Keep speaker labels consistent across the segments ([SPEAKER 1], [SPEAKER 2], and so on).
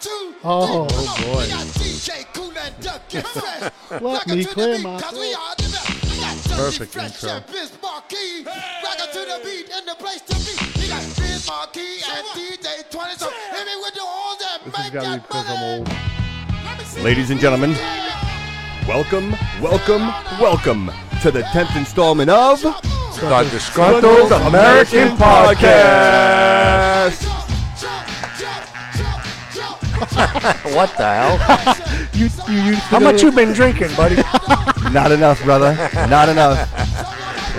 [SPEAKER 1] two,
[SPEAKER 2] Oh,
[SPEAKER 1] three. Come on.
[SPEAKER 2] boy.
[SPEAKER 1] We got DJ Cool and Ducky Fresh.
[SPEAKER 2] Let
[SPEAKER 1] Rock
[SPEAKER 2] me
[SPEAKER 1] it to
[SPEAKER 2] clear
[SPEAKER 1] the beat,
[SPEAKER 2] my
[SPEAKER 1] 'cause we are the best. We got Ducky
[SPEAKER 3] Perfect
[SPEAKER 1] Fresh
[SPEAKER 3] intro.
[SPEAKER 1] and Biz Marquee. Rock it to the beat and the place to be. We got Biz Marquee and DJ 20. So hit me with the horns and
[SPEAKER 3] This has
[SPEAKER 1] make
[SPEAKER 3] got to be
[SPEAKER 1] that
[SPEAKER 3] because
[SPEAKER 1] money.
[SPEAKER 3] I'm old.
[SPEAKER 1] Let me see
[SPEAKER 4] Ladies and
[SPEAKER 1] you do
[SPEAKER 4] gentlemen,
[SPEAKER 1] it.
[SPEAKER 4] Welcome, welcome, welcome to the 10th installment of
[SPEAKER 3] The
[SPEAKER 4] Disgruntled American Podcast.
[SPEAKER 1] Jump, jump, jump, jump, jump.
[SPEAKER 5] What the hell?
[SPEAKER 2] You, you used to
[SPEAKER 5] How
[SPEAKER 2] know
[SPEAKER 5] much you been drinking, buddy?
[SPEAKER 4] Not enough, brother. Not enough.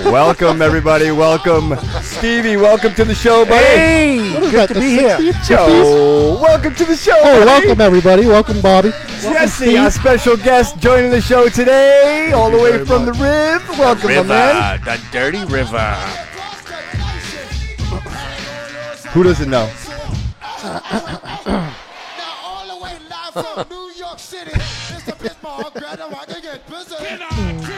[SPEAKER 4] welcome, everybody. Welcome. Stevie, welcome to the show, buddy.
[SPEAKER 5] hey,
[SPEAKER 2] What is
[SPEAKER 5] good
[SPEAKER 2] that,
[SPEAKER 5] to
[SPEAKER 2] the
[SPEAKER 5] be here.
[SPEAKER 2] 60th?
[SPEAKER 4] Joe, welcome to the show.
[SPEAKER 2] Oh,
[SPEAKER 4] buddy.
[SPEAKER 2] welcome everybody. Welcome Bobby.
[SPEAKER 4] Jesse, our special guest, joining the show today, all the
[SPEAKER 3] you
[SPEAKER 4] way
[SPEAKER 3] very
[SPEAKER 4] from
[SPEAKER 3] much.
[SPEAKER 4] the rib. Welcome, my man.
[SPEAKER 5] the dirty river.
[SPEAKER 4] Who doesn't know?
[SPEAKER 1] Now all the way live from New York City, it's the Pittsburgh Grand Prix. I can get busy.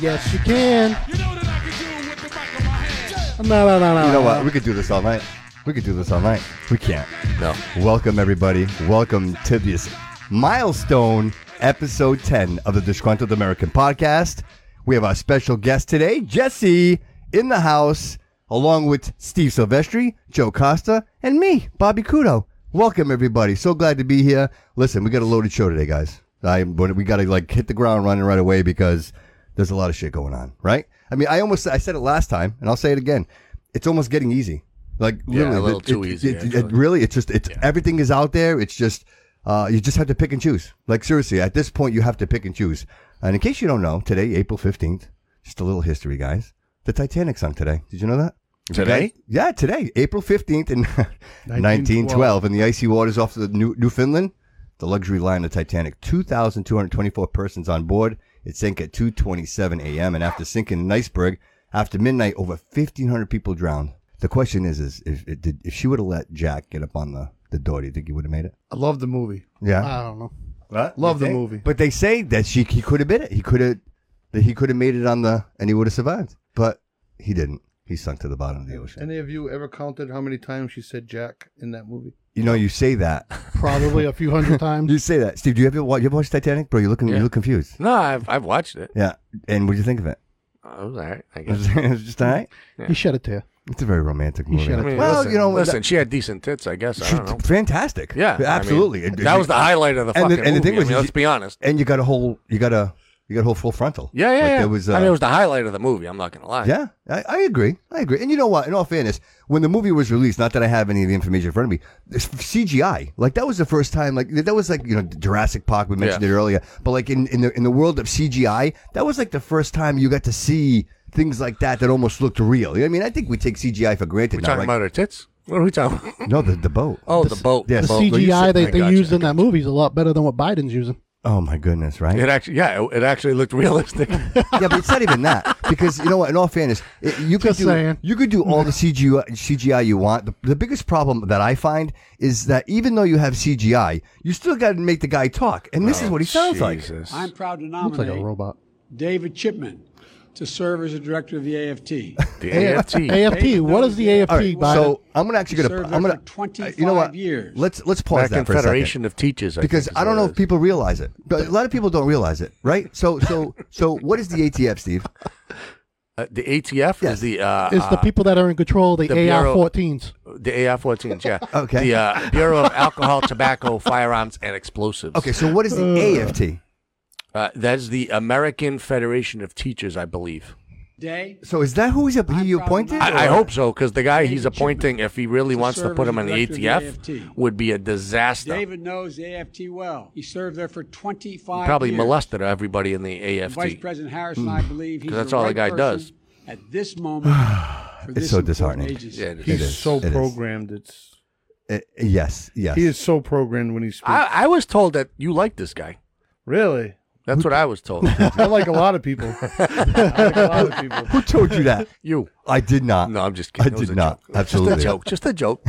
[SPEAKER 2] Yes, you can.
[SPEAKER 6] You know that I can do it with the back of my hand.
[SPEAKER 2] No, no, no, no.
[SPEAKER 4] You know what? We could do this all night. We could do this all night. We can't.
[SPEAKER 5] No.
[SPEAKER 4] Welcome, everybody. Welcome to this milestone episode 10 of the Disgruntled American podcast. We have our special guest today, Jesse, in the house, along with Steve Silvestri, Joe Costa, and me, Bobby Kudo. Welcome, everybody. So glad to be here. Listen, we got a loaded show today, guys. I but we got to like hit the ground running right away because there's a lot of shit going on, right? I mean, I almost I said it last time, and I'll say it again. It's almost getting easy. Like literally,
[SPEAKER 5] little
[SPEAKER 4] it-
[SPEAKER 5] too
[SPEAKER 4] it-
[SPEAKER 5] easy,
[SPEAKER 4] it- it
[SPEAKER 5] actually.
[SPEAKER 4] really it's just it's everything is out there it's just uh, you just have to pick and choose like seriously at this point you have to pick and choose and in case you don't know today april 15th just a little history guys the titanic sunk today did you know that If you
[SPEAKER 3] Today?
[SPEAKER 4] guys- yeah today april 15th in 1912 in the icy waters off the new, newfoundland the luxury liner titanic 2224 persons on board it sank at 2.27 a.m and after sinking in an iceberg after midnight over 1500 people drowned the question is, is if it did, if she would have let Jack get up on the, the door, do you think he would have made it?
[SPEAKER 2] I love the movie.
[SPEAKER 4] Yeah,
[SPEAKER 2] I don't know.
[SPEAKER 4] What?
[SPEAKER 2] Uh, love
[SPEAKER 4] You
[SPEAKER 2] the
[SPEAKER 4] think?
[SPEAKER 2] movie.
[SPEAKER 4] But they say that she he could have been it. He could have that he could have made it on the and he would have survived, but he didn't. He sunk to the bottom of the ocean.
[SPEAKER 7] Any of you ever counted how many times she said Jack in that movie?
[SPEAKER 4] You know, you say that.
[SPEAKER 2] Probably a few hundred times.
[SPEAKER 4] You say that, Steve. Do you ever watch? You ever watch Titanic, bro? You looking? You
[SPEAKER 5] Yeah.
[SPEAKER 4] look confused.
[SPEAKER 5] No, I've, I've watched it.
[SPEAKER 4] Yeah. And what do you think of it?
[SPEAKER 5] I Oh, was all right, I
[SPEAKER 4] It
[SPEAKER 5] guess.
[SPEAKER 4] was, it was just all right.
[SPEAKER 2] He shed a tear.
[SPEAKER 4] It's a very romantic
[SPEAKER 2] You
[SPEAKER 4] movie.
[SPEAKER 2] should
[SPEAKER 5] I mean,
[SPEAKER 4] well,
[SPEAKER 5] listen,
[SPEAKER 4] you know,
[SPEAKER 5] listen, she had decent tits, I guess. I don't know.
[SPEAKER 4] that- fantastic.
[SPEAKER 5] Yeah, I mean,
[SPEAKER 4] absolutely. And-
[SPEAKER 5] that was the highlight of the
[SPEAKER 4] and
[SPEAKER 5] fucking
[SPEAKER 4] the- and the
[SPEAKER 5] movie.
[SPEAKER 4] thing was
[SPEAKER 5] I mean,
[SPEAKER 4] you-
[SPEAKER 5] let's be honest.
[SPEAKER 4] And you got a whole. You got a. You got a whole full frontal.
[SPEAKER 5] Yeah,
[SPEAKER 4] Like,
[SPEAKER 5] yeah, yeah.
[SPEAKER 4] There was. Uh,
[SPEAKER 5] I mean, it was the highlight of the movie. I'm not gonna lie.
[SPEAKER 4] Yeah, I, I agree. I agree. And you know what? In all fairness, when the movie was released, not that I have any of the information in front of me, this CGI, like that was the first time, like that was like you know Jurassic Park. We mentioned
[SPEAKER 5] Yeah.
[SPEAKER 4] it earlier, but like in, in the in the world of CGI, that was like the first time you got to see things like that that almost looked real. You know what I mean, I think we take CGI for granted
[SPEAKER 5] We
[SPEAKER 4] now.
[SPEAKER 5] talking
[SPEAKER 4] Like,
[SPEAKER 5] about her tits? What are we talking? about?
[SPEAKER 4] no, the the boat.
[SPEAKER 5] Oh, the, boat.
[SPEAKER 4] yeah,
[SPEAKER 5] the
[SPEAKER 4] the
[SPEAKER 5] boat.
[SPEAKER 4] Oh, well, you
[SPEAKER 2] CGI
[SPEAKER 5] said-
[SPEAKER 2] they,
[SPEAKER 5] I
[SPEAKER 2] they
[SPEAKER 5] gotcha.
[SPEAKER 2] used in that movie is a lot better than what Biden's using.
[SPEAKER 4] Oh my goodness, right?
[SPEAKER 5] It actually, yeah, it, it actually looked realistic.
[SPEAKER 4] yeah, but it's not even that because you know what? In all fairness, it, you could
[SPEAKER 2] Just
[SPEAKER 4] do
[SPEAKER 2] saying.
[SPEAKER 4] you could do all the CGI CGI you want. The, the biggest problem that I find is that even though you have CGI, you still got to make the guy talk, and this is
[SPEAKER 2] Oh,
[SPEAKER 4] what he sounds like.
[SPEAKER 5] Jesus.
[SPEAKER 8] I'm proud to
[SPEAKER 2] Looks like a
[SPEAKER 8] nominate
[SPEAKER 2] robot.
[SPEAKER 8] David Chipman to serve as the director of the AFT.
[SPEAKER 5] The AFT.
[SPEAKER 2] AFT. What is the AFT,
[SPEAKER 4] All right,
[SPEAKER 2] Biden?
[SPEAKER 4] so I'm gonna actually gonna
[SPEAKER 8] Served
[SPEAKER 4] I'm gonna
[SPEAKER 8] there for
[SPEAKER 4] uh, you know what?
[SPEAKER 8] 25 years.
[SPEAKER 4] Let's let's pause
[SPEAKER 5] Back
[SPEAKER 4] that
[SPEAKER 5] in
[SPEAKER 4] for a second.
[SPEAKER 5] Federation of Teachers. I
[SPEAKER 4] because
[SPEAKER 5] think is
[SPEAKER 4] I don't
[SPEAKER 5] what
[SPEAKER 4] know
[SPEAKER 5] it
[SPEAKER 4] if
[SPEAKER 5] is.
[SPEAKER 4] people realize it, but a lot of people don't realize it, right? So, so, so, what is the ATF, Steve?
[SPEAKER 5] Uh, the ATF is the uh,
[SPEAKER 2] it's the
[SPEAKER 5] uh,
[SPEAKER 2] people that are in control of
[SPEAKER 5] the
[SPEAKER 2] the
[SPEAKER 5] Bureau-
[SPEAKER 2] AR-14s.
[SPEAKER 5] the AR-14s. Yeah.
[SPEAKER 4] Okay.
[SPEAKER 5] The uh, Bureau of Alcohol, Tobacco, Firearms, and Explosives.
[SPEAKER 4] Okay, so what is the AFT?
[SPEAKER 5] Uh, that is the American Federation of Teachers, I believe.
[SPEAKER 8] Day
[SPEAKER 4] So, is that who he's app- he
[SPEAKER 8] I'm proud
[SPEAKER 4] appointed?
[SPEAKER 8] of my-
[SPEAKER 5] I, I hope so, because the guy he's
[SPEAKER 8] David
[SPEAKER 5] appointing, if he really
[SPEAKER 8] to
[SPEAKER 5] wants to
[SPEAKER 8] serve
[SPEAKER 5] put
[SPEAKER 8] as
[SPEAKER 5] him on the
[SPEAKER 8] director of the
[SPEAKER 5] ATF,
[SPEAKER 8] AFT.
[SPEAKER 5] would be a disaster.
[SPEAKER 8] David knows the AFT well. He served there for 25
[SPEAKER 5] Probably
[SPEAKER 8] years.
[SPEAKER 5] molested everybody in the AFT.
[SPEAKER 8] Vice President Harris and I believe he's
[SPEAKER 5] Hmm. Because that's
[SPEAKER 8] the
[SPEAKER 5] all the
[SPEAKER 8] right
[SPEAKER 5] guy
[SPEAKER 8] person
[SPEAKER 5] does.
[SPEAKER 8] At this moment, for
[SPEAKER 4] It's
[SPEAKER 8] this
[SPEAKER 4] so
[SPEAKER 8] important
[SPEAKER 4] disheartening.
[SPEAKER 8] agency.
[SPEAKER 5] Yeah, it is.
[SPEAKER 7] He's
[SPEAKER 4] is,
[SPEAKER 7] so
[SPEAKER 4] it is.
[SPEAKER 7] programmed. It's
[SPEAKER 4] Uh, yes, yes.
[SPEAKER 7] he is so programmed when he speaks.
[SPEAKER 5] I, I was told that you like this guy.
[SPEAKER 7] really,
[SPEAKER 5] That's what I was told.
[SPEAKER 7] I like a lot of people. I like a lot of people.
[SPEAKER 4] Who told you that?
[SPEAKER 5] you.
[SPEAKER 4] I did not.
[SPEAKER 5] No, I'm just
[SPEAKER 4] I
[SPEAKER 5] kidding. It was
[SPEAKER 4] did
[SPEAKER 5] a
[SPEAKER 4] not.
[SPEAKER 5] joke.
[SPEAKER 4] Absolutely.
[SPEAKER 5] Just a joke. Just a joke.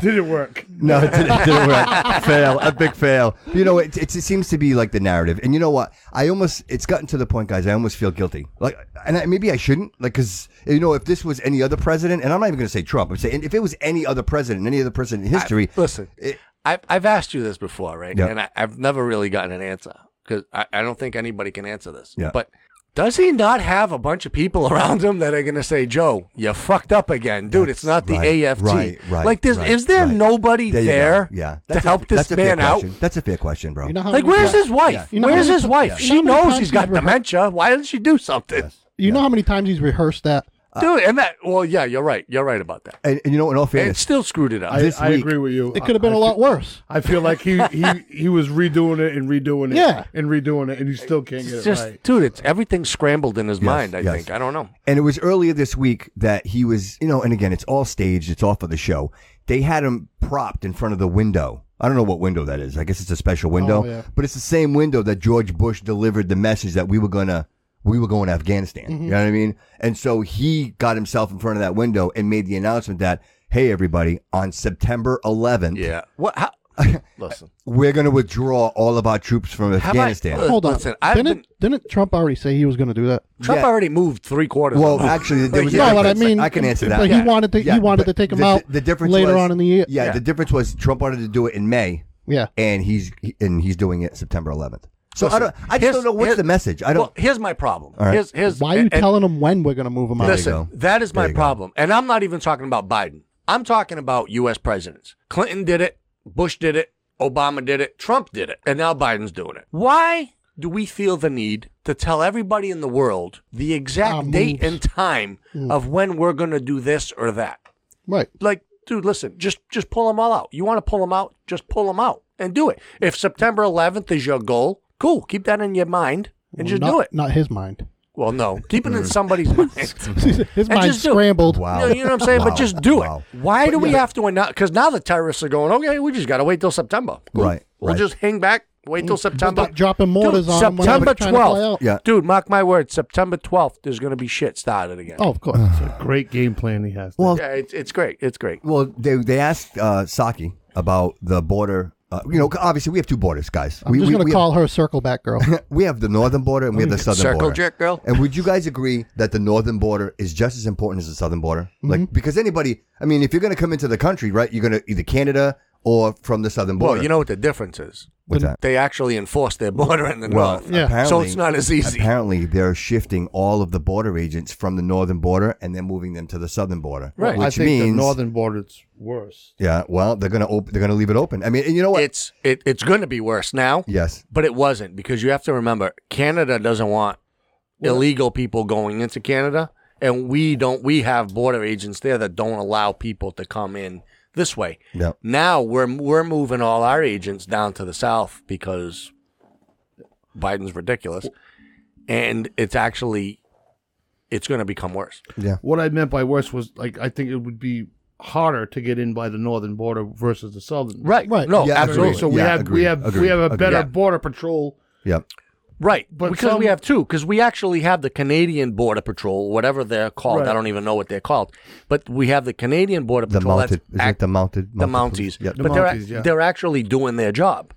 [SPEAKER 7] Did it work?
[SPEAKER 4] No, it didn't, it didn't work. fail. A big fail. You know, it, it, it seems to be like the narrative. And you know what? I almost, it's gotten to the point, guys, I almost feel guilty. Like, and I, maybe I shouldn't, like, because, you know, if this was any other president, and I'm not even going to say Trump, I'm saying if it was any other president, any other president in history.
[SPEAKER 5] Listen,
[SPEAKER 4] it-
[SPEAKER 5] I've I've asked you this before, right?
[SPEAKER 4] Yeah.
[SPEAKER 5] And I, I've never really gotten an answer because I, I don't think anybody can answer this.
[SPEAKER 4] Yeah.
[SPEAKER 5] But does he not have a bunch of people around him that are going to say, "Joe, you fucked up again, dude. it's not the
[SPEAKER 4] right,
[SPEAKER 5] AFT."
[SPEAKER 4] right, right,
[SPEAKER 5] Like, there's,
[SPEAKER 4] right,
[SPEAKER 5] is there
[SPEAKER 4] right.
[SPEAKER 5] nobody
[SPEAKER 4] There
[SPEAKER 5] there,
[SPEAKER 4] you go. Yeah.
[SPEAKER 5] to
[SPEAKER 4] a-
[SPEAKER 5] help this
[SPEAKER 4] that's a fair
[SPEAKER 5] man out?
[SPEAKER 4] question. That's a fair question, bro.
[SPEAKER 2] You know how
[SPEAKER 5] Like,
[SPEAKER 2] many
[SPEAKER 5] where's
[SPEAKER 2] ti-
[SPEAKER 5] his wife?
[SPEAKER 2] You know how
[SPEAKER 5] where's
[SPEAKER 2] many
[SPEAKER 5] his
[SPEAKER 2] ti-
[SPEAKER 5] wife?
[SPEAKER 2] yeah. You
[SPEAKER 5] She
[SPEAKER 2] know how many
[SPEAKER 5] knows
[SPEAKER 2] times
[SPEAKER 5] he's got
[SPEAKER 2] he's rehe-
[SPEAKER 5] dementia. Why doesn't she do something,
[SPEAKER 2] You know how many times he's rehearsed that?
[SPEAKER 4] Uh,
[SPEAKER 5] dude? And that, well, yeah, you're right. You're right about that.
[SPEAKER 4] and, and you know, in all
[SPEAKER 5] And it
[SPEAKER 4] fairness,
[SPEAKER 5] still screwed it up.
[SPEAKER 7] I,
[SPEAKER 4] This
[SPEAKER 7] I
[SPEAKER 4] week-
[SPEAKER 7] agree with you.
[SPEAKER 2] It could have been
[SPEAKER 7] a
[SPEAKER 2] a lot worse.
[SPEAKER 7] I feel like he, he, he was redoing it and redoing it
[SPEAKER 2] Yeah.
[SPEAKER 7] and redoing it, and you still can't get
[SPEAKER 5] it's
[SPEAKER 7] it
[SPEAKER 5] just,
[SPEAKER 7] right.
[SPEAKER 5] dude, it's everything's scrambled in his mind. I
[SPEAKER 4] yes.
[SPEAKER 5] think. I don't know.
[SPEAKER 4] And it was earlier this week that he was, you know, and again, it's all staged, it's all for the show. They had him propped in front of the window. I don't know what window that is. I guess it's a special window,
[SPEAKER 2] Oh, yeah.
[SPEAKER 4] but it's the same window that George Bush delivered the message that we were gonna we were going to Afghanistan.
[SPEAKER 2] Mm-hmm.
[SPEAKER 4] You know what I mean? And so he got himself in front of that window and made the announcement that, "Hey, everybody, on September 11th,
[SPEAKER 5] Yeah. What? How, listen.
[SPEAKER 4] we're gonna withdraw all of our troops from
[SPEAKER 5] How about-
[SPEAKER 4] Afghanistan."
[SPEAKER 5] Uh,
[SPEAKER 2] Hold on.
[SPEAKER 5] listen, I've
[SPEAKER 2] didn't didn't Trump already say he was going to do that?
[SPEAKER 5] Trump
[SPEAKER 4] Yeah.
[SPEAKER 5] already moved three quarters.
[SPEAKER 4] Well,
[SPEAKER 5] of them.
[SPEAKER 4] actually, there was
[SPEAKER 2] yeah,
[SPEAKER 4] a
[SPEAKER 2] but I
[SPEAKER 4] difference.
[SPEAKER 2] mean,
[SPEAKER 4] I can answer that.
[SPEAKER 2] but he wanted to- he wanted
[SPEAKER 4] but
[SPEAKER 2] to take 'em
[SPEAKER 4] the-
[SPEAKER 2] out
[SPEAKER 4] The difference
[SPEAKER 2] later
[SPEAKER 4] was-
[SPEAKER 2] on in the year.
[SPEAKER 4] Yeah,
[SPEAKER 5] Yeah.
[SPEAKER 4] the difference was Trump wanted to do it in May,
[SPEAKER 2] Yeah.
[SPEAKER 4] and he's and he's doing it September 11th. So I
[SPEAKER 5] Listen,
[SPEAKER 4] don't. I just
[SPEAKER 5] here's-
[SPEAKER 4] don't know what's
[SPEAKER 5] here's-
[SPEAKER 4] the message. I don't.
[SPEAKER 5] Well, here's my problem.
[SPEAKER 4] right.
[SPEAKER 5] Here's, here's,
[SPEAKER 2] Why are you
[SPEAKER 5] and- and
[SPEAKER 2] telling him when we're going to move him out?
[SPEAKER 4] you
[SPEAKER 5] Listen,
[SPEAKER 4] go.
[SPEAKER 5] that is my
[SPEAKER 4] you go.
[SPEAKER 5] problem, and I'm not even talking about Biden. I'm talking about U.S. presidents. Clinton did it. Bush did it. Obama did it. Trump did it, and now Biden's doing it. Why? Do we feel the need to tell everybody in the world the
[SPEAKER 2] Our
[SPEAKER 5] exact date
[SPEAKER 2] Ah, moves. Hmm.
[SPEAKER 5] and time of when we're going to do this or that?
[SPEAKER 2] Right.
[SPEAKER 5] like, dude, listen, just just pull them all out. You want to pull them out? Just pull them out and do it. If September 11th is your goal, cool. Keep that in your mind and just
[SPEAKER 2] not,
[SPEAKER 5] do it.
[SPEAKER 2] Not his mind.
[SPEAKER 5] Well, no, keep it
[SPEAKER 2] Mm.
[SPEAKER 5] in somebody's mind.
[SPEAKER 2] his
[SPEAKER 5] And
[SPEAKER 2] mind's
[SPEAKER 5] just do it.
[SPEAKER 2] scrambled.
[SPEAKER 4] Wow.
[SPEAKER 5] You know, you know what I'm saying?
[SPEAKER 4] Wow.
[SPEAKER 5] But just do
[SPEAKER 4] Wow.
[SPEAKER 5] it. Why do we have to announce? Because now the terrorists are going, okay, we just got to wait till September.
[SPEAKER 4] Right,
[SPEAKER 5] We'll
[SPEAKER 4] right.
[SPEAKER 5] just hang back, wait till September.
[SPEAKER 2] Stop dropping mortars
[SPEAKER 5] Dude,
[SPEAKER 2] on him when
[SPEAKER 5] September
[SPEAKER 2] they're trying to fly out.
[SPEAKER 5] 12th.
[SPEAKER 4] Yeah.
[SPEAKER 5] Dude, mark my words, September 12th, there's going to be shit started again.
[SPEAKER 2] Oh, of course.
[SPEAKER 7] Great game plan he has.
[SPEAKER 4] Well,
[SPEAKER 5] Yeah, it's, it's great. It's great.
[SPEAKER 4] well, they they asked uh, Saki about the border. Uh, you know, obviously we have two borders, guys.
[SPEAKER 2] I'm
[SPEAKER 4] we,
[SPEAKER 2] just
[SPEAKER 4] we,
[SPEAKER 2] going
[SPEAKER 4] we
[SPEAKER 2] to
[SPEAKER 4] have-
[SPEAKER 2] call her Circle Back Girl.
[SPEAKER 4] We have the northern border and we have the southern
[SPEAKER 5] Circle
[SPEAKER 4] border.
[SPEAKER 5] jerk girl.
[SPEAKER 4] And would you guys agree that the northern border is just as important as the southern border?
[SPEAKER 2] Mm-hmm.
[SPEAKER 4] Like because anybody, I mean, if you're going to come into the country, right, you're going to either Canada or from the southern border.
[SPEAKER 5] Well, you know what the difference is?
[SPEAKER 4] What's that?
[SPEAKER 5] They actually enforce their border in the
[SPEAKER 4] Well,
[SPEAKER 5] north.
[SPEAKER 2] Yeah.
[SPEAKER 4] apparently,
[SPEAKER 5] So it's not as easy.
[SPEAKER 4] Apparently, they're shifting all of the border agents from the northern border and they're moving them to the southern border.
[SPEAKER 5] Right.
[SPEAKER 4] Which
[SPEAKER 7] I think
[SPEAKER 4] means
[SPEAKER 7] the northern border's worse.
[SPEAKER 4] Yeah. Well, they're gonna op- they're gonna leave it open. I mean, and you know what?
[SPEAKER 5] It's it, it's going to be worse now,
[SPEAKER 4] yes.
[SPEAKER 5] but it wasn't because you have to remember Canada doesn't want illegal people going into Canada, and we don't. We have border agents there that don't allow people to come in this way.
[SPEAKER 4] No.
[SPEAKER 5] Now we're we're moving all our agents down to the south because Biden's ridiculous, and it's actually it's going to become worse.
[SPEAKER 7] What I meant by worse was like I think it would be harder to get in by the northern border versus the southern.
[SPEAKER 5] Right.
[SPEAKER 2] Right.
[SPEAKER 5] No.
[SPEAKER 4] Yeah,
[SPEAKER 5] absolutely.
[SPEAKER 4] agreed.
[SPEAKER 7] So we
[SPEAKER 4] Yeah,
[SPEAKER 7] have
[SPEAKER 4] agreed,
[SPEAKER 7] we have
[SPEAKER 4] agreed,
[SPEAKER 7] we have a
[SPEAKER 4] agreed.
[SPEAKER 7] better
[SPEAKER 4] Yeah.
[SPEAKER 7] border patrol.
[SPEAKER 4] Yep.
[SPEAKER 5] Right,
[SPEAKER 7] But
[SPEAKER 5] because
[SPEAKER 7] some-
[SPEAKER 5] we have two. Because we actually have the Canadian Border Patrol, whatever they're called.
[SPEAKER 7] Right.
[SPEAKER 5] I don't even know what they're called. But we have the Canadian Border
[SPEAKER 4] The
[SPEAKER 5] Patrol.
[SPEAKER 4] mounted. Is
[SPEAKER 5] that's
[SPEAKER 4] it the mounted?
[SPEAKER 5] the
[SPEAKER 4] mounted
[SPEAKER 5] Mounties.
[SPEAKER 4] police? Yeah.
[SPEAKER 7] The
[SPEAKER 5] but
[SPEAKER 7] Mounties,
[SPEAKER 5] they're
[SPEAKER 7] yeah.
[SPEAKER 5] they're actually doing their job.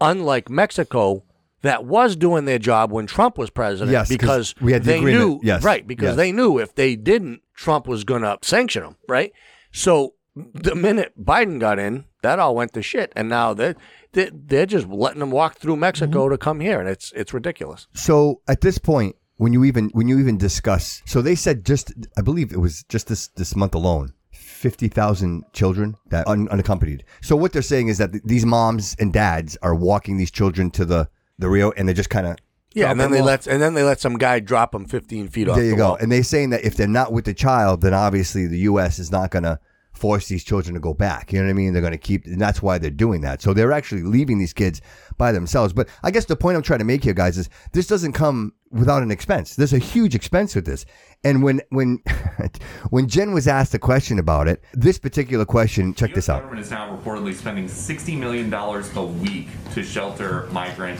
[SPEAKER 5] Unlike Mexico, that was doing their job when Trump was president.
[SPEAKER 4] Yes, 'cause
[SPEAKER 5] because
[SPEAKER 4] we had the
[SPEAKER 5] they
[SPEAKER 4] agreement.
[SPEAKER 5] knew.
[SPEAKER 4] Yes,
[SPEAKER 5] right, because
[SPEAKER 4] yes.
[SPEAKER 5] they knew if they didn't, Trump was going to sanction them. Right. So the minute Biden got in, that all went to shit, and now they they they're just letting them walk through Mexico
[SPEAKER 4] Mm-hmm.
[SPEAKER 5] to come here, and it's it's ridiculous.
[SPEAKER 4] So at this point, when you even when you even discuss, so they said just I believe it was just this this month alone, fifty thousand children that un, unaccompanied. So what they're saying is that th- these moms and dads are walking these children to the the Rio, and they're just kind of
[SPEAKER 5] Yeah, and then they let and then they let some guy drop them fifteen feet off.
[SPEAKER 4] There you
[SPEAKER 5] the
[SPEAKER 4] go.
[SPEAKER 5] wall.
[SPEAKER 4] And they're saying that if they're not with the child, then obviously the U.S. is not going to force these children to go back. You know what I mean? They're going to keep, and that's why they're doing that. So they're actually leaving these kids by themselves. But I guess the point I'm trying to make here, guys, is this doesn't come without an expense. There's a huge expense with this. And when when when Jen was asked a question about it, this particular question, check
[SPEAKER 3] The
[SPEAKER 4] this
[SPEAKER 3] U.S.
[SPEAKER 4] out.
[SPEAKER 3] government is now reportedly spending $60 million a week to shelter migrant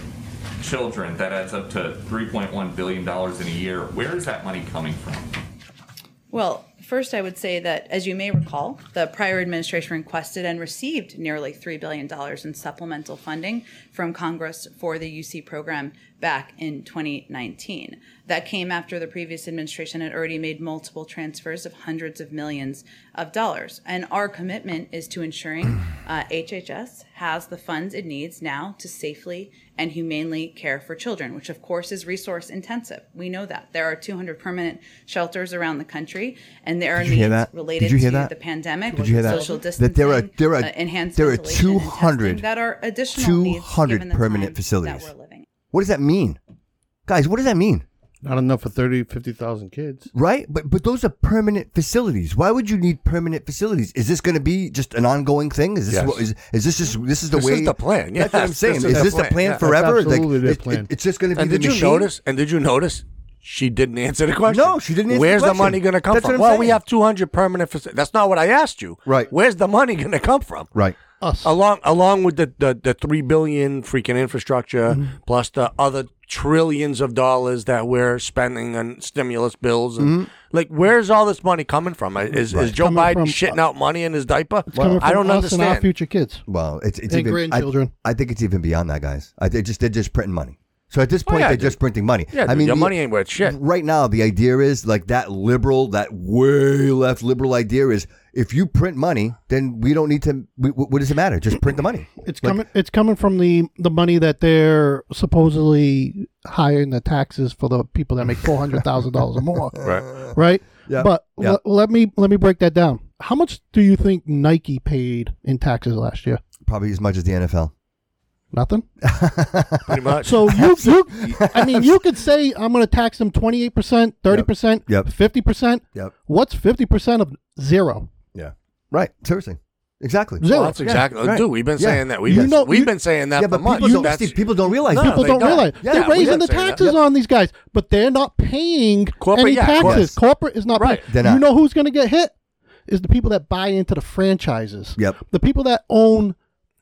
[SPEAKER 3] children. That adds up to $3.1 billion in a year. Where is that money coming from?
[SPEAKER 9] Well, first, I would say that, as you may recall, the prior administration requested and received nearly $3 billion in supplemental funding from Congress for the UC program back in 2019. That came after the previous administration had already made multiple transfers of hundreds of millions of dollars. And our commitment is to ensuring uh, HHS has the funds it needs now to safely and humanely care for children, which of course is resource intensive. We know that. There are 200 permanent shelters around the country, and there are
[SPEAKER 4] you
[SPEAKER 9] needs
[SPEAKER 4] hear that?
[SPEAKER 9] related
[SPEAKER 4] Did you hear
[SPEAKER 9] to
[SPEAKER 4] that?
[SPEAKER 9] the pandemic,
[SPEAKER 4] Did you hear that?
[SPEAKER 9] social distancing,
[SPEAKER 4] That there are- there are-
[SPEAKER 9] uh, enhanced
[SPEAKER 4] there are
[SPEAKER 9] ventilation and
[SPEAKER 4] 200
[SPEAKER 9] testing that are additional needs
[SPEAKER 4] 200
[SPEAKER 9] given the
[SPEAKER 4] permanent
[SPEAKER 9] time
[SPEAKER 4] facilities.
[SPEAKER 9] that we're living.
[SPEAKER 4] What does that mean? Guys, what does that mean?
[SPEAKER 7] Not enough for 30, 50,000 kids.
[SPEAKER 4] Right? But but those are permanent facilities. Why would you need permanent facilities? Is this going to be just an ongoing thing? Is this
[SPEAKER 5] Yes.
[SPEAKER 4] what, is, is this just this is the
[SPEAKER 5] This
[SPEAKER 4] way
[SPEAKER 5] is the plan,
[SPEAKER 4] That's what
[SPEAKER 5] yes.
[SPEAKER 4] I'm saying.
[SPEAKER 5] This
[SPEAKER 4] is
[SPEAKER 5] is the
[SPEAKER 4] this the
[SPEAKER 5] plan,
[SPEAKER 4] plan
[SPEAKER 5] yeah.
[SPEAKER 4] forever?
[SPEAKER 7] That's absolutely their
[SPEAKER 4] it- it-
[SPEAKER 7] plan.
[SPEAKER 4] it's just going to be
[SPEAKER 5] And
[SPEAKER 4] the
[SPEAKER 5] did you
[SPEAKER 4] machine?
[SPEAKER 5] notice? And did you notice? She didn't answer the question.
[SPEAKER 4] No, she didn't answer the
[SPEAKER 5] Where's
[SPEAKER 4] question.
[SPEAKER 5] money going to come
[SPEAKER 4] That's what
[SPEAKER 5] from?
[SPEAKER 4] I'm
[SPEAKER 5] Well, we
[SPEAKER 4] saying.
[SPEAKER 5] have 200 permanent facilities. That's not what I asked you.
[SPEAKER 4] Right.
[SPEAKER 5] Where's the money going to come from?
[SPEAKER 4] Right.
[SPEAKER 2] Us.
[SPEAKER 5] Along along with the, the, the 3 billion freaking infrastructure
[SPEAKER 4] Mm-hmm.
[SPEAKER 5] plus the other trillions of dollars that we're spending on stimulus bills and
[SPEAKER 4] Mm-hmm.
[SPEAKER 5] like where's all this money coming from? Is is Joe
[SPEAKER 2] Coming
[SPEAKER 5] Biden
[SPEAKER 2] from-
[SPEAKER 5] shitting
[SPEAKER 4] uh,
[SPEAKER 5] out money in his diaper?
[SPEAKER 2] It's coming
[SPEAKER 5] I
[SPEAKER 2] from
[SPEAKER 5] don't
[SPEAKER 2] us
[SPEAKER 5] understand.
[SPEAKER 2] and our future kids.
[SPEAKER 4] Well, it's it's
[SPEAKER 2] And
[SPEAKER 4] even
[SPEAKER 2] grandchildren.
[SPEAKER 4] I, I think it's even beyond that, guys. I, they just they're just printing money. So at this point,
[SPEAKER 5] Oh, yeah,
[SPEAKER 4] they're
[SPEAKER 5] dude.
[SPEAKER 4] just printing money.
[SPEAKER 5] Yeah,
[SPEAKER 4] I
[SPEAKER 5] dude,
[SPEAKER 4] mean,
[SPEAKER 5] your
[SPEAKER 4] the-
[SPEAKER 5] money ain't worth shit.
[SPEAKER 4] Right now, the idea is like that liberal, that way left liberal idea is if you print money, then we don't need to. We, wh- what does it matter? Just print the money.
[SPEAKER 2] It's coming. It's coming from the the money that they're supposedly hiring the taxes for the people that make four hundred thousand dollars or more. Right. Right.
[SPEAKER 4] Yeah.
[SPEAKER 2] But
[SPEAKER 4] Yeah.
[SPEAKER 2] le- let me let me break that down. How much do you think Nike paid in taxes last year?
[SPEAKER 4] Probably as much as the NFL.
[SPEAKER 2] Nothing.
[SPEAKER 5] Pretty much.
[SPEAKER 2] So you, you I mean, you could say I'm going to tax them twenty eight percent, thirty percent,
[SPEAKER 4] Yep.
[SPEAKER 2] fifty percent.
[SPEAKER 4] Yep.
[SPEAKER 2] What's fifty percent of zero?
[SPEAKER 4] Yeah. Right. Seriously. Exactly.
[SPEAKER 2] Zero.
[SPEAKER 5] Well, that's exactly,
[SPEAKER 4] right.
[SPEAKER 5] dude. We've been
[SPEAKER 4] Yeah.
[SPEAKER 5] saying that. We've
[SPEAKER 4] You
[SPEAKER 5] been,
[SPEAKER 2] know-
[SPEAKER 5] we've
[SPEAKER 2] you-
[SPEAKER 5] been saying that
[SPEAKER 4] yeah,
[SPEAKER 5] for
[SPEAKER 4] but
[SPEAKER 5] months.
[SPEAKER 4] people don't,
[SPEAKER 5] That's-
[SPEAKER 4] Steve, people don't realize.
[SPEAKER 5] No,
[SPEAKER 4] that.
[SPEAKER 2] People
[SPEAKER 5] they
[SPEAKER 2] don't,
[SPEAKER 5] don't.
[SPEAKER 2] realize
[SPEAKER 5] Yeah,
[SPEAKER 2] they're
[SPEAKER 5] we
[SPEAKER 2] raising
[SPEAKER 5] didn't
[SPEAKER 2] the
[SPEAKER 5] say that.
[SPEAKER 2] taxes
[SPEAKER 5] Yep.
[SPEAKER 2] on these guys, but they're not paying
[SPEAKER 5] Corporate,
[SPEAKER 2] any
[SPEAKER 5] yeah, of
[SPEAKER 2] taxes.
[SPEAKER 5] course.
[SPEAKER 2] Corporate is not
[SPEAKER 5] Right.
[SPEAKER 2] paying.
[SPEAKER 4] They're not.
[SPEAKER 2] You know who's going to get hit is the people that buy into the franchises.
[SPEAKER 4] Yep.
[SPEAKER 2] The people that own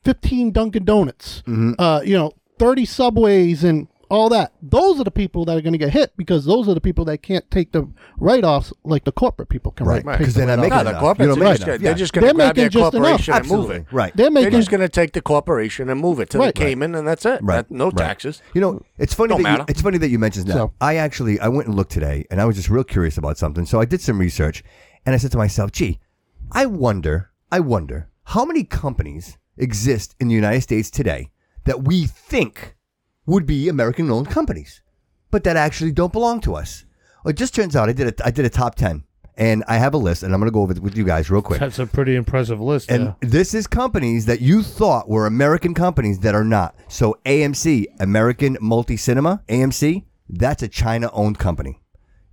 [SPEAKER 2] fifteen Dunkin' Donuts,
[SPEAKER 5] Mm-hmm.
[SPEAKER 2] uh, you know, thirty Subways and all that. Those are the people that are going to get hit because those are the people that can't take the write-offs like the corporate people can.
[SPEAKER 4] Right.
[SPEAKER 2] Right.
[SPEAKER 4] Because they're not making
[SPEAKER 5] No, the
[SPEAKER 4] enough.
[SPEAKER 5] corporates
[SPEAKER 4] You don't
[SPEAKER 5] are
[SPEAKER 4] make
[SPEAKER 5] just,
[SPEAKER 4] enough.
[SPEAKER 5] they're
[SPEAKER 4] Yeah.
[SPEAKER 5] just going to
[SPEAKER 2] They're
[SPEAKER 5] grab their
[SPEAKER 2] making just enough.
[SPEAKER 5] corporation and move it.
[SPEAKER 4] Absolutely. Right.
[SPEAKER 2] They're
[SPEAKER 5] They're
[SPEAKER 2] making
[SPEAKER 5] just going to take the corporation and move it to
[SPEAKER 2] Right.
[SPEAKER 5] the Cayman, and that's it.
[SPEAKER 4] Right.
[SPEAKER 5] That- no
[SPEAKER 4] right.
[SPEAKER 5] taxes.
[SPEAKER 4] You know, it's funny.
[SPEAKER 5] Don't
[SPEAKER 4] That you,
[SPEAKER 5] matter.
[SPEAKER 4] it's funny that you mentioned that.
[SPEAKER 2] So-
[SPEAKER 4] I actually I went and looked today, and I was just real curious about something. So I did some research, and I said to myself, "Gee, I wonder, I wonder how many companies exist in the United States today that we think would be American-owned companies, but that actually don't belong to us." Well, it just turns out I did a, I did a top ten, and I have a list, and I'm going to go over it with you guys real quick.
[SPEAKER 7] That's a pretty impressive list.
[SPEAKER 4] And
[SPEAKER 7] there.
[SPEAKER 4] this is companies that you thought were American companies that are not. So AMC, American Multi Cinema, AMC, that's a China owned company.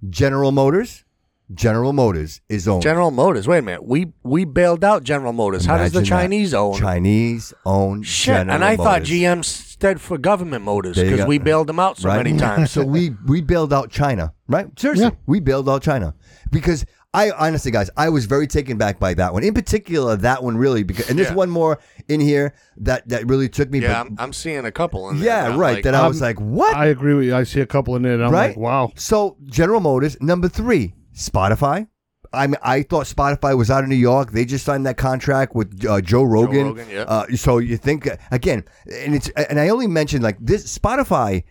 [SPEAKER 4] General Motors, General Motors is owned.
[SPEAKER 5] General Motors. Wait a minute. We we bailed out General Motors. How does the
[SPEAKER 4] Imagine that.
[SPEAKER 5] Chinese own?
[SPEAKER 4] Chinese own
[SPEAKER 5] Shit.
[SPEAKER 4] General
[SPEAKER 5] and I thought
[SPEAKER 4] Motors.
[SPEAKER 5] GM stood for government motors
[SPEAKER 4] There you go.
[SPEAKER 5] because we bailed them out so
[SPEAKER 4] right?
[SPEAKER 5] many times.
[SPEAKER 4] so we we bailed out China, right? Seriously,
[SPEAKER 2] Yeah.
[SPEAKER 4] we bailed out China because I honestly, guys, I was very taken back by that one. In particular, that one really because, and there's
[SPEAKER 5] Yeah.
[SPEAKER 4] one more in here that that really took me. but-
[SPEAKER 5] yeah, I'm, I'm seeing a couple. In there
[SPEAKER 4] yeah,
[SPEAKER 5] that I'm
[SPEAKER 4] right.
[SPEAKER 5] like,
[SPEAKER 4] that I was like, what?
[SPEAKER 7] I agree with you. I see a couple in there, and I'm
[SPEAKER 4] right?
[SPEAKER 7] like, wow.
[SPEAKER 4] So General Motors, number three, Spotify. I mean, I thought Spotify was out of New York. They just signed that contract with uh, Joe Rogan.
[SPEAKER 5] Rogan, yeah.
[SPEAKER 4] uh, so you think again, and it's and I only mentioned like this Spotify.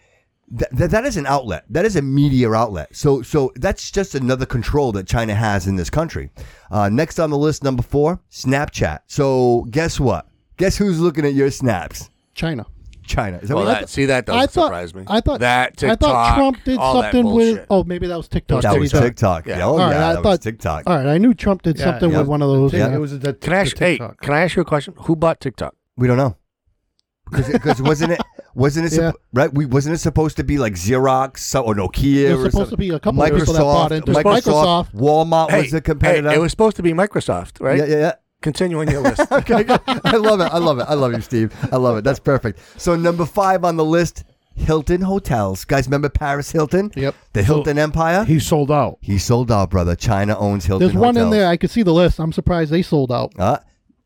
[SPEAKER 4] That, that, that is an outlet. That is a media outlet. So so that's just another control that China has in this country. Uh, next on the list, number four, Snapchat. So guess what? Guess who's looking at your snaps?
[SPEAKER 2] China.
[SPEAKER 4] China. Is that
[SPEAKER 5] well,
[SPEAKER 4] what
[SPEAKER 5] that, see, that doesn't
[SPEAKER 2] I thought,
[SPEAKER 5] surprise me.
[SPEAKER 2] I thought
[SPEAKER 5] that TikTok,
[SPEAKER 2] I thought Trump did
[SPEAKER 5] all that
[SPEAKER 2] something with.
[SPEAKER 5] bullshit.
[SPEAKER 2] Oh, maybe that was TikTok.
[SPEAKER 4] that was
[SPEAKER 2] Maybe
[SPEAKER 4] TikTok.
[SPEAKER 5] Yeah.
[SPEAKER 4] Yeah. Oh,
[SPEAKER 2] All right,
[SPEAKER 4] yeah,
[SPEAKER 2] I
[SPEAKER 4] that was
[SPEAKER 2] thought
[SPEAKER 4] TikTok.
[SPEAKER 2] All right, I knew Trump did
[SPEAKER 7] Yeah,
[SPEAKER 2] something
[SPEAKER 4] yeah.
[SPEAKER 2] with one of those.
[SPEAKER 7] Yeah,
[SPEAKER 2] uh,
[SPEAKER 7] it was the,
[SPEAKER 5] Can I ask,
[SPEAKER 7] the
[SPEAKER 5] hey,
[SPEAKER 7] TikTok.
[SPEAKER 5] can I ask you a question? Who bought TikTok?
[SPEAKER 4] We don't know. Because wasn't it wasn't it
[SPEAKER 2] Yeah.
[SPEAKER 4] suppo- right? We wasn't it supposed to be like Xerox so, or Nokia?
[SPEAKER 2] There's
[SPEAKER 4] or
[SPEAKER 2] supposed
[SPEAKER 4] something?
[SPEAKER 2] to be a couple of people that bought into it.
[SPEAKER 4] Microsoft,
[SPEAKER 2] Microsoft.
[SPEAKER 4] Walmart was a competitor.
[SPEAKER 5] hey, it was supposed to be Microsoft, right?
[SPEAKER 4] yeah, yeah, yeah.
[SPEAKER 5] Continue on your list. Oh,
[SPEAKER 4] Okay, good. I love it. I love it. I love you, Steve. I love it. That's perfect. So number five on the list, Hilton hotels. Guys, remember Paris Hilton?
[SPEAKER 2] Yep.
[SPEAKER 4] The Hilton Empire. He,
[SPEAKER 7] He sold out.
[SPEAKER 4] sold out, brother. China owns Hilton.
[SPEAKER 2] There's one in
[SPEAKER 4] hotels.
[SPEAKER 2] there. I could see the list. I'm surprised they sold out.
[SPEAKER 4] Uh,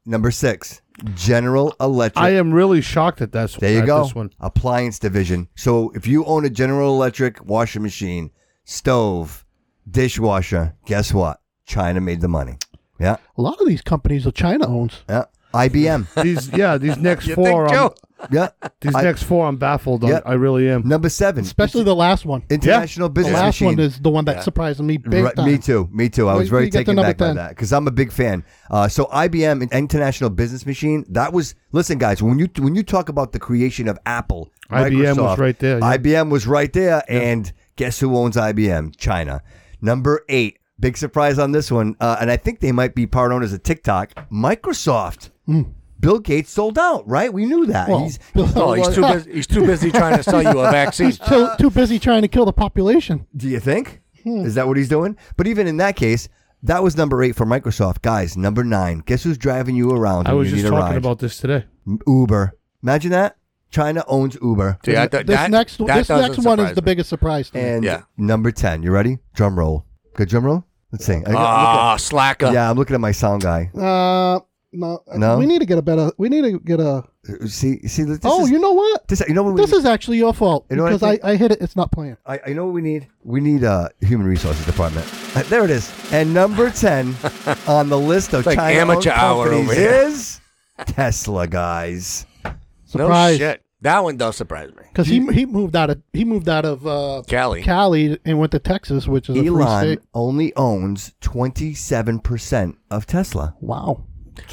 [SPEAKER 4] number six, General Electric.
[SPEAKER 7] I am really shocked at that.
[SPEAKER 4] There you
[SPEAKER 7] at
[SPEAKER 4] go.
[SPEAKER 7] This one.
[SPEAKER 4] Appliance division. So if you own a General Electric washing machine, stove, dishwasher, guess what? China made the money. Yeah.
[SPEAKER 2] A lot of these companies that China owns.
[SPEAKER 4] Yeah. IBM.
[SPEAKER 7] These, yeah, these next
[SPEAKER 5] You
[SPEAKER 7] four.
[SPEAKER 5] think
[SPEAKER 7] I'm,
[SPEAKER 5] so?
[SPEAKER 4] Yeah.
[SPEAKER 7] These
[SPEAKER 4] I-
[SPEAKER 7] next four, I'm baffled on.
[SPEAKER 4] Yep.
[SPEAKER 7] I really am.
[SPEAKER 4] Number seven,
[SPEAKER 2] especially the last one.
[SPEAKER 4] international
[SPEAKER 2] the
[SPEAKER 4] business
[SPEAKER 2] last
[SPEAKER 4] machine.
[SPEAKER 2] one is the one that surprised me big
[SPEAKER 4] Right,
[SPEAKER 2] time.
[SPEAKER 4] me too. Me too. I
[SPEAKER 2] Wait
[SPEAKER 4] was very
[SPEAKER 2] till you get to
[SPEAKER 4] taken
[SPEAKER 2] number
[SPEAKER 4] back by
[SPEAKER 2] 10.
[SPEAKER 4] that because I'm a big fan. Uh, so IBM International Business Machine. That was listen, guys. When you when you talk about the creation of Apple,
[SPEAKER 7] IBM was
[SPEAKER 4] Microsoft,
[SPEAKER 7] right there, yeah.
[SPEAKER 4] IBM was right there, and guess who owns IBM? China. Number eight. Big surprise on this one, uh, and I think they might be part owners of TikTok. Microsoft. Bill Gates sold out, right? We knew that.
[SPEAKER 2] Hmm. Well, uh,
[SPEAKER 4] he's,
[SPEAKER 2] Bill-
[SPEAKER 5] Oh, he's too busy. He's too busy trying to sell you a vaccine.
[SPEAKER 2] too, too busy trying to kill the population.
[SPEAKER 4] Do you think?
[SPEAKER 5] Hmm.
[SPEAKER 4] Is that what he's doing? But even in that case, that was number eight for Microsoft. Guys, number nine. Guess who's driving you around?
[SPEAKER 7] I
[SPEAKER 4] when
[SPEAKER 7] was
[SPEAKER 4] you
[SPEAKER 7] just
[SPEAKER 4] need a
[SPEAKER 7] talking
[SPEAKER 4] ride?
[SPEAKER 7] about this today.
[SPEAKER 4] Uber. Imagine that. China owns Uber.
[SPEAKER 5] See, I thought
[SPEAKER 2] This
[SPEAKER 5] that-
[SPEAKER 2] next,
[SPEAKER 5] that
[SPEAKER 2] this
[SPEAKER 5] doesn't
[SPEAKER 2] next one is
[SPEAKER 5] surprise
[SPEAKER 2] the
[SPEAKER 5] me.
[SPEAKER 2] biggest surprise to me.
[SPEAKER 4] And
[SPEAKER 5] Yeah.
[SPEAKER 4] number 10. You ready? Drum roll. Good drum roll? Let's sing. I- look at-
[SPEAKER 5] Ah, slacker.
[SPEAKER 4] yeah, I'm looking at my sound guy.
[SPEAKER 2] Uh, no,
[SPEAKER 4] No?
[SPEAKER 2] We need to get a better. We need to get a.
[SPEAKER 4] See, see, this
[SPEAKER 2] oh,
[SPEAKER 4] is,
[SPEAKER 2] you know what?
[SPEAKER 4] this, you know what we
[SPEAKER 2] This is actually your fault
[SPEAKER 4] You know what I
[SPEAKER 2] because I,
[SPEAKER 4] think?
[SPEAKER 2] I, hit it. It's not playing.
[SPEAKER 4] I, I know what we need. We need a human resources department. Uh, There it is. And number ten on the list of
[SPEAKER 5] like
[SPEAKER 4] China
[SPEAKER 5] amateur hour over
[SPEAKER 4] companies
[SPEAKER 5] here.
[SPEAKER 4] is Tesla, guys.
[SPEAKER 5] no
[SPEAKER 2] Surprise.
[SPEAKER 5] shit. That one does surprise me.
[SPEAKER 2] Because he he moved out of he moved out of uh,
[SPEAKER 5] Cali.
[SPEAKER 2] Cali and went to Texas, which is a free
[SPEAKER 4] Elon
[SPEAKER 2] state.
[SPEAKER 4] only owns 27% of Tesla.
[SPEAKER 2] Wow.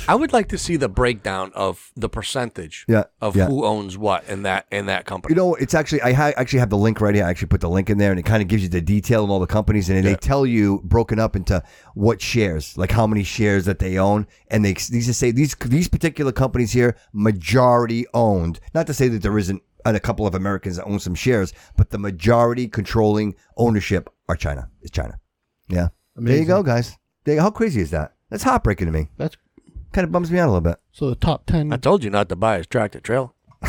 [SPEAKER 5] I would like to see the breakdown of the percentage
[SPEAKER 4] Yeah,
[SPEAKER 5] of
[SPEAKER 4] yeah.
[SPEAKER 5] who owns what in that in that company.
[SPEAKER 4] You know, it's actually, I ha- actually have the link right here. I actually put the link in there and it kind of gives you the detail of all the companies and they tell you broken up into what shares, like how many shares that they own. And they, these just say these, these particular companies here, majority owned. Not to say that there isn't and a couple of Americans that own some shares, but the majority controlling ownership are China. It's China. Yeah. There you go, guys. There you- How crazy is that? That's heartbreaking to me.
[SPEAKER 2] That's
[SPEAKER 4] Kind of bums me out a little bit.
[SPEAKER 2] so the top ten.
[SPEAKER 5] I told you not to buy his tractor trail.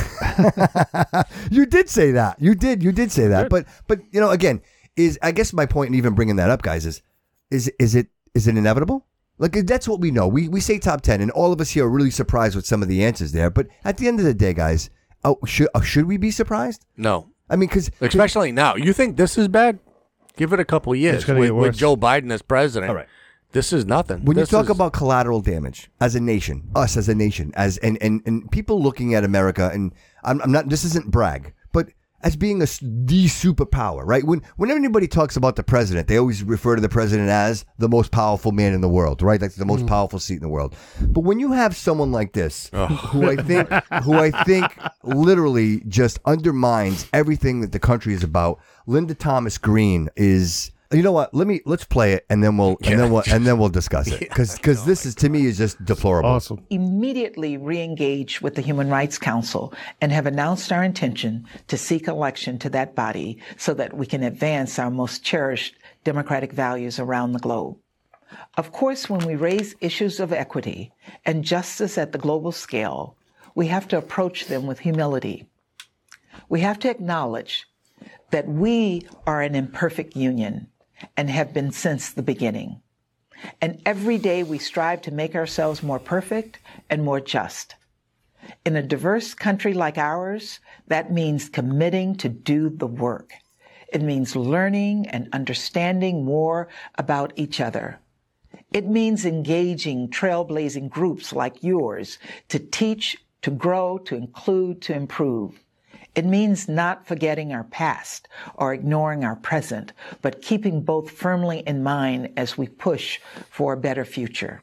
[SPEAKER 4] you did say that. You did. You did say that. But but you know, again, is I guess my point in even bringing that up, guys, is is is it is it inevitable? Like that's what we know. We we say top ten, and all of us here are really surprised with some of the answers there. But at the end of the day, guys, oh, should oh, should we be surprised?
[SPEAKER 5] No,
[SPEAKER 4] I mean, because
[SPEAKER 5] especially now. You think this is bad? Give it a couple of years
[SPEAKER 7] gonna
[SPEAKER 5] with,
[SPEAKER 7] get
[SPEAKER 5] with
[SPEAKER 7] worse.
[SPEAKER 5] Joe Biden as president.
[SPEAKER 4] All right.
[SPEAKER 5] This is nothing.
[SPEAKER 4] when you
[SPEAKER 5] This
[SPEAKER 4] talk
[SPEAKER 5] is-
[SPEAKER 4] about collateral damage as a nation, us as a nation, as and and, and people looking at America, and I'm, I'm not. This isn't brag, but as being a s- the superpower, right? When when anybody talks about the president, they always refer to the president as the most powerful man in the world, right? Like the most powerful seat in the world. But when you have someone like this, who I think, who I think, literally just undermines everything that the country is about. Linda Thomas Green is. You know what? Let me let's play it and then we'll and then we'll and then we'll discuss it because this is to me is just deplorable.
[SPEAKER 7] Awesome.
[SPEAKER 10] immediately re-engage with the Human Rights Council and have announced our intention to seek election to that body so that we can advance our most cherished democratic values around the globe. Of course, when we raise issues of equity and justice at the global scale, we have to approach them with humility. We have to acknowledge that we are an imperfect union and have been since the beginning. And every day we strive to make ourselves more perfect and more just. In a diverse country like ours, that means committing to do the work. It means learning and understanding more about each other. It means engaging trailblazing groups like yours to teach, to grow, to include, to improve. It means not forgetting our past or ignoring our present, but keeping both firmly in mind as we push for a better future.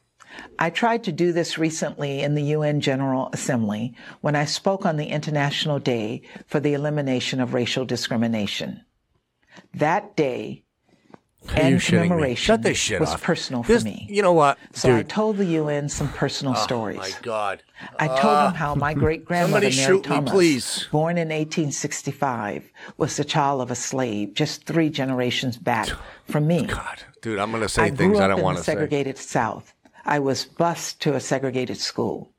[SPEAKER 10] I tried to do this recently in the UN General Assembly when I spoke on the International Day for the Elimination of Racial Discrimination. That day
[SPEAKER 5] Are you
[SPEAKER 10] and
[SPEAKER 5] shitting me?
[SPEAKER 10] commemoration
[SPEAKER 5] Shut this shit
[SPEAKER 10] was
[SPEAKER 5] off.
[SPEAKER 10] personal
[SPEAKER 5] This-
[SPEAKER 10] for me.
[SPEAKER 5] You know what,
[SPEAKER 10] So I
[SPEAKER 5] dude? Oh,
[SPEAKER 10] told the UN some personal stories.
[SPEAKER 5] My God. Ah.
[SPEAKER 10] I told them how my great grandmother
[SPEAKER 5] Somebody
[SPEAKER 10] Mary
[SPEAKER 5] shoot me,
[SPEAKER 10] Thomas,
[SPEAKER 5] please.
[SPEAKER 10] born in 1865, was the child of a slave just three generations back from me.
[SPEAKER 5] God, dude, I'm gonna say
[SPEAKER 10] I
[SPEAKER 5] things
[SPEAKER 10] grew
[SPEAKER 5] I
[SPEAKER 10] up
[SPEAKER 5] don't
[SPEAKER 10] in
[SPEAKER 5] want
[SPEAKER 10] the
[SPEAKER 5] to say.
[SPEAKER 10] segregated South. I was bused to a segregated school.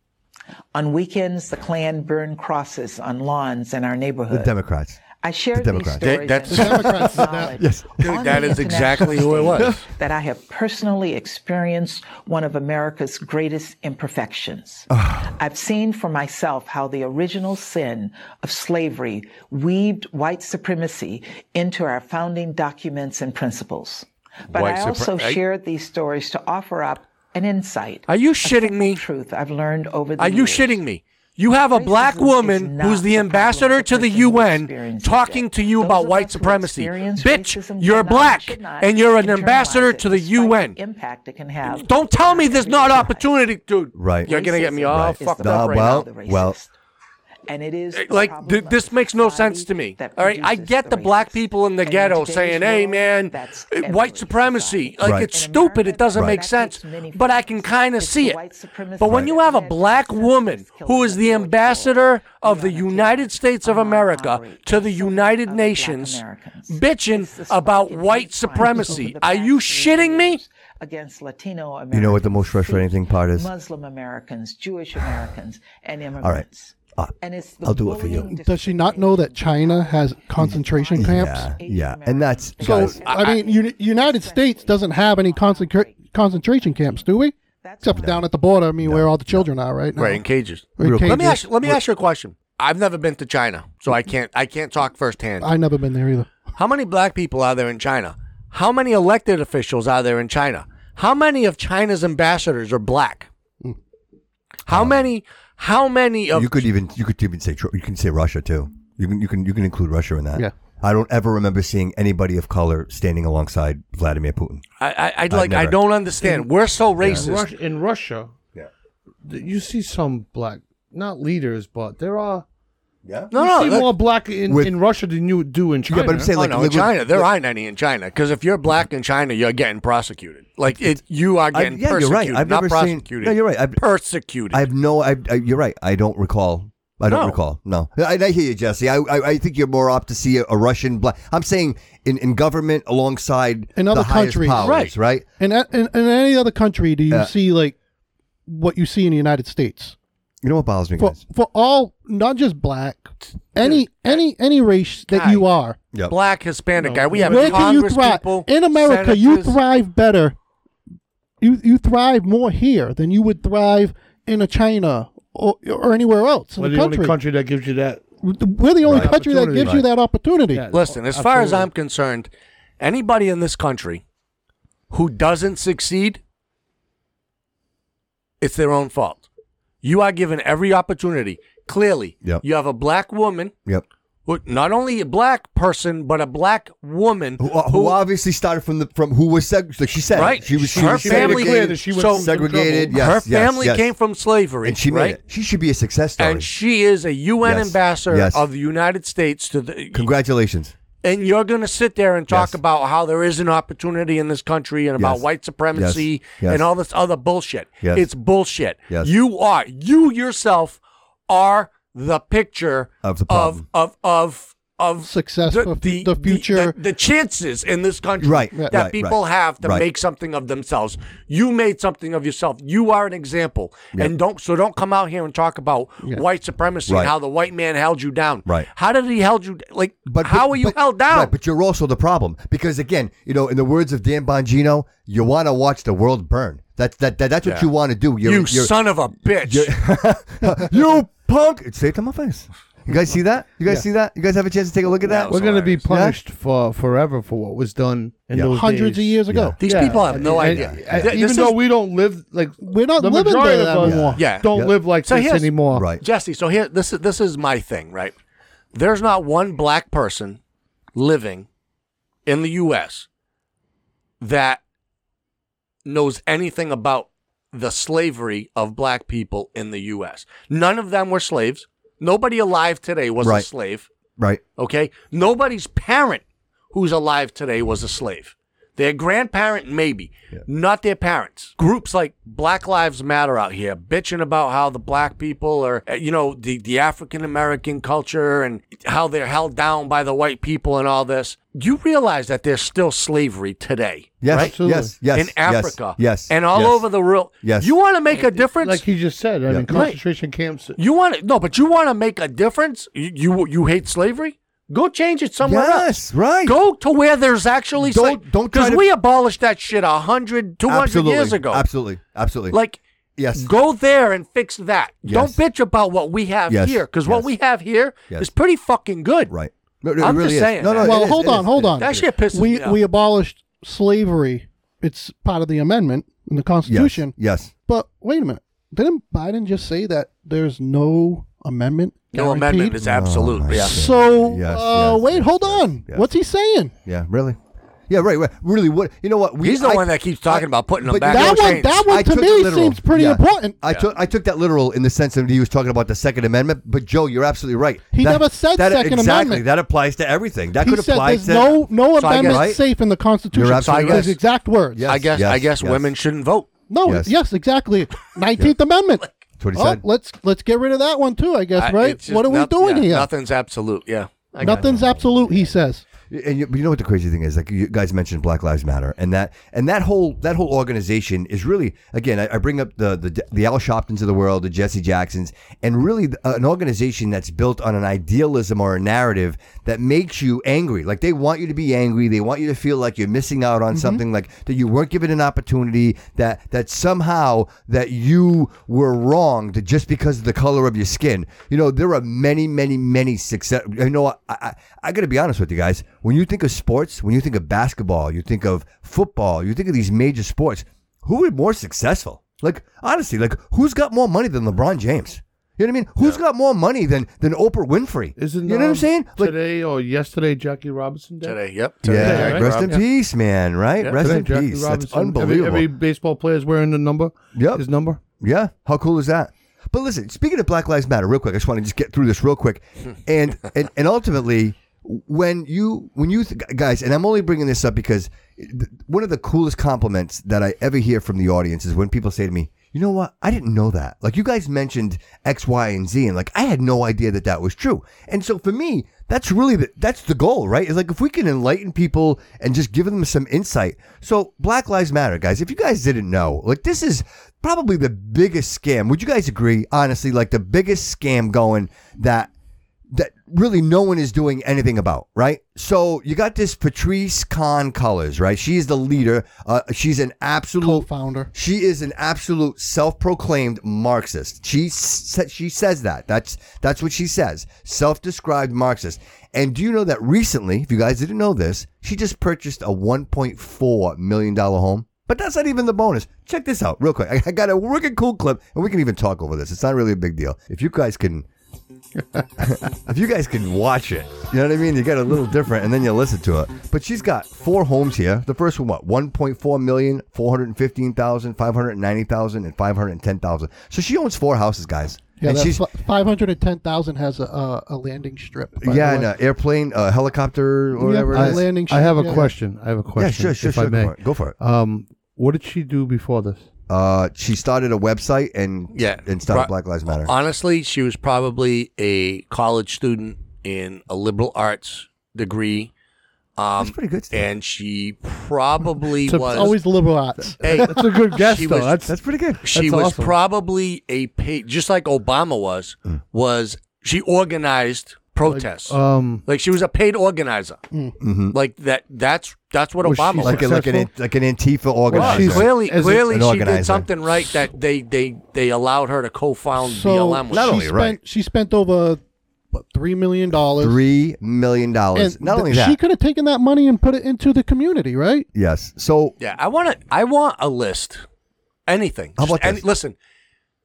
[SPEAKER 10] On weekends, the Klan burned crosses on lawns in our neighborhood.
[SPEAKER 4] Democrats.
[SPEAKER 10] I shared
[SPEAKER 4] The
[SPEAKER 10] these
[SPEAKER 4] Democrats.
[SPEAKER 10] stories.
[SPEAKER 5] That-
[SPEAKER 10] and
[SPEAKER 5] that's-
[SPEAKER 10] personal knowledge
[SPEAKER 4] Yes.
[SPEAKER 5] Dude,
[SPEAKER 10] on
[SPEAKER 5] that
[SPEAKER 10] the
[SPEAKER 5] is exactly
[SPEAKER 10] international
[SPEAKER 5] who it was.
[SPEAKER 10] stage That I have personally experienced one of America's greatest imperfections. I've seen for myself how the original sin of slavery weaved white supremacy into our founding documents and principles. But
[SPEAKER 5] White
[SPEAKER 10] I
[SPEAKER 5] supre-
[SPEAKER 10] also
[SPEAKER 5] I-
[SPEAKER 10] shared these stories to offer up an insight.
[SPEAKER 5] Are you shitting me?
[SPEAKER 10] Truth I've learned over the
[SPEAKER 5] Are you
[SPEAKER 10] years.
[SPEAKER 5] shitting me? You have a black woman who's the ambassador to the UN talking to you about white supremacy. Bitch, you're black and you're an ambassador to the UN.
[SPEAKER 10] Impact it can have.
[SPEAKER 5] Don't tell me there's not opportunity, dude.
[SPEAKER 4] Right.
[SPEAKER 5] You're going to get me all
[SPEAKER 4] Right.
[SPEAKER 5] fucked
[SPEAKER 4] Uh,
[SPEAKER 5] up right
[SPEAKER 4] well,
[SPEAKER 5] now.
[SPEAKER 4] well,
[SPEAKER 10] And it is
[SPEAKER 5] Like, th- this makes no sense to me. All right. I get the black people in the ghetto saying, hey, man, eh, white supremacy. Like,
[SPEAKER 4] Right.
[SPEAKER 5] it's stupid. It doesn't
[SPEAKER 4] Right.
[SPEAKER 5] make sense. But I can kind of see it. But when you have a black woman who is the ambassador of the United States of America to the United Nations bitching about white supremacy, are you shitting me?
[SPEAKER 10] against Latino Americans,
[SPEAKER 4] You know what the most frustrating thing part is?
[SPEAKER 10] Muslim Americans, Jewish Americans, and immigrants.
[SPEAKER 4] All right. Uh,
[SPEAKER 10] And it's the
[SPEAKER 4] I'll do it for you.
[SPEAKER 2] Does she not know that China has concentration camps?
[SPEAKER 4] Yeah, yeah, and that's
[SPEAKER 2] So
[SPEAKER 4] guys,
[SPEAKER 2] I, mean, uni- United States doesn't have any concentra- concentration camps, do we? Except down at the border. I mean, where all the children are right now.
[SPEAKER 5] Right, in cages.
[SPEAKER 2] We're in
[SPEAKER 5] Let me
[SPEAKER 2] cages.
[SPEAKER 5] ask. Let me ask you a question. I've never been to China, so I can't. I can't talk firsthand.
[SPEAKER 2] I never been there either.
[SPEAKER 5] How many black people are there in China? How many elected officials are there in China? How many of China's ambassadors are black? How many? How many of
[SPEAKER 4] Hmm. Um, you could even you could even say tr- you can say Russia too. You can you can you can include Russia in that.
[SPEAKER 2] Yeah.
[SPEAKER 4] I don't ever remember seeing anybody of color standing alongside Vladimir Putin.
[SPEAKER 5] I, I, I'd
[SPEAKER 4] I've
[SPEAKER 5] like. I
[SPEAKER 4] never-
[SPEAKER 5] don't understand. We're so
[SPEAKER 7] In,
[SPEAKER 5] racist.
[SPEAKER 7] Russia, in Russia,
[SPEAKER 4] Yeah.
[SPEAKER 7] th- you see some black, not leaders, but there are.
[SPEAKER 4] Yeah.
[SPEAKER 5] No,
[SPEAKER 7] you
[SPEAKER 5] no,
[SPEAKER 7] see
[SPEAKER 5] that-
[SPEAKER 7] more black in,
[SPEAKER 4] With-
[SPEAKER 7] in Russia than you do in China.
[SPEAKER 4] but I'm saying
[SPEAKER 5] Oh,
[SPEAKER 4] like
[SPEAKER 5] no, in
[SPEAKER 4] liber-
[SPEAKER 5] China, there aren't any in China. Because if you're black in China, you're getting prosecuted. Like it, you are
[SPEAKER 4] I-
[SPEAKER 5] getting
[SPEAKER 4] yeah, you're
[SPEAKER 5] persecuted.
[SPEAKER 4] right. I've
[SPEAKER 5] not
[SPEAKER 4] never seen-
[SPEAKER 5] prosecuted.
[SPEAKER 4] No, you're right. I've-
[SPEAKER 5] persecuted.
[SPEAKER 4] I have no. I, I you're right. I don't recall. I don't
[SPEAKER 5] No.
[SPEAKER 4] recall. No, I, I hear you, Jesse. I, I I think you're more apt to see a, a Russian black. I'm saying in, in government alongside
[SPEAKER 2] In other
[SPEAKER 4] the highest
[SPEAKER 2] countries.
[SPEAKER 4] powers,
[SPEAKER 5] Right.
[SPEAKER 4] Right.
[SPEAKER 2] And in, in any other country, do you
[SPEAKER 4] Yeah.
[SPEAKER 2] see like what you see in the United States?
[SPEAKER 4] You know what bothers me,
[SPEAKER 2] For
[SPEAKER 4] guys?
[SPEAKER 2] for all, not just black, any any any race that
[SPEAKER 5] Guy.
[SPEAKER 2] you are,
[SPEAKER 4] Yeah.
[SPEAKER 5] black Hispanic guy. We have
[SPEAKER 2] where can you
[SPEAKER 5] Congress
[SPEAKER 2] thrive?
[SPEAKER 5] people
[SPEAKER 2] in America, you
[SPEAKER 5] senators.
[SPEAKER 2] thrive better. You you thrive more here than you would thrive in a China or, or anywhere else in
[SPEAKER 7] We're
[SPEAKER 2] the
[SPEAKER 7] the
[SPEAKER 2] country.
[SPEAKER 7] only country that gives you that.
[SPEAKER 2] We're the only
[SPEAKER 4] Right.
[SPEAKER 2] country that
[SPEAKER 7] Opportunity.
[SPEAKER 2] gives you
[SPEAKER 4] Right.
[SPEAKER 2] that opportunity.
[SPEAKER 7] Yeah.
[SPEAKER 5] Listen, as far as
[SPEAKER 7] Absolutely.
[SPEAKER 5] I'm concerned, anybody in this country who doesn't succeed, it's their own fault. You are given every opportunity. Clearly,
[SPEAKER 4] Yep.
[SPEAKER 5] you have a black woman,
[SPEAKER 4] Yep.
[SPEAKER 5] who, not only a black person, but a black woman
[SPEAKER 4] Who, uh, who, obviously started from the from who was seg- like she said
[SPEAKER 5] Right.
[SPEAKER 4] she was she
[SPEAKER 5] Her
[SPEAKER 4] was
[SPEAKER 5] family-
[SPEAKER 4] segregated,
[SPEAKER 7] that she went
[SPEAKER 5] so-
[SPEAKER 7] through some
[SPEAKER 4] segregated
[SPEAKER 7] trouble.
[SPEAKER 4] yes,
[SPEAKER 5] her
[SPEAKER 4] yes,
[SPEAKER 5] family
[SPEAKER 4] yes.
[SPEAKER 5] came from slavery,
[SPEAKER 4] and she made
[SPEAKER 5] right?
[SPEAKER 4] it. she should be a success story
[SPEAKER 5] And she is a UN
[SPEAKER 4] Yes.
[SPEAKER 5] ambassador
[SPEAKER 4] Yes.
[SPEAKER 5] of the United States to the
[SPEAKER 4] congratulations
[SPEAKER 5] and you're going to sit there and talk
[SPEAKER 4] Yes.
[SPEAKER 5] about how there is an opportunity in this country and about
[SPEAKER 4] Yes.
[SPEAKER 5] white supremacy
[SPEAKER 4] Yes. Yes.
[SPEAKER 5] and all this other bullshit.
[SPEAKER 4] Yes.
[SPEAKER 5] It's bullshit.
[SPEAKER 4] Yes.
[SPEAKER 5] You are you yourself are the picture
[SPEAKER 4] Of the
[SPEAKER 5] of
[SPEAKER 4] problem.
[SPEAKER 5] of of of
[SPEAKER 2] Success for the future.
[SPEAKER 5] the, the chances in this country
[SPEAKER 4] Right,
[SPEAKER 5] that
[SPEAKER 4] right,
[SPEAKER 5] people
[SPEAKER 4] right,
[SPEAKER 5] have to
[SPEAKER 4] right.
[SPEAKER 5] make something of themselves. You made something of yourself. You are an example, and don't so don't come out here and talk about white supremacy
[SPEAKER 4] Right.
[SPEAKER 5] and how the white man held you down.
[SPEAKER 4] Right.
[SPEAKER 5] How did he held you like? But how are you held down?
[SPEAKER 4] right, but you're also the problem because again you know in the words of Dan Bongino you want to watch the world burn that's that, that that's what
[SPEAKER 5] Yeah.
[SPEAKER 4] you want to do you're,
[SPEAKER 5] you
[SPEAKER 4] you're,
[SPEAKER 5] son of a bitch.
[SPEAKER 4] you're- you punk it saved on my face you guys see that you guys see that you guys have a chance to take a look at that
[SPEAKER 7] We're going to be
[SPEAKER 5] hilarious.
[SPEAKER 7] punished for forever for what was done in
[SPEAKER 4] Yeah.
[SPEAKER 7] those
[SPEAKER 2] Hundreds of
[SPEAKER 7] days.
[SPEAKER 2] years ago.
[SPEAKER 5] These
[SPEAKER 7] Yeah.
[SPEAKER 5] people have no
[SPEAKER 7] And-
[SPEAKER 5] idea.
[SPEAKER 7] and-
[SPEAKER 5] Th-
[SPEAKER 7] even
[SPEAKER 5] this
[SPEAKER 7] though
[SPEAKER 5] is-
[SPEAKER 7] we don't live like
[SPEAKER 2] We're not
[SPEAKER 7] the
[SPEAKER 2] living
[SPEAKER 7] majority
[SPEAKER 2] there
[SPEAKER 7] of us
[SPEAKER 2] anymore.
[SPEAKER 5] Yeah.
[SPEAKER 7] don't
[SPEAKER 4] Yeah.
[SPEAKER 7] live like
[SPEAKER 5] So
[SPEAKER 7] this
[SPEAKER 5] here's-
[SPEAKER 7] anymore.
[SPEAKER 4] right
[SPEAKER 5] Jesse, so here this is this is my thing, right? There's not one black person living in the US that knows anything about the slavery of black people in the US. None of them were slaves. Nobody alive today was a
[SPEAKER 4] Right.
[SPEAKER 5] slave.
[SPEAKER 4] right
[SPEAKER 5] Okay? Nobody's parent who's alive today was a slave. Their grandparent, maybe, not their parents. Groups like Black Lives Matter out here bitching about how the black people are, uh, you know, the, the African American culture and how they're held down by the white people and all this. You realize that there's still slavery today.
[SPEAKER 4] yes
[SPEAKER 5] right?
[SPEAKER 4] yes yes
[SPEAKER 5] in
[SPEAKER 4] yes,
[SPEAKER 5] Africa,
[SPEAKER 4] yes
[SPEAKER 5] and all
[SPEAKER 4] yes.
[SPEAKER 5] over the world,
[SPEAKER 4] Yes.
[SPEAKER 5] You want to make a difference,
[SPEAKER 7] Like he just said, I
[SPEAKER 4] Yeah.
[SPEAKER 7] mean, concentration camps.
[SPEAKER 5] you want to no, but you want to make a difference. You, you you hate slavery? Go change it somewhere
[SPEAKER 4] Yes,
[SPEAKER 5] else.
[SPEAKER 4] right.
[SPEAKER 5] Go to where there's actually
[SPEAKER 4] Don't- don't try
[SPEAKER 5] because
[SPEAKER 4] to-
[SPEAKER 5] we abolished that shit a hundred, two hundred
[SPEAKER 4] absolutely
[SPEAKER 5] years ago.
[SPEAKER 4] absolutely absolutely
[SPEAKER 5] Like
[SPEAKER 4] yes
[SPEAKER 5] go there and fix that.
[SPEAKER 4] Yes.
[SPEAKER 5] Don't bitch about what we have
[SPEAKER 4] Yes.
[SPEAKER 5] here because
[SPEAKER 4] Yes.
[SPEAKER 5] what we have here is
[SPEAKER 4] Yes.
[SPEAKER 5] pretty fucking good.
[SPEAKER 4] right no, no,
[SPEAKER 5] I'm
[SPEAKER 4] it really
[SPEAKER 5] just
[SPEAKER 4] is.
[SPEAKER 5] saying
[SPEAKER 4] no no
[SPEAKER 5] that.
[SPEAKER 4] it
[SPEAKER 2] well,
[SPEAKER 4] is,
[SPEAKER 2] hold
[SPEAKER 4] it
[SPEAKER 2] on,
[SPEAKER 4] is,
[SPEAKER 2] hold
[SPEAKER 4] it
[SPEAKER 2] on.
[SPEAKER 4] is.
[SPEAKER 5] That shit pisses
[SPEAKER 2] we
[SPEAKER 5] me off.
[SPEAKER 2] we abolished slavery. It's part of the amendment in the
[SPEAKER 4] yes
[SPEAKER 2] Constitution.
[SPEAKER 4] yes
[SPEAKER 2] But wait a minute. Didn't Biden just say that there's no amendment.
[SPEAKER 5] No amendment is
[SPEAKER 4] Oh,
[SPEAKER 5] absolute. yeah.
[SPEAKER 2] So,
[SPEAKER 4] Yes,
[SPEAKER 2] uh,
[SPEAKER 4] yes,
[SPEAKER 2] wait, hold on. What's he saying?
[SPEAKER 4] Yeah, really. Yeah, right, right. Really, what you know? What we,
[SPEAKER 5] He's the one that keeps talking about putting them
[SPEAKER 4] but
[SPEAKER 5] back.
[SPEAKER 4] you know
[SPEAKER 5] in
[SPEAKER 4] what-
[SPEAKER 5] the
[SPEAKER 2] one-
[SPEAKER 5] chains.
[SPEAKER 2] that one
[SPEAKER 4] I
[SPEAKER 2] to
[SPEAKER 4] took
[SPEAKER 2] me
[SPEAKER 4] it literal.
[SPEAKER 2] seems pretty
[SPEAKER 4] Yeah.
[SPEAKER 2] important.
[SPEAKER 4] I took I took that literal in the sense that he was talking about the Second Amendment. But Joe, you're absolutely right.
[SPEAKER 2] He
[SPEAKER 4] That-
[SPEAKER 2] never said
[SPEAKER 4] that,
[SPEAKER 2] Second
[SPEAKER 4] exactly,
[SPEAKER 2] Amendment.
[SPEAKER 4] That applies to everything. That
[SPEAKER 2] he
[SPEAKER 4] could
[SPEAKER 2] said
[SPEAKER 4] apply
[SPEAKER 2] there's
[SPEAKER 4] to
[SPEAKER 2] no no
[SPEAKER 5] So I
[SPEAKER 2] amendment
[SPEAKER 5] guess-
[SPEAKER 2] safe in the Constitution.
[SPEAKER 4] You're absolutely
[SPEAKER 2] His
[SPEAKER 5] right.
[SPEAKER 2] exact words.
[SPEAKER 4] Yes.
[SPEAKER 5] I guess I guess
[SPEAKER 4] yes.
[SPEAKER 5] women shouldn't vote.
[SPEAKER 2] No,
[SPEAKER 4] Yes.
[SPEAKER 2] yes, exactly. Nineteenth Amendment.
[SPEAKER 4] That's what he
[SPEAKER 2] Oh,
[SPEAKER 4] said.
[SPEAKER 2] let's let's get rid of that one too. I guess
[SPEAKER 5] I-
[SPEAKER 2] right.
[SPEAKER 5] it's just
[SPEAKER 2] What are we
[SPEAKER 5] noth-
[SPEAKER 2] doing
[SPEAKER 5] yeah,
[SPEAKER 2] here?
[SPEAKER 5] Nothing's absolute. Yeah. I got it.
[SPEAKER 2] Nothing's absolute. He says.
[SPEAKER 4] And you, but you know what the crazy thing is? Like you guys mentioned Black Lives Matter, and that and that whole that whole organization is really again. I, I bring up the, the the Al Sharptons of the world, the Jesse Jacksons, and really th- an organization that's built on an idealism or a narrative that makes you angry. Like they want you to be angry. They want you to feel like you're missing out on something, like that you weren't given an opportunity, that that somehow that you were wronged just because of the color of your skin. You know, there are many, many, many success. You know, I, I, I got to be honest with you guys. When you think of sports, when you think of basketball, you think of football, you think of these major sports. Who are more successful? Like honestly, like who's got more money than LeBron James? You know what I mean? Who's got more money than than Oprah Winfrey? you
[SPEAKER 7] Isn't
[SPEAKER 4] know what I'm
[SPEAKER 7] um,
[SPEAKER 4] saying? Like
[SPEAKER 7] today or yesterday, Jackie Robinson Day?
[SPEAKER 5] today. Yep. Today.
[SPEAKER 4] yeah,
[SPEAKER 7] right?
[SPEAKER 4] rest in
[SPEAKER 7] Yeah.
[SPEAKER 4] peace, man. Right?
[SPEAKER 7] Yeah,
[SPEAKER 4] rest
[SPEAKER 7] today,
[SPEAKER 4] in
[SPEAKER 7] Jackie
[SPEAKER 4] peace. That's
[SPEAKER 7] Robinson. Every-
[SPEAKER 4] unbelievable.
[SPEAKER 7] Every, baseball player is wearing the number.
[SPEAKER 4] Yep.
[SPEAKER 7] His number.
[SPEAKER 4] Yeah, how cool is that? But listen, speaking of Black Lives Matter, real quick, I just want to just get through this real quick, and and, and ultimately, when you when you th- guys, and I'm only bringing this up because th- one of the coolest compliments that I ever hear from the audience is when people say to me, "You know what? I didn't know that." Like you guys mentioned X, Y, and Z, and like I had no idea that that was true. And so for me, that's really the that's the goal, right? It's like if we can enlighten people and just give them some insight. So Black Lives Matter, guys. If you guys didn't know, like this is probably the biggest scam. Would you guys agree? Honestly, like the biggest scam going that that really no one is doing anything about, right? So you got this Patrice Khan Colors, right? She is the leader. Uh, she's an absolute
[SPEAKER 2] Co-founder.
[SPEAKER 4] She is an absolute self-proclaimed Marxist. She sa- she says that. That's that's what she says. Self-described Marxist. And do you know that recently, if you guys didn't know this, she just purchased a 1.4 million dollar home. But that's not even the bonus. Check this out real quick. I, I got a wicked cool clip, and we can even talk over this. It's not really a big deal. If you guys can if you guys can watch it, you know what I mean? You get a little different and then you listen to it. But she's got four homes here. The first one, what? 1.4 million, 415,000, 590,000, and 510,000. So she owns four houses, guys.
[SPEAKER 2] Yeah,
[SPEAKER 4] and
[SPEAKER 2] that's
[SPEAKER 4] she's,
[SPEAKER 2] five hundred and ten thousand has a, a a landing strip. by the
[SPEAKER 4] yeah,
[SPEAKER 2] way.
[SPEAKER 4] an airplane, a helicopter, or whatever
[SPEAKER 2] I-
[SPEAKER 4] it is.
[SPEAKER 2] landing
[SPEAKER 7] I have a
[SPEAKER 2] strip, yeah.
[SPEAKER 7] question. I have a question.
[SPEAKER 4] Yeah, sure, sure,
[SPEAKER 7] if
[SPEAKER 4] sure.
[SPEAKER 7] I may.
[SPEAKER 4] Go for it. Go for it.
[SPEAKER 2] Uh,
[SPEAKER 7] Um, what did she do before this?
[SPEAKER 4] Uh, she started a website and
[SPEAKER 5] Yeah.
[SPEAKER 4] and
[SPEAKER 5] Right.
[SPEAKER 4] started
[SPEAKER 5] Uh, um,
[SPEAKER 4] Black Lives Matter.
[SPEAKER 5] Honestly, she was probably a college student in a liberal arts degree. Um,
[SPEAKER 4] That's pretty good stuff.
[SPEAKER 5] And she probably
[SPEAKER 7] It's a-
[SPEAKER 5] was.
[SPEAKER 2] It's always liberal arts.
[SPEAKER 5] Hey,
[SPEAKER 7] That's a good guess,
[SPEAKER 5] she
[SPEAKER 7] though.
[SPEAKER 5] was-
[SPEAKER 7] that's
[SPEAKER 4] That's pretty good.
[SPEAKER 5] she
[SPEAKER 7] That's
[SPEAKER 5] was
[SPEAKER 7] awesome.
[SPEAKER 5] probably a paid, just like Obama was.
[SPEAKER 4] Hmm.
[SPEAKER 5] Was she organized protests? Like,
[SPEAKER 7] um.
[SPEAKER 5] she was a paid organizer.
[SPEAKER 4] Mm-hmm.
[SPEAKER 5] Like that. That's that's what
[SPEAKER 7] Hmm. Was
[SPEAKER 5] Obama
[SPEAKER 7] she
[SPEAKER 5] was.
[SPEAKER 4] Like, a, like, an,
[SPEAKER 7] Successful?
[SPEAKER 4] like an Antifa
[SPEAKER 7] Well,
[SPEAKER 4] organizer.
[SPEAKER 7] she's-
[SPEAKER 5] clearly,
[SPEAKER 7] as a-
[SPEAKER 5] clearly,
[SPEAKER 4] an
[SPEAKER 5] she
[SPEAKER 4] organizer.
[SPEAKER 5] did something right that they they they allowed her to co-found
[SPEAKER 2] So
[SPEAKER 5] BLM. With
[SPEAKER 4] Not
[SPEAKER 2] she
[SPEAKER 4] only
[SPEAKER 2] spent
[SPEAKER 4] right.
[SPEAKER 2] she spent over what, three million dollars.
[SPEAKER 4] Three million dollars.
[SPEAKER 2] and
[SPEAKER 4] Not
[SPEAKER 2] th-
[SPEAKER 4] only that,
[SPEAKER 2] she could have taken that money and put it into the community, right?
[SPEAKER 4] yes. So
[SPEAKER 5] Yeah, I want to. I want a list. Anything.
[SPEAKER 4] How
[SPEAKER 5] Just
[SPEAKER 4] about
[SPEAKER 5] any-
[SPEAKER 4] this?
[SPEAKER 5] listen,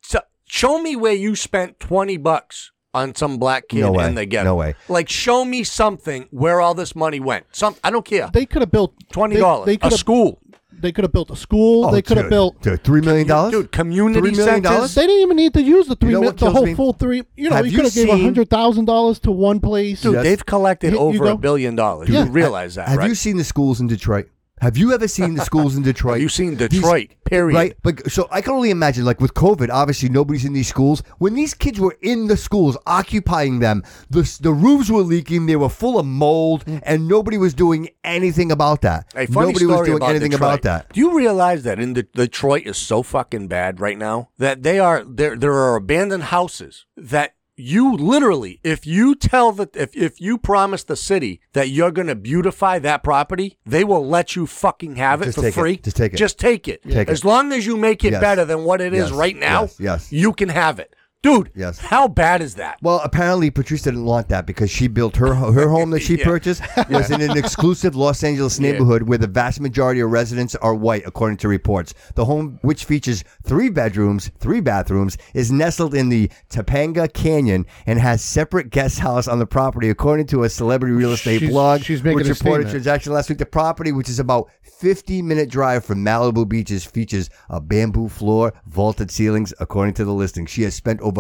[SPEAKER 5] so show me where you spent twenty bucks on some black kid
[SPEAKER 4] No way.
[SPEAKER 5] in the ghetto.
[SPEAKER 4] No way.
[SPEAKER 5] Like, show me something where all this money went. Some. I don't care.
[SPEAKER 2] They could have built
[SPEAKER 5] Twenty
[SPEAKER 2] they-
[SPEAKER 5] dollars.
[SPEAKER 2] They, could
[SPEAKER 5] a
[SPEAKER 2] have
[SPEAKER 5] school.
[SPEAKER 2] They could have built a school.
[SPEAKER 4] Oh,
[SPEAKER 2] they could have
[SPEAKER 4] dude,
[SPEAKER 2] built.
[SPEAKER 4] dude, three million dollars,
[SPEAKER 5] Dude, community
[SPEAKER 4] Three million
[SPEAKER 5] centers?
[SPEAKER 4] dollars.
[SPEAKER 2] They didn't even need to use the three,
[SPEAKER 4] know
[SPEAKER 2] mil-
[SPEAKER 4] what
[SPEAKER 2] the
[SPEAKER 4] kills
[SPEAKER 2] whole
[SPEAKER 4] me?
[SPEAKER 2] full three. You know,
[SPEAKER 4] Have
[SPEAKER 2] you
[SPEAKER 4] you
[SPEAKER 2] could have gave
[SPEAKER 4] seen-
[SPEAKER 2] hundred thousand dollars to one place.
[SPEAKER 5] Dude,
[SPEAKER 4] Yes.
[SPEAKER 5] they've collected
[SPEAKER 2] You- you
[SPEAKER 5] over a
[SPEAKER 2] go-
[SPEAKER 5] billion dollars.
[SPEAKER 2] Yeah.
[SPEAKER 5] You realize that,
[SPEAKER 4] Have
[SPEAKER 5] right?
[SPEAKER 4] you seen the schools in Detroit? Have you ever seen the schools in Detroit?
[SPEAKER 5] Have you seen
[SPEAKER 4] These-
[SPEAKER 5] Detroit, period.
[SPEAKER 4] Right, but so I can only imagine, like with COVID, obviously nobody's in these schools. When these kids were in the schools, occupying them, the s- the roofs were leaking, they were full of mold, and nobody was doing anything about that.
[SPEAKER 5] A Mm. funny
[SPEAKER 4] nobody
[SPEAKER 5] story
[SPEAKER 4] was doing
[SPEAKER 5] about
[SPEAKER 4] anything
[SPEAKER 5] Detroit.
[SPEAKER 4] about that.
[SPEAKER 5] Do you realize that in the, Detroit is so fucking bad right now that they are there? There are abandoned houses that you literally, if you tell the if if you promise the city that you're going to beautify that property, they will let you fucking have it
[SPEAKER 4] Just
[SPEAKER 5] for
[SPEAKER 4] take it.
[SPEAKER 5] free.
[SPEAKER 4] Just take it.
[SPEAKER 5] Just take it.
[SPEAKER 4] Take it.
[SPEAKER 5] as long as you make it
[SPEAKER 4] Yes.
[SPEAKER 5] better than what it is
[SPEAKER 4] Yes.
[SPEAKER 5] right now,
[SPEAKER 4] Yes. Yes.
[SPEAKER 5] you can have it. Dude,
[SPEAKER 4] Yes.
[SPEAKER 5] how bad is that?
[SPEAKER 4] Well, apparently Patrice didn't want that because she built her her home that she
[SPEAKER 5] Yeah.
[SPEAKER 4] purchased was in an exclusive Los Angeles
[SPEAKER 5] Yeah.
[SPEAKER 4] neighborhood where the vast majority of residents are white, according to reports. The home, which features three bedrooms, three bathrooms, is nestled in the Topanga Canyon and has separate guest house on the property, according to a celebrity real estate
[SPEAKER 7] She's-
[SPEAKER 4] blog.
[SPEAKER 7] she's making
[SPEAKER 4] which
[SPEAKER 7] a
[SPEAKER 4] reported
[SPEAKER 7] statement.
[SPEAKER 4] transaction last week. The property, which is about 50 minute drive from Malibu beaches, features a bamboo floor, vaulted ceilings, according to the listing. She has spent over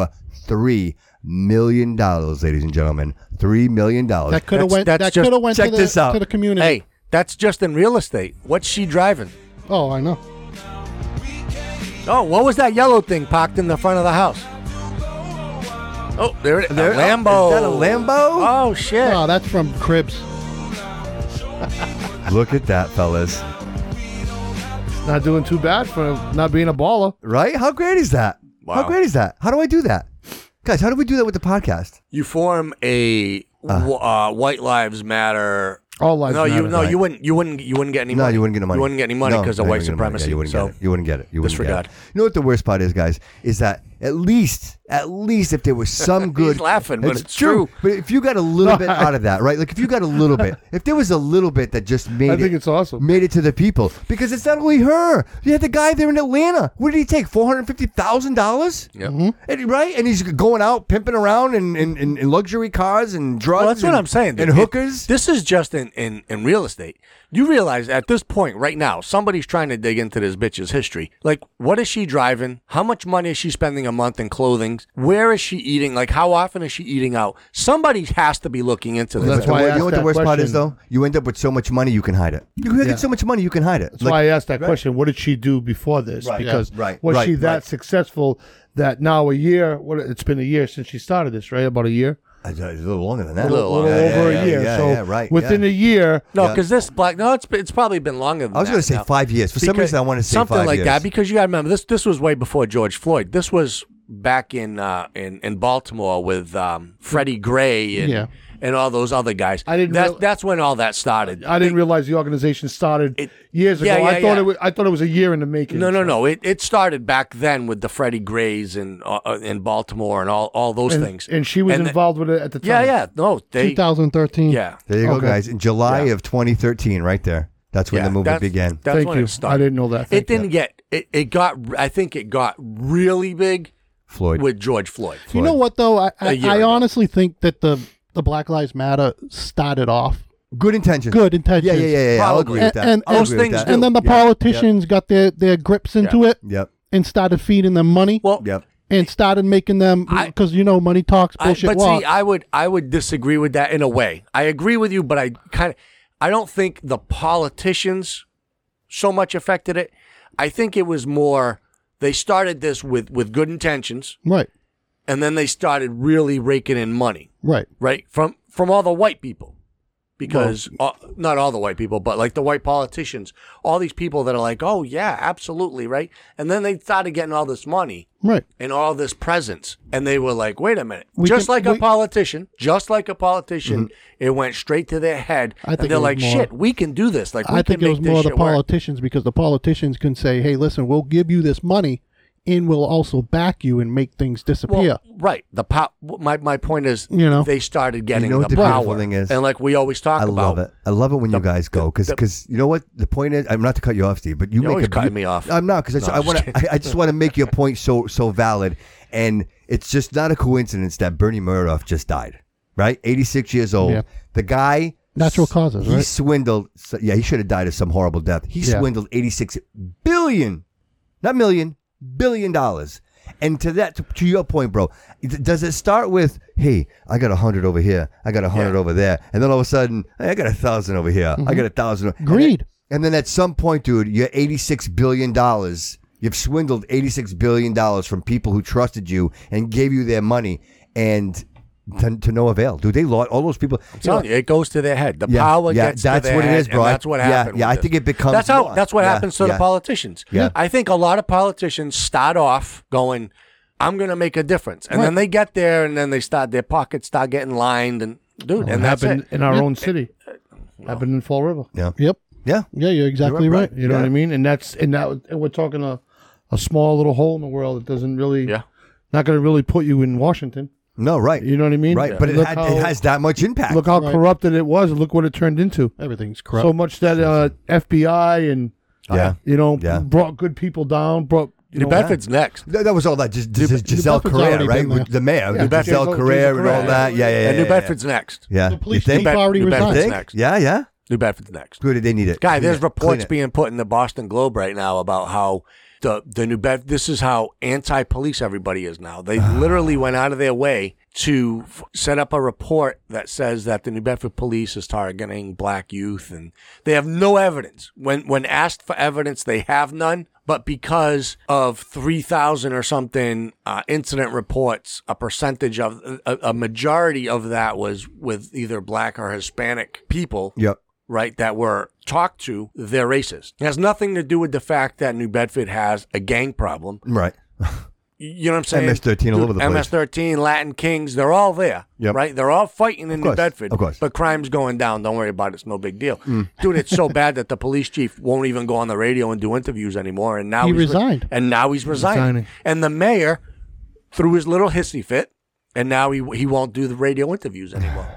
[SPEAKER 4] $3 million, ladies and gentlemen. $3 million.
[SPEAKER 2] That could have
[SPEAKER 5] That's-
[SPEAKER 2] went.
[SPEAKER 5] that's
[SPEAKER 2] That
[SPEAKER 5] just-
[SPEAKER 2] could have went
[SPEAKER 4] check
[SPEAKER 2] to the,
[SPEAKER 4] this out.
[SPEAKER 2] to the community.
[SPEAKER 5] Hey, that's just in real estate. What's she driving?
[SPEAKER 2] Oh, I know.
[SPEAKER 5] Oh, what was that yellow thing parked in the front of the house? Oh, there it is.
[SPEAKER 4] There-
[SPEAKER 5] a Lambo.
[SPEAKER 4] is that a Lambo?
[SPEAKER 5] Oh shit.
[SPEAKER 2] Oh, that's from Cribs.
[SPEAKER 4] Look at that, fellas.
[SPEAKER 7] Not doing too bad for not being a baller.
[SPEAKER 4] Right? How great is that? How
[SPEAKER 5] Wow.
[SPEAKER 4] great is that? How do I do that? Guys, how do we do that with the podcast?
[SPEAKER 5] You form a w- uh, White Lives Matter.
[SPEAKER 7] All lives
[SPEAKER 5] no,
[SPEAKER 7] matter.
[SPEAKER 5] you no,
[SPEAKER 7] Right.
[SPEAKER 5] you wouldn't, you wouldn't, you wouldn't get any.
[SPEAKER 4] no,
[SPEAKER 5] money.
[SPEAKER 4] you wouldn't get the money.
[SPEAKER 5] You wouldn't get any money
[SPEAKER 4] No,
[SPEAKER 5] because
[SPEAKER 4] no,
[SPEAKER 5] of
[SPEAKER 4] you
[SPEAKER 5] white
[SPEAKER 4] wouldn't get it.
[SPEAKER 5] supremacy.
[SPEAKER 4] Yeah, you wouldn't
[SPEAKER 5] so
[SPEAKER 4] get it. You wouldn't get it. You wouldn't
[SPEAKER 5] disregard.
[SPEAKER 4] get it. You know what the worst part is, guys, is that at least, at least if there was some good.
[SPEAKER 5] laughing, but it's true.
[SPEAKER 4] But if you got a little bit out of that, right? Like if you got a little bit, if there was a little bit that just made
[SPEAKER 7] think
[SPEAKER 4] it,
[SPEAKER 7] it's awesome.
[SPEAKER 4] made it to the people, because it's not only her. You had the guy there in Atlanta. What did he take? Four hundred fifty thousand dollars. Hmm?
[SPEAKER 5] Yep.
[SPEAKER 4] And, right, and he's going out pimping around in, in, in, in luxury cars and drugs.
[SPEAKER 5] Well, that's what
[SPEAKER 4] and-
[SPEAKER 5] I'm saying.
[SPEAKER 4] And
[SPEAKER 5] It-
[SPEAKER 4] hookers.
[SPEAKER 5] This is just in, in, in real estate. You realize at this point, right now, somebody's trying to dig into this bitch's history. Like, what is she driving? How much money is she spending a month in clothing? Where is she eating? Like, how often is she eating out? Somebody has to be looking into this.
[SPEAKER 7] Well, that's
[SPEAKER 4] But
[SPEAKER 7] why I
[SPEAKER 4] you
[SPEAKER 7] asked
[SPEAKER 4] know what the
[SPEAKER 7] that
[SPEAKER 4] worst part is,
[SPEAKER 7] question.
[SPEAKER 4] though? You end up with so much money you can hide it. You can
[SPEAKER 7] Yeah.
[SPEAKER 4] get so much money you can hide it.
[SPEAKER 7] That's why I asked that question. What did she do before this?
[SPEAKER 4] Right,
[SPEAKER 7] because
[SPEAKER 4] yeah, right,
[SPEAKER 7] was
[SPEAKER 4] right,
[SPEAKER 7] she that
[SPEAKER 4] right.
[SPEAKER 7] successful that now a year? What it's been a year since she started this, right? About a year,
[SPEAKER 4] I, it's a little longer than that.
[SPEAKER 7] a little over
[SPEAKER 4] yeah,
[SPEAKER 7] a year.
[SPEAKER 4] Yeah,
[SPEAKER 7] so
[SPEAKER 4] yeah, right.
[SPEAKER 7] within
[SPEAKER 4] yeah.
[SPEAKER 7] a year,
[SPEAKER 5] no,
[SPEAKER 4] yeah.
[SPEAKER 5] because this black. No, it's it's probably been longer. Than
[SPEAKER 4] I was
[SPEAKER 5] going to
[SPEAKER 4] say five years. For some
[SPEAKER 5] Because-
[SPEAKER 4] reason, I want to say
[SPEAKER 5] something
[SPEAKER 4] five
[SPEAKER 5] like
[SPEAKER 4] years.
[SPEAKER 5] that because you got to remember this. This was way before George Floyd. This was back in uh, in in Baltimore with um, Freddie Gray and
[SPEAKER 7] Yeah.
[SPEAKER 5] and all those other guys.
[SPEAKER 7] I didn't
[SPEAKER 5] That's
[SPEAKER 7] real-
[SPEAKER 5] that's when all that started.
[SPEAKER 7] I didn't realize the organization started
[SPEAKER 5] It-
[SPEAKER 7] years ago.
[SPEAKER 5] yeah, yeah,
[SPEAKER 7] I thought
[SPEAKER 5] yeah.
[SPEAKER 7] it. Was, I thought it was a year in the making.
[SPEAKER 5] no, no, no. It it started back then with the Freddie Grays and uh, uh, in Baltimore and all all those
[SPEAKER 7] And,
[SPEAKER 5] things.
[SPEAKER 7] and she was
[SPEAKER 5] And the-
[SPEAKER 7] involved with it at the
[SPEAKER 5] yeah,
[SPEAKER 7] time.
[SPEAKER 5] yeah. No, they.
[SPEAKER 2] 2013.
[SPEAKER 5] Yeah.
[SPEAKER 4] There you go,
[SPEAKER 7] Okay.
[SPEAKER 4] guys. In July
[SPEAKER 5] Yeah.
[SPEAKER 4] of 2013, right there. That's when
[SPEAKER 5] yeah,
[SPEAKER 4] the movement
[SPEAKER 5] that's-
[SPEAKER 4] began.
[SPEAKER 5] That's
[SPEAKER 7] Thank
[SPEAKER 5] when
[SPEAKER 7] you.
[SPEAKER 5] it started.
[SPEAKER 7] I didn't know that.
[SPEAKER 5] It
[SPEAKER 7] Thank you.
[SPEAKER 5] didn't get. It, it got. I think it got really big
[SPEAKER 4] Floyd.
[SPEAKER 5] with George Floyd.
[SPEAKER 2] You know what though? I
[SPEAKER 5] A
[SPEAKER 2] I,
[SPEAKER 5] year
[SPEAKER 2] I
[SPEAKER 5] ago.
[SPEAKER 2] honestly think that the the Black Lives Matter started off
[SPEAKER 4] good intentions.
[SPEAKER 2] good intentions.
[SPEAKER 4] Yeah, yeah, yeah. yeah. I'll
[SPEAKER 5] Probably.
[SPEAKER 4] agree with that.
[SPEAKER 2] And-
[SPEAKER 4] I'll
[SPEAKER 2] and-
[SPEAKER 4] agree
[SPEAKER 5] those
[SPEAKER 4] with that.
[SPEAKER 5] things
[SPEAKER 2] And then the
[SPEAKER 4] Yeah.
[SPEAKER 2] politicians got their their grips into it
[SPEAKER 4] Yep.
[SPEAKER 2] and started feeding them money
[SPEAKER 5] Well,
[SPEAKER 4] Yep.
[SPEAKER 2] and started making them
[SPEAKER 5] I-
[SPEAKER 2] because you know money talks
[SPEAKER 5] I,
[SPEAKER 2] bullshit
[SPEAKER 5] but
[SPEAKER 2] walks.
[SPEAKER 5] see, I would I would disagree with that in a way. I agree with you, but I kind of I don't think the politicians so much affected it. I think it was more they started this with with good intentions,
[SPEAKER 2] right,
[SPEAKER 5] and then they started really raking in money,
[SPEAKER 2] right.
[SPEAKER 5] right from from all the white people, because uh, not all the white people, but like the white politicians, all these people that are like, oh yeah, absolutely, right, and then they started getting all this money
[SPEAKER 2] Right.
[SPEAKER 5] and all this presence. And they were like, wait a minute.
[SPEAKER 2] We
[SPEAKER 5] just
[SPEAKER 2] can-
[SPEAKER 5] like a
[SPEAKER 2] we- Mm-hmm.
[SPEAKER 5] politician, just like a politician, it went straight to their head.
[SPEAKER 2] I
[SPEAKER 5] and
[SPEAKER 2] think
[SPEAKER 5] they're
[SPEAKER 2] it was
[SPEAKER 5] like,
[SPEAKER 2] more-
[SPEAKER 5] shit, we can do this. Like, we
[SPEAKER 2] I think
[SPEAKER 5] can
[SPEAKER 2] it
[SPEAKER 5] make
[SPEAKER 2] was more
[SPEAKER 5] this
[SPEAKER 2] the
[SPEAKER 5] shit work.
[SPEAKER 2] politicians because the politicians can say, "Hey, listen, we'll give you this money, and we'll also back you and make things
[SPEAKER 5] Well,
[SPEAKER 2] disappear."
[SPEAKER 5] right. The po- my, my point is,
[SPEAKER 2] You know?
[SPEAKER 5] they started getting
[SPEAKER 4] know what
[SPEAKER 5] the
[SPEAKER 4] the beautiful
[SPEAKER 5] power.
[SPEAKER 4] thing is?
[SPEAKER 5] And like we always talk
[SPEAKER 4] I
[SPEAKER 5] about.
[SPEAKER 4] love it. I love it when you guys go because
[SPEAKER 5] the-
[SPEAKER 4] you know what the point is. I'm not to cut you off, Steve, but you
[SPEAKER 5] You're
[SPEAKER 4] make
[SPEAKER 5] always
[SPEAKER 4] a
[SPEAKER 5] cutting me off.
[SPEAKER 4] I'm not because
[SPEAKER 5] No,
[SPEAKER 4] I
[SPEAKER 5] I'm
[SPEAKER 4] want
[SPEAKER 5] just
[SPEAKER 4] to. I just want to make your point so so valid, and it's just not a coincidence that Bernie Murdoch just died. Right, 86 years old.
[SPEAKER 2] Yeah.
[SPEAKER 4] The guy.
[SPEAKER 2] Natural causes,
[SPEAKER 4] He
[SPEAKER 2] right?
[SPEAKER 4] swindled. so- Yeah, he should have died of some horrible death. He
[SPEAKER 2] Yeah.
[SPEAKER 4] swindled 86 billion not million, billion dollars. And to that, to, to your point, bro, it- does it start with, hey, I got a hundred over here, I got a hundred
[SPEAKER 5] Yeah.
[SPEAKER 4] over there, and then all of a sudden, hey, I got a thousand over here, I
[SPEAKER 7] Mm-hmm.
[SPEAKER 4] got a thousand. o- and
[SPEAKER 2] Greed.
[SPEAKER 4] then- And then, at some point, dude, you're eighty-six billion dollars. You've swindled eighty-six billion dollars from people who trusted you and gave you their money, and to, to no avail, dude. They lost all those people.
[SPEAKER 5] I'm telling you, it goes to their head. The
[SPEAKER 4] Yeah,
[SPEAKER 5] power
[SPEAKER 4] yeah,
[SPEAKER 5] gets
[SPEAKER 4] that's
[SPEAKER 5] to their
[SPEAKER 4] what it
[SPEAKER 5] head,
[SPEAKER 4] is, bro.
[SPEAKER 5] and
[SPEAKER 4] I-
[SPEAKER 5] that's what
[SPEAKER 4] yeah,
[SPEAKER 5] happened.
[SPEAKER 4] yeah,
[SPEAKER 5] with
[SPEAKER 4] I think
[SPEAKER 5] this.
[SPEAKER 4] it becomes
[SPEAKER 5] That's how.
[SPEAKER 4] more.
[SPEAKER 5] That's what
[SPEAKER 4] Yeah,
[SPEAKER 5] happens to
[SPEAKER 4] yeah.
[SPEAKER 5] the politicians.
[SPEAKER 4] Yeah.
[SPEAKER 5] I think a lot of politicians start off going, "I'm going to make a difference," and then they get there, and then they start their pockets start getting lined, and dude, and
[SPEAKER 7] It
[SPEAKER 5] that's
[SPEAKER 7] happened
[SPEAKER 5] it. Uh,
[SPEAKER 7] in our own city. Happened in Fall River.
[SPEAKER 2] Yep.
[SPEAKER 4] Yeah,
[SPEAKER 2] Yeah, you're exactly right.
[SPEAKER 7] You know what I mean? And that's and that and we're talking a, a small little hole in the world that doesn't really
[SPEAKER 5] Yeah.
[SPEAKER 7] not going to really put you in Washington.
[SPEAKER 4] No, right.
[SPEAKER 7] You know what I mean?
[SPEAKER 4] Right, but it
[SPEAKER 7] Look
[SPEAKER 4] had- it has that much impact.
[SPEAKER 7] Look how
[SPEAKER 4] Right.
[SPEAKER 7] corrupted it was. Look what it turned into.
[SPEAKER 2] Everything's corrupt.
[SPEAKER 7] So much that uh, FBI and
[SPEAKER 4] Yeah.
[SPEAKER 7] you know,
[SPEAKER 4] Yeah.
[SPEAKER 7] brought good people down. Brought you know,
[SPEAKER 5] next.
[SPEAKER 4] That, that was all that. Just, this is
[SPEAKER 7] New
[SPEAKER 4] Giselle
[SPEAKER 7] Bedford's
[SPEAKER 4] Carrera,
[SPEAKER 7] already
[SPEAKER 4] right?
[SPEAKER 7] been there.
[SPEAKER 4] With the mayor,
[SPEAKER 7] Yeah,
[SPEAKER 4] with
[SPEAKER 7] New
[SPEAKER 4] Giselle
[SPEAKER 7] Bedford-
[SPEAKER 4] Carrera and
[SPEAKER 7] Giselle
[SPEAKER 4] all that. Yeah, yeah, yeah.
[SPEAKER 5] And New
[SPEAKER 4] yeah, yeah.
[SPEAKER 5] Bedford's next.
[SPEAKER 4] Yeah.
[SPEAKER 5] The
[SPEAKER 4] police think?
[SPEAKER 5] New
[SPEAKER 4] New
[SPEAKER 5] Bedford's
[SPEAKER 4] Bedford's
[SPEAKER 5] next.
[SPEAKER 4] Yeah, yeah.
[SPEAKER 5] New Bedford's next.
[SPEAKER 4] Who do they need it?
[SPEAKER 5] Guy,
[SPEAKER 4] Clean
[SPEAKER 5] there's
[SPEAKER 4] it, clean
[SPEAKER 5] reports
[SPEAKER 4] it.
[SPEAKER 5] being put in the Boston Globe right now about how the the New Bed. This is how anti-police everybody is now. They
[SPEAKER 4] Ah.
[SPEAKER 5] literally went out of their way to f- set up a report that says that the New Bedford police is targeting black youth, and they have no evidence. When when asked for evidence, they have none. But because of three thousand or something uh, incident reports, a percentage of a, a majority of that was with either black or Hispanic people
[SPEAKER 4] Yep.
[SPEAKER 5] right, that were talked to, they're racist. It has nothing to do with the fact that New Bedford has a gang problem.
[SPEAKER 4] Right.
[SPEAKER 5] You know what I'm saying?
[SPEAKER 4] MS-13 all over the place.
[SPEAKER 5] MS-13, Latin Kings, they're all there,
[SPEAKER 4] Yep.
[SPEAKER 5] right? They're all fighting in New
[SPEAKER 4] course,
[SPEAKER 5] Bedford.
[SPEAKER 4] of course.
[SPEAKER 5] But crime's going down. Don't worry about it. It's no big deal.
[SPEAKER 4] Mm.
[SPEAKER 5] Dude, it's so bad that the police chief won't even go on the radio and do interviews anymore. And now
[SPEAKER 2] He
[SPEAKER 5] he's re-
[SPEAKER 2] resigned.
[SPEAKER 5] and now he's resigning.
[SPEAKER 2] Resigning.
[SPEAKER 5] And the mayor threw his little hissy fit, and now he he won't do the radio interviews anymore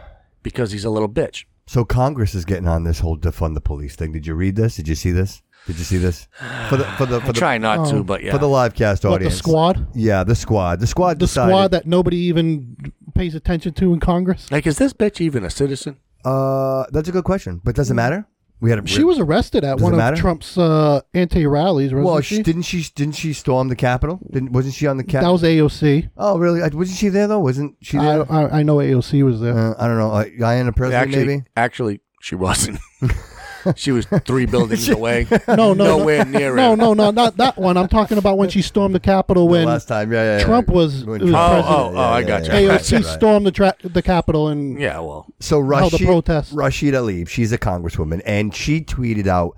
[SPEAKER 5] because he's a little bitch.
[SPEAKER 4] So Congress is getting on this whole defund the police thing. Did you read this? Did you see this? Did you see this? For the for the
[SPEAKER 5] I
[SPEAKER 4] for the,
[SPEAKER 5] try not to, Oh. but yeah.
[SPEAKER 4] for the live cast
[SPEAKER 2] What, the
[SPEAKER 4] audience,
[SPEAKER 2] squad?
[SPEAKER 4] Yeah, the squad. The squad.
[SPEAKER 2] the
[SPEAKER 4] decided,
[SPEAKER 2] squad that nobody even pays attention to in Congress.
[SPEAKER 5] Like, is this bitch even a citizen?
[SPEAKER 4] Uh, that's a good question, but does it matter? We had a,
[SPEAKER 2] She was arrested at
[SPEAKER 4] Does it
[SPEAKER 2] one of
[SPEAKER 4] matter?
[SPEAKER 2] Trump's uh, anti-rallies. wasn't
[SPEAKER 4] Well,
[SPEAKER 2] she?
[SPEAKER 4] she, didn't she didn't she storm the Capitol? Didn't, wasn't she on the
[SPEAKER 2] that
[SPEAKER 4] Capitol?
[SPEAKER 2] was AOC.
[SPEAKER 4] Oh, really? I- Wasn't she there though? Wasn't she
[SPEAKER 2] I,
[SPEAKER 4] there?
[SPEAKER 2] I, I know AOC was there.
[SPEAKER 4] Uh, I don't know. Uh, Diana Presley,
[SPEAKER 5] actually,
[SPEAKER 4] maybe.
[SPEAKER 5] actually, she wasn't. she was three buildings away.
[SPEAKER 2] no, no,
[SPEAKER 5] nowhere
[SPEAKER 2] no,
[SPEAKER 5] near
[SPEAKER 2] No,
[SPEAKER 5] it.
[SPEAKER 2] no, no, not that one. I'm talking about when she stormed the Capitol when
[SPEAKER 4] last time, yeah, yeah, yeah.
[SPEAKER 2] Trump was,
[SPEAKER 4] When
[SPEAKER 2] was
[SPEAKER 4] Trump-
[SPEAKER 2] president.
[SPEAKER 5] Oh, oh, I got you.
[SPEAKER 4] yeah,
[SPEAKER 2] AOC
[SPEAKER 4] yeah, right.
[SPEAKER 2] stormed the tra- the Capitol and
[SPEAKER 5] Yeah, well,
[SPEAKER 4] So
[SPEAKER 2] held a
[SPEAKER 4] Rashid,
[SPEAKER 2] protest.
[SPEAKER 4] Rashida Tlaib, she's a congresswoman, and she tweeted out,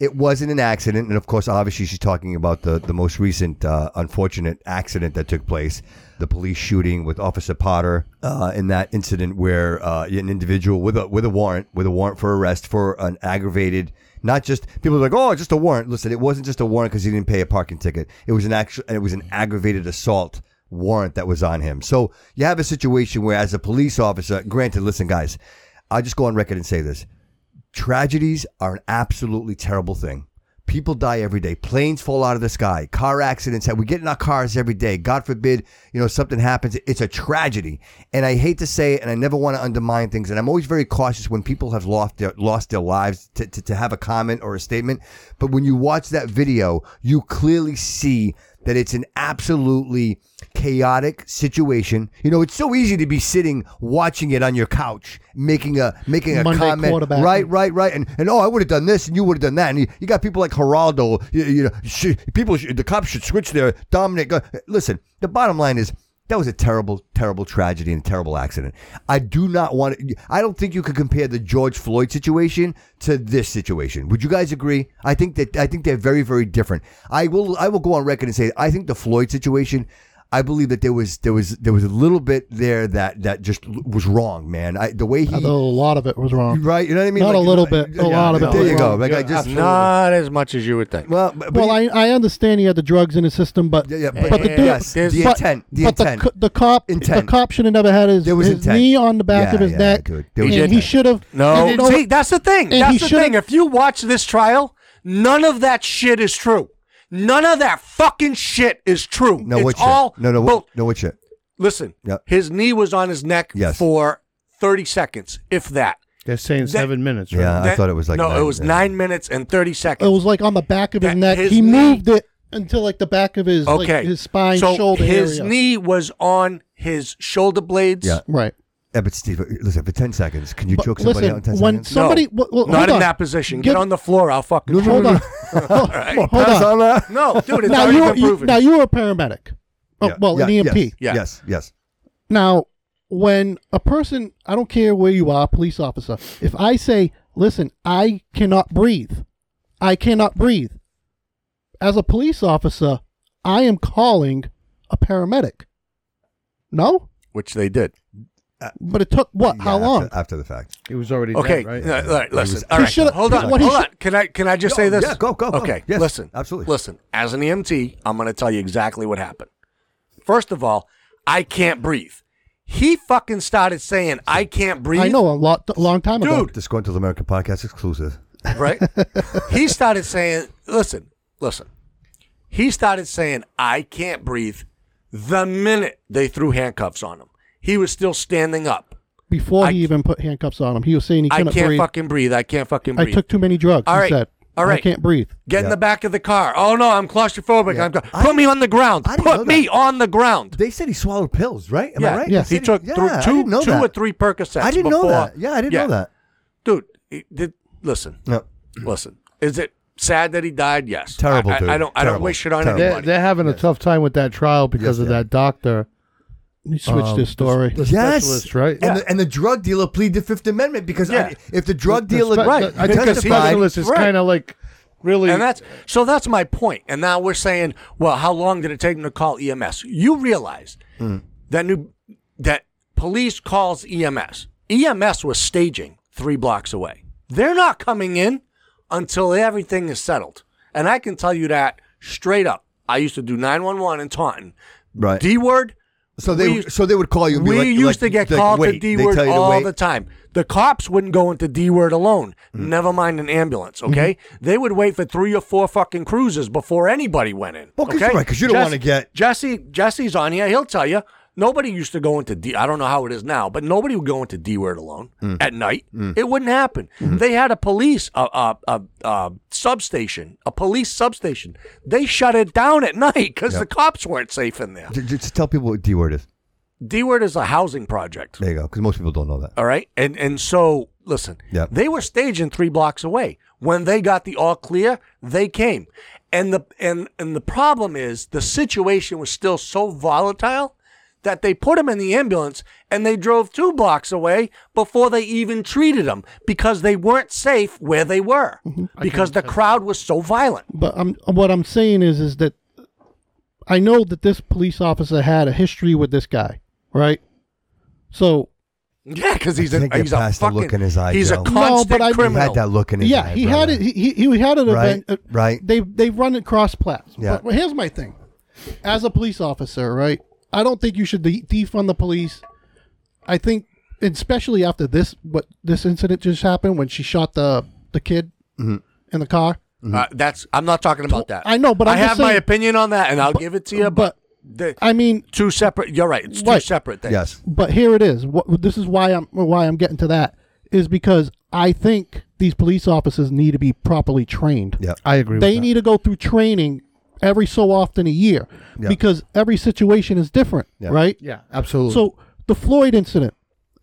[SPEAKER 4] "It wasn't an accident." And of course, obviously, she's talking about the the most recent uh, unfortunate accident that took place, the police shooting with Officer Potter. Uh, in that incident, where uh, an individual with a with a warrant with a warrant for arrest for an aggravated. Not just people are like, oh, just a warrant. Listen, it wasn't just a warrant because he didn't pay a parking ticket. It was an actual, it was an aggravated assault warrant that was on him. So you have a situation where, as a police officer, granted, listen, guys, I'll just go on record and say this tragedies are an absolutely terrible thing. People die every day. Planes fall out of the sky. Car accidents. happen. We get in our cars every day. God forbid, you know, something happens. It's a tragedy. And I hate to say it, and I never want to undermine things. And I'm always very cautious when people have lost their, lost their lives to, to, to have a comment or a statement. But when you watch that video, you clearly see that it's an absolutely chaotic situation. You know, it's so easy to be sitting watching it on your couch, making a making a
[SPEAKER 2] Monday
[SPEAKER 4] comment,
[SPEAKER 2] quarterback.
[SPEAKER 4] right? right, right, and and oh, I would have done this, and you would have done that, and you, you got people like Geraldo. You, you know, sh- people, sh- the cops should switch their Dominic. uh, listen, the bottom line is that was a terrible, terrible tragedy and a terrible accident. I do not want. to- I don't think you could compare the George Floyd situation to this situation. Would you guys agree? I think that I think they're very, very different. I will, I will go on record and say I think the Floyd situation. I believe that there was there was there was a little bit there that that just was wrong, man. I, the way he
[SPEAKER 2] although a lot of it was wrong.
[SPEAKER 4] Right, you know what I mean?
[SPEAKER 2] Not
[SPEAKER 4] Like,
[SPEAKER 2] a little
[SPEAKER 4] like,
[SPEAKER 2] bit,
[SPEAKER 4] yeah,
[SPEAKER 2] a lot of it.
[SPEAKER 4] There
[SPEAKER 2] was
[SPEAKER 4] you go.
[SPEAKER 2] wrong.
[SPEAKER 4] Like I just
[SPEAKER 5] not as much as you would think.
[SPEAKER 4] well, but,
[SPEAKER 2] well, I, I understand he had the drugs in his system, but
[SPEAKER 4] but-
[SPEAKER 2] the dude-
[SPEAKER 4] yes, the intent, the
[SPEAKER 2] but
[SPEAKER 4] intent.
[SPEAKER 2] co- the, cop, the
[SPEAKER 4] Intent.
[SPEAKER 2] cop should have never had his,
[SPEAKER 4] There was
[SPEAKER 2] his
[SPEAKER 4] intent.
[SPEAKER 2] knee on the back
[SPEAKER 4] Yeah,
[SPEAKER 2] of his
[SPEAKER 4] yeah,
[SPEAKER 2] neck,
[SPEAKER 4] dude. There was
[SPEAKER 2] and he
[SPEAKER 4] intent.
[SPEAKER 2] should have
[SPEAKER 5] No,
[SPEAKER 2] and no-
[SPEAKER 5] see, that's the
[SPEAKER 2] and
[SPEAKER 5] thing.
[SPEAKER 2] he
[SPEAKER 5] That's the
[SPEAKER 2] should've-
[SPEAKER 5] thing. If you watch this trial, none of that shit is true. None of that fucking shit is true.
[SPEAKER 4] no
[SPEAKER 5] it's
[SPEAKER 4] what shit?
[SPEAKER 5] all
[SPEAKER 4] no no
[SPEAKER 5] bull-
[SPEAKER 4] what no what shit?
[SPEAKER 5] Listen,
[SPEAKER 4] Yeah.
[SPEAKER 5] his knee was on his neck
[SPEAKER 4] Yes.
[SPEAKER 5] for thirty seconds, if that.
[SPEAKER 7] They're saying seven minutes. Right?
[SPEAKER 4] Yeah, Uh, I
[SPEAKER 5] That-
[SPEAKER 4] thought it was like
[SPEAKER 5] no,
[SPEAKER 4] nine-
[SPEAKER 5] it was
[SPEAKER 4] yeah.
[SPEAKER 5] nine minutes and thirty seconds.
[SPEAKER 2] It was like on the back of his
[SPEAKER 5] That-
[SPEAKER 2] neck.
[SPEAKER 5] his
[SPEAKER 2] he
[SPEAKER 5] knee-
[SPEAKER 2] moved it until like the back of his
[SPEAKER 5] okay,
[SPEAKER 2] like, his spine,
[SPEAKER 5] so
[SPEAKER 2] shoulder
[SPEAKER 5] His
[SPEAKER 2] area.
[SPEAKER 5] knee was on his shoulder blades.
[SPEAKER 4] Yeah.
[SPEAKER 2] right.
[SPEAKER 4] Yeah, but Steve, uh, listen for ten seconds. Can you
[SPEAKER 2] But
[SPEAKER 4] choke somebody
[SPEAKER 2] listen,
[SPEAKER 4] out in ten
[SPEAKER 2] when
[SPEAKER 4] seconds?
[SPEAKER 2] some- Somebody-
[SPEAKER 5] no,
[SPEAKER 2] well, well,
[SPEAKER 5] not
[SPEAKER 2] hold
[SPEAKER 5] in
[SPEAKER 2] on.
[SPEAKER 5] that position. Get,
[SPEAKER 2] Get-
[SPEAKER 5] on the floor. I'll fucking
[SPEAKER 2] Hold on.
[SPEAKER 5] All right.
[SPEAKER 2] Hold
[SPEAKER 4] Pass
[SPEAKER 2] on.
[SPEAKER 4] on that.
[SPEAKER 5] No, dude, it's
[SPEAKER 2] Now
[SPEAKER 5] already
[SPEAKER 2] you,
[SPEAKER 5] been
[SPEAKER 2] you
[SPEAKER 5] proven.
[SPEAKER 2] now you were a paramedic. Oh,
[SPEAKER 4] Yeah,
[SPEAKER 2] well, an
[SPEAKER 4] yeah,
[SPEAKER 2] EMT.
[SPEAKER 4] Yes,
[SPEAKER 5] Yeah.
[SPEAKER 4] yes, yes.
[SPEAKER 2] Now, when a person, I don't care where you are, police officer, if I say, listen, I cannot breathe, I cannot breathe, as a police officer, I am calling a paramedic. No?
[SPEAKER 5] Which they did. Uh,
[SPEAKER 2] But it took what?
[SPEAKER 4] Yeah,
[SPEAKER 2] Uh, How
[SPEAKER 4] after-
[SPEAKER 2] long?
[SPEAKER 4] After, the fact.
[SPEAKER 7] He was already
[SPEAKER 5] Okay,
[SPEAKER 7] dead, right?
[SPEAKER 5] no, all right, listen.
[SPEAKER 4] was-
[SPEAKER 5] All
[SPEAKER 2] He
[SPEAKER 5] right,
[SPEAKER 2] should've-
[SPEAKER 5] hold on,
[SPEAKER 2] what he
[SPEAKER 5] hold
[SPEAKER 2] should-
[SPEAKER 5] on. Can I can I just
[SPEAKER 4] No,
[SPEAKER 5] say this?
[SPEAKER 4] yeah, go, go, go.
[SPEAKER 5] Okay,
[SPEAKER 4] Yes,
[SPEAKER 5] listen, E
[SPEAKER 4] absolutely.
[SPEAKER 5] Listen, as an EMT, I'm going to tell you exactly what happened. First of all, I can't breathe. He fucking started saying, I can't breathe.
[SPEAKER 2] I know a lot, a long time ago.
[SPEAKER 4] Disgruntled American podcast exclusive.
[SPEAKER 5] right? he started saying, listen, listen. He started saying, I can't breathe the minute they threw handcuffs on him. He was still standing up.
[SPEAKER 2] Before he even put handcuffs on him, he was saying he
[SPEAKER 5] I
[SPEAKER 2] couldn't
[SPEAKER 5] can't
[SPEAKER 2] breathe.
[SPEAKER 5] fucking breathe. I can't fucking
[SPEAKER 2] I
[SPEAKER 5] breathe.
[SPEAKER 2] took too many drugs.
[SPEAKER 5] All
[SPEAKER 2] he
[SPEAKER 5] right.
[SPEAKER 2] said,
[SPEAKER 5] All
[SPEAKER 2] I
[SPEAKER 5] right.
[SPEAKER 2] can't breathe.
[SPEAKER 5] Get in the back of the car. Oh no, I'm claustrophobic. I'm cla- put me on the ground. Put me on the ground.
[SPEAKER 4] They said he swallowed pills, right? Am I
[SPEAKER 5] yeah.
[SPEAKER 4] right?
[SPEAKER 5] He
[SPEAKER 4] said
[SPEAKER 5] took
[SPEAKER 4] yeah,
[SPEAKER 5] through
[SPEAKER 4] I
[SPEAKER 5] two,
[SPEAKER 4] didn't know
[SPEAKER 5] two
[SPEAKER 4] that.
[SPEAKER 5] or three Percocets.
[SPEAKER 4] I didn't know
[SPEAKER 5] before-
[SPEAKER 4] that. Yeah, I didn't know that.
[SPEAKER 5] dude. He did, listen,
[SPEAKER 4] No.
[SPEAKER 5] listen. Is it sad that he died? Yes.
[SPEAKER 4] Terrible,
[SPEAKER 5] I, I-
[SPEAKER 4] dude.
[SPEAKER 5] I don't. I don't
[SPEAKER 4] Terrible.
[SPEAKER 5] wish it on
[SPEAKER 4] Terrible.
[SPEAKER 7] They're,
[SPEAKER 5] anybody.
[SPEAKER 7] they're having a tough time with that trial because of that doctor.
[SPEAKER 2] He switched
[SPEAKER 7] Um,
[SPEAKER 2] his story.
[SPEAKER 7] The
[SPEAKER 4] Yes,
[SPEAKER 7] specialist, right?
[SPEAKER 4] And, the, and the drug dealer pleaded the Fifth Amendment because I,
[SPEAKER 5] Yeah.
[SPEAKER 4] if the drug
[SPEAKER 7] The
[SPEAKER 4] dealer
[SPEAKER 7] spe-
[SPEAKER 5] Right.
[SPEAKER 7] I think the
[SPEAKER 5] Because he-
[SPEAKER 7] specialist is
[SPEAKER 5] Right.
[SPEAKER 7] kind of like really.
[SPEAKER 5] And that's so. That's my point. And now we're saying, well, how long did it take them to call EMS? You realize that new that police calls E EMS. EMS was staging three blocks away. They're not coming in until everything is settled. And I can tell you that straight up. I used to do nine one one in Taunton.
[SPEAKER 4] right.
[SPEAKER 5] D word.
[SPEAKER 4] so they
[SPEAKER 5] we used-
[SPEAKER 4] so they would call you. And be
[SPEAKER 5] we
[SPEAKER 4] like,
[SPEAKER 5] used
[SPEAKER 4] like-
[SPEAKER 5] to get
[SPEAKER 4] like,
[SPEAKER 5] called to
[SPEAKER 4] wait.
[SPEAKER 5] D
[SPEAKER 4] They
[SPEAKER 5] word
[SPEAKER 4] tell you to
[SPEAKER 5] all
[SPEAKER 4] wait.
[SPEAKER 5] the time. The cops wouldn't go into D word alone,
[SPEAKER 4] Mm-hmm.
[SPEAKER 5] never mind an ambulance, okay? They would wait for three or four fucking cruises before anybody went in.
[SPEAKER 4] Well, 'cause
[SPEAKER 5] okay?
[SPEAKER 4] you're right, 'cause you don't
[SPEAKER 5] Jess-
[SPEAKER 4] wanna get-
[SPEAKER 5] Jesse Jesse's on here, he'll tell you. Nobody used to go into D I don't know how it is now, but nobody would go into D word alone
[SPEAKER 4] Mm.
[SPEAKER 5] at night. It wouldn't happen.
[SPEAKER 4] Mm-hmm.
[SPEAKER 5] They had a police a, a, a, a substation, a police substation. They shut it down at night because the cops weren't safe in there.
[SPEAKER 4] J- j- Just tell people what D word is.
[SPEAKER 5] D word is a housing project.
[SPEAKER 4] There you go. Because most people don't know that.
[SPEAKER 5] All right. And and so listen,
[SPEAKER 4] Yeah.
[SPEAKER 5] they were staging three blocks away. When they got the all clear, they came. And the and and the problem is the situation was still so volatile that they put him in the ambulance and they drove two blocks away before they even treated him because they weren't safe where they were
[SPEAKER 4] Mm-hmm.
[SPEAKER 5] because the crowd was so violent.
[SPEAKER 2] But I'm, what I'm saying is, is that I know that this police officer had a history with this guy, right? So
[SPEAKER 5] Yeah, because he's
[SPEAKER 4] I
[SPEAKER 5] a
[SPEAKER 4] think you're
[SPEAKER 5] he's a
[SPEAKER 4] past the
[SPEAKER 5] fucking
[SPEAKER 4] look in his eye,
[SPEAKER 5] he's a
[SPEAKER 4] Joe. No,
[SPEAKER 2] but I mean- He had
[SPEAKER 5] constant
[SPEAKER 4] He had
[SPEAKER 5] criminal.
[SPEAKER 4] that look in his
[SPEAKER 2] yeah,
[SPEAKER 4] eye,
[SPEAKER 2] he had
[SPEAKER 4] brother.
[SPEAKER 2] it. He, he, he had an
[SPEAKER 4] Right,
[SPEAKER 2] event. uh,
[SPEAKER 4] right.
[SPEAKER 2] They they run at cross plats.
[SPEAKER 4] Yeah.
[SPEAKER 2] But here's my thing. As a police officer, right? I don't think you should de- defund the police. I think, especially after this, what this incident just happened when she shot the the kid
[SPEAKER 4] Mm-hmm.
[SPEAKER 2] in the car.
[SPEAKER 5] Uh, that's I'm not talking about that.
[SPEAKER 2] Mm-hmm. I know, but
[SPEAKER 5] I
[SPEAKER 2] I'm just
[SPEAKER 5] have my
[SPEAKER 2] saying-
[SPEAKER 5] opinion on that, and I'll give it to you. But, the,
[SPEAKER 2] I mean,
[SPEAKER 5] two separate. You're right. It's two
[SPEAKER 2] Right.
[SPEAKER 5] separate things.
[SPEAKER 4] Yes.
[SPEAKER 2] but here it is. What, this is why I'm why I'm getting to that is because I think these police officers need to be properly trained.
[SPEAKER 4] Yeah.
[SPEAKER 7] I agree.
[SPEAKER 2] they
[SPEAKER 7] with
[SPEAKER 2] need to go through training every so often a year
[SPEAKER 4] Yeah.
[SPEAKER 2] because every situation is different,
[SPEAKER 4] Yeah.
[SPEAKER 2] right?
[SPEAKER 7] That. Yeah, absolutely.
[SPEAKER 2] So the Floyd incident,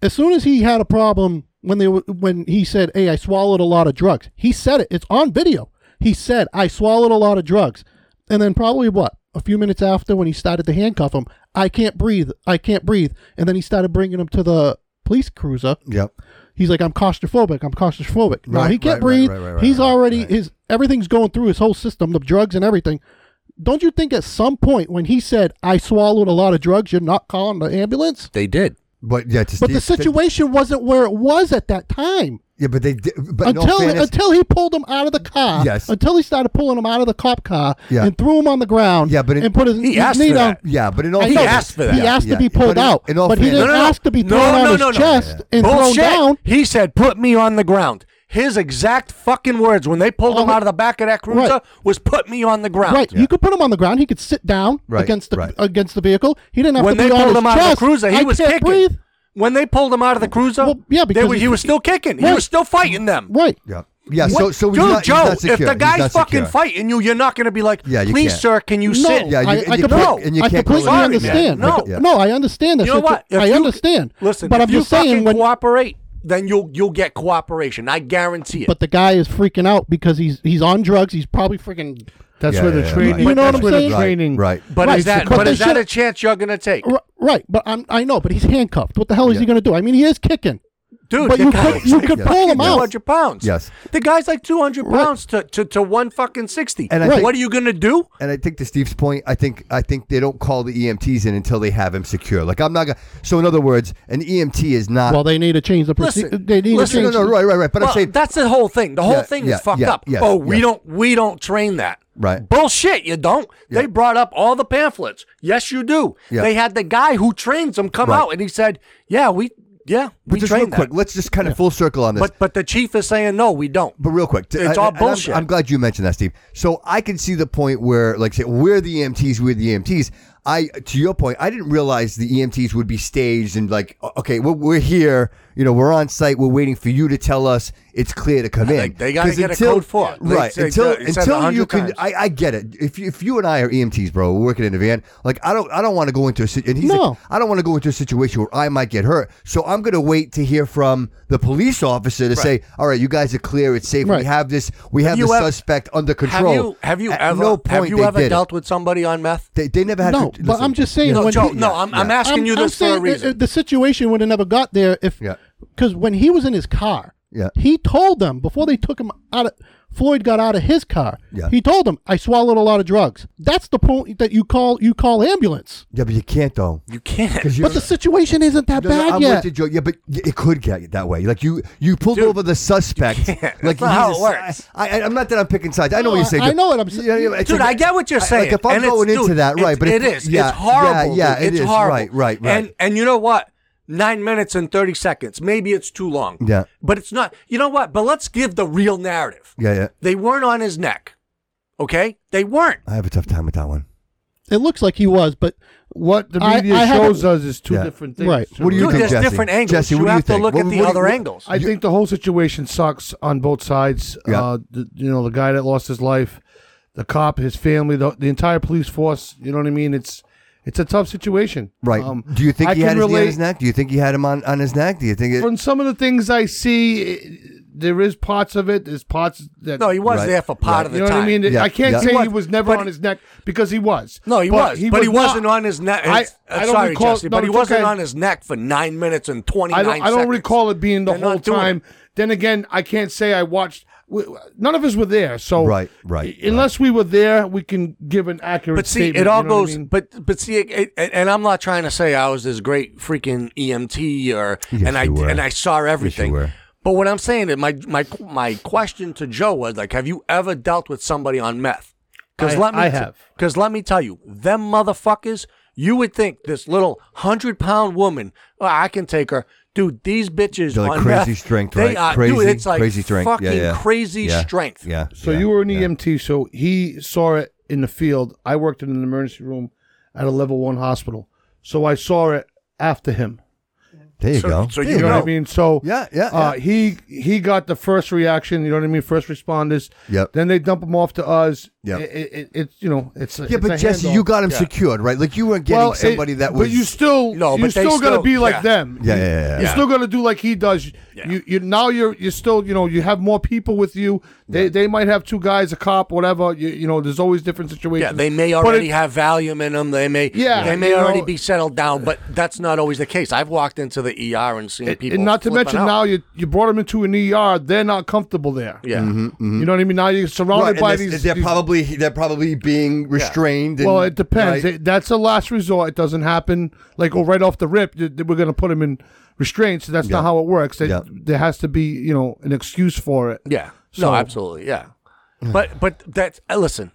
[SPEAKER 2] as soon as he had a problem when they were- when he said, "Hey, I swallowed a lot of drugs," he said it. It's on video. He said, "I swallowed a lot of drugs," and then probably what a few minutes after when he started to handcuff him, "I can't breathe, I can't breathe," and then he started bringing him to the police cruiser.
[SPEAKER 4] Yep.
[SPEAKER 2] He's like, I'm claustrophobic. I'm claustrophobic. Now
[SPEAKER 4] Right,
[SPEAKER 2] he can't
[SPEAKER 4] right, right,
[SPEAKER 2] breathe.
[SPEAKER 4] right, right, right,
[SPEAKER 2] He's
[SPEAKER 4] right,
[SPEAKER 2] already
[SPEAKER 4] right.
[SPEAKER 2] his everything's going through his whole system, the drugs and everything. Don't you think at some point when he said, "I swallowed a lot of drugs," you're not calling the ambulance?
[SPEAKER 5] They did.
[SPEAKER 4] But yeah, to
[SPEAKER 2] But the
[SPEAKER 4] Steve's-
[SPEAKER 2] situation wasn't where it was at that time
[SPEAKER 4] Yeah, but they. Did, but in all
[SPEAKER 2] until
[SPEAKER 4] fairness-
[SPEAKER 2] until he pulled him out of the car.
[SPEAKER 4] Yes.
[SPEAKER 2] Until he started pulling him out of the cop car
[SPEAKER 4] Yeah.
[SPEAKER 2] and threw him on the ground.
[SPEAKER 4] Yeah, but it-
[SPEAKER 2] and put his,
[SPEAKER 5] He
[SPEAKER 2] his
[SPEAKER 5] asked
[SPEAKER 2] knee
[SPEAKER 5] for
[SPEAKER 2] down.
[SPEAKER 5] that.
[SPEAKER 4] Yeah, but in all
[SPEAKER 5] He
[SPEAKER 4] fairness-
[SPEAKER 5] asked for that.
[SPEAKER 2] He asked
[SPEAKER 4] Yeah,
[SPEAKER 2] to be
[SPEAKER 4] yeah.
[SPEAKER 2] pulled
[SPEAKER 4] But in-
[SPEAKER 2] out,
[SPEAKER 4] in all
[SPEAKER 2] but he
[SPEAKER 4] fairness-
[SPEAKER 2] didn't
[SPEAKER 5] No, no, no.
[SPEAKER 2] ask to be
[SPEAKER 5] No,
[SPEAKER 2] thrown on
[SPEAKER 5] no,
[SPEAKER 2] his
[SPEAKER 5] no, no.
[SPEAKER 2] chest and thrown
[SPEAKER 5] Bullshit.
[SPEAKER 2] down.
[SPEAKER 5] He said, "Put me on the ground." His exact fucking words when they pulled
[SPEAKER 2] Oh,
[SPEAKER 5] him out of the back of that cruiser
[SPEAKER 2] right.
[SPEAKER 5] was, "Put me on the ground."
[SPEAKER 2] Right. You could put him on the ground. He could sit down
[SPEAKER 4] Right,
[SPEAKER 2] against the
[SPEAKER 4] right.
[SPEAKER 2] against the vehicle. He didn't have
[SPEAKER 5] When
[SPEAKER 2] to
[SPEAKER 5] they
[SPEAKER 2] be on
[SPEAKER 5] pulled
[SPEAKER 2] his
[SPEAKER 5] him out of the
[SPEAKER 2] chest.
[SPEAKER 5] cruiser, he
[SPEAKER 2] I
[SPEAKER 5] was
[SPEAKER 2] can't
[SPEAKER 5] kicking.
[SPEAKER 2] breathe.
[SPEAKER 5] When they pulled him out of the cruiser,
[SPEAKER 2] Well, yeah,
[SPEAKER 5] they
[SPEAKER 2] because
[SPEAKER 5] were- he was still kicking. He
[SPEAKER 2] Right.
[SPEAKER 5] was still fighting them.
[SPEAKER 2] Right.
[SPEAKER 4] Yeah. Yeah. So
[SPEAKER 5] What?
[SPEAKER 4] so he's
[SPEAKER 5] Dude,
[SPEAKER 4] not, he's
[SPEAKER 5] Joe,
[SPEAKER 4] not
[SPEAKER 5] if
[SPEAKER 4] secure.
[SPEAKER 5] the
[SPEAKER 4] He's
[SPEAKER 5] guy's
[SPEAKER 4] not
[SPEAKER 5] fucking
[SPEAKER 4] secure.
[SPEAKER 5] fighting you, you're not going to be like,
[SPEAKER 4] Yeah, you
[SPEAKER 5] "Please,
[SPEAKER 4] can't.
[SPEAKER 5] sir, can you
[SPEAKER 2] no,
[SPEAKER 5] sit?"
[SPEAKER 4] Yeah, you-
[SPEAKER 2] I,
[SPEAKER 4] and
[SPEAKER 2] I
[SPEAKER 4] you
[SPEAKER 2] completely,
[SPEAKER 4] can't- and you
[SPEAKER 2] I
[SPEAKER 4] can't
[SPEAKER 2] completely
[SPEAKER 5] Sorry,
[SPEAKER 2] understand.
[SPEAKER 5] man.
[SPEAKER 2] I
[SPEAKER 5] No.
[SPEAKER 2] co- no, I understand. This.
[SPEAKER 5] You know what? If
[SPEAKER 2] I
[SPEAKER 5] you-
[SPEAKER 2] understand.
[SPEAKER 5] Listen,
[SPEAKER 2] but
[SPEAKER 5] if
[SPEAKER 2] I'm
[SPEAKER 5] you
[SPEAKER 2] just saying
[SPEAKER 5] fucking
[SPEAKER 2] when.
[SPEAKER 5] cooperate, then you'll you'll get cooperation. I guarantee it.
[SPEAKER 2] But the guy is freaking out because he's he's on drugs. He's probably freaking.
[SPEAKER 7] that's
[SPEAKER 4] Yeah,
[SPEAKER 7] where
[SPEAKER 4] yeah,
[SPEAKER 7] the
[SPEAKER 4] yeah,
[SPEAKER 7] training.
[SPEAKER 4] right. You
[SPEAKER 2] know what
[SPEAKER 7] that's
[SPEAKER 2] I'm
[SPEAKER 7] where
[SPEAKER 2] saying?
[SPEAKER 7] The
[SPEAKER 4] Right,
[SPEAKER 7] training
[SPEAKER 4] right.
[SPEAKER 5] But
[SPEAKER 2] Right,
[SPEAKER 5] is that
[SPEAKER 2] but
[SPEAKER 5] but
[SPEAKER 2] they
[SPEAKER 5] is that a
[SPEAKER 2] should-
[SPEAKER 5] chance you're going to take?
[SPEAKER 2] r- Right, but I'm, I know, but he's handcuffed. What the hell is he going to do? I mean, he is kicking.
[SPEAKER 5] Dude,
[SPEAKER 2] but
[SPEAKER 5] the
[SPEAKER 2] you
[SPEAKER 5] guy
[SPEAKER 2] could
[SPEAKER 5] was
[SPEAKER 2] you
[SPEAKER 5] like
[SPEAKER 2] could
[SPEAKER 5] fucking
[SPEAKER 2] pull them out.
[SPEAKER 5] 200 pounds.
[SPEAKER 4] Yes.
[SPEAKER 5] The guy's like 200 pounds to, to, to one fucking 60.
[SPEAKER 4] And I
[SPEAKER 5] Right.
[SPEAKER 4] think-
[SPEAKER 5] what are you going to do?
[SPEAKER 4] And I think to Steve's point, I think I think they don't call the EMTs in until they have him secure. Like I'm not gonna. So in other words, an EMT is not.
[SPEAKER 2] Well, they need to change the procedure.
[SPEAKER 5] Listen,
[SPEAKER 2] They need
[SPEAKER 5] listen,
[SPEAKER 2] to
[SPEAKER 4] Uh, no,
[SPEAKER 2] change.
[SPEAKER 4] no, right, right, right. But
[SPEAKER 5] Well,
[SPEAKER 4] I'm saying
[SPEAKER 5] that's the whole thing. The whole
[SPEAKER 4] Yeah,
[SPEAKER 5] thing
[SPEAKER 4] yeah,
[SPEAKER 5] is fucked
[SPEAKER 4] yeah,
[SPEAKER 5] up.
[SPEAKER 4] yes,
[SPEAKER 5] oh, we
[SPEAKER 4] yes.
[SPEAKER 5] don't we don't train that.
[SPEAKER 4] Right.
[SPEAKER 5] Bullshit, you don't. They brought up all the pamphlets. Yes, you do.
[SPEAKER 4] Yeah.
[SPEAKER 5] They had the guy who trains them come
[SPEAKER 4] Right.
[SPEAKER 5] out and he said, "Yeah, we yeah,
[SPEAKER 4] but
[SPEAKER 5] we
[SPEAKER 4] just real
[SPEAKER 5] train
[SPEAKER 4] quick,
[SPEAKER 5] that."
[SPEAKER 4] let's just kind of full circle on this.
[SPEAKER 5] But but the chief is saying, "No, we don't."
[SPEAKER 4] But real quick, t-
[SPEAKER 5] It's
[SPEAKER 4] I-
[SPEAKER 5] all
[SPEAKER 4] and I'm-
[SPEAKER 5] bullshit.
[SPEAKER 4] I'm, glad you mentioned that, Steve. So I can see the point where, like, say, we're the EMTs, we're the EMTs. I, to your point, I didn't realize the EMTs would be staged and like, o- okay, well, we're here, you know, we're on site, we're waiting for you to tell us it's clear to come in.
[SPEAKER 5] Like, they gotta
[SPEAKER 4] 'Cause
[SPEAKER 5] get a
[SPEAKER 4] until-
[SPEAKER 5] code for it. They
[SPEAKER 4] right?
[SPEAKER 5] say-
[SPEAKER 4] until
[SPEAKER 5] they said
[SPEAKER 4] until
[SPEAKER 5] 100
[SPEAKER 4] you can,
[SPEAKER 5] times.
[SPEAKER 4] I, I get it. If you, if you and I are EMTs, bro, we're working in a van. Like, I don't, I don't want to go into a situation. And he's
[SPEAKER 2] No.
[SPEAKER 4] like, I don't want to go into a situation where I might get hurt. So I'm going to wait to hear from the police officer to say, all right, you guys are clear, it's safe. We
[SPEAKER 2] Right.
[SPEAKER 4] have this. We have
[SPEAKER 5] you
[SPEAKER 4] the
[SPEAKER 5] ever-
[SPEAKER 4] suspect under
[SPEAKER 5] Have
[SPEAKER 4] control.
[SPEAKER 5] you have you
[SPEAKER 4] At
[SPEAKER 5] ever
[SPEAKER 4] no point
[SPEAKER 5] have you
[SPEAKER 4] they
[SPEAKER 5] ever
[SPEAKER 4] did it.
[SPEAKER 5] dealt with somebody on meth?
[SPEAKER 4] They, they never had.
[SPEAKER 2] No,
[SPEAKER 4] to,
[SPEAKER 2] but I'm just saying
[SPEAKER 5] No,
[SPEAKER 2] when
[SPEAKER 5] Joe,
[SPEAKER 2] he-
[SPEAKER 5] no, I'm, I'm asking you
[SPEAKER 2] I'm
[SPEAKER 5] this for a
[SPEAKER 2] saying that, uh,
[SPEAKER 5] reason.
[SPEAKER 2] The situation would have never got there if
[SPEAKER 4] Yeah.
[SPEAKER 2] because when he was in his car,
[SPEAKER 4] Yeah.
[SPEAKER 2] he told them before they took him out of Floyd got out of his car.
[SPEAKER 4] Yeah.
[SPEAKER 2] He told them, "I swallowed a lot of drugs." That's the point that you call you call ambulance.
[SPEAKER 4] Yeah, but you can't though.
[SPEAKER 5] you can't.
[SPEAKER 4] you
[SPEAKER 2] But the situation isn't that
[SPEAKER 4] No, no,
[SPEAKER 2] bad
[SPEAKER 4] I'm
[SPEAKER 2] yet.
[SPEAKER 4] with you, Joe. Yeah, but y- it could get that way. Like you, you pulled
[SPEAKER 5] Dude,
[SPEAKER 4] over the suspect.
[SPEAKER 5] you can't.
[SPEAKER 4] Like
[SPEAKER 5] That's not how
[SPEAKER 4] he's
[SPEAKER 5] it
[SPEAKER 4] a-
[SPEAKER 5] works.
[SPEAKER 4] I, I, I'm not that I'm picking sides. I know
[SPEAKER 2] No,
[SPEAKER 4] what you're
[SPEAKER 2] I-
[SPEAKER 4] saying.
[SPEAKER 2] I
[SPEAKER 4] Joe.
[SPEAKER 2] know what I'm saying.
[SPEAKER 4] it's
[SPEAKER 5] Dude,
[SPEAKER 4] a-
[SPEAKER 5] I get what you're
[SPEAKER 4] I-
[SPEAKER 5] saying.
[SPEAKER 4] Like if I'm
[SPEAKER 5] and it's-
[SPEAKER 4] going into
[SPEAKER 5] dude,
[SPEAKER 4] that, right?
[SPEAKER 5] it's-
[SPEAKER 4] But
[SPEAKER 5] it
[SPEAKER 4] if-
[SPEAKER 5] is.
[SPEAKER 4] Yeah,
[SPEAKER 5] it's horrible.
[SPEAKER 4] Yeah,
[SPEAKER 5] dude.
[SPEAKER 4] yeah, it
[SPEAKER 5] it's
[SPEAKER 4] is.
[SPEAKER 5] horrible.
[SPEAKER 4] Right, right, right.
[SPEAKER 5] And and you know what? Nine minutes and thirty seconds. Maybe it's too long.
[SPEAKER 4] Yeah.
[SPEAKER 5] But it's not. You know what? But let's give the real narrative.
[SPEAKER 4] yeah, yeah.
[SPEAKER 5] They weren't on his neck. Okay, they weren't.
[SPEAKER 4] I have a tough time with that one.
[SPEAKER 2] It looks like he was, but what
[SPEAKER 7] The
[SPEAKER 2] I-
[SPEAKER 7] media
[SPEAKER 2] I haven't-
[SPEAKER 7] shows us is two
[SPEAKER 4] Yeah.
[SPEAKER 7] different things.
[SPEAKER 2] Right.
[SPEAKER 7] too.
[SPEAKER 4] What do you
[SPEAKER 5] Dude,
[SPEAKER 4] think,
[SPEAKER 5] there's
[SPEAKER 4] Jesse?
[SPEAKER 5] different angles.
[SPEAKER 4] Jesse,
[SPEAKER 5] You
[SPEAKER 4] what do
[SPEAKER 5] have to
[SPEAKER 4] think?
[SPEAKER 5] look
[SPEAKER 4] What-
[SPEAKER 5] at the
[SPEAKER 4] what do you-
[SPEAKER 5] other
[SPEAKER 4] what-
[SPEAKER 5] angles.
[SPEAKER 7] I think the whole situation sucks on both sides.
[SPEAKER 4] Yeah.
[SPEAKER 7] Uh, the, you know, the guy that lost his life, the cop, his family, the, the entire police force. You know what I mean? It's it's a tough situation.
[SPEAKER 4] Right.
[SPEAKER 7] Um,
[SPEAKER 4] Do you think
[SPEAKER 7] I
[SPEAKER 4] he
[SPEAKER 7] can
[SPEAKER 4] had his knee on
[SPEAKER 7] relate-
[SPEAKER 4] his neck? Do you think he had him on, on his neck? Do you think it?
[SPEAKER 7] From some of the things I see, it- there is parts of it. There's parts that
[SPEAKER 5] No, he was
[SPEAKER 4] Right,
[SPEAKER 5] there for part
[SPEAKER 4] right.
[SPEAKER 5] of the
[SPEAKER 7] You know
[SPEAKER 5] time.
[SPEAKER 7] what I mean?
[SPEAKER 4] Yeah,
[SPEAKER 7] I can't
[SPEAKER 4] yeah.
[SPEAKER 7] say
[SPEAKER 4] He
[SPEAKER 7] he
[SPEAKER 4] was,
[SPEAKER 7] was, never
[SPEAKER 5] but-
[SPEAKER 7] on his neck because he was.
[SPEAKER 5] No, he was, but he wasn't on his neck.
[SPEAKER 7] I,
[SPEAKER 5] It's-
[SPEAKER 7] I
[SPEAKER 5] uh,
[SPEAKER 7] don't
[SPEAKER 5] sorry,
[SPEAKER 7] recall,
[SPEAKER 5] Jesse,
[SPEAKER 7] no,
[SPEAKER 5] but he
[SPEAKER 7] it's
[SPEAKER 5] wasn't
[SPEAKER 7] okay.
[SPEAKER 5] on his neck for nine minutes and twenty
[SPEAKER 7] I
[SPEAKER 5] nine
[SPEAKER 7] don't,
[SPEAKER 5] seconds.
[SPEAKER 7] I don't recall it being the
[SPEAKER 5] They're
[SPEAKER 7] whole
[SPEAKER 5] not doing it.
[SPEAKER 7] time. Then again, I can't say I watched. w- None of us were there, so
[SPEAKER 4] Right, right,
[SPEAKER 7] Unless we were there, we can give an accurate.
[SPEAKER 5] But see,
[SPEAKER 7] statement,
[SPEAKER 5] it all
[SPEAKER 7] you know what I
[SPEAKER 5] goes.
[SPEAKER 7] mean?
[SPEAKER 5] But but see, it, it, and- and I'm not trying to say I was this great freaking EMT or
[SPEAKER 4] Yes,
[SPEAKER 5] and I
[SPEAKER 4] you were.
[SPEAKER 5] and I saw everything.
[SPEAKER 4] were.
[SPEAKER 5] But what I'm saying is my my my question to Joe was like, have you ever dealt with somebody on meth? Because
[SPEAKER 7] I-
[SPEAKER 5] let me
[SPEAKER 7] I have.
[SPEAKER 5] Because let me tell you, them motherfuckers. You would think this little hundred pound woman, well, I can take her. Dude, these bitches
[SPEAKER 4] They're like
[SPEAKER 5] on
[SPEAKER 4] crazy
[SPEAKER 5] meth,
[SPEAKER 4] strength,
[SPEAKER 5] they
[SPEAKER 4] right?
[SPEAKER 5] Are, dude,
[SPEAKER 4] Crazy-
[SPEAKER 5] it's like
[SPEAKER 4] crazy strength. Yeah,
[SPEAKER 5] fucking
[SPEAKER 4] yeah.
[SPEAKER 5] crazy
[SPEAKER 4] Yeah,
[SPEAKER 5] strength.
[SPEAKER 4] Yeah.
[SPEAKER 7] so
[SPEAKER 4] yeah,
[SPEAKER 7] you were an
[SPEAKER 4] yeah.
[SPEAKER 7] EMT, so he saw it in the field. I worked in an emergency room at a level one hospital, so I saw it after him.
[SPEAKER 4] There you
[SPEAKER 5] So-
[SPEAKER 4] go.
[SPEAKER 5] so
[SPEAKER 4] There
[SPEAKER 5] you
[SPEAKER 7] You know what
[SPEAKER 5] No.
[SPEAKER 7] I mean? So
[SPEAKER 4] Yeah, yeah,
[SPEAKER 7] Uh,
[SPEAKER 4] yeah.
[SPEAKER 7] he he got the first reaction. You know what I mean? First responders.
[SPEAKER 4] Yep.
[SPEAKER 7] Then they dump him off to us.
[SPEAKER 4] Yep.
[SPEAKER 7] It- it- it- it's you know it's a-
[SPEAKER 4] Yeah,
[SPEAKER 7] it's
[SPEAKER 4] but
[SPEAKER 7] a
[SPEAKER 4] Jesse,
[SPEAKER 7] handoff.
[SPEAKER 4] you got him
[SPEAKER 5] Yeah.
[SPEAKER 4] secured, right? Like you weren't getting
[SPEAKER 7] it-
[SPEAKER 4] somebody that was.
[SPEAKER 7] But you still
[SPEAKER 5] No,
[SPEAKER 7] no,
[SPEAKER 5] but
[SPEAKER 7] you
[SPEAKER 5] they
[SPEAKER 7] still,
[SPEAKER 5] still-
[SPEAKER 7] gotta be like
[SPEAKER 5] yeah.
[SPEAKER 7] them.
[SPEAKER 4] Yeah,
[SPEAKER 7] You-
[SPEAKER 4] yeah, yeah, yeah.
[SPEAKER 7] You still gotta do like he does.
[SPEAKER 5] Yeah.
[SPEAKER 7] You you now you're you're still you know you have more people with you. They they might have two guys, a cop, whatever. You, you know, there's always different situations.
[SPEAKER 5] Yeah, they may
[SPEAKER 7] But
[SPEAKER 5] already
[SPEAKER 7] it-
[SPEAKER 5] have Valium in them. They may,
[SPEAKER 7] Yeah,
[SPEAKER 5] they may
[SPEAKER 7] you
[SPEAKER 5] already
[SPEAKER 7] know-
[SPEAKER 5] be settled down, but that's not always the case. I've walked into the ER and seen
[SPEAKER 7] it-
[SPEAKER 5] people.
[SPEAKER 7] and not to
[SPEAKER 5] flipping
[SPEAKER 7] mention
[SPEAKER 5] out.
[SPEAKER 7] now you you brought them into an ER. They're not comfortable there.
[SPEAKER 5] yeah,
[SPEAKER 4] Mm-hmm.
[SPEAKER 7] You know what I mean? Now you're surrounded
[SPEAKER 4] Right,
[SPEAKER 7] by
[SPEAKER 4] and
[SPEAKER 7] these.
[SPEAKER 4] they're
[SPEAKER 7] these-
[SPEAKER 4] probably they're probably being restrained. and-
[SPEAKER 7] well, it depends.
[SPEAKER 4] right?
[SPEAKER 7] It- that's a last resort. It doesn't happen like oh, right off the rip. th- th- We're going to put him in restraints. That's
[SPEAKER 4] Yeah.
[SPEAKER 7] not how it works. There-
[SPEAKER 4] Yeah.
[SPEAKER 7] There has to be you know an excuse for it.
[SPEAKER 5] yeah, no,
[SPEAKER 7] So-
[SPEAKER 5] absolutely, yeah. But but that's uh, listen.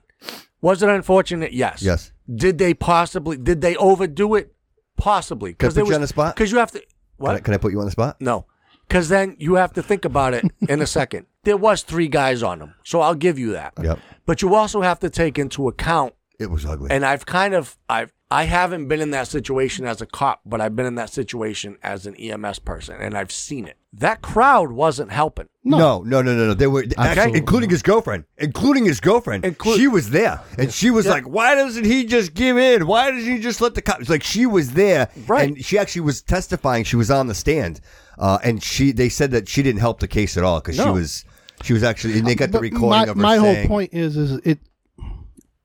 [SPEAKER 5] Was it unfortunate? Yes.
[SPEAKER 4] Yes.
[SPEAKER 5] Did they possibly? Did they overdo it? Possibly.
[SPEAKER 4] Can I put
[SPEAKER 5] there
[SPEAKER 4] you on the spot?
[SPEAKER 5] Because you have to.
[SPEAKER 4] Can
[SPEAKER 5] What?
[SPEAKER 4] I, can I put you on the spot?
[SPEAKER 5] No, because then you have to think about it in a second. There was three guys on him, so I'll give you that.
[SPEAKER 4] Yep.
[SPEAKER 5] But you also have to take into account
[SPEAKER 4] It was ugly.
[SPEAKER 5] and I've kind of I've I haven't been in that situation as a cop, but I've been in that situation as an EMS person, and I've seen it. That crowd wasn't helping.
[SPEAKER 4] no, no, no, no, no. They were actually,
[SPEAKER 7] Absolutely.
[SPEAKER 4] including his girlfriend, including his girlfriend.
[SPEAKER 5] Inclu-
[SPEAKER 4] she was there, and she was like, "Why doesn't he just give in? Why doesn't he just let the cops?" Like she was there,
[SPEAKER 5] Right.
[SPEAKER 4] And she actually was testifying. She was on the stand, uh, and she they said that she didn't help the case at all because she
[SPEAKER 5] No.
[SPEAKER 4] was she was actually. And they got the
[SPEAKER 2] But
[SPEAKER 4] recording
[SPEAKER 2] my,
[SPEAKER 4] of her
[SPEAKER 2] my
[SPEAKER 4] saying,
[SPEAKER 2] whole point is is it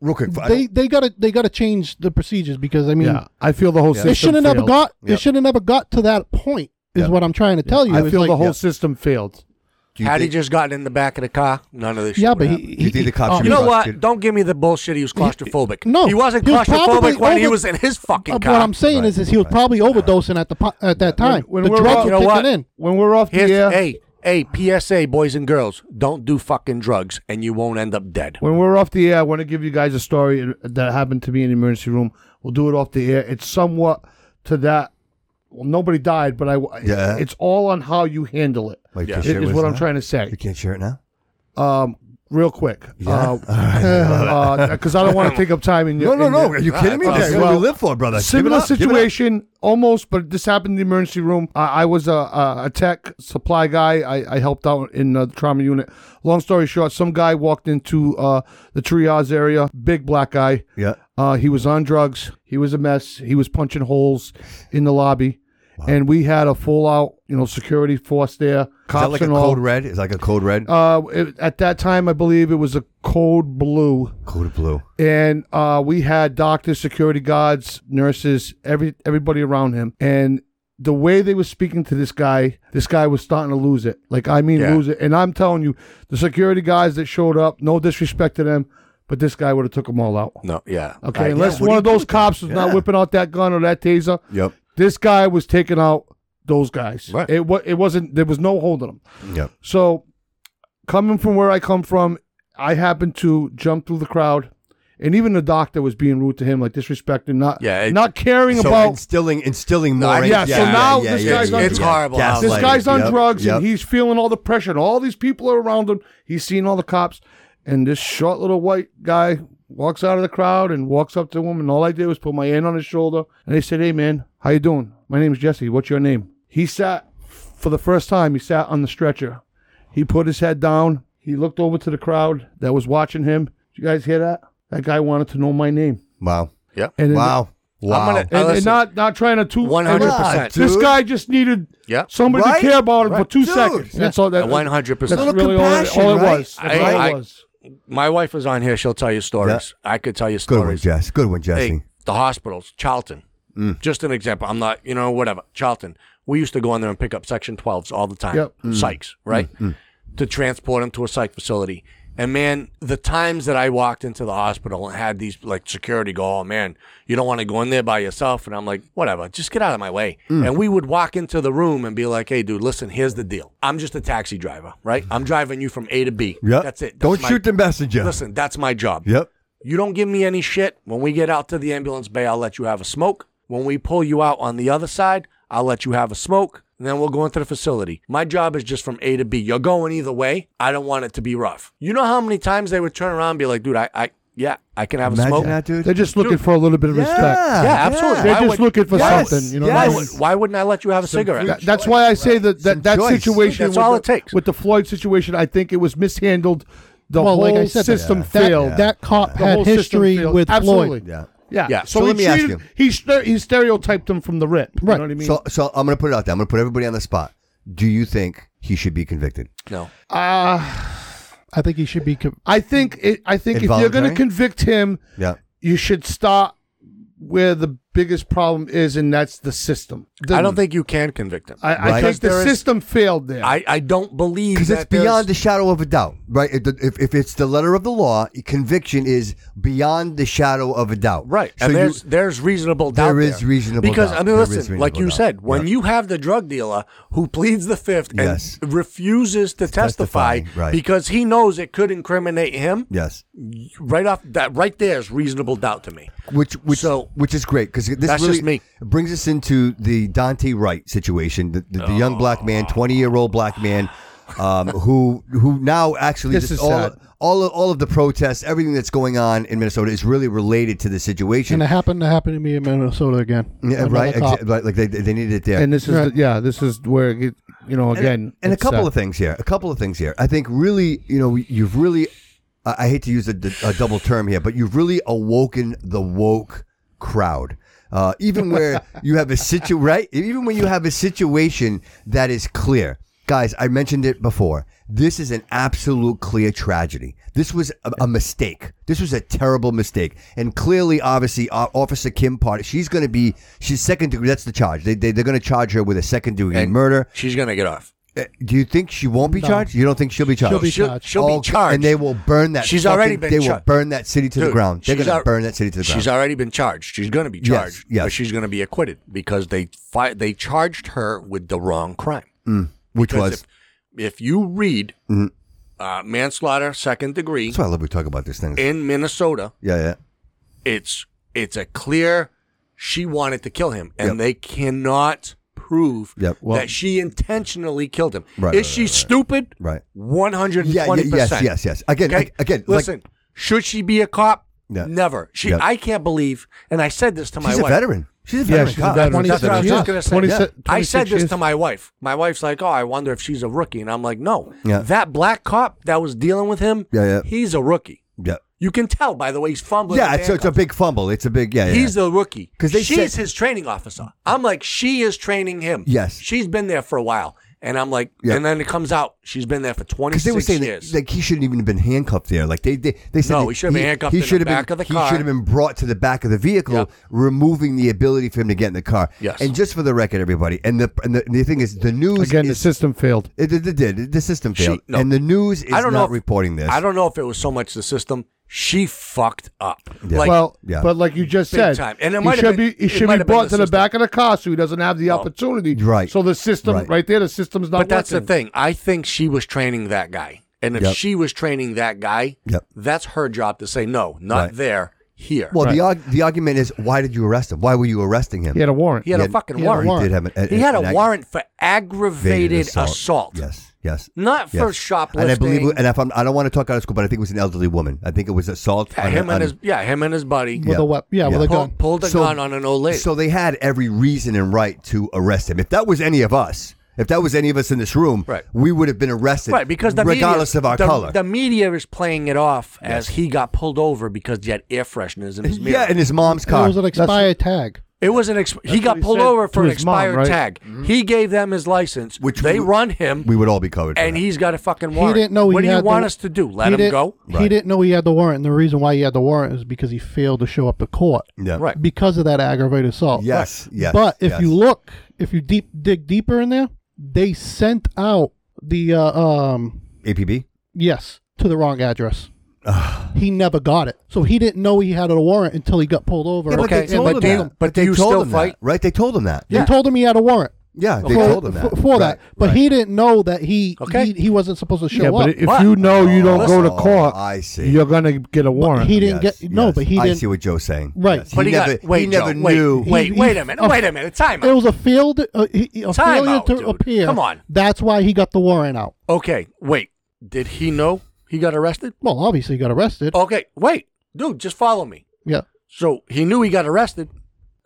[SPEAKER 4] Real quick, I
[SPEAKER 2] they they gotta they gotta change the procedures because I mean
[SPEAKER 7] Yeah, I feel the whole
[SPEAKER 2] they
[SPEAKER 7] system.
[SPEAKER 2] should have never
[SPEAKER 7] failed.
[SPEAKER 2] got
[SPEAKER 4] Yep.
[SPEAKER 2] it should have never got to that point is what I'm trying to tell you.
[SPEAKER 7] I
[SPEAKER 2] It's
[SPEAKER 7] feel
[SPEAKER 2] like-
[SPEAKER 7] the whole system failed.
[SPEAKER 5] Had he just gotten in the back of the car, none of this.
[SPEAKER 7] Yeah,
[SPEAKER 5] shit
[SPEAKER 7] but
[SPEAKER 5] would
[SPEAKER 7] he-
[SPEAKER 5] happen.
[SPEAKER 7] he- You think the cops he- should
[SPEAKER 5] you
[SPEAKER 7] be
[SPEAKER 5] know what?
[SPEAKER 7] prosecuted?
[SPEAKER 5] Don't give me the bullshit. He was claustrophobic.
[SPEAKER 2] No,
[SPEAKER 5] he wasn't
[SPEAKER 2] he was
[SPEAKER 5] claustrophobic
[SPEAKER 2] probably
[SPEAKER 5] when he
[SPEAKER 2] over-
[SPEAKER 5] was in his fucking
[SPEAKER 2] Uh,
[SPEAKER 5] car.
[SPEAKER 2] What I'm saying is, is he was probably overdosing at the po- at that time. the drugs
[SPEAKER 5] you
[SPEAKER 2] were
[SPEAKER 5] know
[SPEAKER 2] kicking
[SPEAKER 5] what?
[SPEAKER 2] in.
[SPEAKER 7] When we're off
[SPEAKER 5] Here's,
[SPEAKER 7] air-
[SPEAKER 5] Hey, hey, PSA, boys and girls, don't do fucking drugs, and you won't end up dead.
[SPEAKER 7] When we're off the air, I want to give you guys a story uh, that happened to me in the emergency room. We'll do it off the air. It's somewhat to that. Well, nobody died, but I.
[SPEAKER 4] Yeah.
[SPEAKER 7] It's all on how you handle it.
[SPEAKER 4] Like, you
[SPEAKER 7] it-
[SPEAKER 4] share
[SPEAKER 7] is
[SPEAKER 4] with
[SPEAKER 7] what
[SPEAKER 4] us
[SPEAKER 7] I'm
[SPEAKER 4] now?
[SPEAKER 7] trying to say.
[SPEAKER 4] You can't share it now.
[SPEAKER 7] Um, real quick.
[SPEAKER 4] Yeah? All right, I love
[SPEAKER 7] Because
[SPEAKER 4] it.
[SPEAKER 7] I don't want to take up time. In your,
[SPEAKER 4] No, no,
[SPEAKER 7] in
[SPEAKER 4] no.
[SPEAKER 7] your-
[SPEAKER 4] Are you kidding me?
[SPEAKER 7] Okay,
[SPEAKER 4] That's what
[SPEAKER 7] well,
[SPEAKER 4] we live for, brother. Give it
[SPEAKER 7] Similar
[SPEAKER 4] up, give it up.
[SPEAKER 7] situation, almost, but this happened in the emergency room. I, I was a, a, a tech supply guy. I, I helped out in uh, the trauma unit. Long story short, some guy walked into uh, the triage area. Big black guy.
[SPEAKER 4] Yeah.
[SPEAKER 7] Uh, he was on drugs. He was a mess. He was punching holes in the lobby. And we had a full out, you know, security force there.
[SPEAKER 4] Is
[SPEAKER 7] Cops
[SPEAKER 4] that like a
[SPEAKER 7] and all.
[SPEAKER 4] code red? Is like a code red?
[SPEAKER 7] Uh, it, at that time, I believe it was a code blue.
[SPEAKER 4] Code blue.
[SPEAKER 7] And uh, we had doctors, security guards, nurses, every everybody around him. And the way they were speaking to this guy, this guy was starting to lose it. Like I mean,
[SPEAKER 5] Yeah.
[SPEAKER 7] lose it. And I'm telling you, the security guys that showed up, no disrespect to them, but this guy would have took them all out.
[SPEAKER 5] No, yeah.
[SPEAKER 7] Okay,
[SPEAKER 5] I-
[SPEAKER 7] unless
[SPEAKER 5] yeah, what do
[SPEAKER 7] one
[SPEAKER 5] you
[SPEAKER 7] of
[SPEAKER 5] do
[SPEAKER 7] those
[SPEAKER 5] with
[SPEAKER 7] cops
[SPEAKER 5] that?
[SPEAKER 7] was not
[SPEAKER 5] Yeah.
[SPEAKER 7] whipping out that gun or that taser.
[SPEAKER 4] Yep.
[SPEAKER 7] This guy was taking out those guys.
[SPEAKER 5] Right.
[SPEAKER 7] It wa- it wasn't there was no holding him.
[SPEAKER 4] Yep.
[SPEAKER 7] So, coming from where I come from, I happened to jump through the crowd, and even the doctor was being rude to him, like disrespecting, not
[SPEAKER 4] Yeah, it-
[SPEAKER 7] not caring
[SPEAKER 4] so
[SPEAKER 7] about.
[SPEAKER 4] instilling instilling more.
[SPEAKER 7] I- yeah,
[SPEAKER 4] anxiety.
[SPEAKER 7] so now
[SPEAKER 4] yeah,
[SPEAKER 7] this
[SPEAKER 4] yeah,
[SPEAKER 7] guy's
[SPEAKER 4] yeah,
[SPEAKER 7] on
[SPEAKER 4] yeah,
[SPEAKER 7] drugs.
[SPEAKER 4] yeah.
[SPEAKER 7] This
[SPEAKER 4] Gaslighting.
[SPEAKER 7] guy's on
[SPEAKER 4] Yep,
[SPEAKER 7] drugs,
[SPEAKER 4] yep.
[SPEAKER 7] and he's feeling all the pressure, and all these people are around him. He's seeing all the cops, and this short little white guy walks out of the crowd and walks up to him, and all I did was put my hand on his shoulder, and they said, "Hey, man, how you doing? My name's Jesse. What's your name?" He sat for the first time. He sat on the stretcher. He put his head down. He looked over to the crowd that was watching him. Did you guys hear that? That guy wanted to know my name.
[SPEAKER 4] Wow.
[SPEAKER 5] Yeah.
[SPEAKER 7] And then-
[SPEAKER 4] wow. Wow.
[SPEAKER 7] And, and not not trying to two
[SPEAKER 5] One hundred percent.
[SPEAKER 7] This guy just needed
[SPEAKER 5] Yeah.
[SPEAKER 7] somebody
[SPEAKER 5] Right?
[SPEAKER 7] to care about him
[SPEAKER 5] Right.
[SPEAKER 7] for two
[SPEAKER 5] Dude.
[SPEAKER 7] seconds. That's all that.
[SPEAKER 5] One hundred percent.
[SPEAKER 7] That's really all, it- all it was. That's all it was.
[SPEAKER 5] My wife was on here. She'll tell you stories. I could tell you stories.
[SPEAKER 4] Good one, Jess. Good one, Jesse.
[SPEAKER 5] Hey, the hospitals, Charlton. Just an example. I'm not, you know, whatever. Charlton. We used to go in there and pick up Section 12s all the time.
[SPEAKER 7] Yep. Mm.
[SPEAKER 5] Psychs, right? To transport them to a psych facility. And man, the times that I walked into the hospital and had these like security go, oh man, you don't want to go in there by yourself. And I'm like, whatever, just get out of my way. And we would walk into the room and be like, hey, dude, listen, here's the deal. I'm just a taxi driver, right? I'm driving you from A to B.
[SPEAKER 4] Yep.
[SPEAKER 5] That's it. That's
[SPEAKER 4] Don't
[SPEAKER 5] my-
[SPEAKER 4] shoot the messenger.
[SPEAKER 5] Listen, that's my job.
[SPEAKER 4] Yep.
[SPEAKER 5] You don't give me any shit. When we get out to the ambulance bay, I'll let you have a smoke. When we pull you out on the other side, I'll let you have a smoke. And then we'll go into the facility. My job is just from A to B. You're going either way. I don't want it to be rough. You know how many times they would turn around and be like, dude, I, I yeah, I can have a
[SPEAKER 4] Imagine
[SPEAKER 5] smoke.
[SPEAKER 4] that, dude.
[SPEAKER 7] They're just looking for a little bit of respect.
[SPEAKER 5] Yeah, absolutely.
[SPEAKER 7] They're
[SPEAKER 5] Why
[SPEAKER 7] just
[SPEAKER 5] would-
[SPEAKER 7] looking for
[SPEAKER 5] Yes,
[SPEAKER 7] something. You know,
[SPEAKER 5] why,
[SPEAKER 7] Yes.
[SPEAKER 5] would, why wouldn't I let you have a cigarette?
[SPEAKER 7] That- that's why I say that that, that
[SPEAKER 5] choice.
[SPEAKER 7] situation.
[SPEAKER 5] That's
[SPEAKER 7] with
[SPEAKER 5] all
[SPEAKER 7] the,
[SPEAKER 5] it takes.
[SPEAKER 7] With the Floyd situation, I think it was mishandled. The
[SPEAKER 2] well,
[SPEAKER 7] whole
[SPEAKER 2] like I said, that-
[SPEAKER 7] system
[SPEAKER 2] that,
[SPEAKER 7] failed.
[SPEAKER 2] That cop
[SPEAKER 7] The
[SPEAKER 2] had
[SPEAKER 7] whole system
[SPEAKER 2] history
[SPEAKER 7] failed.
[SPEAKER 2] with
[SPEAKER 7] Absolutely.
[SPEAKER 2] Floyd.
[SPEAKER 4] Yeah.
[SPEAKER 7] Yeah.
[SPEAKER 4] Yeah. So
[SPEAKER 7] So, he
[SPEAKER 4] let me ask
[SPEAKER 7] treated-
[SPEAKER 4] you.
[SPEAKER 7] He, ster- he stereotyped him from the rip. You know what I mean?
[SPEAKER 4] So, so I'm going to put it out there. I'm going to put everybody on the spot. Do you think he should be convicted?
[SPEAKER 5] No.
[SPEAKER 7] uh,
[SPEAKER 2] I think he should be. co-
[SPEAKER 7] I think it, I think if you're going
[SPEAKER 4] Involuntary?
[SPEAKER 7] to convict him,
[SPEAKER 4] Yeah.
[SPEAKER 7] you should start where the biggest problem is, and that's the system. The-
[SPEAKER 5] I don't think you can convict him.
[SPEAKER 7] I, I
[SPEAKER 4] Right.
[SPEAKER 7] think the
[SPEAKER 5] There is-
[SPEAKER 7] system failed there.
[SPEAKER 5] I, I don't believe
[SPEAKER 4] Because it's
[SPEAKER 5] that there's-
[SPEAKER 4] beyond the shadow of a doubt, right? If, the- if, if it's the letter of the law, conviction is beyond the shadow of a doubt.
[SPEAKER 5] Right.
[SPEAKER 4] So
[SPEAKER 5] and
[SPEAKER 4] you-
[SPEAKER 5] there's there's reasonable doubt.
[SPEAKER 4] There is reasonable
[SPEAKER 5] because
[SPEAKER 4] doubt.
[SPEAKER 5] I mean,
[SPEAKER 4] There is
[SPEAKER 5] listen, like
[SPEAKER 4] reasonable
[SPEAKER 5] you
[SPEAKER 4] doubt.
[SPEAKER 5] said, when
[SPEAKER 4] Yeah.
[SPEAKER 5] you have the drug dealer who pleads the fifth and
[SPEAKER 4] Yes.
[SPEAKER 5] refuses to testify
[SPEAKER 4] testifying, right.
[SPEAKER 5] because he knows it could incriminate him,
[SPEAKER 4] yes.
[SPEAKER 5] right off that right there is reasonable doubt to me.
[SPEAKER 4] Which which
[SPEAKER 5] So-
[SPEAKER 4] which is great because this
[SPEAKER 5] That's
[SPEAKER 4] really
[SPEAKER 5] just me.
[SPEAKER 4] brings us into the Dante Wright situation, the, the, the young black man, twenty year old black man, um, who who now actually
[SPEAKER 7] This
[SPEAKER 4] just
[SPEAKER 7] is
[SPEAKER 4] all,
[SPEAKER 7] sad.
[SPEAKER 4] all of, all of the protests, everything that's going on in Minnesota is really related to the situation.
[SPEAKER 2] And it happened to happen to me in Minnesota again.
[SPEAKER 4] yeah,
[SPEAKER 2] Another
[SPEAKER 4] right,
[SPEAKER 2] cop.
[SPEAKER 4] exa- right, like they, they needed it there.
[SPEAKER 7] and this is
[SPEAKER 2] Right.
[SPEAKER 7] the, yeah, this is where it, get- you know again.
[SPEAKER 4] and a
[SPEAKER 7] it's,
[SPEAKER 4] couple
[SPEAKER 7] uh,
[SPEAKER 4] of things here. A couple of things here. I think really, you know, you've really. I I hate to use a, a double term here, but you've really awoken the woke crowd. Uh, even where you have a situ right, even when you have a situation that is clear. Guys, I mentioned it before. This is an absolute clear tragedy. This was a, a mistake. This was a terrible mistake. And clearly, obviously, uh, Officer Kim Potter, she's going to be, she's second degree. That's the charge. They, they, they're going to charge her with a second degree murder.
[SPEAKER 5] She's going to get off.
[SPEAKER 4] Uh, Do you think she won't be
[SPEAKER 5] No.
[SPEAKER 4] charged? You don't think she'll be charged?
[SPEAKER 5] She'll be She'll- charged. she'll be
[SPEAKER 4] Oh, And they will burn that.
[SPEAKER 5] She's already
[SPEAKER 4] fucking-
[SPEAKER 5] been
[SPEAKER 4] They will
[SPEAKER 5] char-
[SPEAKER 4] burn that city to the
[SPEAKER 5] Dude,
[SPEAKER 4] ground. They're
[SPEAKER 5] she's
[SPEAKER 4] going to
[SPEAKER 5] al-
[SPEAKER 4] burn that city to the ground.
[SPEAKER 5] She's already been charged. She's going to be
[SPEAKER 4] Yes,
[SPEAKER 5] charged.
[SPEAKER 4] yes.
[SPEAKER 5] But she's going to be acquitted because they fi- they charged her with the wrong crime.
[SPEAKER 4] Mm, which
[SPEAKER 5] Because
[SPEAKER 4] was.
[SPEAKER 5] if, if you read
[SPEAKER 4] Mhm.
[SPEAKER 5] uh, manslaughter second degree
[SPEAKER 4] That's why I love we talk about these things.
[SPEAKER 5] in Minnesota,
[SPEAKER 4] yeah, yeah.
[SPEAKER 5] it's it's a clear she wanted to kill him and
[SPEAKER 4] Yep.
[SPEAKER 5] they cannot prove
[SPEAKER 4] Yep. Well-
[SPEAKER 5] that she intentionally killed him.
[SPEAKER 4] Right,
[SPEAKER 5] Is
[SPEAKER 4] right,
[SPEAKER 5] she
[SPEAKER 4] right, right.
[SPEAKER 5] stupid?
[SPEAKER 4] Right.
[SPEAKER 5] 120%.
[SPEAKER 4] Yeah, yeah, yes, yes, yes. Again, ag- again, like-
[SPEAKER 5] Listen, should she be a cop?
[SPEAKER 4] Yeah.
[SPEAKER 5] Never. She
[SPEAKER 4] Yeah.
[SPEAKER 5] I can't believe and I said this to my
[SPEAKER 4] She's a
[SPEAKER 5] wife.
[SPEAKER 4] veteran. She's a
[SPEAKER 5] Yeah,
[SPEAKER 4] veteran.
[SPEAKER 5] she's
[SPEAKER 4] cop.
[SPEAKER 5] veteran. That's what I was just going to say.
[SPEAKER 4] 26
[SPEAKER 5] I said
[SPEAKER 4] 26
[SPEAKER 5] this
[SPEAKER 4] years.
[SPEAKER 5] to my wife. My wife's like, "Oh, I wonder if she's a rookie," and I'm like, "No,
[SPEAKER 4] Yeah.
[SPEAKER 5] that black cop that was dealing with him,
[SPEAKER 4] Yeah, yeah.
[SPEAKER 5] he's a rookie.
[SPEAKER 4] Yeah.
[SPEAKER 5] You can tell by the way he's fumbling.
[SPEAKER 4] Yeah,
[SPEAKER 5] his
[SPEAKER 4] it's, it's a
[SPEAKER 5] handcuffs.
[SPEAKER 4] big fumble. It's a big, yeah, yeah.
[SPEAKER 5] He's the rookie.
[SPEAKER 4] 'Cause they
[SPEAKER 5] she's
[SPEAKER 4] said-
[SPEAKER 5] his training officer. I'm like, she is training him.
[SPEAKER 4] Yes.
[SPEAKER 5] she's been there for a while, and I'm like,
[SPEAKER 4] Yeah.
[SPEAKER 5] and then it comes out she's been there for
[SPEAKER 4] Because they were
[SPEAKER 5] 26
[SPEAKER 4] saying that,
[SPEAKER 5] years.
[SPEAKER 4] like he shouldn't even have been handcuffed there. Like they they, they said
[SPEAKER 5] No,
[SPEAKER 4] that
[SPEAKER 5] he should've been handcuffed in the
[SPEAKER 4] should've
[SPEAKER 5] back
[SPEAKER 4] been,
[SPEAKER 5] of the
[SPEAKER 4] he
[SPEAKER 5] car.
[SPEAKER 4] should have been brought to the back of the vehicle, removing the ability for him to get in the car.
[SPEAKER 5] Yes.
[SPEAKER 4] And just for the record, everybody, and the and the, and the thing is, the news
[SPEAKER 7] Again, the
[SPEAKER 4] is,
[SPEAKER 7] system failed.
[SPEAKER 4] It, it, it did. The system
[SPEAKER 5] She-
[SPEAKER 4] failed,
[SPEAKER 5] no.
[SPEAKER 4] and the news is
[SPEAKER 5] I don't know
[SPEAKER 4] not
[SPEAKER 5] if-
[SPEAKER 4] reporting this.
[SPEAKER 5] I don't know if it was so much the system. She fucked up.
[SPEAKER 7] well, but like you just
[SPEAKER 5] Big
[SPEAKER 7] said,
[SPEAKER 5] time. And it
[SPEAKER 7] he
[SPEAKER 5] might have
[SPEAKER 7] should
[SPEAKER 5] been-
[SPEAKER 7] be he
[SPEAKER 5] it
[SPEAKER 7] should
[SPEAKER 5] might
[SPEAKER 7] be
[SPEAKER 5] have been
[SPEAKER 7] brought
[SPEAKER 5] the
[SPEAKER 7] to the
[SPEAKER 5] system.
[SPEAKER 7] back of the car so he doesn't have the opportunity.
[SPEAKER 4] Right.
[SPEAKER 7] So the system
[SPEAKER 4] Right.
[SPEAKER 7] right, there, the system's not
[SPEAKER 5] but that's the
[SPEAKER 7] working.
[SPEAKER 5] thing. I think she was training that guy, and if
[SPEAKER 4] Yep.
[SPEAKER 5] she was training that guy,
[SPEAKER 4] Yep.
[SPEAKER 5] that's her job to say no, not
[SPEAKER 4] Right.
[SPEAKER 5] there, here.
[SPEAKER 4] Well, the arg- the argument is, why did you arrest him? Why were you arresting him?
[SPEAKER 7] He had a warrant.
[SPEAKER 5] he had a fucking warrant.
[SPEAKER 4] He did have an,
[SPEAKER 5] he had a
[SPEAKER 4] an ag-
[SPEAKER 5] warrant for aggravated assault.
[SPEAKER 4] Yes, yes.
[SPEAKER 5] Not for
[SPEAKER 4] And I believe,
[SPEAKER 5] shoplifting.
[SPEAKER 4] and if I'm, I don't want to talk out of school, but I think it was an elderly woman. I think it was assault.
[SPEAKER 5] Yeah,
[SPEAKER 4] on a-
[SPEAKER 5] him
[SPEAKER 4] on
[SPEAKER 5] and
[SPEAKER 4] a-
[SPEAKER 5] his yeah, him and his buddy
[SPEAKER 4] With a wep- yeah, with a
[SPEAKER 5] Pull-
[SPEAKER 4] gun.
[SPEAKER 5] pulled a
[SPEAKER 4] So-
[SPEAKER 5] gun on an old lady.
[SPEAKER 4] So they had every reason and right to arrest him. If that was any of us, if that was any of us in this room,
[SPEAKER 5] Right.
[SPEAKER 4] we would have been arrested,
[SPEAKER 5] right because the
[SPEAKER 4] regardless
[SPEAKER 5] media,
[SPEAKER 4] of our
[SPEAKER 5] the,
[SPEAKER 4] color.
[SPEAKER 5] the media is playing it off as
[SPEAKER 4] Yes.
[SPEAKER 5] he got pulled over because he had air fresheners in his mirror.
[SPEAKER 4] yeah, in his mom's
[SPEAKER 2] It
[SPEAKER 4] car.
[SPEAKER 2] was an expired tag.
[SPEAKER 5] It was an exp- he
[SPEAKER 7] That's
[SPEAKER 5] got
[SPEAKER 7] what he
[SPEAKER 5] pulled
[SPEAKER 7] said
[SPEAKER 5] over for
[SPEAKER 7] to
[SPEAKER 5] an
[SPEAKER 7] his mom,
[SPEAKER 5] expired
[SPEAKER 7] right? Mm-hmm.
[SPEAKER 5] tag. He gave them his license,
[SPEAKER 4] Which
[SPEAKER 5] they
[SPEAKER 4] we-
[SPEAKER 5] run him,
[SPEAKER 4] we would all be covered. for
[SPEAKER 5] and
[SPEAKER 4] that.
[SPEAKER 5] he's got a fucking
[SPEAKER 2] He
[SPEAKER 5] warrant.
[SPEAKER 2] didn't know. He
[SPEAKER 5] what do you
[SPEAKER 2] had the-
[SPEAKER 5] want us to do? Let
[SPEAKER 2] he
[SPEAKER 5] him
[SPEAKER 2] didn't-
[SPEAKER 5] go?
[SPEAKER 4] Right.
[SPEAKER 2] He didn't know he had the warrant, and the reason why he had the warrant is because he failed to show up to court.
[SPEAKER 4] Yeah.
[SPEAKER 5] Right.
[SPEAKER 2] Because of that aggravated assault.
[SPEAKER 4] Yes, yes,
[SPEAKER 2] But if
[SPEAKER 4] yes.
[SPEAKER 2] you look, if you deep dig deeper in there, they sent out the uh, um
[SPEAKER 4] APB.
[SPEAKER 2] yes to the wrong address. he never got it, so he didn't know he had a warrant until he got pulled over.
[SPEAKER 4] Yeah, but
[SPEAKER 5] Okay,
[SPEAKER 4] they told
[SPEAKER 5] but
[SPEAKER 4] him
[SPEAKER 5] do you-
[SPEAKER 4] that.
[SPEAKER 5] but do
[SPEAKER 4] they
[SPEAKER 5] you
[SPEAKER 4] told
[SPEAKER 5] still
[SPEAKER 4] him
[SPEAKER 5] fight?
[SPEAKER 4] that, right? They told him that.
[SPEAKER 2] They told him he had a warrant.
[SPEAKER 4] Yeah, they
[SPEAKER 2] for,
[SPEAKER 4] told him that
[SPEAKER 2] for, for that,
[SPEAKER 4] Right,
[SPEAKER 2] but
[SPEAKER 4] right.
[SPEAKER 2] he didn't know that he,
[SPEAKER 5] Okay.
[SPEAKER 2] he he wasn't supposed to show
[SPEAKER 7] Yeah,
[SPEAKER 2] up.
[SPEAKER 7] but if
[SPEAKER 5] But-
[SPEAKER 7] you know you don't go to
[SPEAKER 4] Oh,
[SPEAKER 7] court,
[SPEAKER 4] I see.
[SPEAKER 7] you're gonna get a warrant.
[SPEAKER 2] he didn't
[SPEAKER 4] Yes,
[SPEAKER 2] get no,
[SPEAKER 4] yes.
[SPEAKER 2] but he
[SPEAKER 4] I
[SPEAKER 2] didn't.
[SPEAKER 4] see what Joe's saying.
[SPEAKER 2] Right.
[SPEAKER 4] Yes,
[SPEAKER 5] But
[SPEAKER 4] he,
[SPEAKER 5] he got-
[SPEAKER 4] never,
[SPEAKER 5] wait,
[SPEAKER 4] he never
[SPEAKER 5] Joe, wait,
[SPEAKER 4] knew. Oh.
[SPEAKER 5] wait. a minute, wait a minute, time out.
[SPEAKER 2] It was a field a, he- a
[SPEAKER 5] Time
[SPEAKER 2] failure
[SPEAKER 5] out,
[SPEAKER 2] to
[SPEAKER 5] dude.
[SPEAKER 2] appear.
[SPEAKER 5] Come on.
[SPEAKER 2] That's why he got the warrant out.
[SPEAKER 5] Okay, wait. Did he know he got arrested?
[SPEAKER 2] Well, obviously he got arrested.
[SPEAKER 5] Okay, wait. Dude, just follow me.
[SPEAKER 2] Yeah.
[SPEAKER 5] So he knew he got arrested.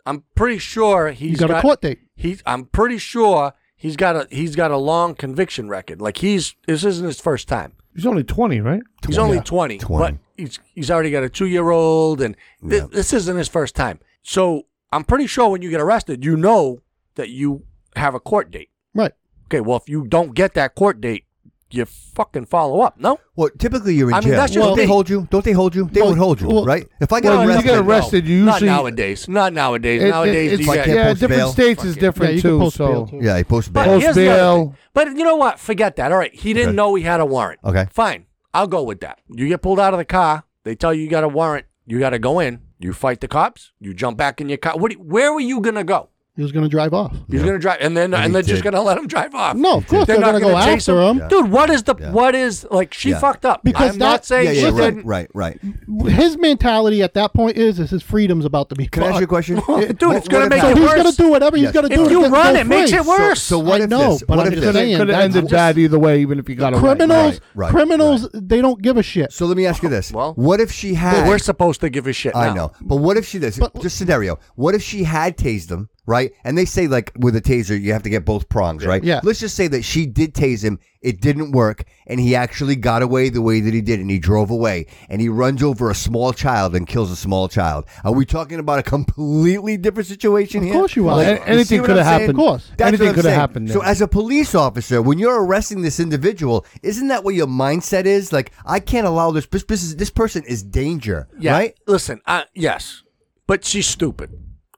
[SPEAKER 5] I'm pretty sure he's
[SPEAKER 2] got a court date.
[SPEAKER 5] He's I'm pretty sure he's got a he's got a long conviction record. Like he's this isn't his first time.
[SPEAKER 7] He's only twenty, right?
[SPEAKER 5] He's only 20,
[SPEAKER 4] 20.
[SPEAKER 5] but he's he's already got a two year old, and thi-
[SPEAKER 4] Yeah.
[SPEAKER 5] this isn't his first time. So I'm pretty sure when you get arrested, you know that you have a court date.
[SPEAKER 2] Right.
[SPEAKER 5] Okay, well if you don't get that court date, you fucking follow up. No,
[SPEAKER 4] Well, typically you're in
[SPEAKER 5] I mean,
[SPEAKER 4] jail.
[SPEAKER 5] that's just
[SPEAKER 4] don't they
[SPEAKER 5] me.
[SPEAKER 4] hold you? Don't they hold you? They
[SPEAKER 2] Well,
[SPEAKER 4] would hold you,
[SPEAKER 2] well-
[SPEAKER 4] right? If I
[SPEAKER 7] Well,
[SPEAKER 4] got
[SPEAKER 7] if you
[SPEAKER 4] arrested,
[SPEAKER 7] get arrested, you
[SPEAKER 5] not
[SPEAKER 7] usually
[SPEAKER 5] nowadays. Not nowadays.
[SPEAKER 7] it- it-
[SPEAKER 5] nowadays,
[SPEAKER 7] it's
[SPEAKER 5] these
[SPEAKER 4] like
[SPEAKER 5] guys-
[SPEAKER 4] can't
[SPEAKER 7] yeah,
[SPEAKER 4] post
[SPEAKER 7] different
[SPEAKER 4] bail.
[SPEAKER 7] states is different
[SPEAKER 2] Yeah, you can
[SPEAKER 7] too.
[SPEAKER 2] post bail,
[SPEAKER 7] So
[SPEAKER 2] too.
[SPEAKER 4] yeah, he posts
[SPEAKER 5] But
[SPEAKER 4] bail.
[SPEAKER 7] Post
[SPEAKER 5] here's the other
[SPEAKER 7] bail.
[SPEAKER 5] thing. But you know what? Forget that. All right, he didn't
[SPEAKER 4] Okay.
[SPEAKER 5] know he had a warrant.
[SPEAKER 4] Okay.
[SPEAKER 5] fine. I'll go with that. You get pulled out of the car. They tell you you got a warrant. You got to go in. You fight the cops. You jump back in your car. What? do you- Where were you gonna go?
[SPEAKER 2] He was going to drive off.
[SPEAKER 5] He's gonna drive, and then
[SPEAKER 4] And
[SPEAKER 5] and,
[SPEAKER 4] he
[SPEAKER 5] they're just
[SPEAKER 4] did.
[SPEAKER 5] gonna let him drive off.
[SPEAKER 2] No, of course
[SPEAKER 5] They're
[SPEAKER 2] they're,
[SPEAKER 5] not
[SPEAKER 2] going to go
[SPEAKER 5] gonna chase
[SPEAKER 2] after him.
[SPEAKER 5] dude. What is the
[SPEAKER 4] Yeah.
[SPEAKER 5] what is like? She
[SPEAKER 4] Yeah.
[SPEAKER 5] fucked up.
[SPEAKER 2] Because
[SPEAKER 5] I'm not
[SPEAKER 2] that-
[SPEAKER 5] saying
[SPEAKER 4] Yeah, yeah,
[SPEAKER 5] she
[SPEAKER 4] right,
[SPEAKER 5] didn't.
[SPEAKER 4] right, right.
[SPEAKER 2] His mentality at that point is is his freedom's about to be.
[SPEAKER 4] Can I ask you a question?
[SPEAKER 5] Dude, it's gonna
[SPEAKER 4] if
[SPEAKER 5] make
[SPEAKER 4] I-
[SPEAKER 2] So
[SPEAKER 5] it
[SPEAKER 2] he's
[SPEAKER 5] worse?
[SPEAKER 2] going to do whatever
[SPEAKER 4] Yes.
[SPEAKER 2] he's going to
[SPEAKER 5] If
[SPEAKER 2] do. to
[SPEAKER 5] you
[SPEAKER 2] get
[SPEAKER 5] run,
[SPEAKER 2] go
[SPEAKER 5] it makes
[SPEAKER 2] free.
[SPEAKER 5] it worse.
[SPEAKER 4] So what
[SPEAKER 2] I
[SPEAKER 4] if
[SPEAKER 2] know,
[SPEAKER 4] this?
[SPEAKER 2] but
[SPEAKER 4] what
[SPEAKER 2] I'm
[SPEAKER 4] if
[SPEAKER 2] just
[SPEAKER 4] this?
[SPEAKER 2] saying
[SPEAKER 7] could have
[SPEAKER 2] that's-
[SPEAKER 7] ended that either way, even if he got away.
[SPEAKER 2] Criminals,
[SPEAKER 4] right, right.
[SPEAKER 2] criminals, they don't give a shit.
[SPEAKER 4] So let me ask you this.
[SPEAKER 5] Well-
[SPEAKER 4] what if she had?
[SPEAKER 5] But we're supposed to give a shit.
[SPEAKER 4] I
[SPEAKER 5] now.
[SPEAKER 4] know, but what if she this?
[SPEAKER 2] But-
[SPEAKER 4] just scenario. What if she had tased him? right? And they say like with a taser, you have to get both prongs, right?
[SPEAKER 2] Yeah.
[SPEAKER 4] Let's just say that she did tase him. It didn't work, and he actually got away the way that he did, and he drove away, and he runs over a small child and kills a small child. Are we talking about a completely different situation here? Of
[SPEAKER 2] course you are. An- anything could have happened. Of course. Anything could have happened
[SPEAKER 4] So
[SPEAKER 2] there.
[SPEAKER 4] as a police officer, when you're arresting this individual, isn't that what your mindset is? Like, I can't allow this. This, this is this person is danger,
[SPEAKER 5] Yeah.
[SPEAKER 4] right?
[SPEAKER 5] Listen, I, yes, but she's stupid.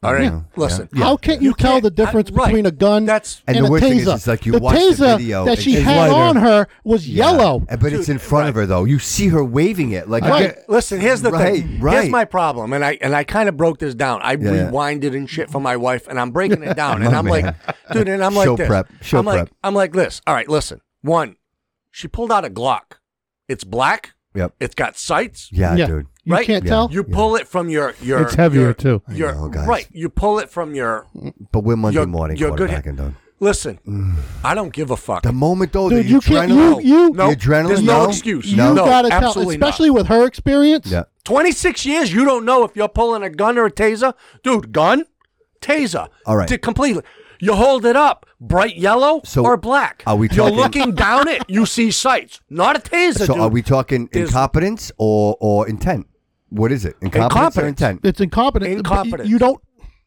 [SPEAKER 5] All right,
[SPEAKER 4] Yeah.
[SPEAKER 5] listen.
[SPEAKER 2] How can't you, tell the difference between a gun
[SPEAKER 5] That's-
[SPEAKER 4] And
[SPEAKER 2] and,
[SPEAKER 4] the
[SPEAKER 2] a
[SPEAKER 4] worst
[SPEAKER 2] taser?
[SPEAKER 4] thing is, it's like you
[SPEAKER 2] the
[SPEAKER 4] watch the
[SPEAKER 2] taser
[SPEAKER 4] video,
[SPEAKER 2] that
[SPEAKER 4] it
[SPEAKER 2] she
[SPEAKER 4] is
[SPEAKER 2] had
[SPEAKER 4] lighter.
[SPEAKER 2] on her was
[SPEAKER 4] Yeah.
[SPEAKER 2] yellow.
[SPEAKER 4] Uh, But it's in front of her though. You see her waving it. Like
[SPEAKER 5] I get- listen, here's the
[SPEAKER 4] Right,
[SPEAKER 5] thing.
[SPEAKER 4] right.
[SPEAKER 5] Here's my problem, and I and I kind of broke this down. I
[SPEAKER 4] Yeah, yeah.
[SPEAKER 5] rewinded and shit for my wife, and I'm breaking it down, and
[SPEAKER 4] My
[SPEAKER 5] I'm
[SPEAKER 4] man.
[SPEAKER 5] like, dude, and I'm like,
[SPEAKER 4] Show
[SPEAKER 5] this.
[SPEAKER 4] prep, show
[SPEAKER 5] I'm
[SPEAKER 4] prep.
[SPEAKER 5] like, I'm like this. All right, listen. One, she pulled out a Glock. It's black.
[SPEAKER 4] Yep.
[SPEAKER 5] It's got sights.
[SPEAKER 4] Yeah,
[SPEAKER 2] Yeah.
[SPEAKER 4] dude.
[SPEAKER 2] you
[SPEAKER 5] right?
[SPEAKER 2] can't
[SPEAKER 4] Yeah.
[SPEAKER 2] tell.
[SPEAKER 5] You pull it from your your.
[SPEAKER 7] It's heavier,
[SPEAKER 5] your-
[SPEAKER 7] too.
[SPEAKER 4] I
[SPEAKER 5] Your,
[SPEAKER 4] know, guys.
[SPEAKER 5] right. You pull it from your.
[SPEAKER 4] But we're Monday
[SPEAKER 5] You're-
[SPEAKER 4] morning
[SPEAKER 5] you're good-
[SPEAKER 4] quarterback and done.
[SPEAKER 5] Listen, I don't give a fuck.
[SPEAKER 4] Mm. The moment though,
[SPEAKER 2] Dude,
[SPEAKER 4] the
[SPEAKER 2] you
[SPEAKER 4] adrenaline,
[SPEAKER 2] can't- you- you-
[SPEAKER 4] the adrenaline.
[SPEAKER 5] There's no excuse.
[SPEAKER 4] No,
[SPEAKER 2] you
[SPEAKER 5] No,
[SPEAKER 2] gotta tell,
[SPEAKER 5] absolutely not.
[SPEAKER 2] especially with her experience.
[SPEAKER 4] yeah,
[SPEAKER 5] 26 years, you don't know if you're pulling a gun or a taser. Dude, gun, taser.
[SPEAKER 4] All right.
[SPEAKER 5] Di- completely. You hold it up, bright yellow
[SPEAKER 4] So,
[SPEAKER 5] or black.
[SPEAKER 4] are we
[SPEAKER 5] You're
[SPEAKER 4] talking-
[SPEAKER 5] looking down it. You see sights, not a taser.
[SPEAKER 4] So
[SPEAKER 5] dude.
[SPEAKER 4] are we talking
[SPEAKER 5] There's-
[SPEAKER 4] incompetence or or intent? What is it? Incompetence, or
[SPEAKER 5] Incompetence.
[SPEAKER 4] intent?
[SPEAKER 2] It's incompetent. but y-
[SPEAKER 5] Incompetence.
[SPEAKER 2] You don't.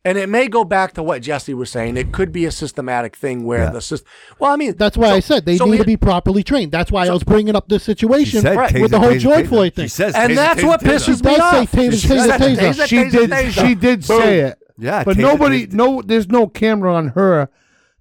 [SPEAKER 5] And it may go back to what Jesse was saying. It could be a systematic thing where
[SPEAKER 4] Yeah.
[SPEAKER 5] the system. Well, I mean,
[SPEAKER 2] That's why
[SPEAKER 5] so-
[SPEAKER 2] I said they
[SPEAKER 5] so
[SPEAKER 2] need
[SPEAKER 5] here-
[SPEAKER 2] to be properly trained. That's why I was bringing up this
[SPEAKER 4] She
[SPEAKER 2] situation
[SPEAKER 4] said
[SPEAKER 5] Right.
[SPEAKER 4] taser,
[SPEAKER 2] with the whole
[SPEAKER 4] taser,
[SPEAKER 2] George
[SPEAKER 4] taser.
[SPEAKER 2] Floyd thing.
[SPEAKER 4] She says
[SPEAKER 5] And
[SPEAKER 4] taser,
[SPEAKER 5] that's
[SPEAKER 4] taser,
[SPEAKER 5] what
[SPEAKER 4] taser.
[SPEAKER 5] pisses
[SPEAKER 2] She
[SPEAKER 5] me
[SPEAKER 2] does say
[SPEAKER 5] off.
[SPEAKER 2] taser,
[SPEAKER 5] She
[SPEAKER 2] taser,
[SPEAKER 5] said
[SPEAKER 2] taser.
[SPEAKER 5] taser,
[SPEAKER 7] She
[SPEAKER 5] taser,
[SPEAKER 7] did.
[SPEAKER 5] taser.
[SPEAKER 7] She did
[SPEAKER 5] Boom.
[SPEAKER 7] say it.
[SPEAKER 4] Yeah,
[SPEAKER 7] but
[SPEAKER 4] taser,
[SPEAKER 7] nobody.
[SPEAKER 4] taser.
[SPEAKER 7] No, there's no camera on her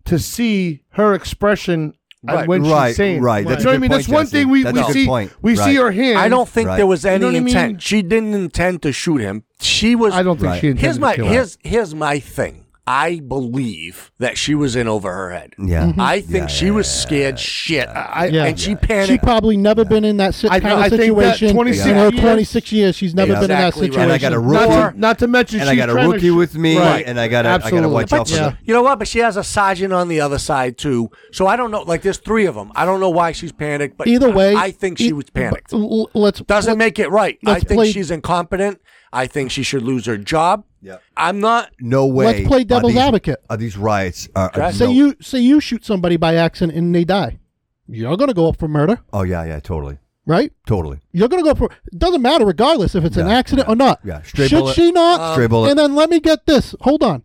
[SPEAKER 7] to see her expression.
[SPEAKER 5] Right,
[SPEAKER 7] when
[SPEAKER 4] right,
[SPEAKER 7] she's saying,
[SPEAKER 4] right.
[SPEAKER 7] You know
[SPEAKER 4] That's a
[SPEAKER 7] what I
[SPEAKER 4] good
[SPEAKER 7] mean?
[SPEAKER 4] point,
[SPEAKER 7] That's one
[SPEAKER 4] Jesse.
[SPEAKER 7] thing we,
[SPEAKER 4] That's
[SPEAKER 7] we
[SPEAKER 4] a good
[SPEAKER 7] see.
[SPEAKER 4] point.
[SPEAKER 7] We
[SPEAKER 4] Right.
[SPEAKER 7] see her hand.
[SPEAKER 5] I don't think
[SPEAKER 4] Right.
[SPEAKER 5] there was
[SPEAKER 7] You know
[SPEAKER 5] any
[SPEAKER 7] what I mean?
[SPEAKER 5] intent. She didn't intend to shoot him. She was.
[SPEAKER 7] I don't think
[SPEAKER 4] Right.
[SPEAKER 7] she intended
[SPEAKER 5] here's my
[SPEAKER 7] to kill her.
[SPEAKER 5] here's here's my thing. I believe that she was in over her head.
[SPEAKER 4] Yeah. Mhm.
[SPEAKER 2] Mm-hmm.
[SPEAKER 5] I think
[SPEAKER 4] Yeah,
[SPEAKER 5] she
[SPEAKER 4] yeah,
[SPEAKER 5] was scared shit,
[SPEAKER 7] Mm-hmm. I-
[SPEAKER 2] Yeah.
[SPEAKER 5] and she
[SPEAKER 2] She
[SPEAKER 5] panicked.
[SPEAKER 2] probably never been in that sit-
[SPEAKER 7] I-
[SPEAKER 2] kind
[SPEAKER 7] I
[SPEAKER 2] of
[SPEAKER 7] think that
[SPEAKER 2] situation.
[SPEAKER 7] 26
[SPEAKER 2] in her
[SPEAKER 7] years-
[SPEAKER 2] 26 years, she's never
[SPEAKER 4] Yeah.
[SPEAKER 2] been in that
[SPEAKER 5] Exactly
[SPEAKER 2] situation.
[SPEAKER 5] right.
[SPEAKER 4] And I got a
[SPEAKER 7] Not
[SPEAKER 4] ruler,
[SPEAKER 7] to, not to mention,
[SPEAKER 4] and I
[SPEAKER 7] she's
[SPEAKER 4] got a
[SPEAKER 7] trying to
[SPEAKER 4] rookie
[SPEAKER 7] sh-
[SPEAKER 4] with me,
[SPEAKER 7] Right.
[SPEAKER 4] and I got to I got to
[SPEAKER 7] Absolutely.
[SPEAKER 4] watch
[SPEAKER 7] But
[SPEAKER 4] out for
[SPEAKER 2] yeah.
[SPEAKER 4] that.
[SPEAKER 5] You know what? But she has a sergeant on the other side too. So I don't know. Like there's three of them. I don't know why she's panicked. But
[SPEAKER 2] Either way,
[SPEAKER 5] I, I think she
[SPEAKER 2] e-
[SPEAKER 5] was panicked.
[SPEAKER 2] but l- Let's
[SPEAKER 5] Doesn't make it right. I
[SPEAKER 2] let's
[SPEAKER 5] think
[SPEAKER 2] play-
[SPEAKER 5] she's incompetent. I think she should lose her job.
[SPEAKER 4] Yep.
[SPEAKER 5] I'm not.
[SPEAKER 4] No way.
[SPEAKER 2] Let's play
[SPEAKER 4] are
[SPEAKER 2] devil's
[SPEAKER 4] these-
[SPEAKER 2] advocate.
[SPEAKER 4] Are these riots? Are, are,
[SPEAKER 5] Correct.
[SPEAKER 2] say
[SPEAKER 4] no-
[SPEAKER 2] you say you shoot somebody by accident and they die. You're gonna go up for murder,
[SPEAKER 4] Oh yeah, yeah, totally,
[SPEAKER 2] right?
[SPEAKER 4] totally.
[SPEAKER 2] You're gonna go for. It doesn't matter, regardless if it's an
[SPEAKER 4] Yeah,
[SPEAKER 2] accident
[SPEAKER 4] yeah,
[SPEAKER 2] or not.
[SPEAKER 4] yeah. Straight
[SPEAKER 2] Should
[SPEAKER 4] bullet, Uh,
[SPEAKER 2] she not?
[SPEAKER 4] straight bullet.
[SPEAKER 2] Uh, And then let me get this. Hold on.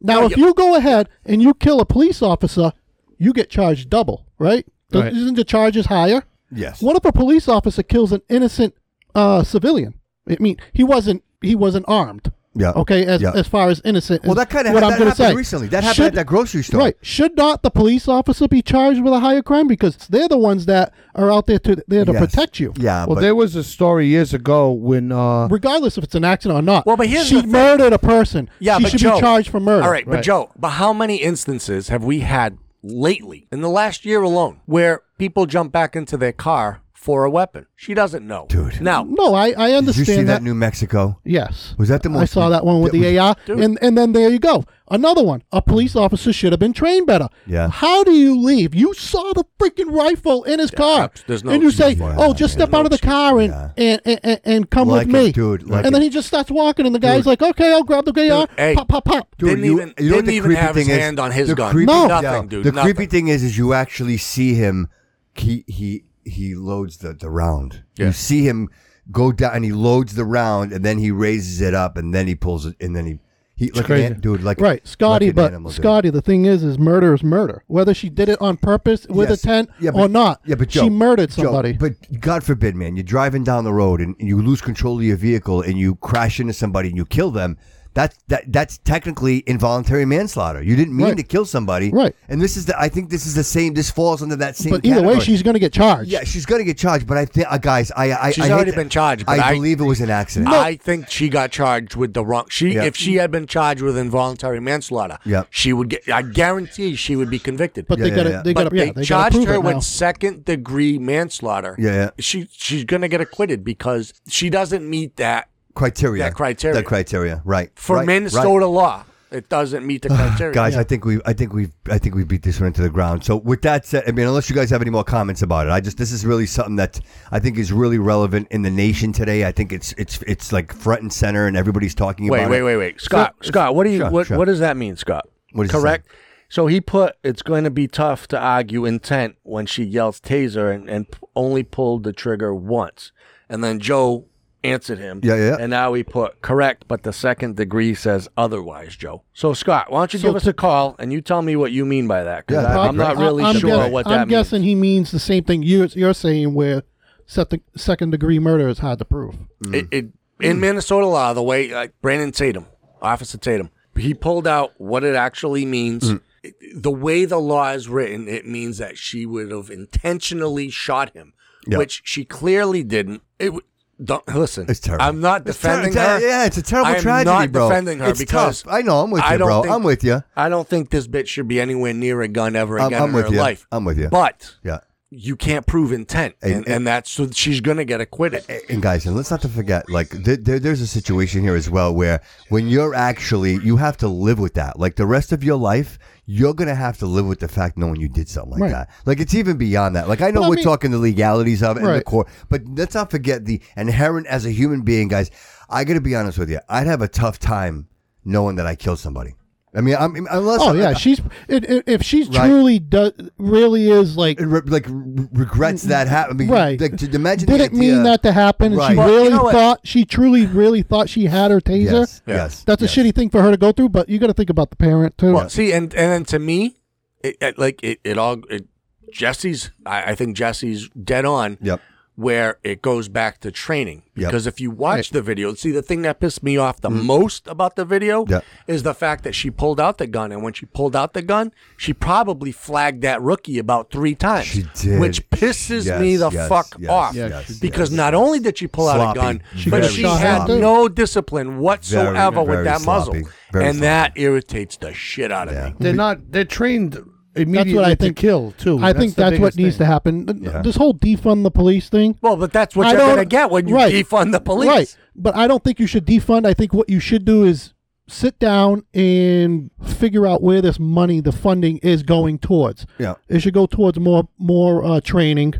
[SPEAKER 2] Now,
[SPEAKER 5] No,
[SPEAKER 2] if
[SPEAKER 5] you-
[SPEAKER 2] you go ahead and you kill a police officer, you get charged double, right? Th-
[SPEAKER 7] Right.
[SPEAKER 2] Isn't the charges higher?
[SPEAKER 4] Yes.
[SPEAKER 2] What if a police officer kills an innocent uh, civilian? I mean, he wasn't he wasn't armed.
[SPEAKER 4] Yeah.
[SPEAKER 2] Okay. As,
[SPEAKER 4] Yeah.
[SPEAKER 2] as far as innocent.
[SPEAKER 4] Well,
[SPEAKER 2] is
[SPEAKER 4] that kinda
[SPEAKER 2] what
[SPEAKER 4] ha-
[SPEAKER 2] I'm
[SPEAKER 4] that
[SPEAKER 2] gonna
[SPEAKER 4] happened
[SPEAKER 2] say.
[SPEAKER 4] recently. That happened at that grocery store.
[SPEAKER 2] Right. Should not the police officer be charged with a higher crime because they're the ones that are out there to there to
[SPEAKER 4] Yes.
[SPEAKER 2] protect you?
[SPEAKER 4] Yeah.
[SPEAKER 7] Well,
[SPEAKER 4] but
[SPEAKER 7] there was a story years ago when uh,
[SPEAKER 2] Regardless if it's an accident or not.
[SPEAKER 5] Well, but here's
[SPEAKER 2] she
[SPEAKER 5] the thing.
[SPEAKER 2] murdered a person.
[SPEAKER 5] Yeah,
[SPEAKER 2] she
[SPEAKER 5] but
[SPEAKER 2] should
[SPEAKER 5] Joe,
[SPEAKER 2] be charged for murder.
[SPEAKER 5] All right, but
[SPEAKER 7] Right.
[SPEAKER 5] Joe, but how many instances have we had lately in the last year alone where people jump back into their car for a weapon? She doesn't know,
[SPEAKER 4] Dude.
[SPEAKER 5] Now,
[SPEAKER 2] No, I I
[SPEAKER 4] did you
[SPEAKER 2] understand
[SPEAKER 4] see that, New Mexico?
[SPEAKER 2] Yes.
[SPEAKER 4] Was that the
[SPEAKER 2] I
[SPEAKER 4] most-
[SPEAKER 2] saw that one with
[SPEAKER 4] that
[SPEAKER 2] the
[SPEAKER 4] was-
[SPEAKER 2] AR. And and then there you go. Another one. A police officer should have been trained better.
[SPEAKER 4] Yeah.
[SPEAKER 2] How do you leave? You saw the freaking rifle in his car.
[SPEAKER 5] abs- there's no
[SPEAKER 2] and you
[SPEAKER 5] excuse
[SPEAKER 2] say,
[SPEAKER 4] for
[SPEAKER 2] "Oh,
[SPEAKER 4] that,
[SPEAKER 2] just
[SPEAKER 4] yeah.
[SPEAKER 2] step out of the car and
[SPEAKER 4] Yeah.
[SPEAKER 2] and, and, and, and come
[SPEAKER 4] Like
[SPEAKER 2] with
[SPEAKER 4] it,
[SPEAKER 2] me."
[SPEAKER 4] dude, like
[SPEAKER 2] and then
[SPEAKER 4] it.
[SPEAKER 2] he just starts walking and the guy's like, "Okay, I'll grab the AR."
[SPEAKER 5] hey.
[SPEAKER 2] Pop pop pop.
[SPEAKER 5] Dude, Didn't even-
[SPEAKER 4] what
[SPEAKER 5] didn't
[SPEAKER 4] the
[SPEAKER 5] even
[SPEAKER 4] creepy
[SPEAKER 5] have his
[SPEAKER 4] thing is?
[SPEAKER 5] hand on his
[SPEAKER 4] The
[SPEAKER 5] gun.
[SPEAKER 4] creepy-
[SPEAKER 2] No.
[SPEAKER 5] Nothing, dude,
[SPEAKER 4] The creepy
[SPEAKER 5] nothing.
[SPEAKER 4] thing is, is you actually see him. He he he loads the the round. You see him go down, and he loads the round, and then he raises it up, and then he pulls it, and then he he like an
[SPEAKER 7] crazy.
[SPEAKER 4] an, dude like
[SPEAKER 2] Right, Scotty,
[SPEAKER 4] like an
[SPEAKER 2] but
[SPEAKER 4] animal, dude.
[SPEAKER 2] Scotty, the thing is, is murder is murder, whether she did it on purpose with
[SPEAKER 4] Yes.
[SPEAKER 2] intent
[SPEAKER 4] Yeah,
[SPEAKER 2] or
[SPEAKER 4] but-
[SPEAKER 2] not.
[SPEAKER 4] Yeah, but Joe,
[SPEAKER 2] she murdered
[SPEAKER 4] Joe,
[SPEAKER 2] somebody.
[SPEAKER 4] but God forbid, man, you're driving down the road and you lose control of your vehicle and you crash into somebody and you kill them. That's that that's technically involuntary manslaughter. You didn't mean
[SPEAKER 2] Right.
[SPEAKER 4] to kill somebody,
[SPEAKER 2] Right.
[SPEAKER 4] And this is the I think this is the same. This falls under that same.
[SPEAKER 2] But either way,
[SPEAKER 4] category.
[SPEAKER 2] she's going to get charged.
[SPEAKER 4] yeah, she's gonna get charged. But I think, uh, guys, I I
[SPEAKER 5] She's
[SPEAKER 4] I hate
[SPEAKER 5] already
[SPEAKER 4] to-
[SPEAKER 5] been charged, but
[SPEAKER 4] I,
[SPEAKER 5] I-
[SPEAKER 4] believe it was an accident.
[SPEAKER 5] I think she got charged with the wrong. She
[SPEAKER 4] Yeah.
[SPEAKER 5] if she had been charged with involuntary manslaughter,
[SPEAKER 4] Yeah.
[SPEAKER 5] she would get. I guarantee she would be convicted.
[SPEAKER 2] But they
[SPEAKER 4] yeah,
[SPEAKER 2] got to
[SPEAKER 4] yeah.
[SPEAKER 2] they got
[SPEAKER 5] But
[SPEAKER 2] to
[SPEAKER 5] they
[SPEAKER 2] yeah, they gotta
[SPEAKER 5] charged
[SPEAKER 2] prove
[SPEAKER 5] her
[SPEAKER 2] it
[SPEAKER 5] with
[SPEAKER 2] now.
[SPEAKER 5] second degree manslaughter.
[SPEAKER 4] Yeah, yeah.
[SPEAKER 5] She she's gonna get acquitted because she doesn't meet that
[SPEAKER 4] criteria.
[SPEAKER 5] That criteria.
[SPEAKER 4] That criteria. Right.
[SPEAKER 5] for
[SPEAKER 4] right, right.
[SPEAKER 5] Minnesota law. It doesn't meet the criteria.
[SPEAKER 4] Guys, I think we, I think we, I think we beat this one into the ground. So with that said, I mean, unless you guys have any more comments about it, I just this is really something that I think is really relevant in the nation today. I think it's it's it's like front and center, and everybody's talking
[SPEAKER 5] wait,
[SPEAKER 4] about
[SPEAKER 5] wait,
[SPEAKER 4] it.
[SPEAKER 5] wait, wait, Scott, Scott, what do you
[SPEAKER 4] Sure,
[SPEAKER 5] what
[SPEAKER 4] sure.
[SPEAKER 5] what does that mean, Scott?
[SPEAKER 4] What does it
[SPEAKER 5] Correct. So he put it's going to be tough to argue intent when she yells taser and, and p- only pulled the trigger once, and then Joe answered him.
[SPEAKER 4] Yeah, yeah.
[SPEAKER 5] And now he put correct, but the second degree says otherwise, Joe. So Scott, why don't you
[SPEAKER 2] So
[SPEAKER 5] give us a call and you tell me what you mean by that? 'cause
[SPEAKER 4] Yeah,
[SPEAKER 5] I,
[SPEAKER 4] that'd
[SPEAKER 5] am
[SPEAKER 4] be
[SPEAKER 5] not
[SPEAKER 4] great.
[SPEAKER 5] really
[SPEAKER 2] I'm
[SPEAKER 5] sure
[SPEAKER 2] guess-
[SPEAKER 5] what
[SPEAKER 2] I'm
[SPEAKER 5] that means.
[SPEAKER 2] guessing he means the same thing you're, you're saying, where set the second degree murder is hard to prove.
[SPEAKER 5] It, it
[SPEAKER 4] Mm.
[SPEAKER 5] in Minnesota law, the way like Brandon Tatum, Officer Tatum, he pulled out what it actually means.
[SPEAKER 4] Mm.
[SPEAKER 5] It- the way the law is written, it means that she would have intentionally shot him,
[SPEAKER 4] Yeah.
[SPEAKER 5] which she clearly didn't. It w- don't listen.
[SPEAKER 4] It's terrible.
[SPEAKER 5] I'm not
[SPEAKER 4] It's ter-
[SPEAKER 5] defending
[SPEAKER 4] it's a-
[SPEAKER 5] her.
[SPEAKER 4] yeah, it's a terrible
[SPEAKER 5] I am
[SPEAKER 4] tragedy,
[SPEAKER 5] not
[SPEAKER 4] bro.
[SPEAKER 5] defending her
[SPEAKER 4] It's
[SPEAKER 5] because
[SPEAKER 4] tough. I know, I'm with
[SPEAKER 5] I
[SPEAKER 4] you,
[SPEAKER 5] don't
[SPEAKER 4] bro.
[SPEAKER 5] think-
[SPEAKER 4] I'm with you.
[SPEAKER 5] I don't think this bitch should be anywhere near a gun ever
[SPEAKER 4] I'm-
[SPEAKER 5] again
[SPEAKER 4] I'm
[SPEAKER 5] in
[SPEAKER 4] with
[SPEAKER 5] her
[SPEAKER 4] you.
[SPEAKER 5] life.
[SPEAKER 4] I'm with you.
[SPEAKER 5] But
[SPEAKER 4] Yeah.
[SPEAKER 5] you can't prove intent,
[SPEAKER 4] And-
[SPEAKER 5] and, and, that's so she's gonna get acquitted.
[SPEAKER 4] and guys, and let's not to forget, like there, there, there's a situation here as well where when you're actually you have to live with that. Like the rest of your life, you're gonna have to live with the fact knowing you did something like
[SPEAKER 2] Right.
[SPEAKER 4] that. Like it's even beyond that. Like I know
[SPEAKER 2] But I
[SPEAKER 4] we're
[SPEAKER 2] mean-
[SPEAKER 4] talking the legalities of it and the
[SPEAKER 2] Right.
[SPEAKER 4] court, but let's not forget the inherent as a human being, guys. I gotta be honest with you, I'd have a tough time knowing that I killed somebody. I mean, I'm unless
[SPEAKER 2] Oh yeah, she's it, it, if she's
[SPEAKER 4] Right.
[SPEAKER 2] truly does really is like
[SPEAKER 4] it re- like re- regrets that happened.
[SPEAKER 2] right.
[SPEAKER 4] Like to imagine the
[SPEAKER 2] didn't mean
[SPEAKER 4] idea-
[SPEAKER 2] that to happen, and
[SPEAKER 4] Right.
[SPEAKER 2] she
[SPEAKER 4] Well,
[SPEAKER 5] you
[SPEAKER 2] really
[SPEAKER 5] know what-
[SPEAKER 2] thought she truly really thought she had her taser.
[SPEAKER 4] Yes, yes,
[SPEAKER 2] That's
[SPEAKER 4] yes.
[SPEAKER 2] a shitty thing for her to go through, but you got to think about the parent too.
[SPEAKER 5] Well, see, and and then to me, it, it like it, it all it, Jesse's. I, I think Jesse's dead on.
[SPEAKER 4] Yep.
[SPEAKER 5] Where it goes back to training
[SPEAKER 4] Yep. Mm-hmm.
[SPEAKER 5] because if you watch the video, see the thing that pissed me off the most about the video
[SPEAKER 4] Yep.
[SPEAKER 5] is the fact that she pulled out the gun, and when she pulled out the gun, she probably flagged that rookie about three times,
[SPEAKER 4] She did.
[SPEAKER 5] which pisses
[SPEAKER 4] Yes,
[SPEAKER 5] me the
[SPEAKER 4] yes,
[SPEAKER 5] fuck
[SPEAKER 4] yes,
[SPEAKER 5] off
[SPEAKER 4] yes, yes,
[SPEAKER 5] because
[SPEAKER 4] yes.
[SPEAKER 5] not only did she pull out
[SPEAKER 4] Sloppy.
[SPEAKER 5] a gun,
[SPEAKER 4] She
[SPEAKER 5] but
[SPEAKER 4] very
[SPEAKER 5] she had
[SPEAKER 4] sloppy.
[SPEAKER 5] no discipline whatsoever
[SPEAKER 4] very
[SPEAKER 5] with that
[SPEAKER 4] sloppy.
[SPEAKER 5] muzzle,
[SPEAKER 4] Very
[SPEAKER 5] and
[SPEAKER 4] sloppy.
[SPEAKER 5] that irritates the shit out of me.
[SPEAKER 7] They're not. They're trained immediately
[SPEAKER 2] that's what I think.
[SPEAKER 7] to kill too.
[SPEAKER 2] I think
[SPEAKER 7] the
[SPEAKER 2] that's what
[SPEAKER 7] biggest
[SPEAKER 2] needs
[SPEAKER 7] thing.
[SPEAKER 2] to happen. Th-
[SPEAKER 4] Yeah.
[SPEAKER 2] This whole defund the police thing.
[SPEAKER 5] Well, but that's what
[SPEAKER 2] I
[SPEAKER 5] you're
[SPEAKER 2] don't-
[SPEAKER 5] going to get when you
[SPEAKER 2] right.
[SPEAKER 5] defund the police.
[SPEAKER 2] Right. But I don't think you should defund. I think what you should do is sit down and figure out where this money, the funding, is going towards.
[SPEAKER 4] Yeah.
[SPEAKER 2] It should go towards more more uh, training,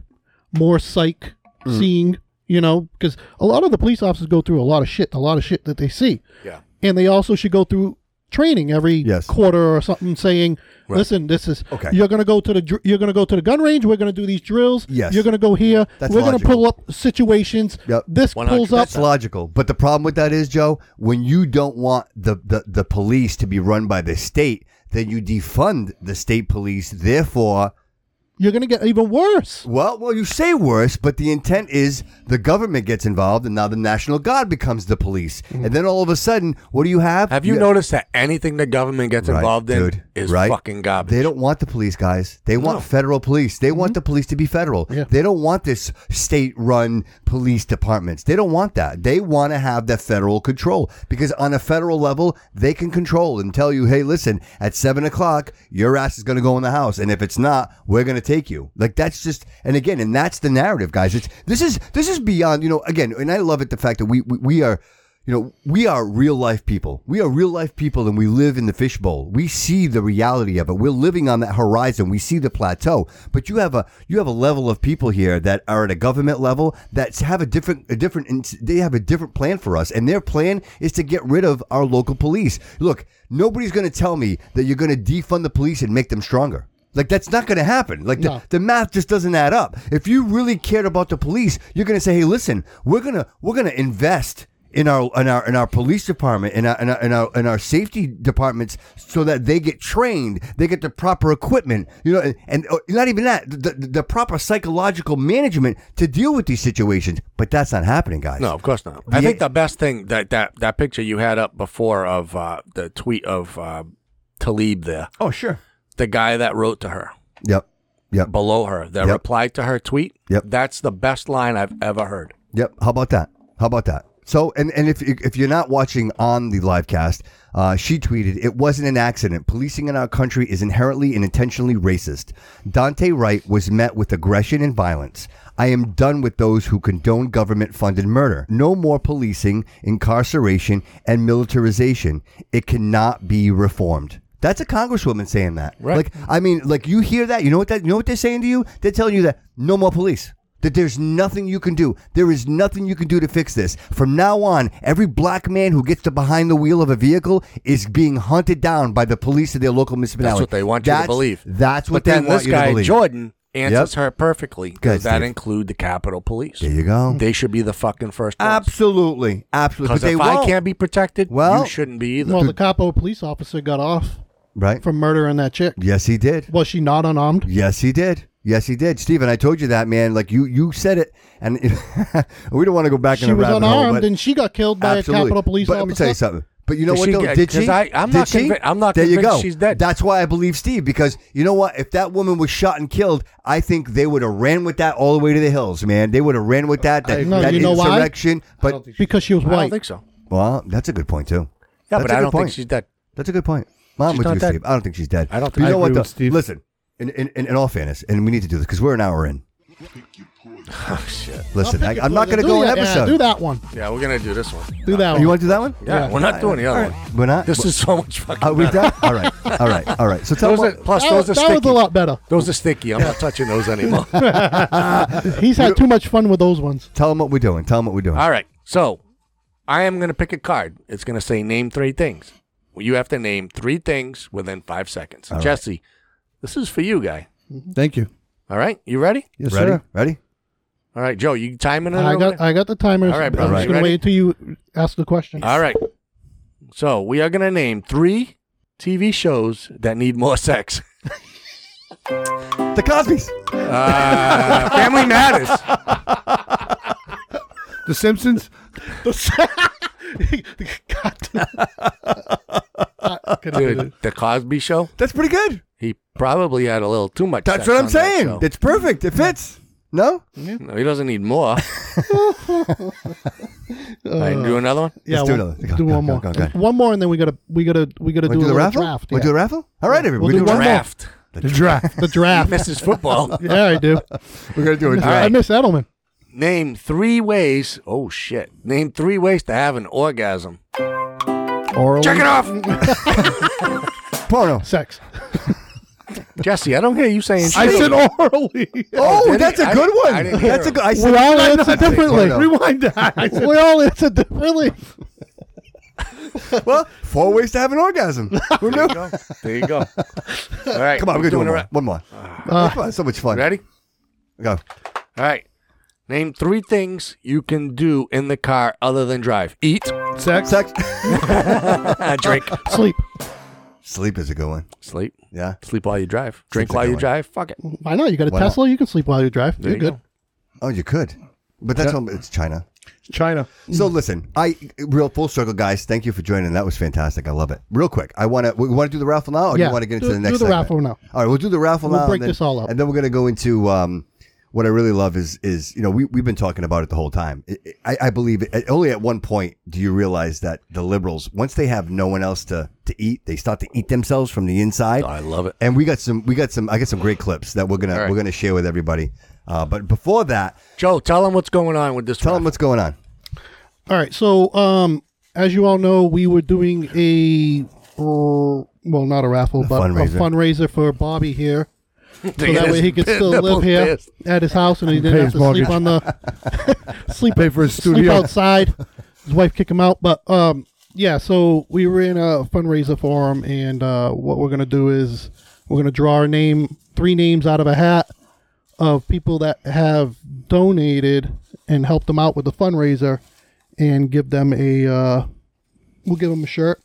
[SPEAKER 2] more psych
[SPEAKER 4] Mm.
[SPEAKER 2] seeing. You know, because a lot of the police officers go through a lot of shit, a lot of shit that they see,
[SPEAKER 5] Yeah.
[SPEAKER 2] and they also should go through training every
[SPEAKER 4] Yes.
[SPEAKER 2] quarter or something, saying, "Listen, this is
[SPEAKER 4] Okay.
[SPEAKER 2] you're going to go to the dr- you're going to go to the gun range. We're going to do these drills.
[SPEAKER 4] Yes.
[SPEAKER 2] You're going to go here.
[SPEAKER 4] That's
[SPEAKER 2] we're going to
[SPEAKER 4] logical. Uh,
[SPEAKER 2] pull up situations.
[SPEAKER 4] Yep.
[SPEAKER 2] This pulls up
[SPEAKER 4] That's logical. But the problem with that is, Joe, when you don't want the, the, the police to be run by the state, then you defund the state police. Therefore,
[SPEAKER 2] you're going to get even worse.
[SPEAKER 4] well, well, you say worse, but the intent is the government gets involved, and now the National Guard becomes the police. And then all of a sudden, what do you have?
[SPEAKER 5] Mm-hmm. Have you noticed that anything the government gets
[SPEAKER 4] Right,
[SPEAKER 5] involved in
[SPEAKER 4] dude,
[SPEAKER 5] is
[SPEAKER 4] right?
[SPEAKER 5] fucking garbage?
[SPEAKER 4] They don't want the police, guys. They want federal police. They want the police to be federal.
[SPEAKER 2] Yeah.
[SPEAKER 4] They don't want this state run police departments. They don't want that. They want to have the federal control because on a federal level, they can control and tell you, hey, listen, at seven o'clock, your ass is going to go in the house. And if it's not, we're going to take you. Like that's just, and again, and that's the narrative, guys. It's, this is, this is beyond, you know, again, and I love it the fact that we, we, we are, you know, we are real life people. We are real life people and we live in the fishbowl. We see the reality of it. We're living on that horizon. We see the plateau. But you have a you have a level of people here that are at a government level that have a different a different and they have a different plan for us. And their plan is to get rid of our local police. Look, nobody's going to tell me that you're going to defund the police and make them stronger. Like that's not going to happen. Like the,
[SPEAKER 2] No.
[SPEAKER 4] the math just doesn't add up. If you really cared about the police, you're going to say, "Hey, listen, we're gonna we're gonna invest in our in our in our police department in our in our in our, in our safety departments so that they get trained, they get the proper equipment, you know, and, and uh, not even that, the, the, the proper psychological management to deal with these situations." But that's not happening, guys.
[SPEAKER 5] No, of course not. I think the best thing that that, that picture you had up before of uh, the tweet of uh, Talib there,
[SPEAKER 4] Oh, sure.
[SPEAKER 5] the guy that wrote to her
[SPEAKER 4] Yep. Yep.
[SPEAKER 5] below her that
[SPEAKER 4] Yep.
[SPEAKER 5] replied to her tweet.
[SPEAKER 4] Yep.
[SPEAKER 5] That's the best line I've ever heard.
[SPEAKER 4] Yep. How about that? How about that? So, and, and if, if you're not watching on the live cast, uh, she tweeted, It wasn't an accident. Policing in our country is inherently and intentionally racist. Dante Wright was met with aggression and violence. I am done with those who condone government funded murder. No more policing, incarceration, and militarization. It cannot be reformed. That's a congresswoman saying that. Right. Like I mean, like you hear that, you know what that you know what they're saying to you? They're telling you that no more police. That there's nothing you can do. There is nothing you can do to fix this. From now on, every black man who gets to behind the wheel of a vehicle is being hunted down by the police of their local municipality.
[SPEAKER 5] That's what they want you
[SPEAKER 4] That's-
[SPEAKER 5] to believe.
[SPEAKER 4] That's what
[SPEAKER 5] but then
[SPEAKER 4] they want
[SPEAKER 5] this
[SPEAKER 4] you
[SPEAKER 5] guy
[SPEAKER 4] to believe.
[SPEAKER 5] Jordan answers
[SPEAKER 4] Yep.
[SPEAKER 5] her perfectly.
[SPEAKER 4] Good,
[SPEAKER 5] Does that
[SPEAKER 4] Steve.
[SPEAKER 5] include the Capitol Police? There
[SPEAKER 4] you go.
[SPEAKER 5] They should be the fucking first. ones.
[SPEAKER 4] Absolutely, absolutely.
[SPEAKER 5] Because
[SPEAKER 4] But they
[SPEAKER 5] if I
[SPEAKER 4] won't.
[SPEAKER 5] can't be protected,
[SPEAKER 4] Well-
[SPEAKER 5] you shouldn't be either.
[SPEAKER 2] Well, the capo police officer got off
[SPEAKER 4] right?
[SPEAKER 2] for murdering that chick.
[SPEAKER 4] Yes, he did.
[SPEAKER 2] Was she not unarmed?
[SPEAKER 4] Yes, he did. Yes, he did, Stephen. I told you that, man. Like you, you said it, and we don't want to go back in
[SPEAKER 2] She
[SPEAKER 4] a
[SPEAKER 2] was
[SPEAKER 4] rabbit hole.
[SPEAKER 2] unarmed
[SPEAKER 4] but-
[SPEAKER 2] and she got killed by
[SPEAKER 4] Absolutely.
[SPEAKER 2] a Capitol Police
[SPEAKER 4] but
[SPEAKER 2] officer.
[SPEAKER 4] let me tell you something. But you know
[SPEAKER 5] Did
[SPEAKER 4] what?
[SPEAKER 5] she
[SPEAKER 4] though?
[SPEAKER 5] get-
[SPEAKER 4] did
[SPEAKER 5] 'cause
[SPEAKER 4] she?
[SPEAKER 5] I- I'm
[SPEAKER 4] did
[SPEAKER 5] not
[SPEAKER 4] she?
[SPEAKER 5] convi- I'm not
[SPEAKER 4] There you
[SPEAKER 5] convinced
[SPEAKER 4] go.
[SPEAKER 5] she's dead.
[SPEAKER 4] That's why I believe Steve because you know what? If that woman was shot and killed, I think they would have ran with that all the way to the hills, man. They would have ran with that. That,
[SPEAKER 2] No,
[SPEAKER 4] that
[SPEAKER 2] you know why?
[SPEAKER 4] insurrection. But
[SPEAKER 2] because she was
[SPEAKER 5] I don't
[SPEAKER 2] white.
[SPEAKER 5] think so.
[SPEAKER 4] well, that's a good point too.
[SPEAKER 5] Yeah,
[SPEAKER 4] That's
[SPEAKER 5] but
[SPEAKER 4] a
[SPEAKER 5] I
[SPEAKER 4] good
[SPEAKER 5] don't
[SPEAKER 4] point.
[SPEAKER 5] think she's dead.
[SPEAKER 4] That's a good point. Mom
[SPEAKER 5] She's
[SPEAKER 4] with
[SPEAKER 5] not
[SPEAKER 4] you,
[SPEAKER 5] dead.
[SPEAKER 4] Steve. I don't think she's dead.
[SPEAKER 5] I don't
[SPEAKER 4] But
[SPEAKER 5] think-
[SPEAKER 4] you
[SPEAKER 5] I
[SPEAKER 4] know what?
[SPEAKER 7] agree
[SPEAKER 4] though?
[SPEAKER 7] with Steve.
[SPEAKER 4] Listen, in, in, in, in all fairness, and we need to do this because we're an hour in.
[SPEAKER 5] Oh shit.
[SPEAKER 4] Listen, I,
[SPEAKER 2] Pick your
[SPEAKER 4] I'm not going
[SPEAKER 2] poison.
[SPEAKER 4] to
[SPEAKER 2] Do
[SPEAKER 4] go an
[SPEAKER 2] that- yeah,
[SPEAKER 4] episode.
[SPEAKER 2] do that one.
[SPEAKER 5] Yeah, we're gonna do this one.
[SPEAKER 2] Do that one.
[SPEAKER 4] You want to do that one?
[SPEAKER 5] Yeah, we're not doing the other
[SPEAKER 4] All right.
[SPEAKER 5] one.
[SPEAKER 4] We're not.
[SPEAKER 5] This is so much fucking.
[SPEAKER 4] Are we
[SPEAKER 5] better.
[SPEAKER 4] done? All right. All right. All right. So tell
[SPEAKER 5] Those are,
[SPEAKER 4] me.
[SPEAKER 5] plus,
[SPEAKER 2] That,
[SPEAKER 5] those are
[SPEAKER 2] was- that was
[SPEAKER 5] sticky.
[SPEAKER 2] a lot better.
[SPEAKER 5] Those are sticky. I'm not touching those anymore.
[SPEAKER 2] He's had too much fun with those ones.
[SPEAKER 4] Tell them what we're doing. Tell them what we're doing.
[SPEAKER 5] All right. So I am going to pick a card. It's going to say name three things. Well, you have to name three things within five seconds. Jesse, this is for you, guy.
[SPEAKER 7] Thank you.
[SPEAKER 5] All right. You ready?
[SPEAKER 7] Yes,
[SPEAKER 4] Ready?
[SPEAKER 7] sir.
[SPEAKER 4] Ready?
[SPEAKER 5] All right, Joe, you timing it?
[SPEAKER 2] I
[SPEAKER 5] over
[SPEAKER 2] got
[SPEAKER 5] there?
[SPEAKER 2] I got the timer.
[SPEAKER 5] All right,
[SPEAKER 2] I'm
[SPEAKER 5] brother.
[SPEAKER 2] just
[SPEAKER 5] You
[SPEAKER 2] gonna
[SPEAKER 5] ready?
[SPEAKER 2] wait until you ask the question.
[SPEAKER 5] All right. So we are going to name three TV shows that need more sex.
[SPEAKER 4] The Cosby's.
[SPEAKER 5] Uh, Family Matters.
[SPEAKER 7] The Simpsons.
[SPEAKER 2] God damn. Uh, I couldn't do
[SPEAKER 5] Dude,
[SPEAKER 2] it.
[SPEAKER 5] the Cosby Show.
[SPEAKER 4] That's pretty good.
[SPEAKER 5] He probably had a little too much.
[SPEAKER 4] That's
[SPEAKER 5] sex
[SPEAKER 4] what
[SPEAKER 5] on
[SPEAKER 4] I'm
[SPEAKER 5] that
[SPEAKER 4] saying.
[SPEAKER 5] show.
[SPEAKER 4] It's perfect. It fits. No?
[SPEAKER 5] No, he doesn't need more. All right, do another one.
[SPEAKER 2] Yeah, one-
[SPEAKER 4] do another. Go,
[SPEAKER 2] do
[SPEAKER 4] go,
[SPEAKER 2] one
[SPEAKER 4] go,
[SPEAKER 2] more.
[SPEAKER 4] go, go.
[SPEAKER 2] One more, and then we gotta we gotta we gotta
[SPEAKER 4] Wanna
[SPEAKER 2] do, a
[SPEAKER 4] the
[SPEAKER 2] little
[SPEAKER 4] raffle?
[SPEAKER 2] draft.
[SPEAKER 4] Wanna
[SPEAKER 2] yeah.
[SPEAKER 4] do the raffle? All right, everybody.
[SPEAKER 2] We'll do
[SPEAKER 4] We're doing
[SPEAKER 2] one
[SPEAKER 4] a
[SPEAKER 2] more.
[SPEAKER 4] draft.
[SPEAKER 5] Draft.
[SPEAKER 7] The draft.
[SPEAKER 2] the draft.
[SPEAKER 5] Misses football.
[SPEAKER 2] yeah, I do.
[SPEAKER 4] We're going to do a draft.
[SPEAKER 2] I miss Edelman.
[SPEAKER 5] Name three ways. Oh shit! Name three ways to have an orgasm.
[SPEAKER 2] Oral
[SPEAKER 5] Check it off,
[SPEAKER 4] Porno.
[SPEAKER 2] sex.
[SPEAKER 5] Jesse. I don't hear you saying.
[SPEAKER 7] I
[SPEAKER 5] shit.
[SPEAKER 7] said orally.
[SPEAKER 4] Oh,
[SPEAKER 5] did
[SPEAKER 4] that's
[SPEAKER 5] he?
[SPEAKER 4] a
[SPEAKER 5] I
[SPEAKER 4] good
[SPEAKER 5] didn't- I
[SPEAKER 4] one.
[SPEAKER 5] didn't hear
[SPEAKER 4] That's a
[SPEAKER 5] him.
[SPEAKER 4] good. I
[SPEAKER 2] We
[SPEAKER 4] said.
[SPEAKER 2] all answer differently.
[SPEAKER 4] porno.
[SPEAKER 7] Rewind that. I said
[SPEAKER 2] We all answer differently.
[SPEAKER 4] Well, four ways to have an orgasm. Who knew? Come
[SPEAKER 5] There you go. All right,
[SPEAKER 4] on, we're gonna do
[SPEAKER 5] doing it
[SPEAKER 4] one more.
[SPEAKER 5] right.
[SPEAKER 4] One more. This one's so much fun.
[SPEAKER 5] Ready?
[SPEAKER 4] Go.
[SPEAKER 5] All right. Name three things you can do in the car other than drive. Eat, uh,
[SPEAKER 7] sex.
[SPEAKER 4] Sex.
[SPEAKER 5] drink,
[SPEAKER 2] Sleep.
[SPEAKER 4] Sleep is a good one.
[SPEAKER 5] sleep.
[SPEAKER 4] Yeah.
[SPEAKER 5] Sleep while you drive. Drink
[SPEAKER 4] Sleep's a
[SPEAKER 5] while
[SPEAKER 4] good
[SPEAKER 5] you
[SPEAKER 4] one.
[SPEAKER 5] drive. Fuck it.
[SPEAKER 2] Why not? You got a
[SPEAKER 4] Why not?
[SPEAKER 2] Tesla. You can sleep while you drive.
[SPEAKER 5] There
[SPEAKER 2] You're
[SPEAKER 5] you
[SPEAKER 2] good.
[SPEAKER 5] go.
[SPEAKER 4] Oh, you could. But that's all. It's China.
[SPEAKER 7] China.
[SPEAKER 4] So listen, I real full circle, guys. Thank you for joining. That was fantastic. I love it. Real quick, I want to. We want to do the raffle now, or do
[SPEAKER 2] Yeah,
[SPEAKER 4] you want to get into
[SPEAKER 2] do-
[SPEAKER 4] the next?
[SPEAKER 2] do the
[SPEAKER 4] segment?
[SPEAKER 2] raffle now.
[SPEAKER 4] All right, we'll do the raffle
[SPEAKER 2] We'll
[SPEAKER 4] now. and
[SPEAKER 2] break
[SPEAKER 4] then-
[SPEAKER 2] this all up.
[SPEAKER 4] and then we're going to go into um, what I really love is is you know we we've been talking about it the whole time. I- I, I believe it, only at one point do you realize that the liberals once they have no one else to to eat, they start to eat themselves from the inside.
[SPEAKER 5] I love it.
[SPEAKER 4] And we got some we got some I got some great clips that we're gonna
[SPEAKER 5] All right.
[SPEAKER 4] we're gonna share with everybody. Uh, but before that,
[SPEAKER 5] Joe, tell them what's going on with this.
[SPEAKER 4] tell
[SPEAKER 5] raffle.
[SPEAKER 4] them what's going on.
[SPEAKER 2] All right. So, um, as you all know, we were doing a uh, well, not a raffle, but uh,
[SPEAKER 4] fundraiser.
[SPEAKER 2] a fundraiser for Bobby here, so
[SPEAKER 5] Dude,
[SPEAKER 2] that way he
[SPEAKER 5] he's
[SPEAKER 2] could
[SPEAKER 5] pissed.
[SPEAKER 2] still
[SPEAKER 5] Nipple's
[SPEAKER 2] live here
[SPEAKER 5] pissed.
[SPEAKER 2] at his house, and he didn't
[SPEAKER 7] pay
[SPEAKER 2] have
[SPEAKER 7] his
[SPEAKER 2] to
[SPEAKER 7] mortgage.
[SPEAKER 2] sleep on the sleep
[SPEAKER 7] Pay for his
[SPEAKER 2] sleep
[SPEAKER 7] studio.
[SPEAKER 2] outside. His wife kick him out. But um, yeah, so we were in a fundraiser for him, and uh, what we're gonna do is we're gonna draw our name, three names out of a hat of people that have donated and helped them out with the fundraiser, and give them a uh, we'll give them a shirt,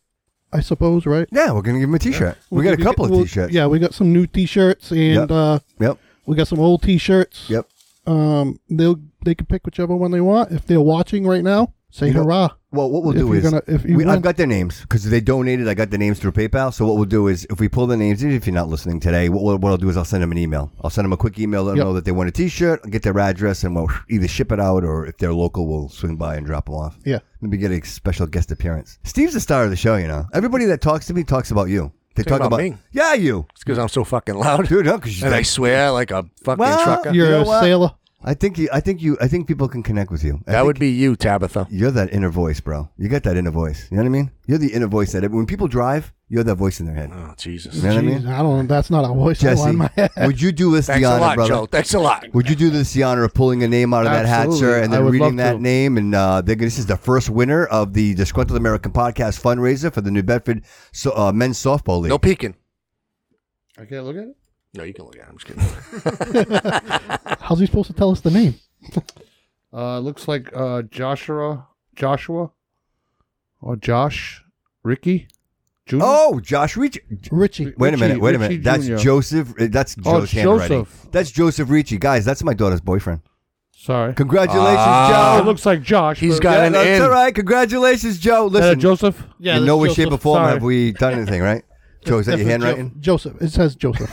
[SPEAKER 2] I suppose, right?
[SPEAKER 4] Yeah, we're gonna give them a T-shirt. we
[SPEAKER 2] We'll
[SPEAKER 4] got a
[SPEAKER 2] give you-
[SPEAKER 4] couple of
[SPEAKER 2] we'll-
[SPEAKER 4] T-shirts.
[SPEAKER 2] Yeah, we got some new T-shirts and
[SPEAKER 4] Yep.
[SPEAKER 2] uh,
[SPEAKER 4] Yep.
[SPEAKER 2] we got some old T-shirts.
[SPEAKER 4] Yep.
[SPEAKER 2] Um, they'll they can pick whichever one they want. If they're watching right now, say
[SPEAKER 4] You know-
[SPEAKER 2] hurrah.
[SPEAKER 4] Well, what we'll
[SPEAKER 2] If
[SPEAKER 4] do
[SPEAKER 2] you're
[SPEAKER 4] is
[SPEAKER 2] gonna- if you
[SPEAKER 4] we, I've
[SPEAKER 2] want-
[SPEAKER 4] got their names because they donated. I got the names through PayPal. So what we'll do is if we pull the names, even if you're not listening today, what, what, what I'll do is I'll send them an email. I'll send them a quick email. Let them
[SPEAKER 2] Yep.
[SPEAKER 4] know that they want a T-shirt. I'll get their address, and we'll either ship it out or if they're local, we'll swing by and drop them off.
[SPEAKER 2] Yeah.
[SPEAKER 4] maybe get a special guest appearance. Steve's the star of the show. You know, everybody that talks to me talks about you. They
[SPEAKER 5] Think
[SPEAKER 4] talk
[SPEAKER 5] about
[SPEAKER 4] about
[SPEAKER 5] me.
[SPEAKER 4] Yeah, you.
[SPEAKER 5] It's because I'm so fucking loud.
[SPEAKER 4] dude. No, because
[SPEAKER 5] and I swear like a fucking trucker.
[SPEAKER 2] You're a sailor.
[SPEAKER 4] I think you, I think you I think people can connect with you. I
[SPEAKER 5] That
[SPEAKER 4] think
[SPEAKER 5] would be you, Tabitha.
[SPEAKER 4] You're that inner voice, bro. You got that inner voice. You know what I mean? You're the inner voice that when people drive, you're that voice in their head.
[SPEAKER 5] Oh, Jesus.
[SPEAKER 4] You know what I
[SPEAKER 2] Jeez,
[SPEAKER 4] mean?
[SPEAKER 2] don't know. That's not a
[SPEAKER 7] Oh,
[SPEAKER 2] voice I want in my head.
[SPEAKER 4] Jesse, would you do us
[SPEAKER 5] Thanks
[SPEAKER 4] the
[SPEAKER 5] a
[SPEAKER 4] honor,
[SPEAKER 5] lot,
[SPEAKER 4] brother?
[SPEAKER 5] Joe. Thanks a lot.
[SPEAKER 4] Would you do this the honor of pulling a name out of that hat,
[SPEAKER 7] Absolutely.
[SPEAKER 4] sir, and
[SPEAKER 7] I
[SPEAKER 4] then
[SPEAKER 7] would
[SPEAKER 4] reading
[SPEAKER 7] love
[SPEAKER 4] that
[SPEAKER 7] to.
[SPEAKER 4] name? And uh, they're, gonna- this is the first winner of the Disgruntled American Podcast fundraiser for the New Bedford so, uh, Men's Softball League.
[SPEAKER 5] No peeking.
[SPEAKER 7] I can't look at it.
[SPEAKER 5] No, you can look at it. I'm just kidding.
[SPEAKER 2] How's he supposed to tell us the name?
[SPEAKER 7] Uh, looks like uh, Joshua, Joshua, or Josh, Ricky, Junior.
[SPEAKER 4] Oh, Josh Rich.
[SPEAKER 2] Richie.
[SPEAKER 4] Wait a minute,
[SPEAKER 7] Richie-
[SPEAKER 4] wait a minute.
[SPEAKER 7] Richie
[SPEAKER 4] That's
[SPEAKER 7] Jr..
[SPEAKER 4] Joseph. uh, That's
[SPEAKER 7] Oh,
[SPEAKER 4] Joe's handwriting.
[SPEAKER 7] Joseph.
[SPEAKER 4] That's Joseph Ricci. Guys, that's my daughter's boyfriend.
[SPEAKER 7] sorry.
[SPEAKER 4] Congratulations,
[SPEAKER 7] Oh,
[SPEAKER 5] Ah.
[SPEAKER 7] it
[SPEAKER 4] Joe.
[SPEAKER 7] looks like Josh.
[SPEAKER 5] He's
[SPEAKER 7] but-
[SPEAKER 5] got
[SPEAKER 4] Yeah,
[SPEAKER 5] an
[SPEAKER 4] that's
[SPEAKER 5] in.
[SPEAKER 4] all right. Congratulations, Joe.
[SPEAKER 7] Is that a
[SPEAKER 4] Listen,
[SPEAKER 7] Uh, Joseph.
[SPEAKER 2] Yeah,
[SPEAKER 4] in
[SPEAKER 2] that's
[SPEAKER 4] no way,
[SPEAKER 2] Joseph.
[SPEAKER 4] shape, or form
[SPEAKER 7] Sorry.
[SPEAKER 4] have we done anything, right? Joe, is that your
[SPEAKER 2] Definitely
[SPEAKER 4] handwriting?
[SPEAKER 2] Jo- Joseph. It says Joseph.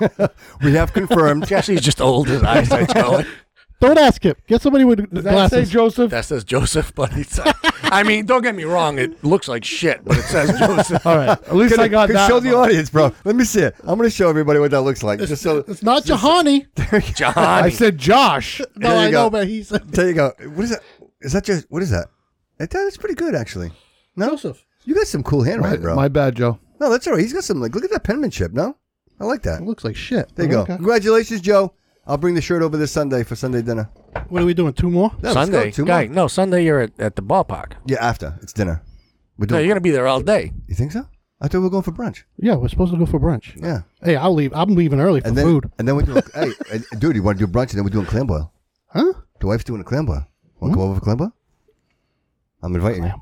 [SPEAKER 4] We have confirmed.
[SPEAKER 5] Jesse's just old as eyesight's going.
[SPEAKER 2] Don't ask him. Get somebody with
[SPEAKER 7] Does that say
[SPEAKER 2] glasses.
[SPEAKER 7] Joseph?
[SPEAKER 5] That says Joseph, but it's. I mean, don't get me wrong. It looks like shit, but it says Joseph.
[SPEAKER 7] All right. At least I got
[SPEAKER 4] Can
[SPEAKER 7] that.
[SPEAKER 4] show the audience, bro. Let me see it. I'm going to show everybody what that looks like. Just so
[SPEAKER 2] it's not Johanny.
[SPEAKER 5] John.
[SPEAKER 7] I said Josh.
[SPEAKER 2] No,
[SPEAKER 4] There you
[SPEAKER 2] I
[SPEAKER 4] go.
[SPEAKER 2] know, but he's
[SPEAKER 4] there you go. What is that? Is that just what is that? That- That's pretty good, actually. No,
[SPEAKER 2] Joseph.
[SPEAKER 4] you got some cool handwriting, bro.
[SPEAKER 7] My bad, Joe.
[SPEAKER 4] no, that's all right. He's got some like. Look at that penmanship. No, I like that.
[SPEAKER 2] It looks like shit.
[SPEAKER 4] There you
[SPEAKER 2] Okay.
[SPEAKER 4] go. Congratulations, Joe. I'll bring the shirt over this Sunday for Sunday dinner.
[SPEAKER 2] What are we doing? Two more?
[SPEAKER 4] No, let's go.
[SPEAKER 5] Sunday,
[SPEAKER 4] Two
[SPEAKER 5] guy.
[SPEAKER 4] more.
[SPEAKER 5] No, Sunday you're at, at the ballpark.
[SPEAKER 4] Yeah, after it's dinner. We're
[SPEAKER 5] No,
[SPEAKER 4] doing.
[SPEAKER 5] you're gonna be there all day.
[SPEAKER 4] you think so? I thought we were going for brunch.
[SPEAKER 2] Yeah, we're supposed to go for brunch.
[SPEAKER 4] Yeah,
[SPEAKER 2] Hey, I'll leave. I'm leaving early for
[SPEAKER 4] and then
[SPEAKER 2] food.
[SPEAKER 4] and then we're doing. hey, and- dude, you want to do brunch and then we're doing clam boil.
[SPEAKER 2] Huh?
[SPEAKER 4] The wife's doing a clam boil. Want to come over for clam boil? I'm inviting you.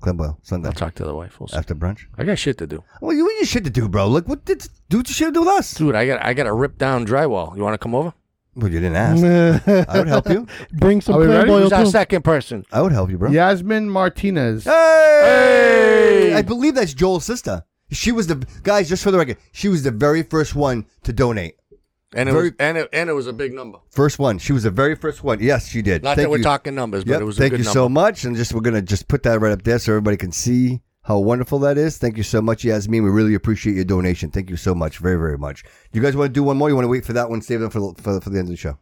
[SPEAKER 4] Clam boil Sunday
[SPEAKER 5] I'll talk to the wife. We'll see.
[SPEAKER 4] after brunch.
[SPEAKER 5] I got shit to do,
[SPEAKER 4] Well, you, you shit to do, bro. Look, what did do what you should do with us?
[SPEAKER 5] dude. I got I got to rip down drywall. You want to come over?
[SPEAKER 4] Well, you didn't ask. I would help you.
[SPEAKER 2] Bring some
[SPEAKER 7] Are we
[SPEAKER 2] clam
[SPEAKER 7] ready?
[SPEAKER 2] boil
[SPEAKER 5] Who's our
[SPEAKER 2] too.
[SPEAKER 5] second person?
[SPEAKER 4] I would help you, bro.
[SPEAKER 7] Yasmin Martinez.
[SPEAKER 4] Hey! I believe that's Joel's sister. She was the guys. Just for the record, she was the very first one to donate.
[SPEAKER 5] And it
[SPEAKER 4] Very-
[SPEAKER 5] was and it, and it was a big number.
[SPEAKER 4] First one. She was the very first one. Yes, she did.
[SPEAKER 5] Not
[SPEAKER 4] Thank
[SPEAKER 5] that we're
[SPEAKER 4] you.
[SPEAKER 5] talking numbers, but
[SPEAKER 4] Yep,
[SPEAKER 5] it was a
[SPEAKER 4] Thank
[SPEAKER 5] good
[SPEAKER 4] you
[SPEAKER 5] number.
[SPEAKER 4] so much, and just we're gonna just put that right up there so everybody can see how wonderful that is. Thank you so much, Yasmin. We really appreciate your donation. Thank you so much, very very much. You guys want to do one more? You want to wait for that one? Save them for for, for the end of the show.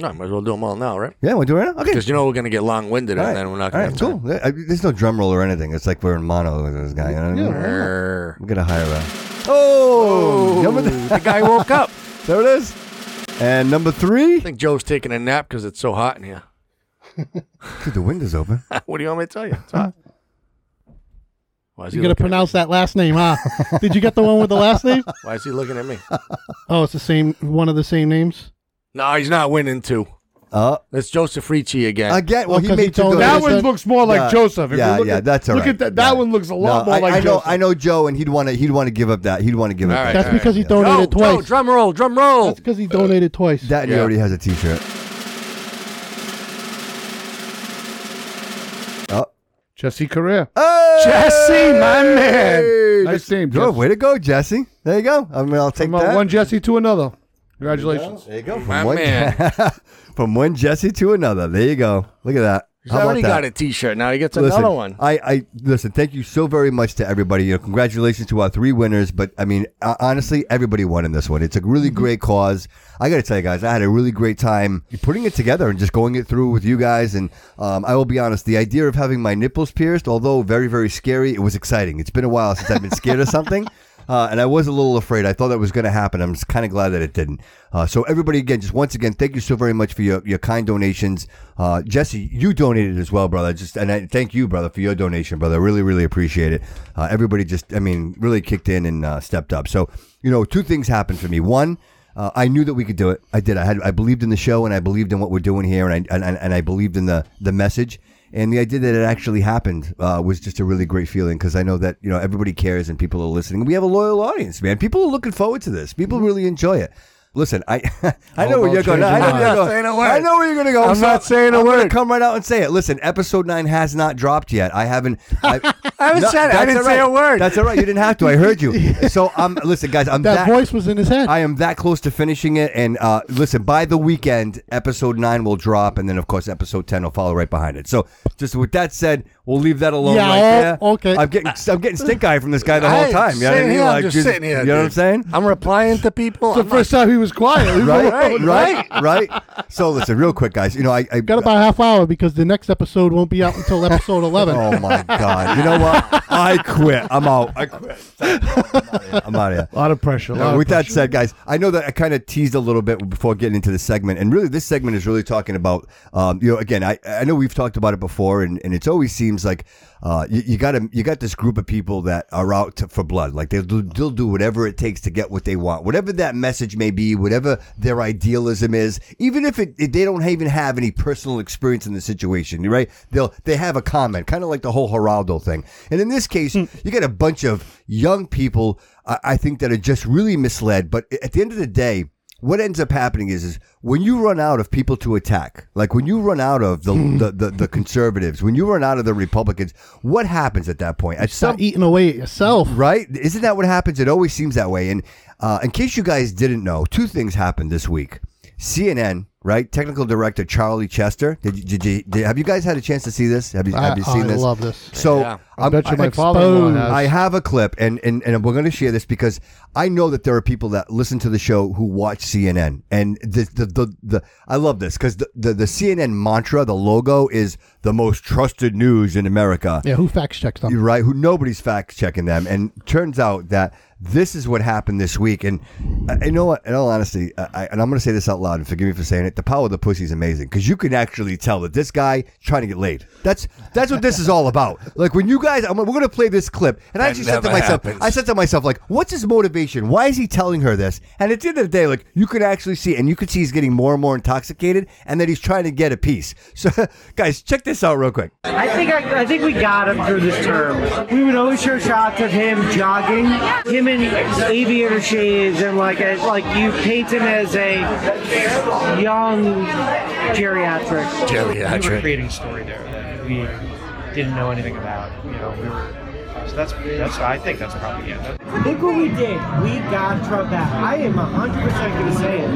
[SPEAKER 5] No, might as well do them all now, right?
[SPEAKER 4] Yeah, want to do it right now? Okay.
[SPEAKER 5] Because you know we're gonna get long winded,
[SPEAKER 4] All
[SPEAKER 5] and
[SPEAKER 4] right.
[SPEAKER 5] then we're not
[SPEAKER 4] All
[SPEAKER 5] gonna.
[SPEAKER 4] right, cool. Yeah, I- There's no drum roll or anything. It's like we're in mono with this guy. You know what I mean?
[SPEAKER 5] Cool.
[SPEAKER 4] We're gonna hire a. Oh, number th-
[SPEAKER 5] the guy woke up.
[SPEAKER 4] there it is. And number three.
[SPEAKER 5] I think Joe's taking a nap because it's so hot in here.
[SPEAKER 4] Dude, the window's open.
[SPEAKER 5] what do you want me to tell you? It's hot. Why is, he
[SPEAKER 2] You're going to
[SPEAKER 5] looking,
[SPEAKER 2] pronounce that last name, huh? Did you get the one with the last name?
[SPEAKER 5] why is he looking at me?
[SPEAKER 2] Oh, it's the same, one of the same names?
[SPEAKER 5] No, he's not winning two.
[SPEAKER 4] Uh,
[SPEAKER 5] It's Joseph Ricci again.
[SPEAKER 4] again. Well,
[SPEAKER 2] Well,
[SPEAKER 4] he
[SPEAKER 2] 'cause he
[SPEAKER 4] made two
[SPEAKER 2] told-
[SPEAKER 7] That
[SPEAKER 2] That
[SPEAKER 7] one
[SPEAKER 2] said-
[SPEAKER 7] looks more like
[SPEAKER 4] Yeah,
[SPEAKER 7] Joseph. If you
[SPEAKER 4] yeah,
[SPEAKER 7] look
[SPEAKER 4] yeah,
[SPEAKER 7] at-
[SPEAKER 4] that's all
[SPEAKER 7] Look
[SPEAKER 4] right.
[SPEAKER 7] at that. That
[SPEAKER 4] Yeah.
[SPEAKER 7] one looks a lot
[SPEAKER 4] No,
[SPEAKER 7] more
[SPEAKER 4] I,
[SPEAKER 7] like
[SPEAKER 4] I know,
[SPEAKER 7] Joseph.
[SPEAKER 4] I know Joe, and he'd want to. He'd want to give up that. He'd want to give
[SPEAKER 5] All
[SPEAKER 4] up.
[SPEAKER 5] right,
[SPEAKER 4] that.
[SPEAKER 2] That's because he
[SPEAKER 5] Joe,
[SPEAKER 2] donated
[SPEAKER 5] Joe,
[SPEAKER 2] twice.
[SPEAKER 5] drum roll, drum roll.
[SPEAKER 2] That's because he donated twice.
[SPEAKER 4] That and he
[SPEAKER 5] Yeah.
[SPEAKER 4] already has a T-shirt. Oh,
[SPEAKER 7] Jesse Correa.
[SPEAKER 4] hey!
[SPEAKER 5] Jesse, my man.
[SPEAKER 7] Nice name,
[SPEAKER 4] Good,
[SPEAKER 7] Jesse.
[SPEAKER 4] way to go, Jesse. There you go. I mean, I'll take
[SPEAKER 7] From uh,
[SPEAKER 4] that.
[SPEAKER 7] one Jesse to another. Congratulations.
[SPEAKER 4] There you go. From
[SPEAKER 5] My
[SPEAKER 4] one,
[SPEAKER 5] man.
[SPEAKER 4] from one Jesse to another. There you go. Look at that.
[SPEAKER 5] He's
[SPEAKER 4] How about
[SPEAKER 5] already
[SPEAKER 4] that?
[SPEAKER 5] got a T-shirt. Now he gets
[SPEAKER 4] Listen,
[SPEAKER 5] another one.
[SPEAKER 4] I, I listen. Thank you so very much to everybody. You know, congratulations to our three winners. But I mean, uh, honestly, everybody won in this one. It's a really great cause. I got to tell you guys, I had a really great time putting it together and just going it through with you guys. And um, I will be honest, the idea of having my nipples pierced, although very very scary, it was exciting. It's been a while since I've been scared of something. Uh, and I was a little afraid. I thought that was going to happen. I'm just kind of glad that it didn't. Uh, so everybody, again, just once again, thank you so very much for your, your kind donations. Uh, Jesse, you donated as well, brother. Just and I, thank you, brother, for your donation, brother. I Really, really appreciate it. Uh, everybody, just I mean, really kicked in and uh, stepped up. So you know, two things happened for me. One. Uh, I knew that we could do it. I did. I had. I believed in the show, and I believed in what we're doing here, and I and, and, and I believed in the the message. And the idea that it actually happened uh, was just a really great feeling because I know that you know everybody cares and people are listening. We have a loyal audience, man. People are looking forward to this. People really enjoy it. Listen, I I know
[SPEAKER 7] All
[SPEAKER 4] where you're
[SPEAKER 7] about
[SPEAKER 4] going. I
[SPEAKER 7] changing
[SPEAKER 4] know where you're going. I
[SPEAKER 7] minds. Not saying a word.
[SPEAKER 4] know where you're going to go.
[SPEAKER 7] I'm not saying a
[SPEAKER 4] I'm gonna
[SPEAKER 7] word.
[SPEAKER 4] Come right out and say it. Listen, episode nine has not dropped yet. I haven't. I,
[SPEAKER 5] I haven't said it. I
[SPEAKER 4] that's
[SPEAKER 5] didn't
[SPEAKER 4] all
[SPEAKER 5] say a
[SPEAKER 4] right.
[SPEAKER 5] word.
[SPEAKER 4] That's all right. You didn't have to. I heard you. So I'm. Listen, guys. I'm
[SPEAKER 2] That voice was in his head.
[SPEAKER 4] I am that close to finishing it. And uh, listen, by the weekend, episode nine will drop, and then of course episode ten will follow right behind it. So just with that said, we'll leave that alone
[SPEAKER 2] Yeah,
[SPEAKER 4] right
[SPEAKER 2] oh,
[SPEAKER 4] there.
[SPEAKER 2] okay.
[SPEAKER 4] I'm getting I'm getting stink eye from this guy the whole
[SPEAKER 5] Hey,
[SPEAKER 4] time. You know what I
[SPEAKER 5] sitting
[SPEAKER 4] mean?
[SPEAKER 5] here, I'm
[SPEAKER 4] Like,
[SPEAKER 5] just sitting here,
[SPEAKER 4] You know what I'm
[SPEAKER 5] dude.
[SPEAKER 4] saying?
[SPEAKER 5] I'm replying to people.
[SPEAKER 7] The
[SPEAKER 5] I'm not-
[SPEAKER 7] first time he was quiet. Leave him
[SPEAKER 4] right,
[SPEAKER 7] alone.
[SPEAKER 4] right, right. So listen, real quick, guys. You know, I, I
[SPEAKER 2] Got about a half hour because the next episode won't be out until episode 11.
[SPEAKER 4] Oh my god! You know what? I quit. I'm out. I quit. I'm out of here.
[SPEAKER 7] A lot of pressure. a
[SPEAKER 4] No,
[SPEAKER 7] lot of
[SPEAKER 4] with that said, guys, I know that I kind of teased a little bit before getting into the segment, and really, this segment is really talking about, um, you know, again, I I know we've talked about it before, and, and it's always seems like uh, you, you got you got this group of people that are out to, for blood, like they'll do, they'll do whatever it takes to get what they want, whatever that message may be, whatever their idealism is, even if it, it- they don't even have any personal experience in the situation, right? They'll they have a comment, kind of like the whole Geraldo thing, and in this case,
[SPEAKER 7] Hmm.
[SPEAKER 4] you get a bunch of young people. I, I think that are just really misled. But at the end of the day, what ends up happening is, is when you run out of people to attack, like when you run out of the the, the, the conservatives, when you run out of the Republicans, what happens at that point? At some
[SPEAKER 2] Stop eating away at yourself.
[SPEAKER 4] right? Isn't that what happens? It always seems that way. And uh, in case you guys didn't know, two things happened this week. CNN, right? Technical director Charlie Chester. Did, you- did, you did, have you guys had a chance to see this? Have you, have you
[SPEAKER 2] I-
[SPEAKER 4] seen
[SPEAKER 2] I
[SPEAKER 4] this?
[SPEAKER 2] love this.
[SPEAKER 4] So
[SPEAKER 5] Yeah.
[SPEAKER 7] I bet you my
[SPEAKER 4] exposed.
[SPEAKER 7] father-in-law has.
[SPEAKER 4] Mm. I have a clip, and, and, and we're going to share this because I know that there are people that listen to the show who watch CNN, and the the, the, the I love this because the, the the CNN mantra, the logo is the most trusted news in America.
[SPEAKER 2] Yeah, who fact checks them?
[SPEAKER 4] You're right? Who nobody's fact checking them, and turns out that this is what happened this week. And uh, you know what? In all honesty, uh, I, I- and I'm going to say this out loud, and forgive me for saying it. The power of the pussy is amazing because you can actually tell that this guy trying to get laid. That's that's what this is all about. Like when you guys, I'm, we're going to play this clip, and I
[SPEAKER 5] That
[SPEAKER 4] actually said to
[SPEAKER 5] never
[SPEAKER 4] myself,
[SPEAKER 5] happens.
[SPEAKER 4] I said to myself, like, what's his motivation? Why is he telling her this? And at the end of the day, like, you can actually see, and you can see he's getting more and more intoxicated, and that he's trying to get a piece. So, guys, check this out real quick.
[SPEAKER 11] I think I, I think we got him through this term. We would always show shots of him jogging, him in aviator shades, and like a, like you paint him as a young geriatric.
[SPEAKER 5] Geriatric.
[SPEAKER 11] We were creating a story there that we didn't know anything about. You know, we were. So that's that's I think that's propaganda. Look what we did. We got Trump back. I am 100 percent going to say it,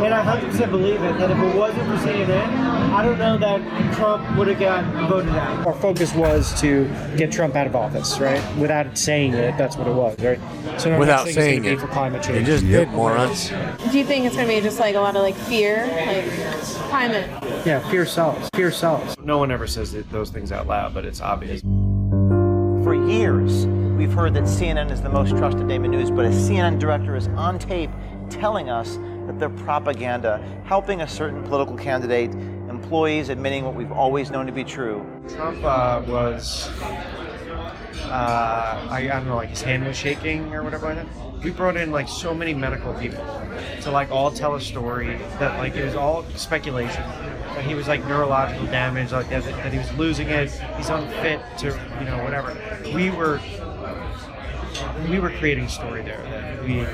[SPEAKER 11] and I 100 percent believe it. That if it wasn't for CNN, I don't know that Trump would have got voted out. Our focus was to get Trump out of office, right? Without saying it, that's what it was, right? So our
[SPEAKER 5] without
[SPEAKER 11] next thing is
[SPEAKER 5] saying
[SPEAKER 11] gonna be
[SPEAKER 5] it,
[SPEAKER 11] for climate
[SPEAKER 5] you
[SPEAKER 11] change.
[SPEAKER 5] just did morons.
[SPEAKER 12] Do you think it's gonna be just like a lot of like fear, like climate?
[SPEAKER 11] Yeah, fear sells. Fear sells. No one ever says it, those things out loud, but it's obvious.
[SPEAKER 13] For years, we've heard that CNN is the most trusted name in news, but a CNN director is on tape telling us that their propaganda, helping a certain political candidate, employees admitting what we've always known to be true.
[SPEAKER 11] Trump uh, was, uh, I, I don't know, like his hand was shaking or whatever like that. We brought in like so many medical people to like all tell a story that like it was all speculation. That he was like neurological damage, like that, that he was losing it, he's unfit to, you know, whatever. We were, we were creating a story there that we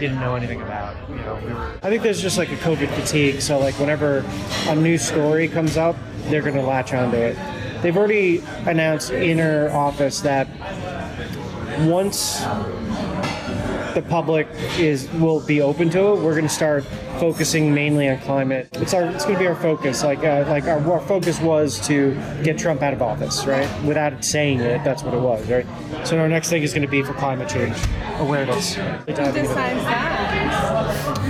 [SPEAKER 11] didn't know anything about. You know, we were. I think there's just like a COVID fatigue. So like whenever a new story comes up, they're going to latch onto it. They've already announced in her office that once the public is will be open to it, we're going to start focusing mainly on climate. It's our it's going to be our focus. Like uh, like our, our focus was to get Trump out of office, right? Without saying it, that's what it was, right? So our next thing is going to be for climate change awareness.
[SPEAKER 12] Who decides that?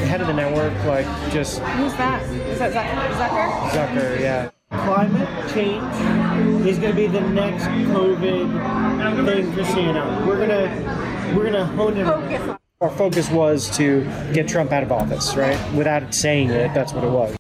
[SPEAKER 11] Head of the network, like just
[SPEAKER 12] Who's that? Is that Zucker?
[SPEAKER 11] Zucker, yeah.
[SPEAKER 13] Climate change is going to be the next COVID thing for CNN. We're going to we're going to hone in on
[SPEAKER 12] Zucker?
[SPEAKER 11] Our focus was to get Trump out of office, right? Without saying it, that's what it was.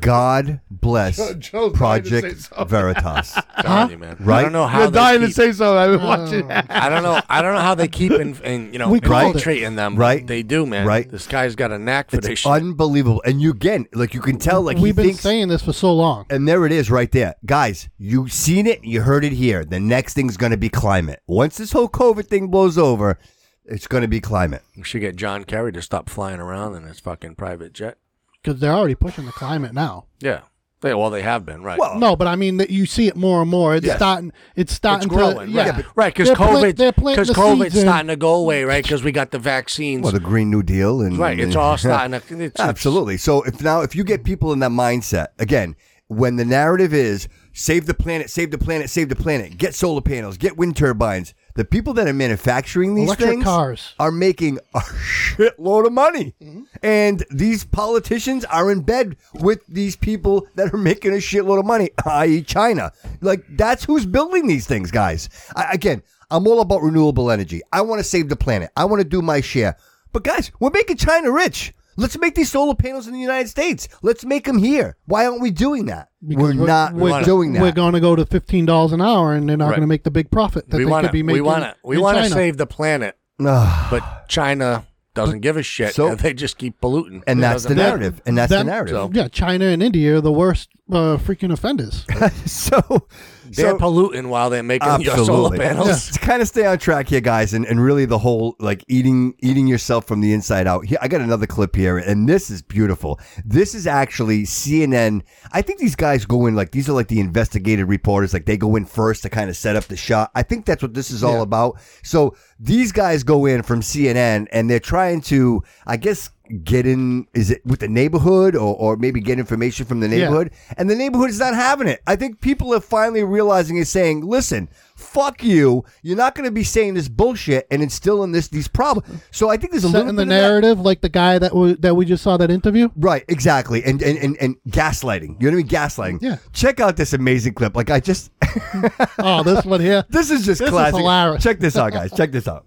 [SPEAKER 4] God bless
[SPEAKER 7] Joe- Joe's dying to say
[SPEAKER 4] Project
[SPEAKER 7] something.
[SPEAKER 4] Veritas.
[SPEAKER 5] Telling you, man. I
[SPEAKER 4] Right?
[SPEAKER 5] don't know how
[SPEAKER 7] You're dying
[SPEAKER 5] they
[SPEAKER 7] to
[SPEAKER 5] keep,
[SPEAKER 7] say something. I've been watching that.
[SPEAKER 5] I don't know. I don't know how they keep in, in you know
[SPEAKER 2] We called it.
[SPEAKER 5] infiltrating them. but
[SPEAKER 4] Right.
[SPEAKER 5] They do, man.
[SPEAKER 4] Right.
[SPEAKER 5] This guy's got a knack for this
[SPEAKER 4] It's
[SPEAKER 5] shit.
[SPEAKER 4] unbelievable. And you again, like you can tell, like he
[SPEAKER 2] We've been
[SPEAKER 4] thinks,
[SPEAKER 2] saying this for so long.
[SPEAKER 4] and there it is right there. Guys, you seen it, you heard it here. The next thing's gonna be climate. Once this whole COVID thing blows over, It's going to be climate.
[SPEAKER 5] We should get John Kerry to stop flying around in his fucking private jet.
[SPEAKER 2] because they're already pushing the climate now.
[SPEAKER 5] Yeah. They, well, they have been, right?
[SPEAKER 2] no, but I mean that you see it more and more. It's
[SPEAKER 5] Yes.
[SPEAKER 2] starting. It's starting to
[SPEAKER 5] it's growing,
[SPEAKER 2] yeah,
[SPEAKER 5] right? Right, because
[SPEAKER 2] They're plant-
[SPEAKER 5] COVID,
[SPEAKER 2] they're planting
[SPEAKER 5] because
[SPEAKER 2] the
[SPEAKER 5] COVID's
[SPEAKER 2] seeds in.
[SPEAKER 5] starting to go away, right? Because we got the vaccines.
[SPEAKER 4] Well, the Green New Deal and
[SPEAKER 5] Right, it's all starting to- it's-
[SPEAKER 4] absolutely. So if now if you get people in that mindset again, when the narrative is save the planet, save the planet, save the planet, get solar panels, get wind turbines, the people that are manufacturing these
[SPEAKER 2] Electric
[SPEAKER 4] things
[SPEAKER 2] cars.
[SPEAKER 4] are making a shitload of money, and these politicians are in bed with these people that are making a shitload of money, i.e., China. Like that's who's building these things, guys. I, again. I'm all about renewable energy. I want to save the planet. I want to do my share. But guys, we're making China rich. Let's make these solar panels in the United States. Let's make them here. Why aren't we doing that? we're, not doing that.
[SPEAKER 2] We're going to go to fifteen dollars an hour, and they're not
[SPEAKER 4] Right.
[SPEAKER 2] going to make the big profit that
[SPEAKER 5] we
[SPEAKER 2] they
[SPEAKER 5] want
[SPEAKER 2] could be
[SPEAKER 5] to.
[SPEAKER 2] making.
[SPEAKER 5] We want to. We
[SPEAKER 2] in
[SPEAKER 5] want to
[SPEAKER 2] China.
[SPEAKER 5] save the planet.
[SPEAKER 4] Ah.
[SPEAKER 5] but China doesn't give a shit.
[SPEAKER 4] So-
[SPEAKER 5] and they just keep polluting.
[SPEAKER 4] And
[SPEAKER 5] It
[SPEAKER 4] that's the
[SPEAKER 5] doesn't matter.
[SPEAKER 4] narrative. And that's the
[SPEAKER 2] Them-
[SPEAKER 4] narrative.
[SPEAKER 5] So-
[SPEAKER 2] Yeah, China and India are the worst uh, freaking offenders.
[SPEAKER 4] so
[SPEAKER 5] They're polluting while they're making your solar panels.
[SPEAKER 4] To kind of stay on track here, guys, and, and really the whole like eating eating yourself from the inside out. Here, I got another clip here, and this is beautiful. This is actually CNN. I think these guys go in like these are like the investigative reporters. Like they go in first to kind of set up the shot. I think that's what this is all about. So these guys go in from CNN, and they're trying to, I guess. Get in, is it with the neighborhood or, or maybe get information from the
[SPEAKER 2] Yeah.
[SPEAKER 4] neighborhood? and the neighborhood is not having it. I think people are finally realizing and saying, "Listen, fuck you. You're not going to be saying this bullshit and instilling this these problems." So I think there's a little
[SPEAKER 2] Setting
[SPEAKER 4] bit
[SPEAKER 2] the
[SPEAKER 4] of that-
[SPEAKER 2] narrative, like the guy that we, that we just saw that interview.
[SPEAKER 4] Right, exactly, and and, and and gaslighting. You know what I mean? Gaslighting.
[SPEAKER 2] Yeah.
[SPEAKER 4] Check out this amazing clip. Like I just.
[SPEAKER 2] oh, this one here.
[SPEAKER 4] This is just
[SPEAKER 2] This is
[SPEAKER 4] classic.
[SPEAKER 2] hilarious.
[SPEAKER 4] Check this out, guys. Check this out.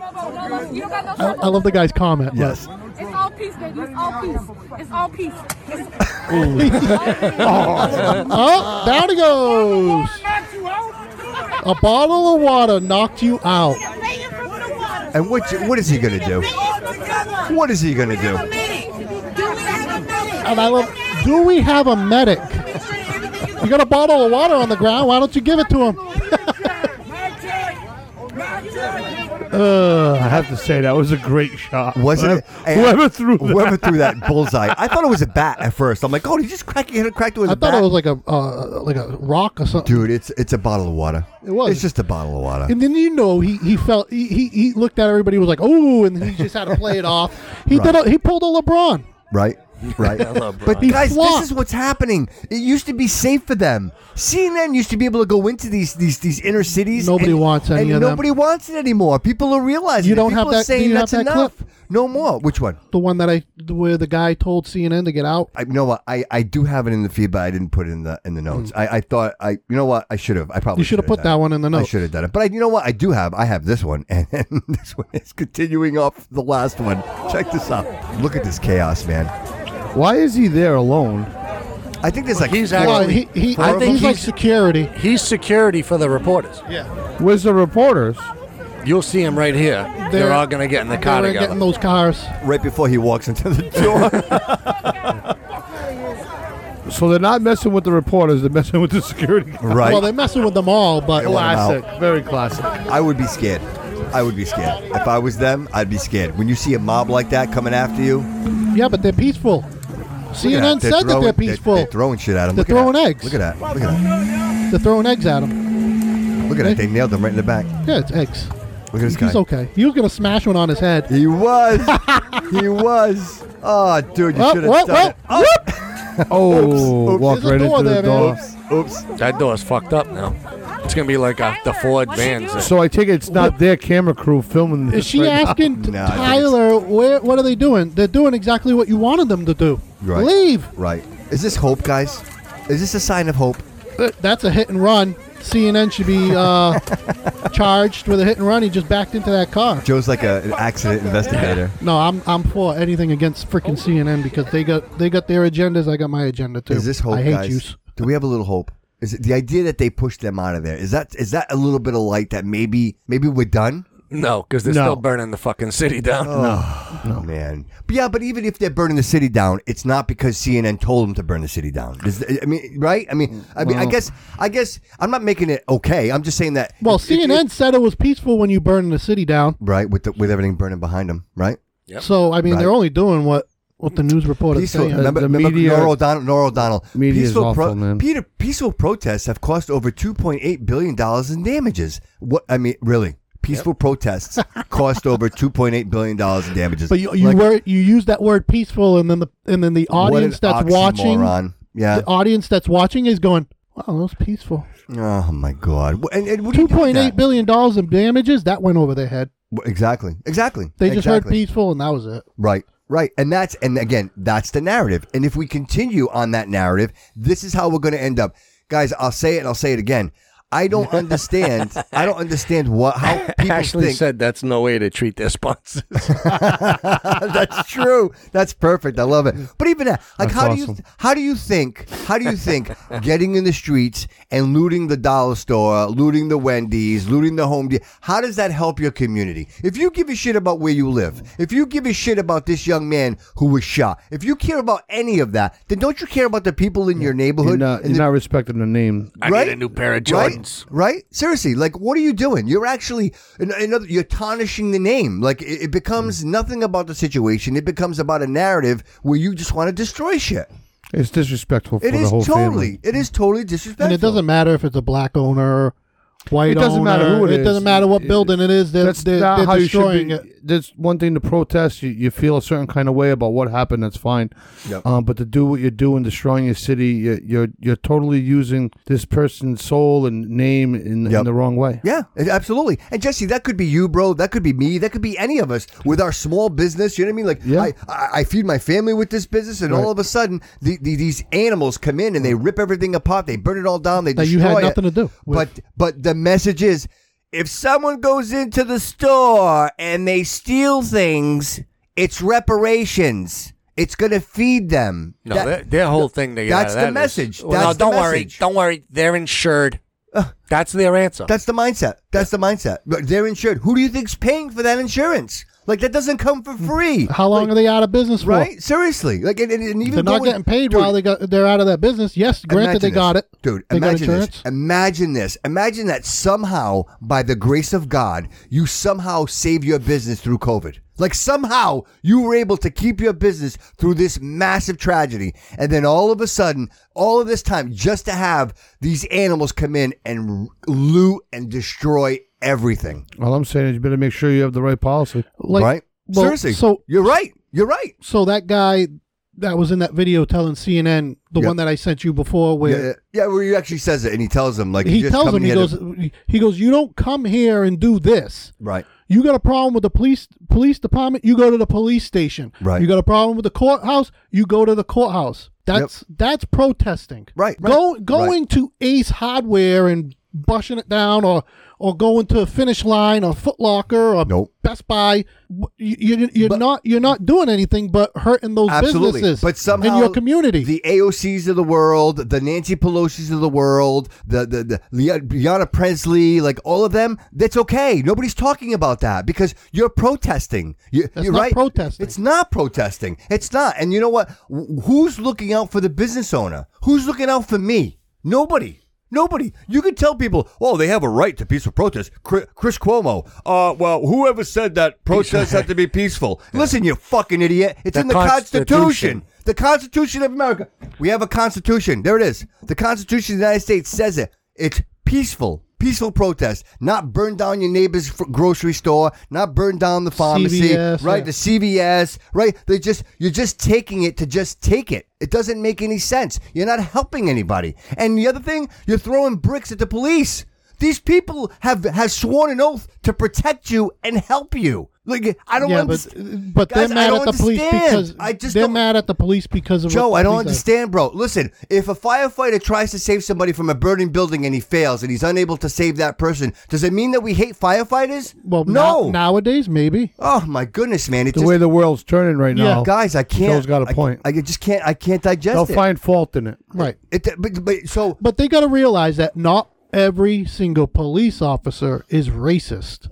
[SPEAKER 2] I, I love the guy's comment. but-
[SPEAKER 4] Yes.
[SPEAKER 14] It's all peace, baby. It's all peace. It's all peace. It's
[SPEAKER 2] oh, oh, down he goes. A bottle of water knocked you out.
[SPEAKER 4] And what you- what is he gonna do? What is he gonna do?
[SPEAKER 2] And I love. Do we have a medic? You got a bottle of water on the ground. Why don't you give it to him?
[SPEAKER 7] Uh, I have to say that was a great shot.
[SPEAKER 4] Wasn't it?
[SPEAKER 7] Whoever, whoever threw that.
[SPEAKER 4] whoever threw that bullseye? I thought it was a bat at first. I'm like, oh, did he just crack it, cracked it with
[SPEAKER 2] I
[SPEAKER 4] a bat.
[SPEAKER 2] thought it was like a uh, like a rock or something.
[SPEAKER 4] Dude, it's it's a bottle of water.
[SPEAKER 2] It was.
[SPEAKER 4] It's just a bottle of water.
[SPEAKER 2] And then you know he he felt he he, he looked at everybody was like oh and then he just had to play it off. He
[SPEAKER 4] Right.
[SPEAKER 2] did a, he pulled a LeBron.
[SPEAKER 4] Right. Right.
[SPEAKER 2] I love
[SPEAKER 4] but
[SPEAKER 2] Brian.
[SPEAKER 4] guys,
[SPEAKER 2] He flopped.
[SPEAKER 4] this is what's happening. It used to be safe for them. CNN used to be able to go into these these these inner cities.
[SPEAKER 2] Nobody
[SPEAKER 4] and-
[SPEAKER 2] wants any
[SPEAKER 4] and
[SPEAKER 2] of them.
[SPEAKER 4] nobody wants it anymore. People are realizing
[SPEAKER 2] You
[SPEAKER 4] it.
[SPEAKER 2] don't
[SPEAKER 4] People
[SPEAKER 2] have
[SPEAKER 4] are
[SPEAKER 2] that.
[SPEAKER 4] saying
[SPEAKER 2] do you
[SPEAKER 4] that's
[SPEAKER 2] have that
[SPEAKER 4] enough.
[SPEAKER 2] clip?
[SPEAKER 4] No more. Which one?
[SPEAKER 2] The one that I where the guy told CNN to get out.
[SPEAKER 4] I, you know what? I, I do have it in the feed, but I didn't put it in the in the notes. I, I thought I you know what I should have. I probably
[SPEAKER 2] Hmm. You should have put
[SPEAKER 4] done
[SPEAKER 2] that
[SPEAKER 4] it.
[SPEAKER 2] one in the
[SPEAKER 4] I
[SPEAKER 2] notes.
[SPEAKER 4] should have done it. But I, you know what? I do have. I have this one, and, this one is continuing off the last one. Check this out. Look at this chaos, man.
[SPEAKER 7] Why is he there alone?
[SPEAKER 4] I think there's like
[SPEAKER 5] he's
[SPEAKER 4] four-
[SPEAKER 5] actually.
[SPEAKER 2] he- he-
[SPEAKER 5] I
[SPEAKER 2] I
[SPEAKER 5] think
[SPEAKER 2] think he's like security.
[SPEAKER 5] He's security for the reporters.
[SPEAKER 7] Where's the reporters?
[SPEAKER 5] You'll see him right here. They're,
[SPEAKER 2] They're-
[SPEAKER 5] all going to get in the
[SPEAKER 2] They
[SPEAKER 5] car
[SPEAKER 2] were
[SPEAKER 5] together.
[SPEAKER 2] getting those cars.
[SPEAKER 4] right before he walks into the door.
[SPEAKER 7] So they're not messing with the reporters. They're messing with the security. guard.
[SPEAKER 4] Right.
[SPEAKER 2] Well, they're messing with them all, Oh, but
[SPEAKER 4] They want 'em out.
[SPEAKER 7] Very classic.
[SPEAKER 4] I would be scared. I would be scared. If I was them, I'd be scared. When you see a mob like that coming after you,
[SPEAKER 2] Yeah, but they're peaceful.
[SPEAKER 4] look at
[SPEAKER 2] CNN
[SPEAKER 4] that. They're
[SPEAKER 2] said that
[SPEAKER 4] throwing-
[SPEAKER 2] they're
[SPEAKER 4] they're-
[SPEAKER 2] peaceful.
[SPEAKER 4] They're, throwing shit at him.
[SPEAKER 2] They're
[SPEAKER 4] Look at that.
[SPEAKER 2] throwing eggs.
[SPEAKER 4] Look at that. Look at that.
[SPEAKER 2] They're throwing eggs at him.
[SPEAKER 4] Look at that. They nailed him right in the back. Look
[SPEAKER 2] Yeah, it's eggs.
[SPEAKER 4] at this guy.
[SPEAKER 2] He's okay. He was gonna smash one on his head.
[SPEAKER 4] He was. he was. Oh, dude, you
[SPEAKER 2] Oh,
[SPEAKER 4] should
[SPEAKER 2] whoa,
[SPEAKER 4] have done
[SPEAKER 2] whoa,
[SPEAKER 4] it.
[SPEAKER 7] Oh, walk
[SPEAKER 2] There's a
[SPEAKER 7] right
[SPEAKER 2] door
[SPEAKER 7] into
[SPEAKER 2] there,
[SPEAKER 7] the
[SPEAKER 2] man.
[SPEAKER 7] door.
[SPEAKER 4] Oops. Oops.
[SPEAKER 5] That door's fucked up now. It's going to be like uh the Ford vans. that-
[SPEAKER 7] So I take it it's not their camera crew filming this.
[SPEAKER 2] Is she
[SPEAKER 7] right now.
[SPEAKER 2] asking
[SPEAKER 4] No, I think
[SPEAKER 2] Tyler where? What are they doing? They're doing exactly what you wanted them to do.
[SPEAKER 4] Right.
[SPEAKER 2] Leave.
[SPEAKER 4] Oh. Right. Is this hope, guys? Is this a sign of hope?
[SPEAKER 2] Th- That's a hit and run. CNN should be uh, charged with a hit and run. He just backed into that car.
[SPEAKER 4] Joe's like a, an accident investigator.
[SPEAKER 2] No, I'm I'm for anything against
[SPEAKER 4] Oh.
[SPEAKER 2] freaking CNN because they got they got their agendas. I got my agenda too.
[SPEAKER 4] Is this hope,
[SPEAKER 2] I hate
[SPEAKER 4] guys?
[SPEAKER 2] you.
[SPEAKER 4] Do we have a little hope? Is it the idea that they pushed them out of there? Is that is that a little bit of light that maybe maybe we're done?
[SPEAKER 5] No, because they're
[SPEAKER 4] No.
[SPEAKER 5] still burning the fucking city down.
[SPEAKER 4] Oh, man. But yeah, but even if they're burning the city down, it's not because CNN told them to burn the city down. Does- I mean, right? I mean, I mean, I
[SPEAKER 2] Well-
[SPEAKER 4] guess, I guess, I'm not making it okay. I'm just saying that.
[SPEAKER 2] Well,
[SPEAKER 4] if- if-
[SPEAKER 2] CNN said it was peaceful when you burned the city down.
[SPEAKER 4] right with the, with everything burning behind them, right?
[SPEAKER 2] So I mean,
[SPEAKER 4] Right.
[SPEAKER 2] they're only doing what what the news reporter is
[SPEAKER 4] Peaceful,
[SPEAKER 2] saying.
[SPEAKER 4] remember, remember Norah O'Donnell. Norah O'Donnell.
[SPEAKER 2] Media is
[SPEAKER 4] peaceful
[SPEAKER 2] awful, man.
[SPEAKER 4] Peter, peaceful protests have cost over 2.8 billion dollars in damages. What I mean, really, peaceful protests cost over 2.8 billion dollars in damages.
[SPEAKER 2] But you you
[SPEAKER 4] Like,
[SPEAKER 2] were you use that word peaceful, and then the and then the
[SPEAKER 4] What an
[SPEAKER 2] audience that's watching,
[SPEAKER 4] oxymoron. Yeah.
[SPEAKER 2] the audience that's watching is going, "Wow, that was peaceful."
[SPEAKER 4] oh my god, Wh- and, and what do you
[SPEAKER 2] Two
[SPEAKER 4] do with
[SPEAKER 2] point
[SPEAKER 4] that?
[SPEAKER 2] eight billion dollars in damages that went over their head.
[SPEAKER 4] Wh- Exactly. Exactly.
[SPEAKER 2] They just heard
[SPEAKER 4] Exactly.
[SPEAKER 2] peaceful, and that was it.
[SPEAKER 4] Right. Right. And that's and again, that's the narrative. And if we continue on that narrative, this is how we're going to end up. Guys, I'll say it and I'll say it again. I don't understand. I don't understand what how people
[SPEAKER 5] Ashley
[SPEAKER 4] think.
[SPEAKER 5] said that's no way to treat their sponsors.
[SPEAKER 4] that's true. That's perfect. I love it. But even that, like,
[SPEAKER 5] That's
[SPEAKER 4] how do you
[SPEAKER 5] awesome.
[SPEAKER 4] how do you think how do you think getting in the streets and looting the dollar store, looting the Wendy's, looting the Home Depot, how does that help your community? If you give a shit about where you live, if you give a shit about this young man who was shot, if you care about any of that, then don't you care about the people in your neighborhood?
[SPEAKER 7] You're not,
[SPEAKER 4] and
[SPEAKER 7] you're
[SPEAKER 4] the-
[SPEAKER 7] not respecting the name.
[SPEAKER 4] Right? Right? Seriously, like, what are you doing? You're actually, in- in other- you're tarnishing the name. Like, it, it becomes nothing about the situation. It becomes about a narrative where you just want to destroy shit.
[SPEAKER 7] It's disrespectful
[SPEAKER 4] It
[SPEAKER 7] for
[SPEAKER 4] is
[SPEAKER 7] the whole
[SPEAKER 4] totally,
[SPEAKER 7] family.
[SPEAKER 4] it is totally
[SPEAKER 2] And
[SPEAKER 4] disrespectful.
[SPEAKER 2] it doesn't matter if it's a black owner, white
[SPEAKER 7] It doesn't matter
[SPEAKER 2] owner,
[SPEAKER 7] who it
[SPEAKER 2] It doesn't
[SPEAKER 7] is.
[SPEAKER 2] matter what building it is. They're,
[SPEAKER 7] That's
[SPEAKER 2] they're,
[SPEAKER 7] not
[SPEAKER 2] they're
[SPEAKER 7] how you should
[SPEAKER 2] destroying
[SPEAKER 7] be.
[SPEAKER 2] it.
[SPEAKER 7] There's one thing to protest. You, you feel a certain kind of way about what happened. That's fine.
[SPEAKER 4] Yep.
[SPEAKER 7] Um, but to do what you're doing, destroying your city, you're you're, you're totally using this person's soul and name in, in the wrong way.
[SPEAKER 4] Yeah, it- absolutely. And Jesse, that could be you, bro. That could be me. That could be any of us with our small business. You know what I mean? Like, I, I, I feed my family with this business, and all
[SPEAKER 2] Right.
[SPEAKER 4] of a sudden, the, the, these animals come in and they rip everything apart. They burn it all down. They
[SPEAKER 2] That you
[SPEAKER 4] destroy
[SPEAKER 2] had
[SPEAKER 4] it.
[SPEAKER 2] nothing to do with.
[SPEAKER 4] But but the message is, if someone goes into the store and they steal things, it's reparations. It's gonna feed them.
[SPEAKER 5] No,
[SPEAKER 4] That-
[SPEAKER 5] their, their whole thing. They get out of
[SPEAKER 4] that's the
[SPEAKER 5] that is-
[SPEAKER 4] message.
[SPEAKER 5] Well,
[SPEAKER 4] That's the
[SPEAKER 5] no, don't worry.
[SPEAKER 4] message. Uh,
[SPEAKER 5] Don't worry. They're insured. That's their answer.
[SPEAKER 4] That's the mindset. That's the mindset. But they're insured. Who do you think's paying for that insurance? Like that doesn't come for free.
[SPEAKER 2] How long are they out of business for?
[SPEAKER 4] Right? Seriously. Like and, and, and even
[SPEAKER 2] They're not
[SPEAKER 4] going-
[SPEAKER 2] getting paid
[SPEAKER 4] Dude,
[SPEAKER 2] while they got they're out of that business. Yes, granted they
[SPEAKER 4] imagine
[SPEAKER 2] got
[SPEAKER 4] this.
[SPEAKER 2] it,
[SPEAKER 4] Dude,
[SPEAKER 2] They got
[SPEAKER 4] imagine this.
[SPEAKER 2] insurance.
[SPEAKER 4] Imagine this. Imagine that somehow, by the grace of God, you somehow save your business through COVID. Like somehow you were able to keep your business through this massive tragedy. And then all of a sudden, all of this time, just to have these animals come in and r- loot and destroy everything.
[SPEAKER 7] All I'm saying is you better make sure you have the right policy.
[SPEAKER 2] Like,
[SPEAKER 4] right?
[SPEAKER 2] well,
[SPEAKER 4] Seriously.
[SPEAKER 2] So
[SPEAKER 4] you're right. You're right.
[SPEAKER 2] So that guy that was in that video telling CNN, the
[SPEAKER 4] Yeah.
[SPEAKER 2] one that I sent you before, where
[SPEAKER 4] yeah, yeah, where he actually says it and he tells them like
[SPEAKER 2] he
[SPEAKER 4] just
[SPEAKER 2] tells
[SPEAKER 4] come
[SPEAKER 2] him he
[SPEAKER 4] here
[SPEAKER 2] goes
[SPEAKER 4] to-
[SPEAKER 2] he goes you don't come here and do this
[SPEAKER 4] right.
[SPEAKER 2] you got a problem with the police police department you go to the police station
[SPEAKER 4] Right.
[SPEAKER 2] you got a problem with the courthouse you go to the courthouse that's that's protesting
[SPEAKER 4] right,
[SPEAKER 2] go
[SPEAKER 4] right,
[SPEAKER 2] going to ace hardware and bushing it down or or going to finish line or foot locker or best buy W- you, you, you're not you're not doing anything but hurting those
[SPEAKER 4] Absolutely.
[SPEAKER 2] businesses
[SPEAKER 4] But somehow
[SPEAKER 2] in your community.
[SPEAKER 4] The AOCs of the world, the Nancy Pelosi's of the world, the the, the Le- Breonna Presley, like all of them, that's okay. Nobody's talking about that because you're protesting. You,
[SPEAKER 2] That's
[SPEAKER 4] you're
[SPEAKER 2] not
[SPEAKER 4] right.
[SPEAKER 2] protesting.
[SPEAKER 4] It's not protesting. It's not. And you know what? Wh- Who's looking out for the business owner? Who's looking out for me? Nobody. Nobody. You could tell people, oh, they have a right to peaceful protest. Chri- Chris Cuomo. Uh, well, whoever said that protests have to be peaceful. Listen, you fucking idiot. It's
[SPEAKER 5] The
[SPEAKER 4] in the
[SPEAKER 5] Constitution.
[SPEAKER 4] Constitution. The Constitution of America. We have a Constitution. There it is. The Constitution of the United States says it. It's peaceful. Peaceful protest, not burn down your neighbor's fr- grocery store, not burn down the pharmacy,
[SPEAKER 2] CVS,
[SPEAKER 4] right?
[SPEAKER 2] yeah.
[SPEAKER 4] The CVS, right? They just you're just taking it to just take it. It doesn't make any sense. You're not helping anybody. And the other thing, you're throwing bricks at the police. These people have have sworn an oath to protect you and help you. Like I don't
[SPEAKER 2] yeah,
[SPEAKER 4] underst-
[SPEAKER 2] but, but
[SPEAKER 4] uh, Guys,
[SPEAKER 2] they're
[SPEAKER 4] I
[SPEAKER 2] mad
[SPEAKER 4] don't
[SPEAKER 2] at the police
[SPEAKER 4] understand.
[SPEAKER 2] because
[SPEAKER 4] I just
[SPEAKER 2] they're
[SPEAKER 4] don't-
[SPEAKER 2] mad at the police because of
[SPEAKER 4] Joe,
[SPEAKER 2] what the
[SPEAKER 4] I don't
[SPEAKER 2] police are-
[SPEAKER 4] understand, bro. Listen, if a firefighter tries to save somebody from a burning building and he fails and he's unable to save that person, does it mean that we hate firefighters? Well, no.
[SPEAKER 2] Now- nowadays, maybe.
[SPEAKER 4] Oh my goodness, man! It
[SPEAKER 7] The
[SPEAKER 4] just,
[SPEAKER 7] way the world's turning right
[SPEAKER 4] Yeah.
[SPEAKER 7] now,
[SPEAKER 4] Guys, I can't-
[SPEAKER 7] Joe's got a point.
[SPEAKER 4] I just can't. I can't digest
[SPEAKER 7] They'll
[SPEAKER 4] it.
[SPEAKER 7] find fault in it.
[SPEAKER 2] Right.
[SPEAKER 4] It, but, but so
[SPEAKER 2] But they got to realize that not every single police officer is racist.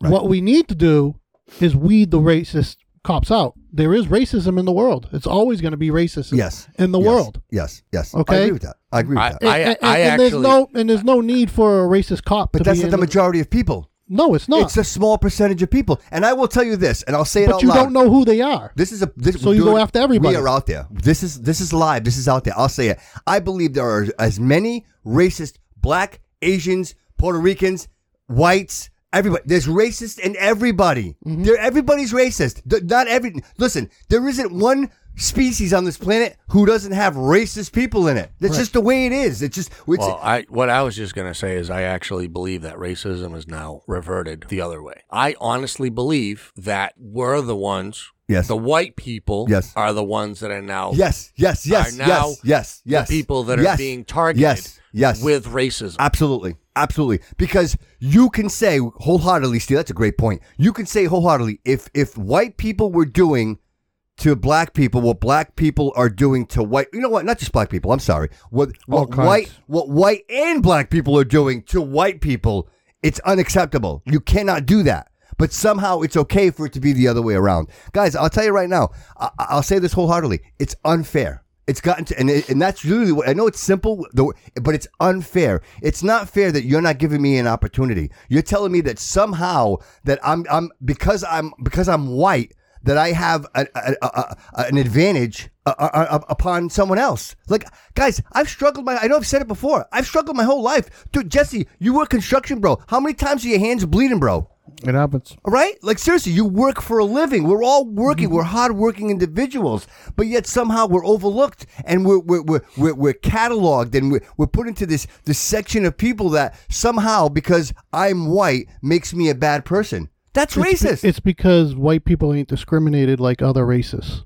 [SPEAKER 2] What we need to do is weed the racist cops out. There is racism in the world. It's always going to be racism. Yes. In the world.
[SPEAKER 4] Yes, yes.
[SPEAKER 2] Okay.
[SPEAKER 4] I agree with that. I agree with that.
[SPEAKER 2] And, and- and there's no and there's no need for a racist cop.
[SPEAKER 4] But
[SPEAKER 2] to
[SPEAKER 4] that's
[SPEAKER 2] be
[SPEAKER 4] not
[SPEAKER 2] in
[SPEAKER 4] the majority of people.
[SPEAKER 2] No, it's not.
[SPEAKER 4] It's a small percentage of people. And I will tell you this, and I'll say it
[SPEAKER 2] But
[SPEAKER 4] out
[SPEAKER 2] you
[SPEAKER 4] loud.
[SPEAKER 2] don't know who they are.
[SPEAKER 4] This is a this,
[SPEAKER 2] So you go
[SPEAKER 4] dude,
[SPEAKER 2] after everybody.
[SPEAKER 4] We are out there. This is this is live. This is out there. I'll say it. I believe there are as many racist black Asians, Puerto Ricans, whites. Everybody, there's racist in everybody.
[SPEAKER 2] Mm-hmm.
[SPEAKER 4] There, everybody's racist. Th- not every. Listen, there isn't one species on this planet who doesn't have racist people in it. That's just the way it is. It's just. It's,
[SPEAKER 5] well, I, what I was just going to say is I actually believe that racism is now reverted the other way. I honestly believe that we're the ones.
[SPEAKER 4] Yes.
[SPEAKER 5] The white people
[SPEAKER 4] Yes.
[SPEAKER 5] are the ones that are now.
[SPEAKER 4] Yes, yes, yes,
[SPEAKER 5] Are now
[SPEAKER 4] yes, yes,
[SPEAKER 5] the
[SPEAKER 4] yes.
[SPEAKER 5] people that are
[SPEAKER 4] Yes,
[SPEAKER 5] being targeted
[SPEAKER 4] yes, yes.
[SPEAKER 5] with racism.
[SPEAKER 4] Absolutely. Absolutely. Because you can say wholeheartedly, Steve, that's a great point. You can say wholeheartedly, if if white people were doing to black people what black people are doing to white you know what, not just black people, I'm sorry. What what
[SPEAKER 7] kinds.
[SPEAKER 4] white what white and black people are doing to white people, it's unacceptable. You cannot do that. But somehow it's okay for it to be the other way around. Guys, I'll tell you right now, I- I- I'll say this wholeheartedly. It's unfair. It's gotten to, and, it- and that's really what I know it's simple, the- but it's unfair. It's not fair that you're not giving me an opportunity. You're telling me that somehow that I'm, I'm, because I'm, because I'm white, that I have a, a, a, a- an advantage uh, uh, uh, upon someone else. Like, guys, I've struggled my. I know I've said it before. I've struggled my whole life, dude. Jesse, you work construction, bro. How many times are your hands bleeding, bro?
[SPEAKER 7] It happens.
[SPEAKER 4] Right? Like seriously, you work for a living. We're all working.
[SPEAKER 2] Mm-hmm.
[SPEAKER 4] We're hardworking individuals, but yet somehow we're overlooked and we're we're we're, we're, we're cataloged and we're, we're put into this this section of people that somehow because I'm white makes me a bad person. That's
[SPEAKER 2] It's be-
[SPEAKER 4] racist.
[SPEAKER 2] it's because white people ain't discriminated like other races.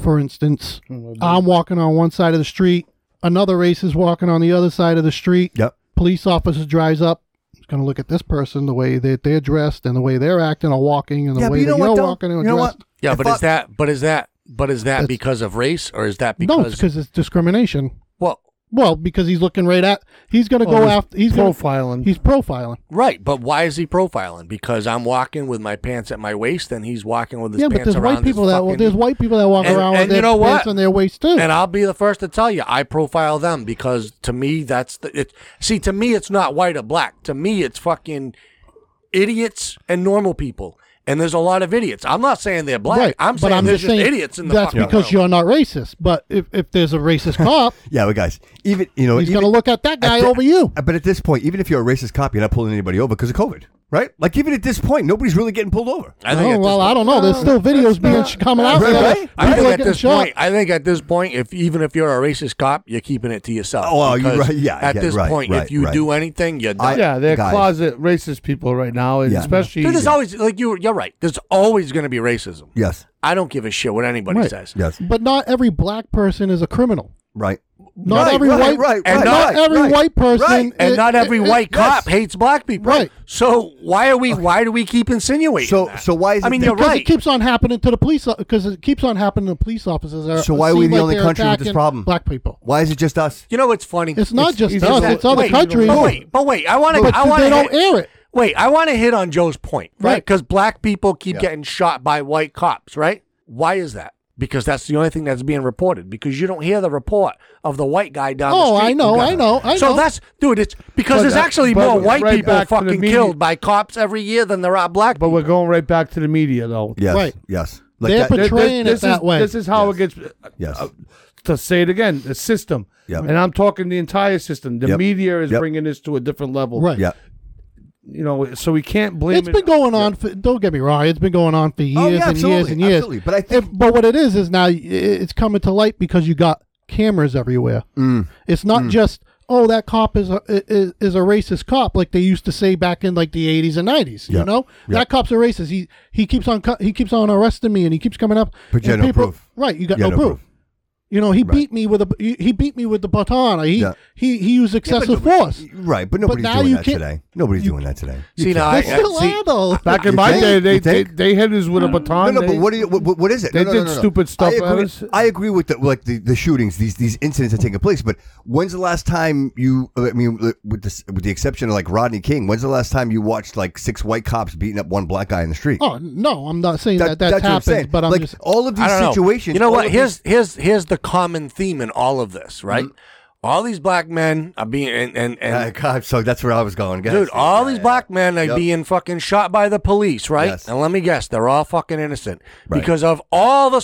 [SPEAKER 2] For instance,
[SPEAKER 4] Mm-hmm.
[SPEAKER 2] I'm walking on one side of the street, another race is walking on the other side of the street.
[SPEAKER 4] Yep.
[SPEAKER 2] Police officer drives up, is going to look at this person, the way that they're dressed and the way they're acting or walking and the
[SPEAKER 4] Yeah, but
[SPEAKER 2] way
[SPEAKER 4] you know
[SPEAKER 2] that
[SPEAKER 4] what,
[SPEAKER 2] you're
[SPEAKER 4] though?
[SPEAKER 2] walking and
[SPEAKER 4] You know
[SPEAKER 2] dressed.
[SPEAKER 4] what?
[SPEAKER 5] Yeah,
[SPEAKER 4] If
[SPEAKER 5] but
[SPEAKER 4] I-
[SPEAKER 5] is that but is that but is that because of race or is that because
[SPEAKER 2] no, it's because it's discrimination.
[SPEAKER 5] Well,
[SPEAKER 2] Well, because he's looking right at. He's going to
[SPEAKER 5] Well,
[SPEAKER 2] go
[SPEAKER 5] he's
[SPEAKER 2] after. He's
[SPEAKER 7] Oh, profiling.
[SPEAKER 2] he's profiling.
[SPEAKER 5] Right, but why is he profiling? Because I'm walking with my pants at my waist, and he's walking with his
[SPEAKER 2] yeah, but
[SPEAKER 5] pants
[SPEAKER 2] there's
[SPEAKER 5] around
[SPEAKER 2] white
[SPEAKER 5] his
[SPEAKER 2] people that
[SPEAKER 5] fucking-
[SPEAKER 2] there's white people that walk
[SPEAKER 5] And-
[SPEAKER 2] around
[SPEAKER 5] and
[SPEAKER 2] with their
[SPEAKER 5] you know
[SPEAKER 2] pants
[SPEAKER 5] what?
[SPEAKER 2] on their waist too.
[SPEAKER 5] And I'll be the first to tell you, I profile them because to me, that's the it. See, to me, it's not white or black. To me, it's fucking idiots and normal people. And there's a lot of idiots. I'm not saying they're black.
[SPEAKER 2] Right,
[SPEAKER 5] I'm
[SPEAKER 2] but
[SPEAKER 5] saying
[SPEAKER 2] I'm
[SPEAKER 5] there's
[SPEAKER 2] just
[SPEAKER 5] just
[SPEAKER 2] saying
[SPEAKER 5] idiots in the
[SPEAKER 2] that's
[SPEAKER 5] fucking
[SPEAKER 2] because
[SPEAKER 5] world.
[SPEAKER 2] you're not racist. But if, if there's a racist cop,
[SPEAKER 4] Yeah, but guys, even you know,
[SPEAKER 2] He's
[SPEAKER 4] even-
[SPEAKER 2] gonna look at that guy
[SPEAKER 4] thi-
[SPEAKER 2] over you.
[SPEAKER 4] But at this point, even if you're a racist cop, you're not pulling anybody over because of COVID, right? Like even at this point, nobody's really getting pulled over.
[SPEAKER 5] I think
[SPEAKER 2] Oh,
[SPEAKER 5] at this
[SPEAKER 2] well, I don't know. There's still videos being sh- coming out.
[SPEAKER 4] Right,
[SPEAKER 2] there.
[SPEAKER 4] right?
[SPEAKER 2] People
[SPEAKER 5] I
[SPEAKER 2] are
[SPEAKER 5] think at
[SPEAKER 2] getting
[SPEAKER 5] this
[SPEAKER 2] shot.
[SPEAKER 5] point, I think at this point, if even if you're a racist cop, you're keeping it to yourself.
[SPEAKER 4] Oh, well, you're
[SPEAKER 5] Because
[SPEAKER 4] right. Yeah,
[SPEAKER 5] At
[SPEAKER 4] yeah,
[SPEAKER 5] this
[SPEAKER 4] right,
[SPEAKER 5] point,
[SPEAKER 4] right,
[SPEAKER 5] if you
[SPEAKER 4] right.
[SPEAKER 5] do anything, you're done.
[SPEAKER 7] yeah, they're
[SPEAKER 4] guys.
[SPEAKER 7] closet racist people right now, and
[SPEAKER 4] Yeah.
[SPEAKER 7] especially.
[SPEAKER 5] Dude, there's always like you. You're right. There's always going to be racism.
[SPEAKER 4] Yes.
[SPEAKER 5] I don't give a shit what anybody
[SPEAKER 2] Right.
[SPEAKER 5] says.
[SPEAKER 4] Yes.
[SPEAKER 2] But not every black person is a criminal.
[SPEAKER 4] Right.
[SPEAKER 2] Not
[SPEAKER 4] Right,
[SPEAKER 2] every
[SPEAKER 4] right,
[SPEAKER 2] white,
[SPEAKER 4] right,
[SPEAKER 2] and
[SPEAKER 4] right,
[SPEAKER 2] not
[SPEAKER 4] right,
[SPEAKER 2] every
[SPEAKER 4] right,
[SPEAKER 2] white person,
[SPEAKER 4] right.
[SPEAKER 5] And
[SPEAKER 2] i-
[SPEAKER 5] not every
[SPEAKER 2] i- i-
[SPEAKER 5] white
[SPEAKER 2] yes.
[SPEAKER 5] cop hates black people.
[SPEAKER 2] Right.
[SPEAKER 5] So why are we? Why do we keep insinuating?
[SPEAKER 4] So-
[SPEAKER 5] that?
[SPEAKER 4] so why is
[SPEAKER 5] I
[SPEAKER 4] it
[SPEAKER 5] mean,
[SPEAKER 4] that-
[SPEAKER 5] you're
[SPEAKER 2] Because
[SPEAKER 5] right.
[SPEAKER 2] it keeps on happening to the police, because it keeps on happening to police officers. that are-
[SPEAKER 4] So why are we
[SPEAKER 2] seem
[SPEAKER 4] the
[SPEAKER 2] like
[SPEAKER 4] only
[SPEAKER 2] they're
[SPEAKER 4] country with this
[SPEAKER 2] attacking
[SPEAKER 4] problem?
[SPEAKER 2] Black people.
[SPEAKER 4] Why is it just us?
[SPEAKER 5] you know what's funny?
[SPEAKER 2] It's not just
[SPEAKER 5] it's
[SPEAKER 2] us;
[SPEAKER 5] that-
[SPEAKER 2] it's other
[SPEAKER 5] wait,
[SPEAKER 2] countries.
[SPEAKER 5] But wait, but wait. I want to.
[SPEAKER 2] But
[SPEAKER 5] I want
[SPEAKER 2] they don't air it.
[SPEAKER 5] Wait, I want to hit on Joe's point, right?
[SPEAKER 2] Right.
[SPEAKER 5] Because black people keep
[SPEAKER 4] Yeah.
[SPEAKER 5] getting shot by white cops, right? Why is that? Because that's the only thing that's being reported. Because you don't hear the report of the white guy down the
[SPEAKER 2] Oh,
[SPEAKER 5] street.
[SPEAKER 2] I know,
[SPEAKER 5] who got
[SPEAKER 2] I
[SPEAKER 5] it.
[SPEAKER 2] know, I
[SPEAKER 5] so
[SPEAKER 2] know. uh,
[SPEAKER 5] that's, dude. It's because
[SPEAKER 7] But
[SPEAKER 5] there's
[SPEAKER 7] that-
[SPEAKER 5] actually
[SPEAKER 7] but
[SPEAKER 5] more
[SPEAKER 7] it's
[SPEAKER 5] white
[SPEAKER 7] right
[SPEAKER 5] people
[SPEAKER 7] back to the
[SPEAKER 5] fucking
[SPEAKER 7] media.
[SPEAKER 5] killed by cops every year than there are black.
[SPEAKER 7] But we're going right back to the media, though.
[SPEAKER 4] Yes.
[SPEAKER 2] Right.
[SPEAKER 4] Yes.
[SPEAKER 2] They're
[SPEAKER 4] that-
[SPEAKER 2] portray- Portraying it
[SPEAKER 7] this
[SPEAKER 2] that
[SPEAKER 7] is,
[SPEAKER 2] way.
[SPEAKER 7] This is how it gets.
[SPEAKER 4] Yes.
[SPEAKER 7] to say it again, the system.
[SPEAKER 4] Yep.
[SPEAKER 7] And I'm talking the entire system. The
[SPEAKER 4] Yep.
[SPEAKER 7] media is
[SPEAKER 4] Yep.
[SPEAKER 7] bringing this to a different level.
[SPEAKER 2] Right.
[SPEAKER 4] Yeah.
[SPEAKER 7] You know, so we can't blame
[SPEAKER 2] It's been going on. For, don't get me wrong; it's been going on for years
[SPEAKER 4] Oh, yeah,
[SPEAKER 2] and years
[SPEAKER 4] absolutely,
[SPEAKER 2] and years.
[SPEAKER 4] absolutely. But I think-
[SPEAKER 2] And- but what it is is now i- it's coming to light because you got cameras everywhere.
[SPEAKER 4] Mm.
[SPEAKER 2] It's not just oh that cop is a is, is a racist cop like they used to say back in like the eighties and nineties.
[SPEAKER 4] Yeah,
[SPEAKER 2] You know
[SPEAKER 4] yeah.
[SPEAKER 2] that cop's a racist. He he keeps on cu- he keeps on arresting me and he keeps coming up.
[SPEAKER 4] But you
[SPEAKER 2] and
[SPEAKER 4] had no proof.
[SPEAKER 2] Right, you got
[SPEAKER 4] You had
[SPEAKER 2] no,
[SPEAKER 4] no
[SPEAKER 2] proof.
[SPEAKER 4] proof.
[SPEAKER 2] You know, he beat me with a he he beat me with the baton. He
[SPEAKER 4] Yeah.
[SPEAKER 2] he he used
[SPEAKER 4] Yeah, but
[SPEAKER 2] excessive
[SPEAKER 4] nobody-
[SPEAKER 2] force.
[SPEAKER 4] Right, but nobody's
[SPEAKER 2] now
[SPEAKER 4] doing
[SPEAKER 2] you
[SPEAKER 4] that
[SPEAKER 2] can't-
[SPEAKER 4] today. Nobody's doing that today.
[SPEAKER 2] See, now I- They I- still see- are, though.
[SPEAKER 7] Back in
[SPEAKER 4] You
[SPEAKER 7] my
[SPEAKER 4] think?
[SPEAKER 7] day, they-
[SPEAKER 4] You think?
[SPEAKER 7] they- they hit us with a baton.
[SPEAKER 4] No, no,
[SPEAKER 7] They-
[SPEAKER 4] but what, do you, what, what- what is it?
[SPEAKER 7] they
[SPEAKER 4] No, no,
[SPEAKER 7] did
[SPEAKER 4] no, no, no.
[SPEAKER 7] stupid stuff
[SPEAKER 4] I
[SPEAKER 7] at
[SPEAKER 4] agree,
[SPEAKER 7] us.
[SPEAKER 4] I agree with the, like the, the shootings, these these incidents that taking place. But when's the last time you? I mean, with this, with the exception of like Rodney King, when's the last time you watched like six white cops beating up one black guy in the street?
[SPEAKER 2] Oh no, I'm not saying that,
[SPEAKER 4] That-
[SPEAKER 2] that's,
[SPEAKER 4] that's what I'm
[SPEAKER 2] happened,
[SPEAKER 4] saying.
[SPEAKER 2] but I'm
[SPEAKER 4] Like,
[SPEAKER 2] just
[SPEAKER 4] all of these
[SPEAKER 5] I don't know.
[SPEAKER 4] situations-
[SPEAKER 5] You know
[SPEAKER 4] all
[SPEAKER 5] what?
[SPEAKER 4] of
[SPEAKER 5] Here's here's here's the common theme in all of this, right? All these black men are being and and, and
[SPEAKER 4] Uh, God, so that's where Mm-hmm. I was going, guys.
[SPEAKER 5] Dude, all these black men are
[SPEAKER 4] Yep.
[SPEAKER 5] being fucking shot by the police, right?
[SPEAKER 4] Yes.
[SPEAKER 5] And let me guess, they're all fucking innocent
[SPEAKER 4] Right.
[SPEAKER 5] because of all the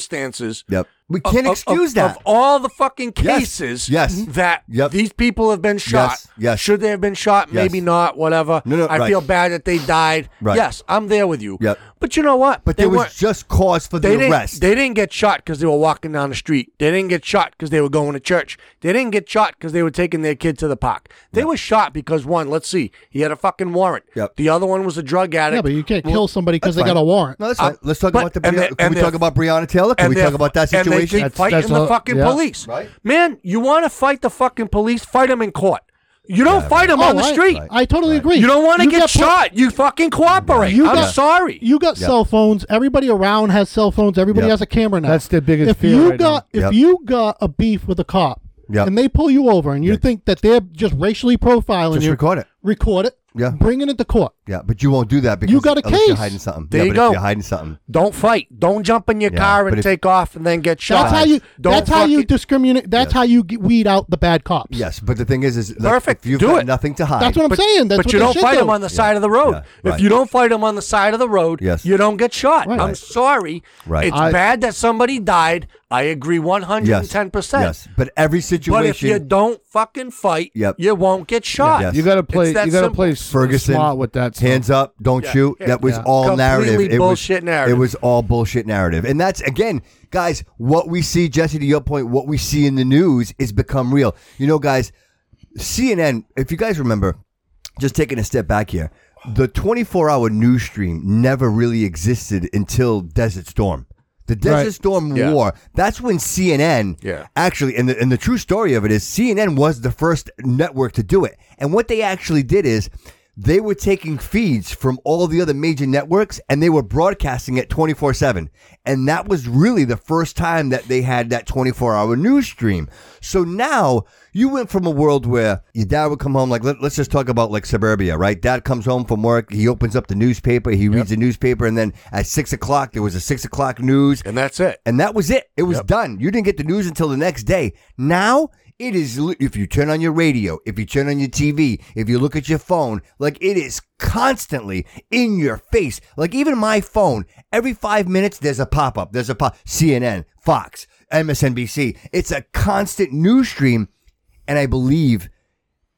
[SPEAKER 5] circumstances.
[SPEAKER 4] Yep. We
[SPEAKER 5] of-
[SPEAKER 4] can't
[SPEAKER 5] of-
[SPEAKER 4] excuse
[SPEAKER 5] of,
[SPEAKER 4] that.
[SPEAKER 5] Of all the fucking
[SPEAKER 4] Yes.
[SPEAKER 5] cases
[SPEAKER 4] Yes.
[SPEAKER 5] that these people have been shot.
[SPEAKER 4] Yes. Yes.
[SPEAKER 5] Should they have been shot?
[SPEAKER 4] Yes.
[SPEAKER 5] Maybe not, whatever.
[SPEAKER 4] No, no,
[SPEAKER 5] I
[SPEAKER 4] right.
[SPEAKER 5] feel bad that they died.
[SPEAKER 4] Right.
[SPEAKER 5] Yes, I'm there with you.
[SPEAKER 4] Yep.
[SPEAKER 5] But you know what?
[SPEAKER 4] But
[SPEAKER 5] They
[SPEAKER 4] there was
[SPEAKER 5] weren't-
[SPEAKER 4] just cause for the
[SPEAKER 5] didn't-
[SPEAKER 4] arrest.
[SPEAKER 5] They didn't get shot because they were walking down the street. They didn't get shot because they were going to church. They didn't get shot because they were taking their kid to the park. They were shot because one, let's see, he had a fucking warrant. The other one was a drug addict.
[SPEAKER 2] Yeah, but you can't kill somebody 'cause
[SPEAKER 5] Well,
[SPEAKER 2] they got a warrant.
[SPEAKER 4] No, that's
[SPEAKER 5] I-
[SPEAKER 4] fine. Let's talk
[SPEAKER 5] Uh, but-
[SPEAKER 4] about the.
[SPEAKER 5] and
[SPEAKER 4] Breonna-
[SPEAKER 5] they-
[SPEAKER 4] can
[SPEAKER 5] and
[SPEAKER 4] we
[SPEAKER 5] they're-
[SPEAKER 4] talk about Breonna Taylor? Can
[SPEAKER 5] and
[SPEAKER 4] we
[SPEAKER 5] they're-
[SPEAKER 4] talk about that
[SPEAKER 5] And
[SPEAKER 4] situation?
[SPEAKER 5] they keep fighting the fucking police. Man, you want to fight the fucking police? Fight them in court. You don't fight them
[SPEAKER 2] Oh,
[SPEAKER 5] on the
[SPEAKER 2] I-
[SPEAKER 5] street.
[SPEAKER 2] I totally agree.
[SPEAKER 5] You don't want to
[SPEAKER 2] You
[SPEAKER 5] get,
[SPEAKER 2] got put-
[SPEAKER 5] shot. you fucking cooperate.
[SPEAKER 2] You
[SPEAKER 5] I'm
[SPEAKER 2] got-
[SPEAKER 5] sorry.
[SPEAKER 2] You got cell phones. Everybody around has cell phones. Everybody
[SPEAKER 5] Yep.
[SPEAKER 2] has a camera now.
[SPEAKER 7] That's their biggest
[SPEAKER 2] if
[SPEAKER 7] fear
[SPEAKER 2] You
[SPEAKER 7] right
[SPEAKER 2] got
[SPEAKER 7] now.
[SPEAKER 2] if
[SPEAKER 7] Yep.
[SPEAKER 2] you got a beef with a cop
[SPEAKER 4] Yep.
[SPEAKER 2] and they pull you over and you think that they're just racially profiling
[SPEAKER 4] Just
[SPEAKER 2] you,
[SPEAKER 4] record it.
[SPEAKER 2] Record it.
[SPEAKER 4] Yeah.
[SPEAKER 2] Bringing it to court.
[SPEAKER 4] Yeah, but you won't do that because
[SPEAKER 2] You got a
[SPEAKER 4] unless You're
[SPEAKER 2] case.
[SPEAKER 4] hiding something.
[SPEAKER 5] There
[SPEAKER 4] yeah,
[SPEAKER 5] you
[SPEAKER 4] but
[SPEAKER 5] go.
[SPEAKER 4] If you're hiding something.
[SPEAKER 5] Don't fight. Don't jump in your
[SPEAKER 4] Yeah,
[SPEAKER 5] car
[SPEAKER 4] but
[SPEAKER 5] and
[SPEAKER 4] if-
[SPEAKER 5] take off and then get shot.
[SPEAKER 2] That's how you.
[SPEAKER 5] Don't
[SPEAKER 2] that's how
[SPEAKER 5] fucking-
[SPEAKER 2] you discriminate. That's how you get- weed out the bad cops.
[SPEAKER 4] Yes, but the thing is, is like,
[SPEAKER 5] Perfect.
[SPEAKER 4] If you've
[SPEAKER 5] Do
[SPEAKER 4] got
[SPEAKER 5] it.
[SPEAKER 4] nothing to hide.
[SPEAKER 2] That's what I'm
[SPEAKER 5] But-
[SPEAKER 2] saying. That's
[SPEAKER 5] but
[SPEAKER 2] what
[SPEAKER 5] you
[SPEAKER 2] they
[SPEAKER 5] don't
[SPEAKER 2] should
[SPEAKER 5] fight
[SPEAKER 2] do.
[SPEAKER 5] them on the side of the road.
[SPEAKER 4] right.
[SPEAKER 5] If you don't fight them on the side of the road,
[SPEAKER 4] Yes.
[SPEAKER 5] you don't get shot. I'm sorry.
[SPEAKER 4] Right.
[SPEAKER 5] It's
[SPEAKER 4] I-
[SPEAKER 5] bad that somebody died. I agree 110%.
[SPEAKER 4] Yes. Yes, but every situation.
[SPEAKER 5] But if you don't fucking fight,
[SPEAKER 4] Yep.
[SPEAKER 5] you won't get shot.
[SPEAKER 4] Yes.
[SPEAKER 7] You got to play.
[SPEAKER 5] It's that
[SPEAKER 7] You got to
[SPEAKER 5] simple.
[SPEAKER 7] play s-
[SPEAKER 4] Ferguson
[SPEAKER 7] smart with that. stuff.
[SPEAKER 4] Hands up, don't
[SPEAKER 7] Yeah.
[SPEAKER 4] shoot.
[SPEAKER 7] Yeah.
[SPEAKER 4] That was
[SPEAKER 7] Yeah.
[SPEAKER 4] all
[SPEAKER 5] Completely
[SPEAKER 4] narrative. It
[SPEAKER 5] bullshit
[SPEAKER 4] was,
[SPEAKER 5] narrative.
[SPEAKER 4] It was all bullshit narrative, and that's again, guys. What we see, Jesse, to your point, what we see in the news is become real. You know, guys, CNN. If you guys remember, just taking a step back here, the 24-hour news stream never really existed until Desert Storm. The Desert
[SPEAKER 7] Right.
[SPEAKER 4] Storm
[SPEAKER 7] Yeah.
[SPEAKER 4] War. That's when CNN
[SPEAKER 5] Yeah.
[SPEAKER 4] actually, and the, and the true story of it is CNN was the first network to do it. And what they actually did is they were taking feeds from all the other major networks and they were broadcasting it 24 7. And that was really the first time that they had that 24 hour news stream. So now you went from a world where your dad would come home, like, let, us just talk about like suburbia, right? Dad comes home from work, he opens up the newspaper, he reads the newspaper, and then at six o'clock, there was a six o'clock news.
[SPEAKER 5] And that's it.
[SPEAKER 4] And that was it. It was done. You didn't get the news until the next day. Now it is li- if you turn on your radio, if you turn on your TV, if you look at your phone, like it is constantly in your face. Like even my phone, every 5 minutes there's a pop-up. There's a pop CNN, Fox, MSNBC. It's a constant news stream and I believe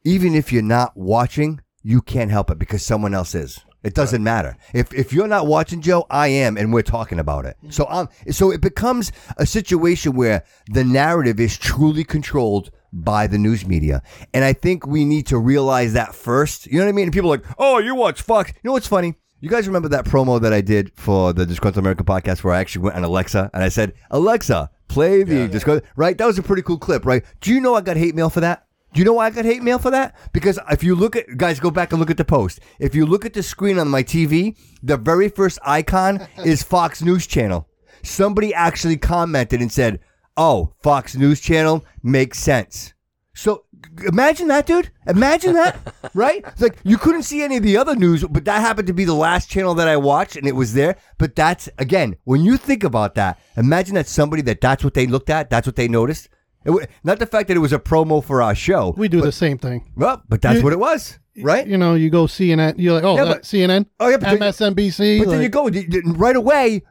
[SPEAKER 4] even if you're not watching, you can't help it because someone else is. It doesn't matter. If if you're not watching Joe, I am and we're talking about it. So um so it becomes a situation where the narrative is truly controlled by the news media. And I think we need to realize that first. You know what I mean? And people are like, "Oh, you watch Fox." You know what's funny? You guys remember that promo that I did for the Disgruntled America podcast where I actually went on Alexa and I said, "Alexa, play the Disgruntled-" right? That was a pretty cool clip, right? Do you know I got hate mail for that? Do you know why I got hate mail for that? Because if you look at guys, go back and look at the post. If you look at the screen on my TV, the very first icon is Fox News Channel. Somebody actually commented and said, "Oh, Fox News Channel makes sense." So g- imagine that, dude. Imagine that, right? It's like you couldn't see any of the other news, but that happened to be the last channel that I watched, and it was there. But that's again, when you think about that, imagine that somebody that that's what they looked at, that's what they noticed. It wa- not the fact that it was a promo for our show.
[SPEAKER 2] We do the same thing.
[SPEAKER 4] Well, but that's
[SPEAKER 2] You-
[SPEAKER 4] what it was, right?
[SPEAKER 2] You know, you go CNN. You're like, oh,
[SPEAKER 4] Yeah,
[SPEAKER 2] that
[SPEAKER 4] but-
[SPEAKER 2] CNN.
[SPEAKER 4] Oh, yeah, but-
[SPEAKER 2] MSNBC.
[SPEAKER 4] But then
[SPEAKER 2] like-
[SPEAKER 4] you go d- d- right away.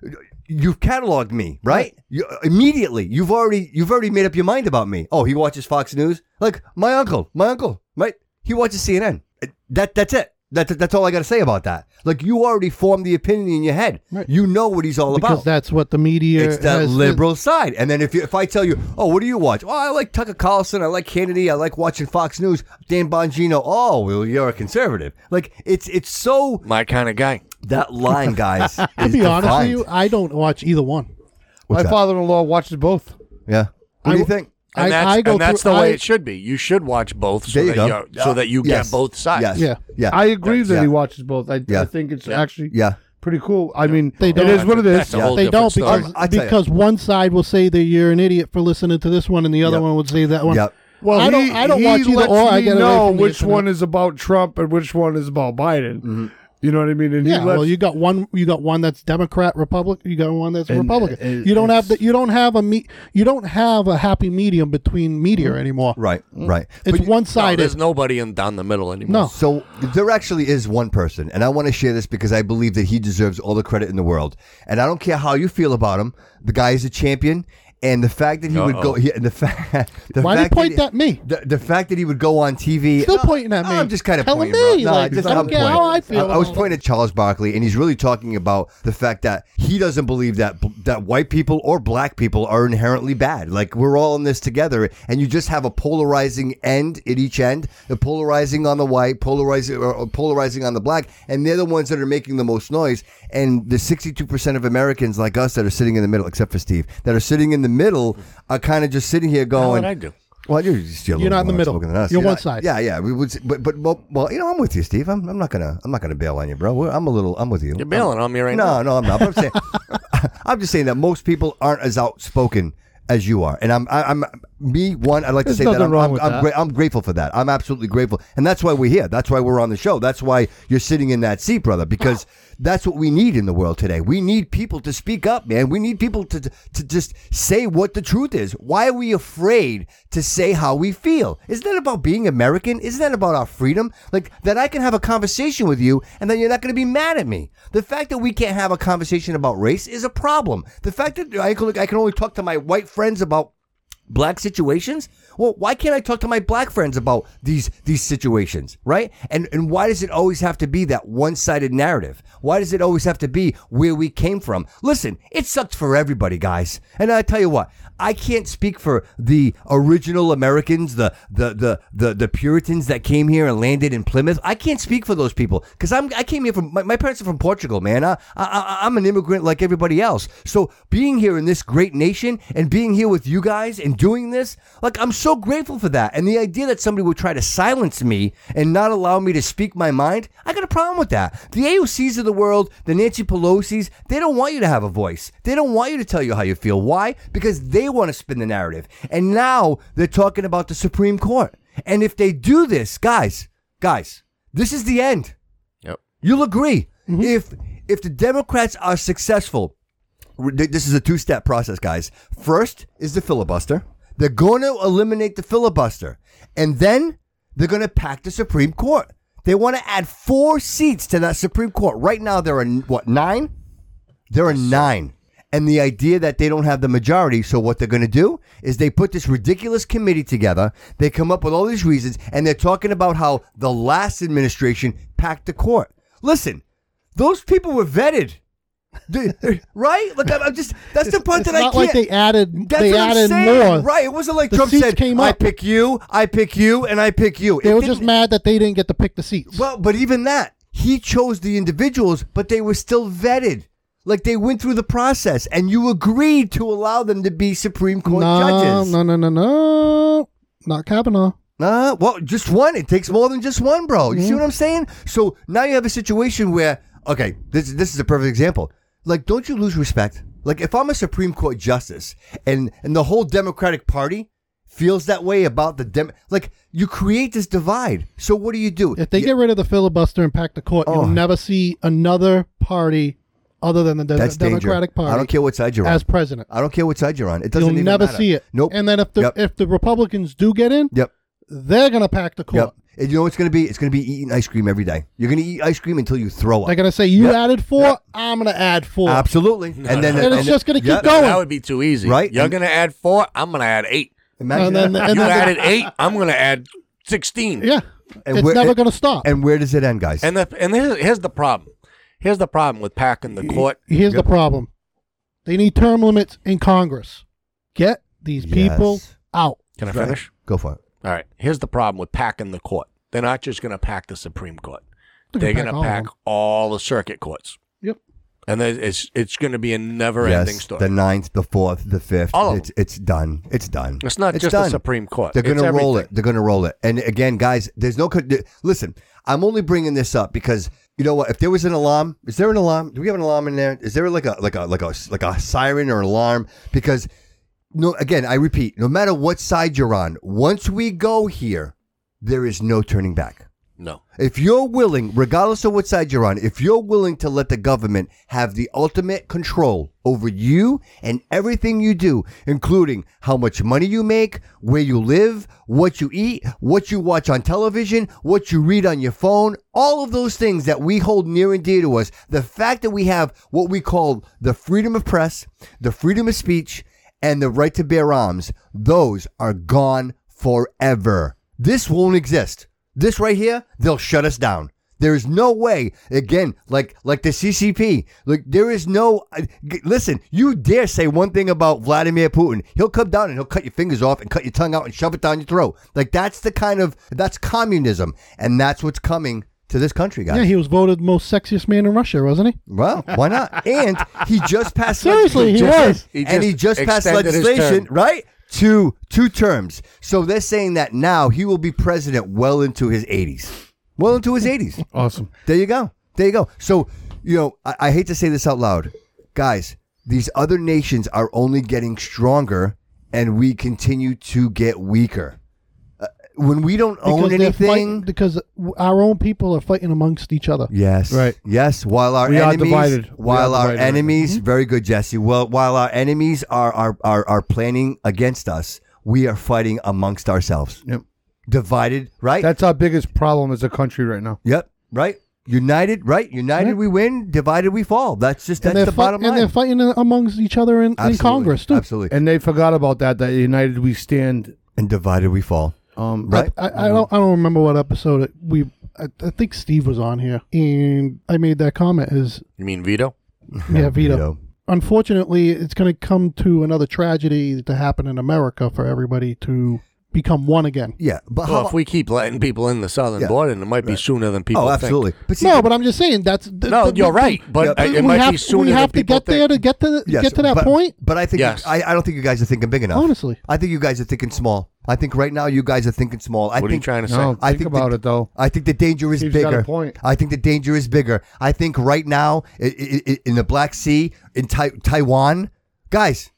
[SPEAKER 4] You've cataloged me, right? You, immediately, you've already you've already made up your mind about me. Oh, he watches Fox News. Like my uncle, my uncle, right? He watches CNN. Uh, That that's it. That, that's all I got to say about that. Like you already formed the opinion in your head. You know what he's all
[SPEAKER 2] because
[SPEAKER 4] about.
[SPEAKER 2] that's what the media.
[SPEAKER 4] It's that
[SPEAKER 2] has-
[SPEAKER 4] liberal side. And then if you, if I tell you, oh, what do you watch? Oh, I like Tucker Carlson. I like Kennedy. I like watching Fox News. Dan Bongino. Oh, well, you're a conservative. Like it's it's so
[SPEAKER 5] my kind of guy.
[SPEAKER 4] That line, guys.
[SPEAKER 2] to be honest with you, I don't watch either one.
[SPEAKER 7] My father-in-law watches both.
[SPEAKER 4] Yeah.
[SPEAKER 5] What
[SPEAKER 2] I,
[SPEAKER 5] do you
[SPEAKER 2] think?
[SPEAKER 5] And
[SPEAKER 2] I,
[SPEAKER 5] that's,
[SPEAKER 2] I go
[SPEAKER 5] and that's
[SPEAKER 2] through-
[SPEAKER 5] the way
[SPEAKER 2] I-
[SPEAKER 5] it should be. You should watch both so,
[SPEAKER 2] There you
[SPEAKER 5] that,
[SPEAKER 2] go.
[SPEAKER 5] you, so that you
[SPEAKER 7] Yes.
[SPEAKER 5] get both sides.
[SPEAKER 7] Yes. Yeah.
[SPEAKER 4] Yeah.
[SPEAKER 7] I agree that
[SPEAKER 4] Yeah.
[SPEAKER 7] he watches both. I,
[SPEAKER 4] Yeah.
[SPEAKER 7] I think it's
[SPEAKER 4] Yeah.
[SPEAKER 7] actually
[SPEAKER 4] Yeah.
[SPEAKER 7] pretty cool. I mean,
[SPEAKER 2] They don't.
[SPEAKER 7] it is what it is.
[SPEAKER 2] They don't because,
[SPEAKER 4] I- I tell you.
[SPEAKER 2] because one side will say that you're an idiot for listening to this one, and the other one would say that one.
[SPEAKER 4] Yep.
[SPEAKER 2] Well, I don't.
[SPEAKER 7] he-
[SPEAKER 2] I don't
[SPEAKER 7] he
[SPEAKER 2] watch either
[SPEAKER 7] lets
[SPEAKER 2] or. I
[SPEAKER 7] me
[SPEAKER 2] get away
[SPEAKER 7] know
[SPEAKER 2] from the
[SPEAKER 7] which
[SPEAKER 2] internet.
[SPEAKER 7] one is about Trump and which one is about Biden.
[SPEAKER 4] Mm-hmm.
[SPEAKER 7] You know what I mean? And he
[SPEAKER 2] Yeah,
[SPEAKER 7] lets-
[SPEAKER 2] well, you got one. You got one that's Democrat, Republic. You got one that's
[SPEAKER 7] And,
[SPEAKER 2] Republican.
[SPEAKER 7] uh, it-
[SPEAKER 2] you don't have the, You don't have a me, You don't have a happy medium between media anymore.
[SPEAKER 4] Mm-hmm. Right, right.
[SPEAKER 2] Mm. It's one
[SPEAKER 5] No,
[SPEAKER 2] sided.
[SPEAKER 5] there's nobody in down the middle anymore.
[SPEAKER 4] So there actually is one person, and I want to share this because I believe that he deserves all the credit in the world. And I don't care how you feel about him. The guy is a champion, and the fact that he would go,
[SPEAKER 2] Uh-oh.
[SPEAKER 4] he, and the fact, the
[SPEAKER 2] Why do you
[SPEAKER 4] fact
[SPEAKER 2] point
[SPEAKER 4] that,
[SPEAKER 2] at me?
[SPEAKER 4] The, the fact that he would go on TV,
[SPEAKER 2] Still
[SPEAKER 4] No,
[SPEAKER 2] pointing at
[SPEAKER 4] no,
[SPEAKER 2] me.
[SPEAKER 4] I'm just kind of
[SPEAKER 2] Telling
[SPEAKER 4] pointing. bro.
[SPEAKER 2] me,
[SPEAKER 4] no,
[SPEAKER 2] like,
[SPEAKER 4] just,
[SPEAKER 2] I don't
[SPEAKER 4] I'm
[SPEAKER 2] care how
[SPEAKER 4] pointing.
[SPEAKER 2] I feel
[SPEAKER 4] I, was
[SPEAKER 2] about
[SPEAKER 4] pointing at Charles Barkley, and he's really talking about the fact that he doesn't believe that that white people or black people are inherently bad. Like we're all in this together, and you just have a polarizing end at each end. The polarizing on the white, polarizing or or polarizing on the black, and they're the ones that are making the most noise. And the 62% of Americans like us that are sitting in the middle, except for Steve, that are sitting in the middle, are kind of just sitting here going.
[SPEAKER 5] what'd I do?
[SPEAKER 4] Well, you're just you're, a
[SPEAKER 2] You're
[SPEAKER 4] little
[SPEAKER 2] not in the
[SPEAKER 4] more
[SPEAKER 2] middle.
[SPEAKER 4] outspoken than us.
[SPEAKER 2] You're one
[SPEAKER 4] not-
[SPEAKER 2] side.
[SPEAKER 4] Yeah, yeah. We would, but, but well, well, you know, I'm with you, Steve. I'm, I'm not gonna I'm not gonna bail on you, bro. We're- I'm a little I'm with you.
[SPEAKER 5] You're bailing on me right now.
[SPEAKER 4] no, No, no, I'm not. But I'm saying I'm just saying that most people aren't as outspoken as you are, and I'm I, I'm me one. I'd like
[SPEAKER 7] There's
[SPEAKER 4] to say that
[SPEAKER 7] nothing
[SPEAKER 4] I'm
[SPEAKER 7] wrong
[SPEAKER 4] I'm,
[SPEAKER 7] with
[SPEAKER 4] I'm,
[SPEAKER 7] that.
[SPEAKER 4] gra- I'm grateful for that. I'm absolutely grateful, and that's why we're here. That's why we're on the show. That's why you're sitting in that seat, brother, because. That's what we need in the world today. We need people to speak up, man. We need people to to just say what the truth is. Why are we afraid to say how we feel? Isn't that about being American? Isn't that about our freedom? Like that I can have a conversation with you and then you're not going to be mad at me. The fact that we can't have a conversation about race is a problem. The fact that I can, I can only talk to my white friends about black situations well why can't i talk to my black friends about these these situations right and and why does it always have to be that one-sided narrative why does it always have to be where we came from listen it sucked for everybody guys and i tell you what i can't speak for the original americans the the the the, the puritans that came here and landed in plymouth i can't speak for those people because i'm i came here from my, my parents are from portugal man I, I- I i'm an immigrant like everybody else so being here in this great nation and being here with you guys and doing this, like I'm so grateful for that. And the idea that somebody would try to silence me and not allow me to speak my mind, I got a problem with that. The AOCs of the world, the Nancy Pelosi's, they don't want you to have a voice. They don't want you to tell you how you feel. Why? Because they want to spin the narrative. And now they're talking about the Supreme Court. And if they do this, guys, guys, this is the end.
[SPEAKER 5] Yep.
[SPEAKER 4] You'll agree. If if the Democrats are successful, r- th- this is a two-step process, guys. First is the filibuster. They're going to eliminate the filibuster, and then they're going to pack the Supreme Court. They want to add four seats to that Supreme Court. Right now, there are n- what nine? There are nine. And the idea that they don't have the majority, so what they're going to do is they put this ridiculous committee together. They come up with all these reasons, and they're talking about how the last administration packed the court. Listen, those people were vetted, The- right? Like I'm, I'm just that's the part
[SPEAKER 2] it's
[SPEAKER 4] that I
[SPEAKER 2] not
[SPEAKER 4] can't.
[SPEAKER 2] like they added-
[SPEAKER 4] That's
[SPEAKER 2] they
[SPEAKER 4] what I'm
[SPEAKER 2] added
[SPEAKER 4] saying,
[SPEAKER 2] more.
[SPEAKER 4] Right? It wasn't like
[SPEAKER 2] The
[SPEAKER 4] Trump
[SPEAKER 2] seats
[SPEAKER 4] said,
[SPEAKER 2] came
[SPEAKER 4] "I
[SPEAKER 2] up.
[SPEAKER 4] pick you, I pick you, and I pick you."
[SPEAKER 2] They
[SPEAKER 4] It
[SPEAKER 2] were
[SPEAKER 4] didn't-
[SPEAKER 2] just mad that they didn't get to pick the seats.
[SPEAKER 4] well, but even that, he chose the individuals, but they were still vetted. Like they went through the process, and you agreed to allow them to be Supreme Court
[SPEAKER 2] No,
[SPEAKER 4] judges.
[SPEAKER 2] no, no, no, no, not Kavanaugh.
[SPEAKER 4] Uh, well, just one. It takes more than just one, bro.
[SPEAKER 2] Mm-hmm.
[SPEAKER 4] You see what I'm saying? So now you have a situation where, okay, this this is a perfect example. Like, don't you lose respect? Like, if I'm a Supreme Court justice, and and the whole Democratic Party feels that way about the dem, like you create this divide. So what do you do?
[SPEAKER 2] If they get rid of the filibuster and pack the court,
[SPEAKER 4] Oh.
[SPEAKER 2] you'll never see another party other than the De-
[SPEAKER 4] That's danger.
[SPEAKER 2] Democratic Party.
[SPEAKER 4] I don't care what side you're on.
[SPEAKER 2] as president.
[SPEAKER 4] I don't care what side you're on. It doesn't
[SPEAKER 2] You'll
[SPEAKER 4] even
[SPEAKER 2] never
[SPEAKER 4] matter.
[SPEAKER 2] see it.
[SPEAKER 4] Nope.
[SPEAKER 2] And then if the
[SPEAKER 4] Yep.
[SPEAKER 2] if the Republicans do get in,
[SPEAKER 4] yep.
[SPEAKER 2] they're gonna pack the court.
[SPEAKER 4] Yep. And you know what it's going to be? It's going to be eating ice cream every day. You're going to eat ice cream until you throw up.
[SPEAKER 2] They're gonna say you
[SPEAKER 4] Yep.
[SPEAKER 2] added four, I'm gonna add four.
[SPEAKER 4] Absolutely. and then
[SPEAKER 2] no. And it's just gonna keep
[SPEAKER 4] Yep.
[SPEAKER 2] going.
[SPEAKER 5] That would be too easy.
[SPEAKER 4] Right?
[SPEAKER 5] You're
[SPEAKER 4] And-
[SPEAKER 5] going to add four. I'm going to add eight.
[SPEAKER 4] Imagine
[SPEAKER 2] And
[SPEAKER 4] that.
[SPEAKER 2] then- and
[SPEAKER 5] you
[SPEAKER 2] then-
[SPEAKER 5] added eight. I'm going to add 16.
[SPEAKER 2] Yeah, it's never gonna stop.
[SPEAKER 4] And where does it end, guys?
[SPEAKER 5] And, the, and here's, here's the problem. Here's the problem with packing the court.
[SPEAKER 2] Here's the problem: they need term limits in Congress. Get these people
[SPEAKER 5] Yes.
[SPEAKER 2] out.
[SPEAKER 5] Can I finish?
[SPEAKER 4] Go for it.
[SPEAKER 5] All right. Here's the problem with packing the court. They're not just going to pack the Supreme Court.
[SPEAKER 2] They're
[SPEAKER 5] They're
[SPEAKER 2] gonna
[SPEAKER 5] going to
[SPEAKER 2] pack all of
[SPEAKER 5] pack
[SPEAKER 2] them.
[SPEAKER 5] all the circuit courts.
[SPEAKER 2] Yep.
[SPEAKER 5] and then it's it's going to be a
[SPEAKER 4] yes,
[SPEAKER 5] never-ending story.
[SPEAKER 4] the ninth, the fourth, the fifth.
[SPEAKER 5] All of
[SPEAKER 4] it's, it's done. It's done.
[SPEAKER 5] It's not just the
[SPEAKER 4] done.
[SPEAKER 5] Supreme Court.
[SPEAKER 4] They're
[SPEAKER 5] It's
[SPEAKER 4] gonna roll
[SPEAKER 5] everything.
[SPEAKER 4] it. They're gonna roll it. And again, guys, there's no. co- th- Listen, I'm only bringing this up because you know what? If there was an alarm, is there an alarm? Do we have an alarm in there? Is there like a like a like a like a siren or alarm? Because no, again, I repeat, no matter what side you're on, once we go here, there is no turning back.
[SPEAKER 5] No.
[SPEAKER 4] If you're willing, regardless of what side you're on, if you're willing to let the government have the ultimate control over you and everything you do, including how much money you make, where you live, what you eat, what you watch on television, what you read on your phone, all of those things that we hold near and dear to us, the fact that we have what we call the freedom of press, the freedom of speech, and the right to bear arms, those are gone forever. This won't exist. This right here, they'll shut us down. There is no way. Again, like like the CCP, like there is no. I- g- listen, you dare say one thing about Vladimir Putin, he'll come down and he'll cut your fingers off and cut your tongue out and shove it down your throat. Like that's the kind of that's communism, and that's what's coming to this country, guys.
[SPEAKER 2] Yeah, he was voted most sexiest man in Russia, wasn't he?
[SPEAKER 4] Well, why not? And he just passed
[SPEAKER 2] Seriously, he
[SPEAKER 4] legislation-
[SPEAKER 2] was. He
[SPEAKER 4] and he
[SPEAKER 2] just
[SPEAKER 4] just passed
[SPEAKER 2] extended his
[SPEAKER 4] legislation,
[SPEAKER 2] term.
[SPEAKER 4] right? To two terms. So they're saying that now he will be president well into his 80s. Well into his 80s.
[SPEAKER 7] awesome.
[SPEAKER 4] There you go. There you go. So, you know, I, I hate to say this out loud. Guys, these other nations are only getting stronger and we continue to get weaker. Uh, when we don't own
[SPEAKER 2] they're
[SPEAKER 4] anything,
[SPEAKER 2] fighting- because our own people are fighting amongst each other.
[SPEAKER 4] Yes. Right. Yes. While our
[SPEAKER 2] We are
[SPEAKER 4] enemies,
[SPEAKER 2] divided. We
[SPEAKER 4] while
[SPEAKER 2] are
[SPEAKER 4] our
[SPEAKER 2] divided. Mm-hmm.
[SPEAKER 4] enemies, very good, Jesse. Well, while our enemies are are, are are planning against us, we are fighting amongst ourselves.
[SPEAKER 7] Yep.
[SPEAKER 4] Divided, right?
[SPEAKER 7] That's our biggest problem as a country right now.
[SPEAKER 4] Yep. Right. United, right? United, we win. Divided, we fall. That's just
[SPEAKER 2] And
[SPEAKER 4] that's
[SPEAKER 2] they're,
[SPEAKER 4] the
[SPEAKER 2] fi-
[SPEAKER 4] bottom
[SPEAKER 2] and
[SPEAKER 4] line.
[SPEAKER 2] they're fighting amongst each other in, in
[SPEAKER 4] Absolutely.
[SPEAKER 2] Congress too.
[SPEAKER 4] Absolutely.
[SPEAKER 7] And they forgot about that. That united we stand,
[SPEAKER 4] and divided we fall.
[SPEAKER 7] Um,
[SPEAKER 4] Right.
[SPEAKER 2] I, I don't I don't remember what episode it, we I, I think Steve was on here and I made that comment is
[SPEAKER 5] You mean veto?
[SPEAKER 2] yeah Vito. Unfortunately, it's going to come to another tragedy to happen in America for everybody to become one again.
[SPEAKER 4] Yeah, but
[SPEAKER 5] well, if we keep letting people in the southern
[SPEAKER 2] Yeah.
[SPEAKER 5] border, then it might be sooner than people.
[SPEAKER 2] Oh,
[SPEAKER 5] think.
[SPEAKER 2] absolutely. no, but I'm just saying that's th-
[SPEAKER 5] No,
[SPEAKER 2] th-
[SPEAKER 5] you're
[SPEAKER 2] th-
[SPEAKER 5] right,
[SPEAKER 2] th-
[SPEAKER 5] but I- it might
[SPEAKER 2] have,
[SPEAKER 5] be sooner
[SPEAKER 2] We
[SPEAKER 5] than
[SPEAKER 2] have to
[SPEAKER 5] people
[SPEAKER 2] get there to get to
[SPEAKER 4] Yes,
[SPEAKER 2] get to that
[SPEAKER 4] but-
[SPEAKER 2] point. Oh,
[SPEAKER 4] But I think
[SPEAKER 5] Yes.
[SPEAKER 4] I, I don't think you guys are thinking big enough.
[SPEAKER 2] Honestly.
[SPEAKER 4] I think you guys are thinking small. I think right now you guys are thinking small. I
[SPEAKER 5] What are you
[SPEAKER 4] think,
[SPEAKER 5] trying to say? No,
[SPEAKER 4] I
[SPEAKER 5] think about
[SPEAKER 4] the,
[SPEAKER 7] it though.
[SPEAKER 4] I think the danger is
[SPEAKER 7] Steve's got a
[SPEAKER 4] bigger.
[SPEAKER 7] point.
[SPEAKER 4] I think the danger is bigger. I think right now i- i- i- in the Black Sea in Tai Taiwan, guys,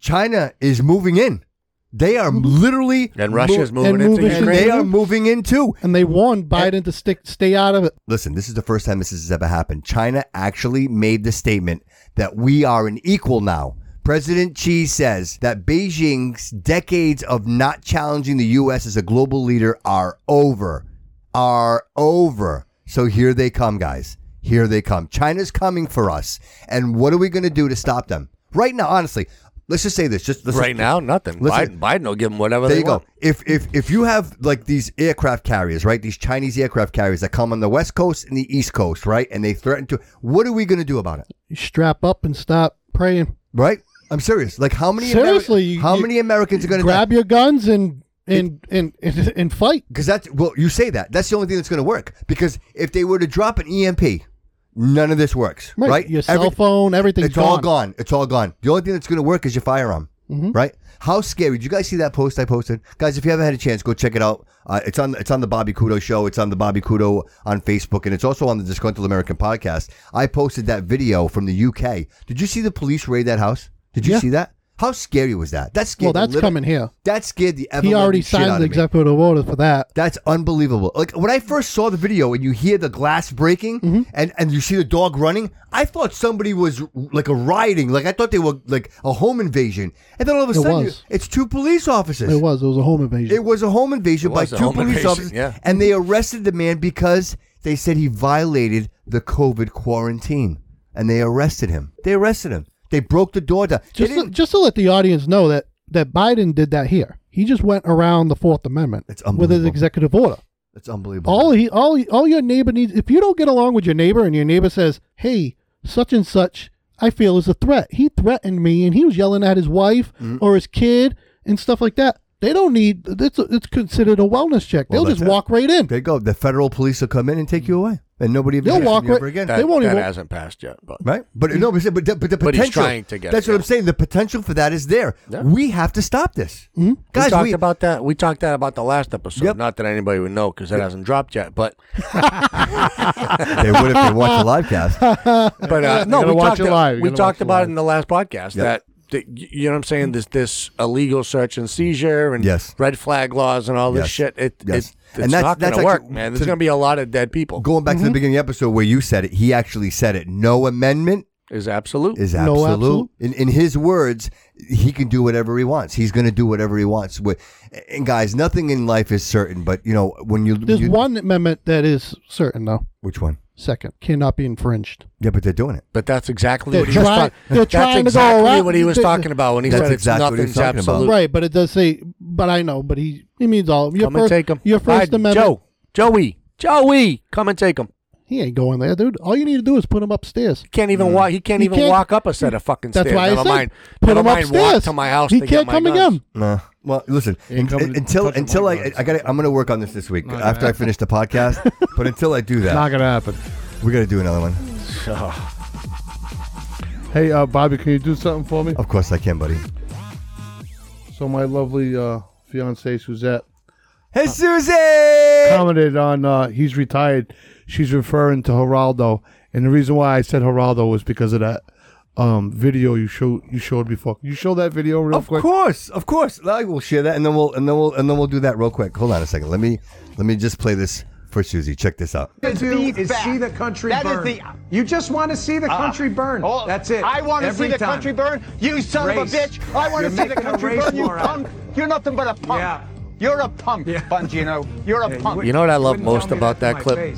[SPEAKER 4] China is moving in. They are literally
[SPEAKER 5] And Russia's
[SPEAKER 4] mo-
[SPEAKER 5] moving
[SPEAKER 4] and
[SPEAKER 5] into
[SPEAKER 4] and
[SPEAKER 5] Ukraine.
[SPEAKER 4] They are moving in too.
[SPEAKER 2] And they warned Biden to stick stay out of it.
[SPEAKER 4] Listen, this is the first time this has ever happened. China actually made the statement that we are an equal now. President Xi says that Beijing's decades of not challenging the U.S. as a global leader are over. Are over. So here they come, guys. Here they come. China's coming for us. And what are we going to do to stop them? Right now, honestly, let's just say this. Just let's
[SPEAKER 5] right now, nothing. Biden,
[SPEAKER 4] Listen-
[SPEAKER 5] Biden will give them whatever
[SPEAKER 4] there
[SPEAKER 5] they
[SPEAKER 4] you
[SPEAKER 5] want.
[SPEAKER 4] go. If if if you have like these aircraft carriers, right? These Chinese aircraft carriers that come on the west coast and the east coast, right? And they threaten to. What are we going to do about it?
[SPEAKER 2] You strap up and stop praying.
[SPEAKER 4] Right? I'm serious. Like how many? Ameri-
[SPEAKER 2] Seriously, you-
[SPEAKER 4] how
[SPEAKER 2] you-
[SPEAKER 4] many Americans are going to
[SPEAKER 2] grab your guns and and and and, and fight?
[SPEAKER 4] Because that's well, you say that. That's the only thing that's going to work. Because if they were to drop an EMP, none of this works. Right?
[SPEAKER 2] Right. Your cell phone, everything's
[SPEAKER 4] It's all
[SPEAKER 2] gone. Mm-hmm.
[SPEAKER 4] gone. It's all gone. The only thing that's going to work is your firearm. Right? How scary? Did you guys see that post I posted? Guys, if you haven't had a chance, go check it out. Uh, it's on it's on the Bobby Kudo show. It's on the Bobby Kudo on Facebook, and it's also on the Disgruntled American podcast. I posted that video from the UK. Did you see the police raid that house? Did you
[SPEAKER 2] Yeah.
[SPEAKER 4] see that? How scary was that? That scared.
[SPEAKER 2] Well,
[SPEAKER 4] the
[SPEAKER 2] that's
[SPEAKER 4] living-
[SPEAKER 2] coming here.
[SPEAKER 4] That scared the.
[SPEAKER 2] he already
[SPEAKER 4] ever-living shit out
[SPEAKER 2] signed the
[SPEAKER 4] of me.
[SPEAKER 2] executive order for that.
[SPEAKER 4] That's unbelievable. Like when I first saw the video and you hear the glass breaking
[SPEAKER 2] Mm-hmm.
[SPEAKER 4] and, and you see the dog running, I thought somebody was like a rioting. Like I thought they were like a home invasion. And then all of a
[SPEAKER 2] It
[SPEAKER 4] sudden, you-
[SPEAKER 2] was.
[SPEAKER 4] it's two police officers.
[SPEAKER 2] It was. It was a home invasion.
[SPEAKER 4] It was a home invasion
[SPEAKER 2] It
[SPEAKER 4] by
[SPEAKER 2] was
[SPEAKER 4] two
[SPEAKER 2] a home
[SPEAKER 4] police
[SPEAKER 2] invasion,
[SPEAKER 4] officers,
[SPEAKER 2] yeah.
[SPEAKER 4] and they arrested the man because they said he violated the COVID quarantine, and they arrested him. They arrested him. They broke the door down. They
[SPEAKER 2] just to, just to let the audience know that that Biden did that here. He just went around the Fourth Amendment with his executive order.
[SPEAKER 4] It's unbelievable.
[SPEAKER 2] All he all he- all your neighbor needs if you don't get along with your neighbor and your neighbor says, "Hey, such and such, I
[SPEAKER 5] Mm.
[SPEAKER 2] feel is a threat." He threatened me and he was yelling at his wife or his kid and stuff like that. They don't need it's it's considered a wellness check. They'll just walk right in.
[SPEAKER 4] They go. The federal police will come in and take you away, and nobody
[SPEAKER 2] Mm.
[SPEAKER 4] even
[SPEAKER 2] They'll
[SPEAKER 4] hears from
[SPEAKER 2] walk
[SPEAKER 4] you ever
[SPEAKER 2] right-
[SPEAKER 4] again.
[SPEAKER 2] That- They won't
[SPEAKER 5] that hasn't passed yet, but
[SPEAKER 4] right. But no, but, but, the- but the potential.
[SPEAKER 5] But he's trying to get
[SPEAKER 4] That's
[SPEAKER 5] it,
[SPEAKER 4] what
[SPEAKER 5] yeah.
[SPEAKER 4] I'm saying. The potential for that is there. We have to stop this, guys.
[SPEAKER 5] we talked
[SPEAKER 4] we-
[SPEAKER 5] about that. We talked that about the last episode. Not that anybody would know because it hasn't dropped yet. But
[SPEAKER 4] they would if they watched the live cast.
[SPEAKER 5] But uh, no, we talked, we talked about it in the last podcast
[SPEAKER 4] Yeah.
[SPEAKER 5] that, that y- you know what I'm saying. This this illegal search and seizure and
[SPEAKER 4] Yes.
[SPEAKER 5] red flag laws and all this
[SPEAKER 4] Yes.
[SPEAKER 5] shit. It,
[SPEAKER 4] Yes.
[SPEAKER 5] it it's
[SPEAKER 4] And that's-
[SPEAKER 5] not going
[SPEAKER 4] that's
[SPEAKER 5] to work,
[SPEAKER 4] actually-
[SPEAKER 5] man. There's
[SPEAKER 4] to-
[SPEAKER 5] going to be a lot of dead people.
[SPEAKER 4] Going back to the beginning of the episode where you said it, he actually said it. No amendment
[SPEAKER 5] is absolute.
[SPEAKER 4] Is
[SPEAKER 5] No
[SPEAKER 4] absolute.
[SPEAKER 5] absolute.
[SPEAKER 4] In, in his words, he can do whatever he wants. He's going to do whatever he wants. Wi- And guys, nothing in life is certain. But you know, when you,
[SPEAKER 2] There's
[SPEAKER 4] you-
[SPEAKER 2] one amendment that is certain though.
[SPEAKER 4] which one?
[SPEAKER 2] Second, cannot be infringed.
[SPEAKER 4] Yeah, but they're doing it.
[SPEAKER 5] But that's exactly
[SPEAKER 2] They're
[SPEAKER 5] what he was
[SPEAKER 2] trying-
[SPEAKER 5] talking.
[SPEAKER 2] they're
[SPEAKER 5] That's
[SPEAKER 2] trying to go
[SPEAKER 5] exactly
[SPEAKER 2] around-
[SPEAKER 5] what he was
[SPEAKER 2] they-
[SPEAKER 5] talking about when he
[SPEAKER 4] That's
[SPEAKER 5] said
[SPEAKER 4] exactly what he was
[SPEAKER 5] it's nothing's
[SPEAKER 4] talking about.
[SPEAKER 5] absolute.
[SPEAKER 2] Right, but it does say. But I know, but he he means all. Your
[SPEAKER 5] Come and
[SPEAKER 2] first,
[SPEAKER 5] take him.
[SPEAKER 2] Your first
[SPEAKER 5] Biden,
[SPEAKER 2] amendment.
[SPEAKER 5] Joe, Joey, Joey, come and take him.
[SPEAKER 2] He ain't going there, dude. All you need to do is put him upstairs.
[SPEAKER 5] Can't
[SPEAKER 4] Mm.
[SPEAKER 5] even walk. He can't even walk up a set of fucking
[SPEAKER 2] That's
[SPEAKER 5] stairs.
[SPEAKER 2] why I
[SPEAKER 5] Never
[SPEAKER 2] said,
[SPEAKER 5] mind.
[SPEAKER 2] put
[SPEAKER 5] Never
[SPEAKER 2] him
[SPEAKER 5] mind walk
[SPEAKER 2] upstairs.
[SPEAKER 5] to my house
[SPEAKER 2] He
[SPEAKER 5] to
[SPEAKER 2] can't
[SPEAKER 5] get my
[SPEAKER 2] come
[SPEAKER 5] guns.
[SPEAKER 2] again.
[SPEAKER 4] No. Well, listen. un-
[SPEAKER 7] coming to
[SPEAKER 4] until
[SPEAKER 7] touch my
[SPEAKER 4] until I I got I'm going to work on this this week
[SPEAKER 7] Not
[SPEAKER 4] after
[SPEAKER 7] gonna
[SPEAKER 4] I finish the podcast. but until I do that,
[SPEAKER 7] Not gonna happen.
[SPEAKER 4] We're going to do another one.
[SPEAKER 7] Hey, uh, Bobby, can you do something for me?
[SPEAKER 4] Of course I can, buddy.
[SPEAKER 7] So my lovely uh, fiance Suzette.
[SPEAKER 4] Hey, Suzette!
[SPEAKER 7] Commented on uh, he's retired. She's referring to Geraldo, and the reason why I said Geraldo was because of that um, video you showed you showed before. You show that video real
[SPEAKER 4] Of
[SPEAKER 7] quick.
[SPEAKER 4] course, of course. I will share that, and then we'll and then we'll and then we'll do that real quick. Hold on a second. Let me let me just play this for Susie. Check this out.
[SPEAKER 15] to do is see the country
[SPEAKER 13] That is
[SPEAKER 15] burn.
[SPEAKER 13] the-
[SPEAKER 15] you just want to see the
[SPEAKER 13] Uh-uh.
[SPEAKER 15] country burn.
[SPEAKER 13] Oh,
[SPEAKER 15] That's it.
[SPEAKER 13] I want to see
[SPEAKER 15] Every
[SPEAKER 13] the
[SPEAKER 15] time.
[SPEAKER 13] country burn. You son
[SPEAKER 15] Race.
[SPEAKER 13] of a bitch. I want
[SPEAKER 15] You're
[SPEAKER 13] to see the
[SPEAKER 15] making a
[SPEAKER 13] country
[SPEAKER 15] race
[SPEAKER 13] burn. You
[SPEAKER 15] war out of
[SPEAKER 13] punk. You're nothing but a punk.
[SPEAKER 15] Yeah.
[SPEAKER 13] You're a punk, Bongino. You're a punk.
[SPEAKER 5] You know what I love most about that clip?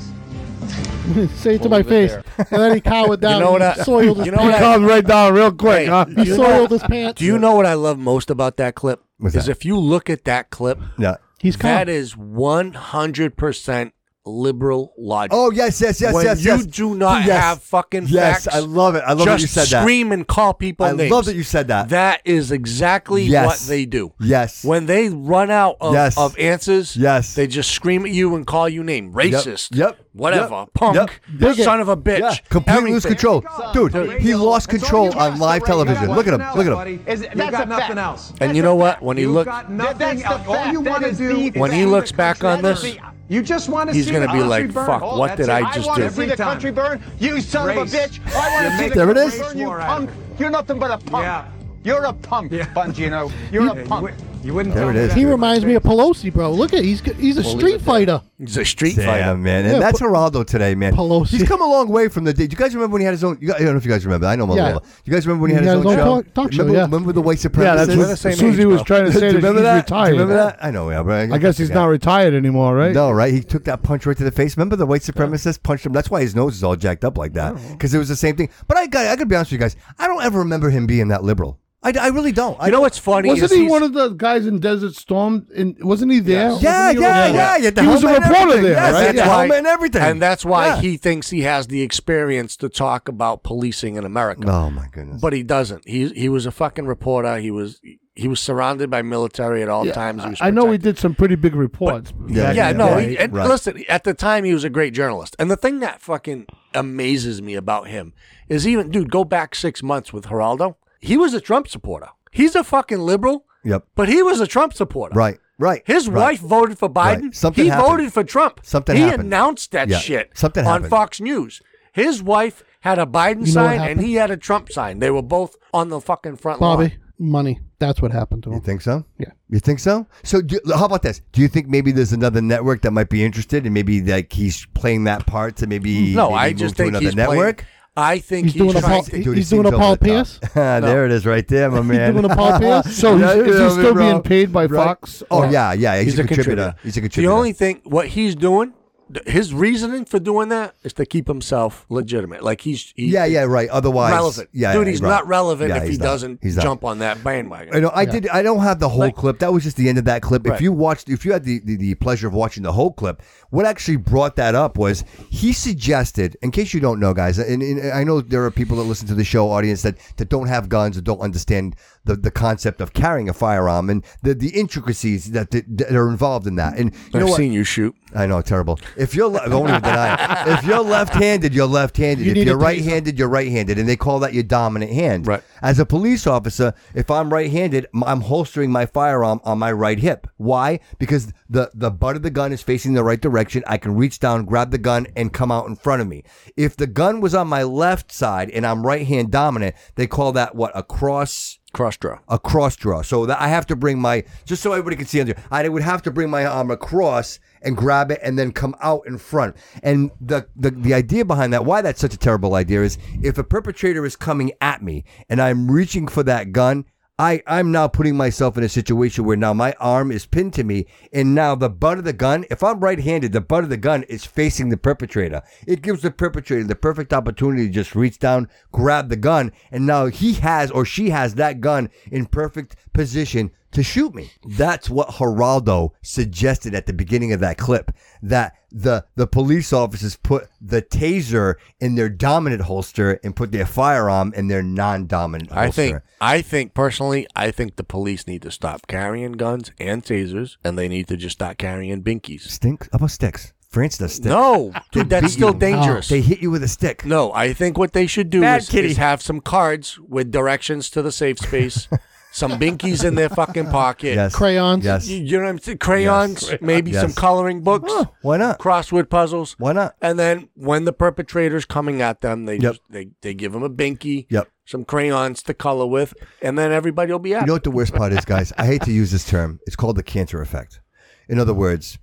[SPEAKER 2] Say it to
[SPEAKER 5] We'll
[SPEAKER 2] my
[SPEAKER 5] leave it
[SPEAKER 2] face, and then he cowered down.
[SPEAKER 5] You know what? I,
[SPEAKER 2] and soiled his
[SPEAKER 5] you know
[SPEAKER 2] pants.
[SPEAKER 5] what I-
[SPEAKER 7] right down real quick. huh?
[SPEAKER 2] He
[SPEAKER 5] you know-
[SPEAKER 2] soiled his pants.
[SPEAKER 5] Do you know what I love most about that clip? Is if you look at that clip,
[SPEAKER 4] Yeah.
[SPEAKER 2] He's
[SPEAKER 4] calm.
[SPEAKER 5] that is one hundred percent liberal logic.
[SPEAKER 4] Oh yes, yes, yes,
[SPEAKER 5] When
[SPEAKER 4] yes.
[SPEAKER 5] you
[SPEAKER 4] yes.
[SPEAKER 5] do not
[SPEAKER 4] Yes.
[SPEAKER 5] have fucking
[SPEAKER 4] yes,
[SPEAKER 5] facts,
[SPEAKER 4] I love it. I love that
[SPEAKER 5] just
[SPEAKER 4] you said that.
[SPEAKER 5] Scream and call people
[SPEAKER 4] I
[SPEAKER 5] names.
[SPEAKER 4] love that you said that.
[SPEAKER 5] That is exactly
[SPEAKER 4] Yes.
[SPEAKER 5] what they do.
[SPEAKER 4] Yes.
[SPEAKER 5] When they run out of,
[SPEAKER 4] Yes.
[SPEAKER 5] of answers,
[SPEAKER 4] Yes.
[SPEAKER 5] they just scream at you and call you name racist.
[SPEAKER 4] Yep.
[SPEAKER 5] Whatever.
[SPEAKER 4] Yep.
[SPEAKER 5] Punk.
[SPEAKER 4] Yep.
[SPEAKER 5] Son of a bitch.
[SPEAKER 4] Yeah. Completely lose
[SPEAKER 5] everything.
[SPEAKER 4] control, dude. He lost control on live television. Look at him. Look at him.
[SPEAKER 13] Is-
[SPEAKER 15] You've
[SPEAKER 13] that's
[SPEAKER 15] got
[SPEAKER 13] a
[SPEAKER 15] nothing
[SPEAKER 13] fact.
[SPEAKER 15] else.
[SPEAKER 5] And you know what? When he
[SPEAKER 15] You've
[SPEAKER 5] looked,
[SPEAKER 15] got
[SPEAKER 13] That-
[SPEAKER 15] nothing
[SPEAKER 13] that's the
[SPEAKER 15] else. All
[SPEAKER 13] fact.
[SPEAKER 15] you
[SPEAKER 13] That
[SPEAKER 15] want to
[SPEAKER 13] is
[SPEAKER 15] do
[SPEAKER 13] the
[SPEAKER 15] is
[SPEAKER 5] when he
[SPEAKER 15] see the
[SPEAKER 5] looks back
[SPEAKER 15] country
[SPEAKER 5] on this,
[SPEAKER 15] burn. you just want to
[SPEAKER 5] he's
[SPEAKER 15] see
[SPEAKER 5] gonna
[SPEAKER 15] the
[SPEAKER 5] be
[SPEAKER 15] country
[SPEAKER 5] like,
[SPEAKER 15] burn.
[SPEAKER 5] "Fuck,
[SPEAKER 15] Oh,
[SPEAKER 5] what
[SPEAKER 15] that's
[SPEAKER 5] did
[SPEAKER 15] it.
[SPEAKER 5] I
[SPEAKER 13] I
[SPEAKER 5] just
[SPEAKER 13] want
[SPEAKER 5] do?"
[SPEAKER 13] to see the country burn. You son
[SPEAKER 15] Race.
[SPEAKER 13] of a bitch. I want
[SPEAKER 15] You're
[SPEAKER 13] to see the
[SPEAKER 15] making
[SPEAKER 13] country
[SPEAKER 15] There it is.
[SPEAKER 13] burn.
[SPEAKER 15] race
[SPEAKER 13] You
[SPEAKER 15] war out
[SPEAKER 13] punk.
[SPEAKER 15] of
[SPEAKER 13] You're nothing but a punk.
[SPEAKER 15] Yeah.
[SPEAKER 13] You're a punk, Bongino. You're a punk.
[SPEAKER 15] You wouldn't.
[SPEAKER 4] There
[SPEAKER 15] tell
[SPEAKER 4] it
[SPEAKER 15] me
[SPEAKER 4] is,
[SPEAKER 15] that.
[SPEAKER 2] He reminds me of Pelosi, bro. Look at he's he's a street fighter.
[SPEAKER 5] He's a street
[SPEAKER 4] Damn,
[SPEAKER 5] fighter.
[SPEAKER 4] man. And
[SPEAKER 2] Yeah,
[SPEAKER 4] that's
[SPEAKER 2] but-
[SPEAKER 4] Geraldo today, man.
[SPEAKER 2] Pelosi.
[SPEAKER 4] He's come a long way from the day. Do you guys remember when he had his own? You guys, I don't know if you guys remember. I know him a
[SPEAKER 2] Yeah.
[SPEAKER 4] little. You guys remember when he had, his own, show?
[SPEAKER 2] talk- talk show,
[SPEAKER 4] remember,
[SPEAKER 2] yeah.
[SPEAKER 4] remember the white supremacists?
[SPEAKER 7] Yeah, that's what Susie was trying to
[SPEAKER 4] Do
[SPEAKER 7] say.
[SPEAKER 4] you
[SPEAKER 7] that
[SPEAKER 4] remember
[SPEAKER 7] he's
[SPEAKER 4] that? Do
[SPEAKER 7] retired.
[SPEAKER 4] you remember that? I know, yeah, but
[SPEAKER 7] I guess he's
[SPEAKER 4] yeah.
[SPEAKER 7] not retired anymore, right?
[SPEAKER 4] No, right? He took that punch right to the face. Remember the white supremacist punched him. That's why his nose is all jacked up like that because it was the same thing. But I got I gotta be honest with you guys. I don't ever remember him being that liberal. I, I really don't. I,
[SPEAKER 5] You know what's funny?
[SPEAKER 7] Wasn't
[SPEAKER 5] is
[SPEAKER 7] he
[SPEAKER 5] he's-
[SPEAKER 7] one of the guys in Desert Storm? In, wasn't he there?
[SPEAKER 4] Yeah,
[SPEAKER 7] Wasn't he
[SPEAKER 4] yeah,
[SPEAKER 7] around?
[SPEAKER 4] yeah, yeah, the
[SPEAKER 7] He was a
[SPEAKER 4] helmet and
[SPEAKER 7] reporter
[SPEAKER 4] everything.
[SPEAKER 7] there,
[SPEAKER 4] Yes,
[SPEAKER 7] right?
[SPEAKER 4] that's
[SPEAKER 7] Yeah.
[SPEAKER 4] why- helmet and everything.
[SPEAKER 5] And that's why
[SPEAKER 4] Yeah.
[SPEAKER 5] he thinks he has the experience to talk about policing in America.
[SPEAKER 4] Oh my goodness.
[SPEAKER 5] But he doesn't. He he was a fucking reporter. He was he was surrounded by military at all times. He was
[SPEAKER 7] I know he did some pretty big reports.
[SPEAKER 5] yeah,
[SPEAKER 7] back in the
[SPEAKER 5] no.
[SPEAKER 7] day.
[SPEAKER 5] he- and Listen, at the time he was a great journalist, and the thing that fucking amazes me about him is even, dude, go back six months with Geraldo. He was a Trump supporter. He's a fucking liberal,
[SPEAKER 4] Yep.
[SPEAKER 5] but he was a Trump supporter.
[SPEAKER 4] Right. Right.
[SPEAKER 5] His wife
[SPEAKER 4] right.
[SPEAKER 5] voted for Biden.
[SPEAKER 4] Right. Something
[SPEAKER 5] he
[SPEAKER 4] happened.
[SPEAKER 5] voted for Trump.
[SPEAKER 4] Something
[SPEAKER 5] he
[SPEAKER 4] happened.
[SPEAKER 5] announced that
[SPEAKER 4] Yeah.
[SPEAKER 5] shit.
[SPEAKER 4] Something
[SPEAKER 5] on
[SPEAKER 4] happened.
[SPEAKER 5] Fox News. His wife had a Biden
[SPEAKER 2] You know what
[SPEAKER 5] sign and
[SPEAKER 2] happened?
[SPEAKER 5] he had a Trump sign. They were both on the fucking front
[SPEAKER 2] Bobby,
[SPEAKER 5] lawn.
[SPEAKER 2] money. That's what happened to
[SPEAKER 4] You
[SPEAKER 2] him.
[SPEAKER 4] think so?
[SPEAKER 2] Yeah.
[SPEAKER 4] You think so? So do, how about this? Do you think maybe there's another network that might be interested, and maybe like he's playing that part to maybe
[SPEAKER 5] Mm, No,
[SPEAKER 4] maybe
[SPEAKER 5] I
[SPEAKER 4] move
[SPEAKER 5] just
[SPEAKER 4] to
[SPEAKER 5] think
[SPEAKER 4] another
[SPEAKER 5] he's
[SPEAKER 4] network?
[SPEAKER 5] playing- I think
[SPEAKER 2] He's
[SPEAKER 5] he's,
[SPEAKER 2] doing a
[SPEAKER 5] trying
[SPEAKER 2] Paul-
[SPEAKER 5] to-
[SPEAKER 4] Dude, he
[SPEAKER 2] He's
[SPEAKER 4] seems
[SPEAKER 2] doing a
[SPEAKER 4] over
[SPEAKER 2] Paul
[SPEAKER 4] the top.
[SPEAKER 2] Pierce.
[SPEAKER 4] there it is, right there, my man.
[SPEAKER 2] doing a Paul Pierce?
[SPEAKER 7] So
[SPEAKER 4] Yeah,
[SPEAKER 7] is he
[SPEAKER 4] yeah,
[SPEAKER 7] still
[SPEAKER 4] bro.
[SPEAKER 7] being paid by
[SPEAKER 4] Right.
[SPEAKER 7] Fox?
[SPEAKER 4] Oh
[SPEAKER 7] Or-
[SPEAKER 4] yeah, yeah. He's, a, contributor. He's a
[SPEAKER 5] The
[SPEAKER 4] contributor.
[SPEAKER 5] only thing what he's doing th- his reasoning for doing that is to keep himself legitimate. Like he's he,
[SPEAKER 4] Yeah, yeah, right. Otherwise-
[SPEAKER 5] relevant.
[SPEAKER 4] yeah,
[SPEAKER 5] dude,
[SPEAKER 4] yeah,
[SPEAKER 5] he's
[SPEAKER 4] right.
[SPEAKER 5] not relevant
[SPEAKER 4] Yeah,
[SPEAKER 5] if he
[SPEAKER 4] he's not.
[SPEAKER 5] doesn't
[SPEAKER 4] He's not.
[SPEAKER 5] jump on that bandwagon.
[SPEAKER 4] I know. I did. I don't have the whole clip. That was just the end of that clip. If
[SPEAKER 5] Right.
[SPEAKER 4] you watched, if you had the, the the pleasure of watching the whole clip, what actually brought that up was he suggested. In case you don't know, guys, and, and I know there are people that listen to the show audience that that don't have guns or don't understand the, the concept of carrying a firearm and the the intricacies that that, that are involved in that. And you
[SPEAKER 5] I've
[SPEAKER 4] know what?
[SPEAKER 5] seen you shoot.
[SPEAKER 4] I know, terrible. If you're, le- I won't even deny it. If you're left-handed, you're left-handed.
[SPEAKER 5] You
[SPEAKER 4] if
[SPEAKER 5] need
[SPEAKER 4] you're
[SPEAKER 5] a taser.
[SPEAKER 4] right-handed, you're right-handed, and they call that your dominant hand. Right. As a police officer, if I'm right-handed, m- I'm holstering my firearm on my right hip. Why? Because the the butt of the gun is facing the right direction. I can reach down, grab the gun, and come out in front of me. If the gun was on my left side and I'm right-hand dominant, they call that what a cross.
[SPEAKER 5] Cross draw.
[SPEAKER 4] A cross draw. So that I have to bring my just so everybody can see under. I would have to bring my arm across and grab it and then come out in front. And the, the the idea behind that, why that's such a terrible idea is if a perpetrator is coming at me and I'm reaching for that gun, I, I'm now putting myself in a situation where now my arm is pinned to me, and now the butt of the gun, if I'm right handed, the butt of the gun is facing the perpetrator. It gives the perpetrator the perfect opportunity to just reach down, grab the gun, and now he has or she has that gun in perfect position to shoot me. That's what Geraldo suggested at the beginning of that clip that the the police officers put the taser in their dominant holster and put their firearm in their non-dominant holster.
[SPEAKER 5] I think I think personally, I think the police need to stop carrying guns and tasers, and they need to just start carrying binkies.
[SPEAKER 4] Stinks? How about sticks? France does sticks.
[SPEAKER 5] No,
[SPEAKER 4] They
[SPEAKER 5] dude, that's
[SPEAKER 4] beat
[SPEAKER 5] still
[SPEAKER 4] you.
[SPEAKER 5] dangerous.
[SPEAKER 4] Oh, They hit you with a stick.
[SPEAKER 5] No, I think what they should do
[SPEAKER 4] Bad
[SPEAKER 5] is,
[SPEAKER 4] kitty.
[SPEAKER 5] is have some cards with directions to the safe space, some binkies in their fucking pocket,
[SPEAKER 4] Yes.
[SPEAKER 2] Crayons.
[SPEAKER 4] Yes.
[SPEAKER 5] You, you know what I'm saying? Crayons,
[SPEAKER 4] Yes.
[SPEAKER 5] maybe
[SPEAKER 4] Yes.
[SPEAKER 5] some coloring books.
[SPEAKER 4] why not?
[SPEAKER 5] Crossword puzzles.
[SPEAKER 4] Why not?
[SPEAKER 5] And then when the perpetrator's coming at them, they
[SPEAKER 4] Yep.
[SPEAKER 5] just, they they give them a binky,
[SPEAKER 4] Yep.
[SPEAKER 5] some crayons to color with, and then everybody will be
[SPEAKER 4] You
[SPEAKER 5] happy.
[SPEAKER 4] know what the worst part is, guys? I hate to use this term. It's called the cancer effect. In other words,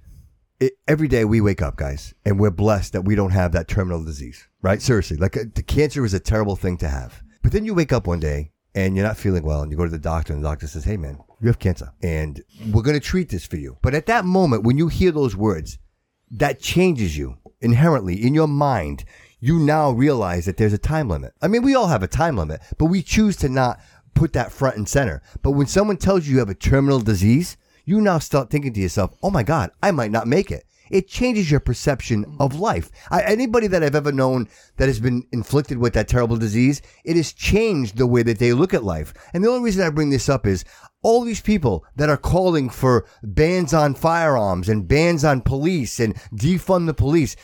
[SPEAKER 4] it, every day we wake up, guys, and we're blessed that we don't have that terminal disease, right? Seriously, like uh, the cancer is a terrible thing to have. But then you wake up one day and you're not feeling well, and you go to the doctor, and the doctor says, "Hey, man, you have cancer, and we're going to treat this for you." But at that moment, when you hear those words, that changes you inherently in your mind. You now realize that there's a time limit. I mean, we all have a time limit, but we choose to not put that front and center. But when someone tells you you have a terminal disease, you now start thinking to yourself, oh my God, I might not make it. It changes your perception of life. I, anybody that I've ever known that has been inflicted with that terrible disease, it has changed the way that they look at life. And the only reason I bring this up is all these people that are calling for bans on firearms and bans on police and defund the police.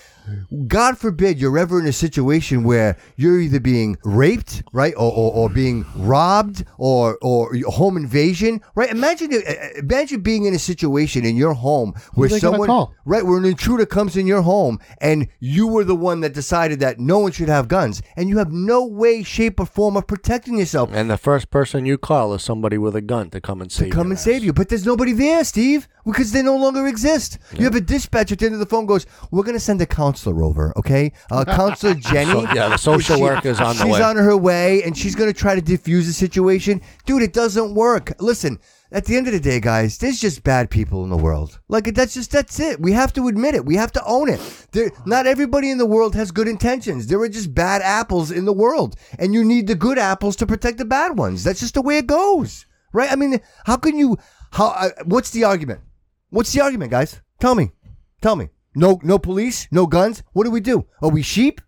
[SPEAKER 4] God forbid you're ever in a situation where you're either being raped, right, or, or, or being robbed, or or home invasion, right? Imagine uh, imagine being in a situation in your home where
[SPEAKER 2] they gonna
[SPEAKER 4] someone
[SPEAKER 2] call?
[SPEAKER 4] right where an intruder comes in your home and you were the one that decided that no one should have guns and you have no way, shape, or form of protecting yourself.
[SPEAKER 5] and the first person you call is somebody with a gun to come and save
[SPEAKER 4] Come and save you, but there's nobody there, Steve, because they no longer exist. You have a dispatcher at the end of the phone goes, "We're going to send a counselor over, okay? Uh, counselor Jenny,
[SPEAKER 5] So- yeah, the social worker's on the
[SPEAKER 4] she's
[SPEAKER 5] way.
[SPEAKER 4] on her way, and she's going to try to diffuse the situation. Dude, it doesn't work. Listen, at the end of the day, guys, there's just bad people in the world. Like that's just that's it. We have to admit it. We have to own it. There, not everybody in the world has good intentions. There are just bad apples in the world, and you need the good apples to protect the bad ones. That's just the way it goes, right? I mean, how can you? How? I, what's the argument? What's the argument, guys? Tell me. Tell me. No, no police, no guns. What do we do? Are we sheep?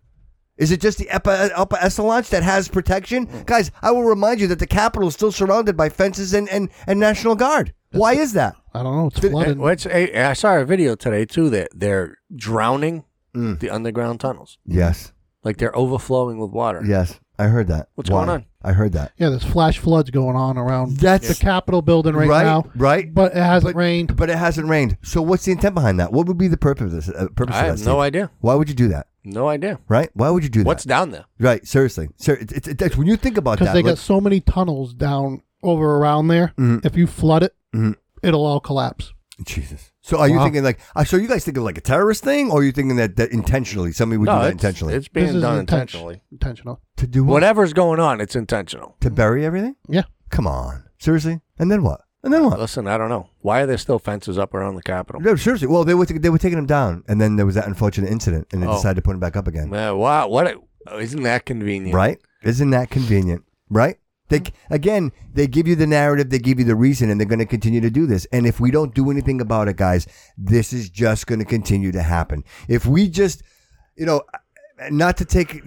[SPEAKER 4] Is it just the upper, upper Esselunch that has protection? Guys, I will remind you that the capital is still surrounded by fences and, and, and National Guard. Why is that?
[SPEAKER 2] I don't know. It's
[SPEAKER 5] And what's- I, I saw a video today too that they're drowning
[SPEAKER 4] Mm.
[SPEAKER 5] the underground tunnels.
[SPEAKER 4] Yes.
[SPEAKER 5] Like they're overflowing with water.
[SPEAKER 4] Yes. I heard that.
[SPEAKER 5] What's going on?
[SPEAKER 4] I heard that.
[SPEAKER 2] Yeah, there's flash floods going on around
[SPEAKER 4] That's-
[SPEAKER 2] the Capitol building right, now.
[SPEAKER 4] Right.
[SPEAKER 2] But it hasn't rained.
[SPEAKER 4] But it hasn't rained. So what's the intent behind that? What would be the purpose of this? Uh, purpose
[SPEAKER 5] I
[SPEAKER 4] of that,
[SPEAKER 5] have no
[SPEAKER 4] Steve?
[SPEAKER 5] idea.
[SPEAKER 4] Why would you do that?
[SPEAKER 5] No idea.
[SPEAKER 4] Right? Why would you do that?
[SPEAKER 5] What's down there?
[SPEAKER 4] Right. Seriously. Ser- it, it, it- that's- when you think about
[SPEAKER 2] Because
[SPEAKER 4] that,
[SPEAKER 2] they
[SPEAKER 4] like-
[SPEAKER 2] got so many tunnels down over around there.
[SPEAKER 5] Mm-hmm.
[SPEAKER 2] If you flood it, it'll all collapse.
[SPEAKER 4] Jesus. So are you
[SPEAKER 2] Wow.
[SPEAKER 4] thinking like? uh, So you guys thinking like a terrorist thing, or are you thinking that, that intentionally somebody would
[SPEAKER 5] No,
[SPEAKER 4] do that
[SPEAKER 5] it's-
[SPEAKER 4] intentionally?
[SPEAKER 5] it's being
[SPEAKER 2] This is
[SPEAKER 5] done
[SPEAKER 2] inten-
[SPEAKER 5] intentionally.
[SPEAKER 2] Intentional.
[SPEAKER 4] To do what?
[SPEAKER 5] Whatever's going on, it's intentional.
[SPEAKER 4] to bury everything?
[SPEAKER 2] Yeah.
[SPEAKER 4] Come on, seriously. And then what? And then what?
[SPEAKER 5] Listen, I don't know. Why are there still fences up around the Capitol?
[SPEAKER 4] No, seriously. Well, they were they were taking him down, and then there was that unfortunate incident, and they
[SPEAKER 5] Oh.
[SPEAKER 4] decided to put him back up again.
[SPEAKER 5] Man, wow, what? A, oh, isn't that convenient?
[SPEAKER 4] Right? Isn't that convenient? Right? They again, they give you the narrative, they give you the reason, and they're going to continue to do this. And if we don't do anything about it, guys, this is just going to continue to happen. If we just, you know, not to take.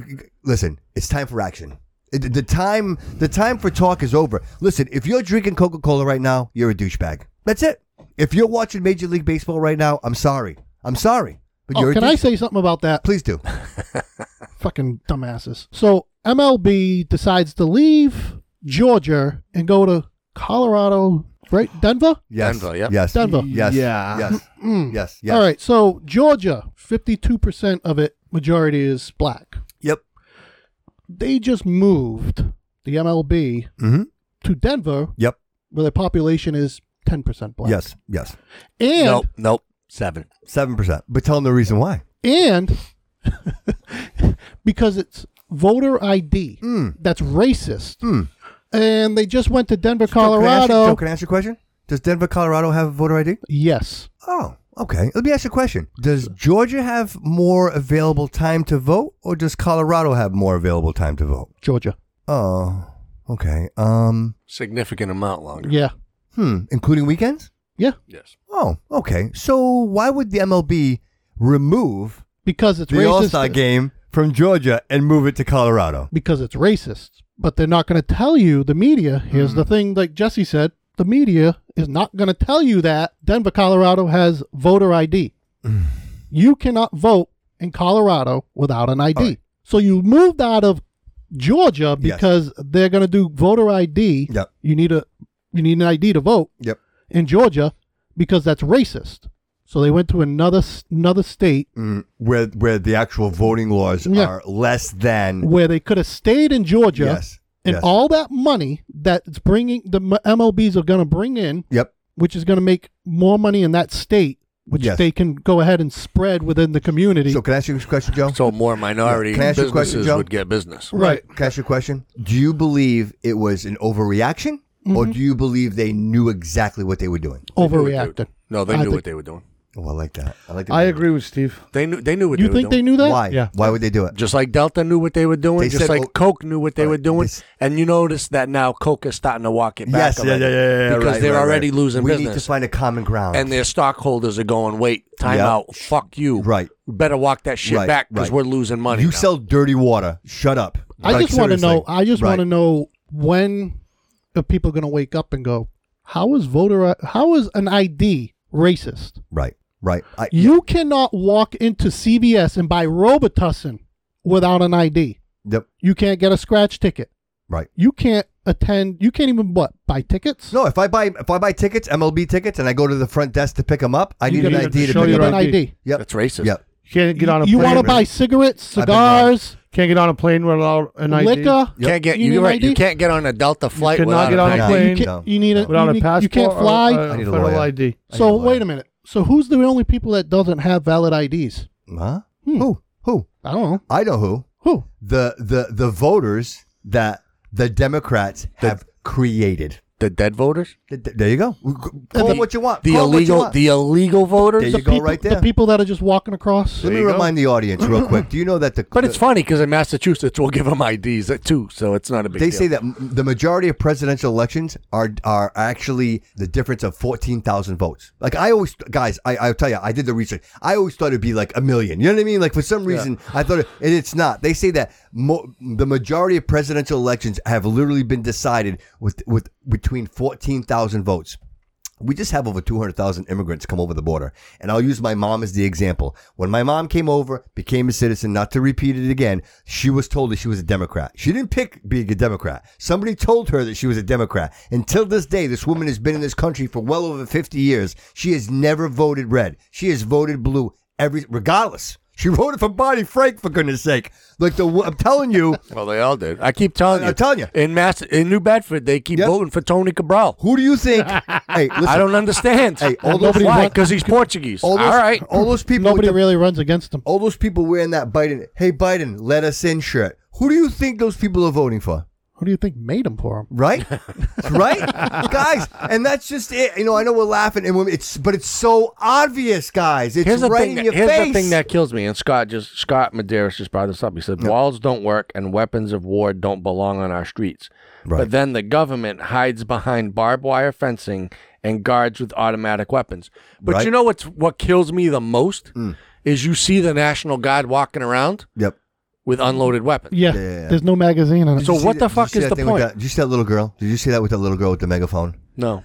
[SPEAKER 4] Listen, it's time for action. It- The time, the time for talk is over. Listen, if you're drinking Coca Cola right now, you're a douchebag. That's it. If you're watching Major League Baseball right now, I'm sorry. I'm sorry. But
[SPEAKER 2] Oh,
[SPEAKER 4] you're a
[SPEAKER 2] can I
[SPEAKER 4] douche-
[SPEAKER 2] say something about that?
[SPEAKER 4] Please do.
[SPEAKER 2] Fucking dumbasses. So MLB decides to leave Georgia and go to Colorado, right? Denver?
[SPEAKER 4] Yes.
[SPEAKER 5] Denver, yep.
[SPEAKER 4] Yes.
[SPEAKER 2] Denver.
[SPEAKER 4] Yes.
[SPEAKER 2] Yeah.
[SPEAKER 4] Yes.
[SPEAKER 2] Mm.
[SPEAKER 4] Yes. Yes.
[SPEAKER 2] All right. So Georgia, 52% of it, majority is black.
[SPEAKER 4] Yep.
[SPEAKER 2] They just moved the MLB
[SPEAKER 4] Mhm.
[SPEAKER 2] to Denver.
[SPEAKER 4] Yep.
[SPEAKER 2] Where the population is 10% black.
[SPEAKER 4] Yes. Yes.
[SPEAKER 2] And
[SPEAKER 5] Nope. Nope. Seven.
[SPEAKER 4] Seven percent. But tell them the reason why.
[SPEAKER 2] and because it's voter ID
[SPEAKER 4] Hmm.
[SPEAKER 2] that's racist. And they just went to Denver, Colorado.
[SPEAKER 4] Joe, can I ask you a question? Does Denver, Colorado have voter ID?
[SPEAKER 2] Yes.
[SPEAKER 4] Oh, okay. Let me ask you a question. Does Georgia have more available time to vote, or does Colorado have more available time to vote?
[SPEAKER 2] Georgia.
[SPEAKER 4] Oh, okay. Um,
[SPEAKER 5] Significant amount longer.
[SPEAKER 2] yeah.
[SPEAKER 4] Hmm. Including weekends?
[SPEAKER 2] Yeah.
[SPEAKER 5] Yes.
[SPEAKER 4] Oh, okay. So why would the MLB remove
[SPEAKER 2] because it's
[SPEAKER 4] the
[SPEAKER 2] racist.
[SPEAKER 4] All Star game from Georgia and move it to Colorado?
[SPEAKER 2] because it's racist. But they're not going to tell you, the media. Here's
[SPEAKER 4] Mm.
[SPEAKER 2] the thing, like Jesse said, the media is not going to tell you that Denver, Colorado has voter ID. you cannot vote in Colorado without an ID. So you moved out of Georgia
[SPEAKER 4] Yes.
[SPEAKER 2] because they're going to do voter ID.
[SPEAKER 4] Yep.
[SPEAKER 2] You need a you need an ID to vote.
[SPEAKER 4] Yep.
[SPEAKER 2] In Georgia because that's racist. So they went to another s- another state
[SPEAKER 4] Mm, where where the actual voting laws
[SPEAKER 2] Yeah.
[SPEAKER 4] are less than
[SPEAKER 2] where they could have stayed in Georgia.
[SPEAKER 4] Mm. Yes,
[SPEAKER 2] And
[SPEAKER 4] yes.
[SPEAKER 2] all that money that it's bringing, the M- MLBs are going to bring in,
[SPEAKER 4] Yep.
[SPEAKER 2] which is going to make more money in that state, which
[SPEAKER 4] Yes.
[SPEAKER 2] they can go ahead and spread within the community.
[SPEAKER 4] So can I ask you a question, Joe?
[SPEAKER 5] So more minority
[SPEAKER 4] Can I ask you a
[SPEAKER 5] businesses
[SPEAKER 4] question, Joe?
[SPEAKER 5] would get business.
[SPEAKER 2] Right.
[SPEAKER 4] Can I ask you a question? Do you believe it was an overreaction, or
[SPEAKER 2] Mm-hmm.
[SPEAKER 4] do you believe they knew exactly what they were doing?
[SPEAKER 2] Overreacted.
[SPEAKER 5] No, they
[SPEAKER 2] I
[SPEAKER 5] knew
[SPEAKER 2] think-
[SPEAKER 5] what they were doing.
[SPEAKER 4] Oh, I like that. I like that.
[SPEAKER 7] I agree with Steve.
[SPEAKER 5] They knew. They knew what
[SPEAKER 2] You
[SPEAKER 5] they were
[SPEAKER 2] think
[SPEAKER 5] doing.
[SPEAKER 2] they knew that?
[SPEAKER 4] Why? Why would they do it?
[SPEAKER 5] Just like Delta knew what they were doing,
[SPEAKER 4] They
[SPEAKER 5] just
[SPEAKER 4] said,
[SPEAKER 5] like
[SPEAKER 4] oh,
[SPEAKER 5] Coke knew what they were doing, and you notice that now Coke is starting to walk it back.
[SPEAKER 4] Yes, yeah, yeah,
[SPEAKER 5] already
[SPEAKER 4] yeah, yeah,
[SPEAKER 5] because
[SPEAKER 4] right,
[SPEAKER 5] they're
[SPEAKER 4] right, right.
[SPEAKER 5] already losing
[SPEAKER 4] We need to
[SPEAKER 5] business.
[SPEAKER 4] find a common ground,
[SPEAKER 5] and their stockholders are going, "Wait, time
[SPEAKER 4] Yep.
[SPEAKER 5] out, fuck you,
[SPEAKER 4] Right.
[SPEAKER 5] We better walk that shit
[SPEAKER 4] Right,
[SPEAKER 5] back because
[SPEAKER 4] right.
[SPEAKER 5] we're losing money."
[SPEAKER 4] you
[SPEAKER 5] now.
[SPEAKER 4] sell dirty water. Shut up.
[SPEAKER 2] I
[SPEAKER 4] Like,
[SPEAKER 2] just want to
[SPEAKER 4] seriously.
[SPEAKER 2] know. I just
[SPEAKER 4] Right.
[SPEAKER 2] want to know when are people going to wake up and go, "How is voter? How is an ID racist?
[SPEAKER 4] Right. Right. I,
[SPEAKER 2] You cannot walk into CVS and buy Robitussin without an ID.
[SPEAKER 4] yep.
[SPEAKER 2] You can't get a scratch ticket.
[SPEAKER 4] Right.
[SPEAKER 2] You can't attend. You can't even what buy tickets.
[SPEAKER 4] No, if I buy if I buy tickets, MLB tickets, and I go to the front desk to pick them up, I
[SPEAKER 2] You
[SPEAKER 4] need an
[SPEAKER 2] gotta
[SPEAKER 4] ID to
[SPEAKER 2] show
[SPEAKER 4] pick
[SPEAKER 2] your
[SPEAKER 4] them up.
[SPEAKER 2] ID.
[SPEAKER 4] Yep.
[SPEAKER 5] That's racist.
[SPEAKER 4] Yep.
[SPEAKER 7] Can't get on a
[SPEAKER 2] you
[SPEAKER 7] plane.
[SPEAKER 2] want to buy cigarettes,
[SPEAKER 7] I've been wrong.
[SPEAKER 2] cigars,
[SPEAKER 7] Can't get on a plane without an ID.
[SPEAKER 2] liquor.
[SPEAKER 5] Can't get
[SPEAKER 2] You
[SPEAKER 5] you
[SPEAKER 2] need
[SPEAKER 5] are right. You
[SPEAKER 2] ID?
[SPEAKER 5] can't get on a Delta flight. without
[SPEAKER 7] cannot get on a
[SPEAKER 5] an ID.
[SPEAKER 7] plane.
[SPEAKER 2] You, can't-
[SPEAKER 4] No,
[SPEAKER 2] you need a,
[SPEAKER 7] Without
[SPEAKER 2] you
[SPEAKER 7] a
[SPEAKER 2] need-
[SPEAKER 7] passport.
[SPEAKER 2] You can't
[SPEAKER 7] or
[SPEAKER 2] fly.
[SPEAKER 7] a
[SPEAKER 4] I need a
[SPEAKER 7] federal
[SPEAKER 4] lawyer.
[SPEAKER 7] ID.
[SPEAKER 2] so wait a minute. So who's the only people that doesn't have valid IDs?
[SPEAKER 4] Huh? Who? Who?
[SPEAKER 2] I don't know.
[SPEAKER 4] I know who.
[SPEAKER 2] Who?
[SPEAKER 4] The the the voters that the Democrats have created.
[SPEAKER 5] The dead voters,
[SPEAKER 4] Th- th- There you go. Call
[SPEAKER 2] the-
[SPEAKER 4] it what you want.
[SPEAKER 5] the
[SPEAKER 4] Call it what you
[SPEAKER 5] illegal,
[SPEAKER 4] want.
[SPEAKER 5] the illegal voters.
[SPEAKER 4] There you
[SPEAKER 2] the
[SPEAKER 4] go,
[SPEAKER 2] people,
[SPEAKER 4] right there.
[SPEAKER 2] The people that are just walking across.
[SPEAKER 4] Let me remind the audience real quick. Do you know that the
[SPEAKER 5] But it's funny because in Massachusetts we'll give them IDs uh, too, so it's not a big.
[SPEAKER 4] they
[SPEAKER 5] deal.
[SPEAKER 4] say that m- the majority of presidential elections are are actually the difference of fourteen thousand votes. Like I always, guys, I I tell you, I did the research. I always thought it'd be like a million. You know what I mean? Like for some reason, I thought it, and it's not. They say that mo- the majority of presidential elections have literally been decided with with between fourteen thousand votes. We just have over 200,000 immigrants come over the border. And I'll use my mom as the example. When my mom came over, became a citizen, not to repeat it again, she was told that she was a Democrat. She didn't pick being a Democrat. Somebody told her that she was a Democrat. Until this day, this woman has been in this country for well over 50 years. She has never voted red. She has voted blue every, regardless. She voted for Bonnie Frank, for goodness sake. Like the, I'm telling you,
[SPEAKER 5] Well, they all did. I keep telling
[SPEAKER 4] I'm
[SPEAKER 5] you.
[SPEAKER 4] telling you.
[SPEAKER 5] In Mass, in New Bedford, they keep
[SPEAKER 4] Yep.
[SPEAKER 5] voting for Tony Cabral.
[SPEAKER 4] who do you think? hey, listen.
[SPEAKER 5] I don't understand.
[SPEAKER 4] Hey, all those-
[SPEAKER 5] nobody why?
[SPEAKER 4] want-
[SPEAKER 5] Because he's Portuguese.
[SPEAKER 4] all those,
[SPEAKER 5] all right.
[SPEAKER 4] All those people. with
[SPEAKER 2] Nobody
[SPEAKER 4] the-
[SPEAKER 2] really runs against them.
[SPEAKER 4] all those people wearing that Biden, hey Biden, let us in shirt. Who do you think those people are voting for?
[SPEAKER 2] Who do you think made them for him?
[SPEAKER 4] Right, right, guys, and that's just it. You know, I know we're laughing, and we it's but it's so obvious, guys. It's
[SPEAKER 5] here's the
[SPEAKER 4] right
[SPEAKER 5] thing.
[SPEAKER 4] in
[SPEAKER 5] that-
[SPEAKER 4] your
[SPEAKER 5] here's
[SPEAKER 4] face.
[SPEAKER 5] the thing that kills me, and Scott just Scott Medeiros just brought this up. He said walls don't work, and weapons of war don't belong on our streets. But then the government hides behind barbed wire fencing and guards with automatic weapons. But
[SPEAKER 4] Right. Hmm.
[SPEAKER 5] you know what's what kills me the most is you see the National Guard walking around.
[SPEAKER 4] Yep.
[SPEAKER 5] With unloaded weapons.
[SPEAKER 2] Yeah, there's no magazine in it.
[SPEAKER 5] So what the fuck is the
[SPEAKER 4] thing with
[SPEAKER 5] point?
[SPEAKER 4] that- Did you see that little girl? Did you see that with that little girl with the megaphone?
[SPEAKER 5] No.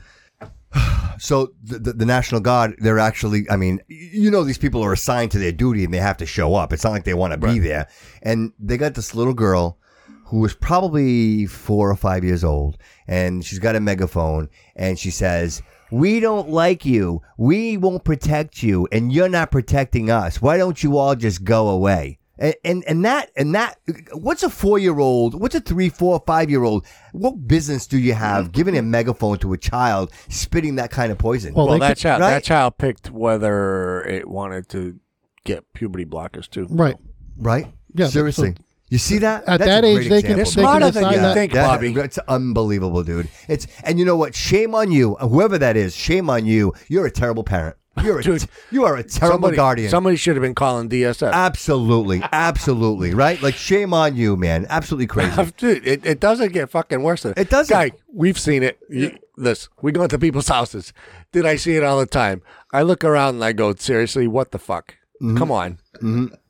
[SPEAKER 4] So the, the, the National Guard, they're actually, I mean, y- you know, these people are assigned to their duty and they have to show up. It's not like they want to be there. And they got this little girl who was probably four or five years old, and she's got a megaphone, and she says, "We don't like you. We won't protect you, and you're not protecting us. Why don't you all just go away?" And and, and that and that what's a four year old? What's a three, four, five year old? What business do you have giving a megaphone to a child spitting that kind of poison?
[SPEAKER 5] Well, that child
[SPEAKER 4] Right?
[SPEAKER 5] that child picked whether it wanted to get puberty blockers too.
[SPEAKER 2] Right.
[SPEAKER 4] Right.
[SPEAKER 5] Yeah, but
[SPEAKER 4] Seriously.
[SPEAKER 5] so-
[SPEAKER 4] you see that?
[SPEAKER 5] At
[SPEAKER 4] That's
[SPEAKER 5] that
[SPEAKER 4] a
[SPEAKER 5] age, they
[SPEAKER 4] great
[SPEAKER 5] can-
[SPEAKER 4] example.
[SPEAKER 5] They're smarter than you think,
[SPEAKER 4] That-
[SPEAKER 5] Bobby.
[SPEAKER 4] That's unbelievable, dude. It's and you know what? Shame on you, whoever that is. Shame on you. You're a terrible parent. You're a you are a terrible
[SPEAKER 5] somebody,
[SPEAKER 4] guardian.
[SPEAKER 5] Somebody should have been calling DSS.
[SPEAKER 4] absolutely, absolutely, right? Like shame on you, man. Absolutely crazy.
[SPEAKER 5] Dude, it, it doesn't get fucking worse than it doesn't. Guy, we've seen it. You, this we go into people's houses. Did I see it all the time? I look around and I go, seriously, what the fuck? Come on,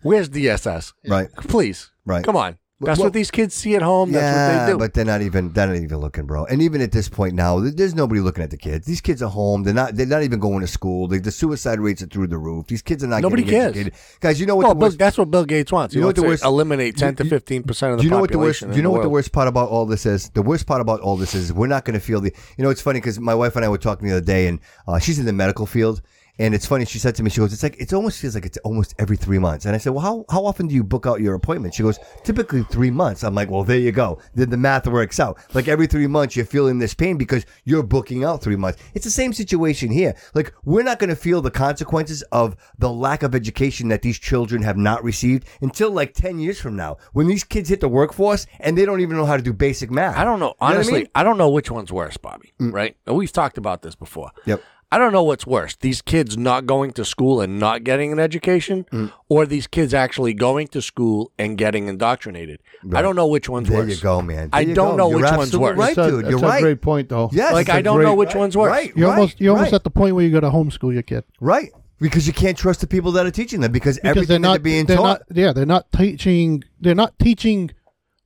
[SPEAKER 5] where's DSS?
[SPEAKER 4] Mm-hmm. Right.
[SPEAKER 5] Please.
[SPEAKER 4] Right.
[SPEAKER 5] Come on. That's
[SPEAKER 4] Well-
[SPEAKER 5] what these kids see at home. That's what
[SPEAKER 4] Yeah,
[SPEAKER 5] they do.
[SPEAKER 4] but they're not even they're not even looking, bro. And even at this point now, th- there's nobody looking at the kids. These kids are home. They're not they're not even going to school. They, the suicide rates are through the roof. These kids are not
[SPEAKER 5] Nobody
[SPEAKER 4] getting
[SPEAKER 5] cares,
[SPEAKER 4] educated. guys. You know what?
[SPEAKER 5] Well,
[SPEAKER 4] the
[SPEAKER 5] Bill-
[SPEAKER 4] worst-
[SPEAKER 5] that's what Bill Gates wants. He
[SPEAKER 4] You know what
[SPEAKER 5] wants
[SPEAKER 4] the
[SPEAKER 5] to
[SPEAKER 4] worst-
[SPEAKER 5] eliminate ten to
[SPEAKER 4] you-
[SPEAKER 5] fifteen percent of the
[SPEAKER 4] do you know what the worst?
[SPEAKER 5] population.
[SPEAKER 4] Do you know what the
[SPEAKER 5] world.
[SPEAKER 4] worst part about all this is? The worst part about all this is we're not going to feel the. You know, it's funny because my wife and I were talking the other day, and uh, she's in the medical field, and it's funny. She said to me, she goes, "It's like it almost feels like it's almost every three months." And I said, "Well, how how often do you book out your appointment?" She goes, "Typically three months." I'm like, "Well, there you go. Then the math works out. Like every three months, you're feeling this pain because you're booking out three months. It's the same situation here. Like we're not going to feel the consequences of the lack of education that these children have not received until like ten years from now, when these kids hit the workforce and they don't even know how to do basic math. I Mm.
[SPEAKER 5] don't know. Honestly, I, don't know which one's worse, Bobby. Right? And We've talked about this before.
[SPEAKER 4] Yep.
[SPEAKER 5] I don't know what's worse: these kids not going to school and not getting an education,
[SPEAKER 4] Mm.
[SPEAKER 5] or these kids actually going to school and getting indoctrinated. I don't know which one's
[SPEAKER 4] There
[SPEAKER 5] worse.
[SPEAKER 4] you go, man.
[SPEAKER 5] I
[SPEAKER 4] There you
[SPEAKER 5] don't
[SPEAKER 4] go.
[SPEAKER 5] know
[SPEAKER 4] You're
[SPEAKER 5] which one's
[SPEAKER 4] absolutely
[SPEAKER 5] worse.
[SPEAKER 4] right,
[SPEAKER 7] That's a-
[SPEAKER 4] dude. You're
[SPEAKER 7] that's a
[SPEAKER 4] right.
[SPEAKER 7] great point, though.
[SPEAKER 4] Yes,
[SPEAKER 5] like
[SPEAKER 4] that's
[SPEAKER 5] I
[SPEAKER 4] a
[SPEAKER 5] don't
[SPEAKER 4] great-
[SPEAKER 5] know which
[SPEAKER 4] right,
[SPEAKER 5] one's worse.
[SPEAKER 4] right,
[SPEAKER 2] You're
[SPEAKER 4] right,
[SPEAKER 2] almost you're almost
[SPEAKER 4] right.
[SPEAKER 2] at the point where you got to homeschool your kid
[SPEAKER 4] Right, because you can't trust the people that are teaching them because,
[SPEAKER 2] because
[SPEAKER 4] everything
[SPEAKER 2] they're
[SPEAKER 4] that
[SPEAKER 2] not
[SPEAKER 4] they're being
[SPEAKER 2] they're
[SPEAKER 4] taught.
[SPEAKER 2] Not, yeah, they're not teaching. They're not teaching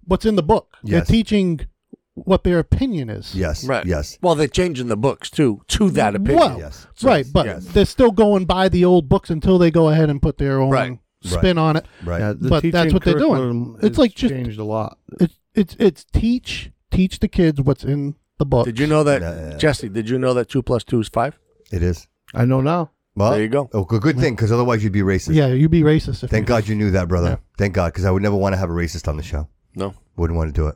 [SPEAKER 2] what's in the book.
[SPEAKER 5] Yes.
[SPEAKER 2] They're teaching what their opinion is.
[SPEAKER 4] Yes.
[SPEAKER 5] Right.
[SPEAKER 4] Yes.
[SPEAKER 5] Well, they're changing the books too to that opinion.
[SPEAKER 2] Well, right, but they're still going by the old books until they go ahead and put their own
[SPEAKER 5] Right.
[SPEAKER 2] spin
[SPEAKER 7] Right.
[SPEAKER 2] on it.
[SPEAKER 7] Right. Yeah, the
[SPEAKER 2] but that's
[SPEAKER 7] teaching
[SPEAKER 2] what they're doing.
[SPEAKER 7] curriculum
[SPEAKER 2] It's
[SPEAKER 7] has
[SPEAKER 2] like just
[SPEAKER 7] changed a lot.
[SPEAKER 2] It's it's it's teach teach the kids what's in the book.
[SPEAKER 5] Did you know that, Jesse? Did you know that two plus two is five?
[SPEAKER 4] It is.
[SPEAKER 7] I know now.
[SPEAKER 4] Well,
[SPEAKER 5] there you go.
[SPEAKER 4] Oh, good, good thing, because otherwise you'd be racist.
[SPEAKER 2] Yeah, you'd be racist if
[SPEAKER 4] Thank
[SPEAKER 2] you
[SPEAKER 4] God you knew that, brother. Thank God, because I would never want to have a racist on the show.
[SPEAKER 5] No.
[SPEAKER 4] Wouldn't want to do it.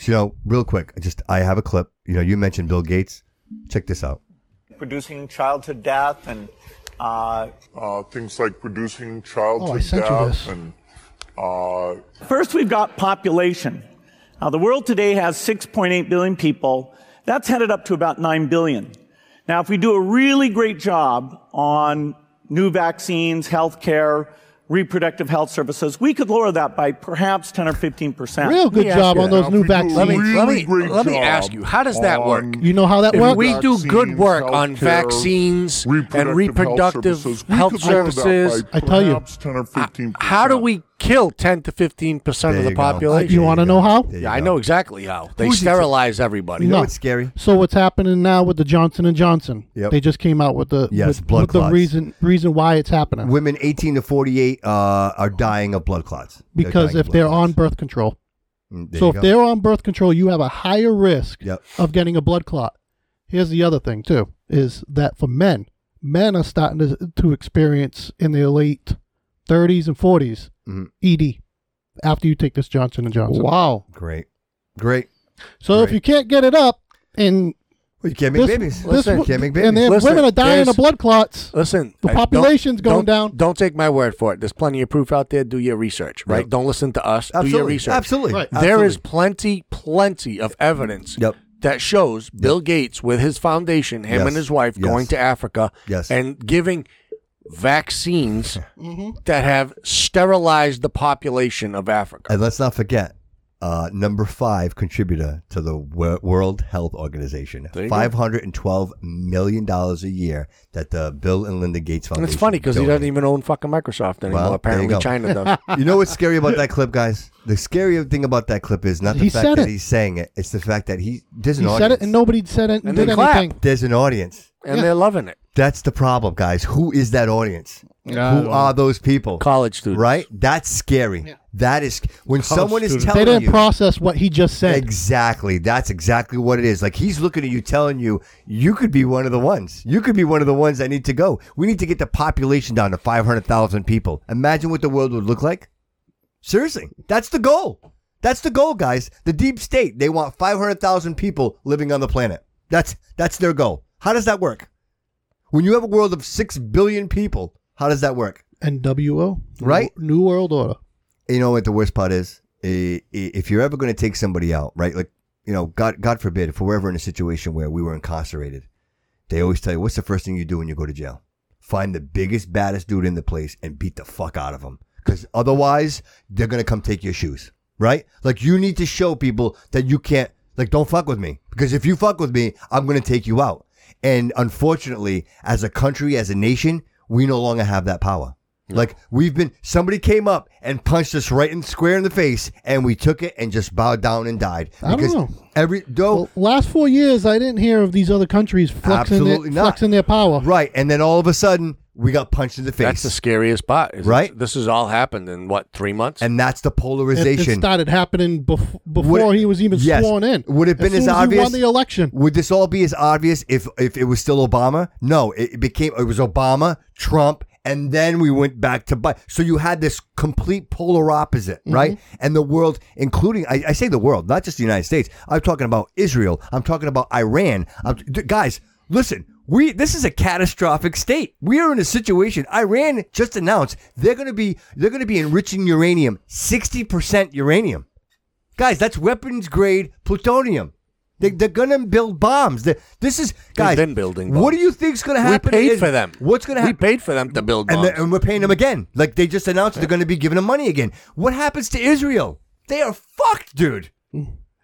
[SPEAKER 4] So, you know, real quick, I just I have a clip. You know, you mentioned Bill Gates. Check this out.
[SPEAKER 13] Producing child to death and uh,
[SPEAKER 16] uh, things like reducing child
[SPEAKER 13] Oh, I
[SPEAKER 16] to
[SPEAKER 13] sent you
[SPEAKER 16] death
[SPEAKER 13] this.
[SPEAKER 16] and uh,
[SPEAKER 17] First, we've got population. Now, the world today has 6.8 billion people. That's headed up to about 9 billion. Now, if we do a really great job on new vaccines, healthcare, reproductive health services, we could lower that by perhaps 10 or 15 percent.
[SPEAKER 2] Real good job on those new vaccines.
[SPEAKER 5] Let me let me let me ask you: How does that work?
[SPEAKER 2] You know
[SPEAKER 1] Oh,
[SPEAKER 2] how that
[SPEAKER 5] if
[SPEAKER 2] works?
[SPEAKER 5] We do good work on vaccines and reproductive health services.
[SPEAKER 2] I tell you,
[SPEAKER 5] How do we kill 10 to 15 percent of the population?
[SPEAKER 2] You want to know how?
[SPEAKER 5] yeah, I know exactly how. They
[SPEAKER 2] Who's he-
[SPEAKER 5] sterilize everybody.
[SPEAKER 4] scary?
[SPEAKER 2] So what's happening now with the Johnson and Johnson?
[SPEAKER 4] Yep.
[SPEAKER 2] They just came out with the
[SPEAKER 4] Yes,
[SPEAKER 2] with,
[SPEAKER 4] blood
[SPEAKER 2] with the
[SPEAKER 4] clots.
[SPEAKER 2] reason reason why it's happening
[SPEAKER 4] Women 18 to 48 uh, are dying of blood clots. They're
[SPEAKER 2] because
[SPEAKER 4] dying
[SPEAKER 2] if
[SPEAKER 4] of
[SPEAKER 2] they're
[SPEAKER 4] blood
[SPEAKER 2] on birth control,
[SPEAKER 4] Mm, there
[SPEAKER 2] so
[SPEAKER 4] you
[SPEAKER 2] if
[SPEAKER 4] go.
[SPEAKER 2] they're on birth control, you have a higher risk
[SPEAKER 4] Yep.
[SPEAKER 2] of getting a blood clot. Here's the other thing too: is that for men, men are starting to to experience in their late 30s and 40s
[SPEAKER 4] Mhm.
[SPEAKER 2] ED after you take this Johnson and Johnson.
[SPEAKER 4] Wow. Great. Great.
[SPEAKER 2] So if you can't get it up in
[SPEAKER 4] Well, you can't make
[SPEAKER 2] This-
[SPEAKER 4] babies.
[SPEAKER 2] this
[SPEAKER 4] Listen,
[SPEAKER 2] w-
[SPEAKER 4] can't make
[SPEAKER 2] and
[SPEAKER 4] babies.
[SPEAKER 2] then women are dying
[SPEAKER 5] there's-
[SPEAKER 2] of blood clots.
[SPEAKER 5] Listen,
[SPEAKER 2] The
[SPEAKER 5] I- don't-
[SPEAKER 2] population's going
[SPEAKER 5] don't-
[SPEAKER 2] down.
[SPEAKER 5] Don't take my word for it. There's plenty of proof out there. Do your research, right? Don't listen to us. Do your
[SPEAKER 4] Absolutely.
[SPEAKER 5] research.
[SPEAKER 4] Absolutely. Right.
[SPEAKER 5] There is
[SPEAKER 4] Absolutely.
[SPEAKER 5] plenty, plenty of evidence that shows Bill Gates with his foundation, him
[SPEAKER 4] Yes.
[SPEAKER 5] and his wife,
[SPEAKER 4] Yes.
[SPEAKER 5] going to Africa
[SPEAKER 4] Yes. Mm-hmm.
[SPEAKER 5] and giving vaccines that have sterilized the population of Africa.
[SPEAKER 4] And let's not forget, uh, number five contributor to the Wo- World Health Organization,
[SPEAKER 5] you go.
[SPEAKER 4] five hundred and twelve million dollars a year that the Bill and Linda Gates
[SPEAKER 5] And
[SPEAKER 4] Foundation.
[SPEAKER 5] it's funny because he
[SPEAKER 4] donates.
[SPEAKER 5] doesn't even own fucking Microsoft anymore.
[SPEAKER 4] Well, there
[SPEAKER 5] Apparently,
[SPEAKER 4] you go.
[SPEAKER 5] China does.
[SPEAKER 4] you know what's scary about that clip, guys? The scary thing about that clip is not the
[SPEAKER 2] He
[SPEAKER 4] fact
[SPEAKER 2] said
[SPEAKER 4] that
[SPEAKER 2] it.
[SPEAKER 4] he's saying it; it's the fact that he there's an
[SPEAKER 2] He
[SPEAKER 4] audience.
[SPEAKER 2] said it, and nobody said it, and did anything.
[SPEAKER 4] There's an audience,
[SPEAKER 5] And Yeah. they're loving it.
[SPEAKER 4] That's the problem, guys. Who is that audience?
[SPEAKER 2] Yeah, I don't
[SPEAKER 4] Who
[SPEAKER 2] know.
[SPEAKER 4] are those people?
[SPEAKER 5] College students,
[SPEAKER 4] right? That's scary. That is when
[SPEAKER 2] College
[SPEAKER 4] someone is
[SPEAKER 2] students.
[SPEAKER 4] telling
[SPEAKER 2] they didn't
[SPEAKER 4] you
[SPEAKER 2] process what he just said.
[SPEAKER 4] Exactly. That's exactly what it is. Like he's looking at you, telling you, you could be one of the ones. You could be one of the ones that need to go. We need to get the population down to 500,000 people. Imagine what the world would look like. Seriously, that's the goal. That's the goal, guys. The deep state, they want 500,000 people living on the planet. That's that's their goal. How does that work? When you have a world of 6 billion people, how does that work?
[SPEAKER 2] NWO,
[SPEAKER 4] Right?
[SPEAKER 2] New World Order.
[SPEAKER 4] you know what the worst part is I- i- if you're ever going to take somebody out right like you know god god forbid if we're ever in a situation where we were incarcerated they always tell you what's the first thing you do when you go to jail find the biggest baddest dude in the place and beat the fuck out of him because otherwise they're going to come take your shoes right like you need to show people that you can't like don't fuck with me because if you fuck with me i'm going to take you out and unfortunately as a country as a nation we no longer have that power like we've been, somebody came up and punched us right in square in the face, and we took it and just bowed down and died.
[SPEAKER 2] I don't
[SPEAKER 4] Because
[SPEAKER 2] know.
[SPEAKER 4] Every though,
[SPEAKER 2] Last four years, I didn't hear of these other countries flexing, their,
[SPEAKER 4] Absolutely not.
[SPEAKER 2] flexing their power.
[SPEAKER 4] right, and then all of a sudden we got punched in the face.
[SPEAKER 5] That's the scariest part, is
[SPEAKER 4] Right?
[SPEAKER 5] This has all happened in what three months?
[SPEAKER 4] and that's the
[SPEAKER 2] It,
[SPEAKER 4] polarization.
[SPEAKER 2] it started happening bef- before he was even
[SPEAKER 4] Yes.
[SPEAKER 2] sworn in.
[SPEAKER 4] Would it have been
[SPEAKER 2] as soon
[SPEAKER 4] as,
[SPEAKER 2] as
[SPEAKER 4] obvious?
[SPEAKER 2] He won the election.
[SPEAKER 4] Would this all be as obvious if if it was still Obama? No, it, it became it was Obama, Trump, and then we went back to Biden. So you had this complete polar opposite,
[SPEAKER 2] Mm-hmm.
[SPEAKER 4] right? And the world, including I, I say the world, not just the United States. I'm talking about Israel. I'm talking about Iran. I'm, d- guys, listen. We this is a catastrophic state. We are in a situation. Iran just announced they're going to be they're going to be enriching uranium, sixty percent uranium. Guys, that's weapons grade plutonium. They, they're gonna build bombs. They- this is guys.
[SPEAKER 5] been building
[SPEAKER 4] What
[SPEAKER 5] bombs.
[SPEAKER 4] do you think's gonna
[SPEAKER 5] we
[SPEAKER 4] happen?
[SPEAKER 5] paid
[SPEAKER 4] is-
[SPEAKER 5] for them.
[SPEAKER 4] What's gonna happen?
[SPEAKER 5] We paid for them to build
[SPEAKER 4] and,
[SPEAKER 5] bombs.
[SPEAKER 4] they're- and we're paying them again. Like they just announced they're gonna be giving them money again. What happens to Israel? They are fucked, dude.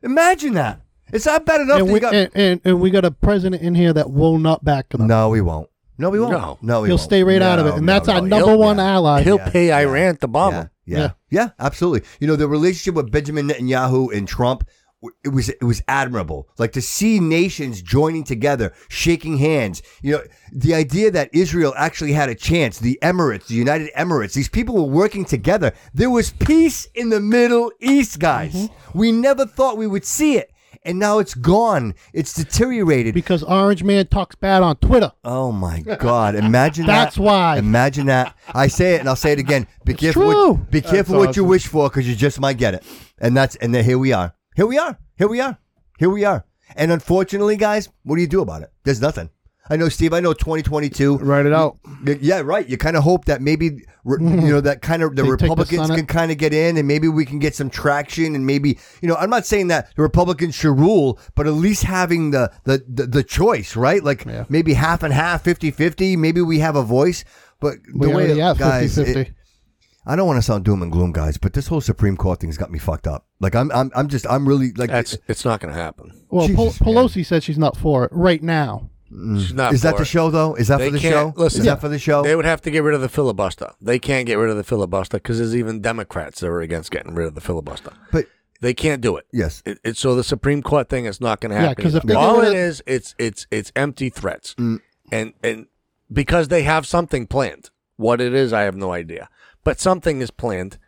[SPEAKER 4] Imagine that. It's not bad enough.
[SPEAKER 2] And
[SPEAKER 4] that
[SPEAKER 2] we,
[SPEAKER 4] you got,
[SPEAKER 2] and, and, and we got a president in here that will not back them.
[SPEAKER 4] no, we won't. No, we won't.
[SPEAKER 5] No.
[SPEAKER 4] no, we
[SPEAKER 2] He'll
[SPEAKER 4] won't.
[SPEAKER 2] stay right out of it.
[SPEAKER 4] No,
[SPEAKER 2] And
[SPEAKER 4] no,
[SPEAKER 2] that's
[SPEAKER 4] no.
[SPEAKER 2] our
[SPEAKER 4] He'll-
[SPEAKER 2] number one ally.
[SPEAKER 5] He'll pay Iran to bomb them.
[SPEAKER 4] Yeah. yeah. absolutely. You know, the relationship with Benjamin Netanyahu and Trump w- it was it was admirable. Like to see nations joining together, shaking hands. You know, the idea that Israel actually had a chance, the Emirates, the United Emirates, these people were working together. There was peace in the Middle East, guys.
[SPEAKER 2] Mm-hmm.
[SPEAKER 4] We never thought we would see it. And now it's gone. It's deteriorated.
[SPEAKER 2] Because Orange Man talks bad on Twitter.
[SPEAKER 4] Oh my God! Imagine
[SPEAKER 2] That's
[SPEAKER 4] that.
[SPEAKER 2] why.
[SPEAKER 4] Imagine that. I say it, and I'll say it again. Be careful.
[SPEAKER 2] true.
[SPEAKER 4] What, be
[SPEAKER 2] That's
[SPEAKER 4] careful what you
[SPEAKER 2] awesome.
[SPEAKER 4] wish for, because you just might get it. And that's and then here we are. Here we are. Here we are. Here we are. And unfortunately, guys, what do you do about it? There's nothing. I know, Steve. I know. 2022. Write it out. Yeah, right. You kind of hope that maybe re- you know that kind of
[SPEAKER 2] They
[SPEAKER 4] the
[SPEAKER 2] take the
[SPEAKER 4] Republicans
[SPEAKER 2] Senate.
[SPEAKER 4] can kind of get in, and maybe we can get some traction, and maybe you know. I'm not saying that the Republicans should rule, but at least having the the the, the choice, right? Like maybe half and half, 50-50. Maybe we have a voice. But
[SPEAKER 2] We
[SPEAKER 4] the way
[SPEAKER 2] already have
[SPEAKER 4] guys,
[SPEAKER 2] 50-50.
[SPEAKER 4] it- I don't want to sound doom and gloom, guys, but this whole Supreme Court thing's got me fucked up. Like I'm, I'm, I'm just, I'm really like.
[SPEAKER 5] That's it's not going to happen.
[SPEAKER 2] Well, Pol-
[SPEAKER 4] Jesus,
[SPEAKER 2] Pelosi said she's not for it right now.
[SPEAKER 5] She's not
[SPEAKER 4] Mm. Is that
[SPEAKER 5] for
[SPEAKER 4] the
[SPEAKER 5] it.
[SPEAKER 4] show though? Is that
[SPEAKER 5] They
[SPEAKER 4] for the show?
[SPEAKER 5] can't- Listen,
[SPEAKER 4] Is that for the show?
[SPEAKER 5] They would have to get rid of the filibuster. They can't get rid of the filibuster because there's even Democrats that are against getting rid of the filibuster.
[SPEAKER 4] But
[SPEAKER 5] they can't do it.
[SPEAKER 4] Yes.
[SPEAKER 5] It, it's so the Supreme Court thing is not going to
[SPEAKER 2] Yeah,
[SPEAKER 5] happen.
[SPEAKER 2] 'cause if
[SPEAKER 5] either.
[SPEAKER 2] they
[SPEAKER 5] all
[SPEAKER 2] get
[SPEAKER 5] it
[SPEAKER 2] rid of-
[SPEAKER 5] is, it's it's it's empty threats,
[SPEAKER 4] Mm.
[SPEAKER 5] and and because they have something planned. What it is, I have no idea, but something is planned.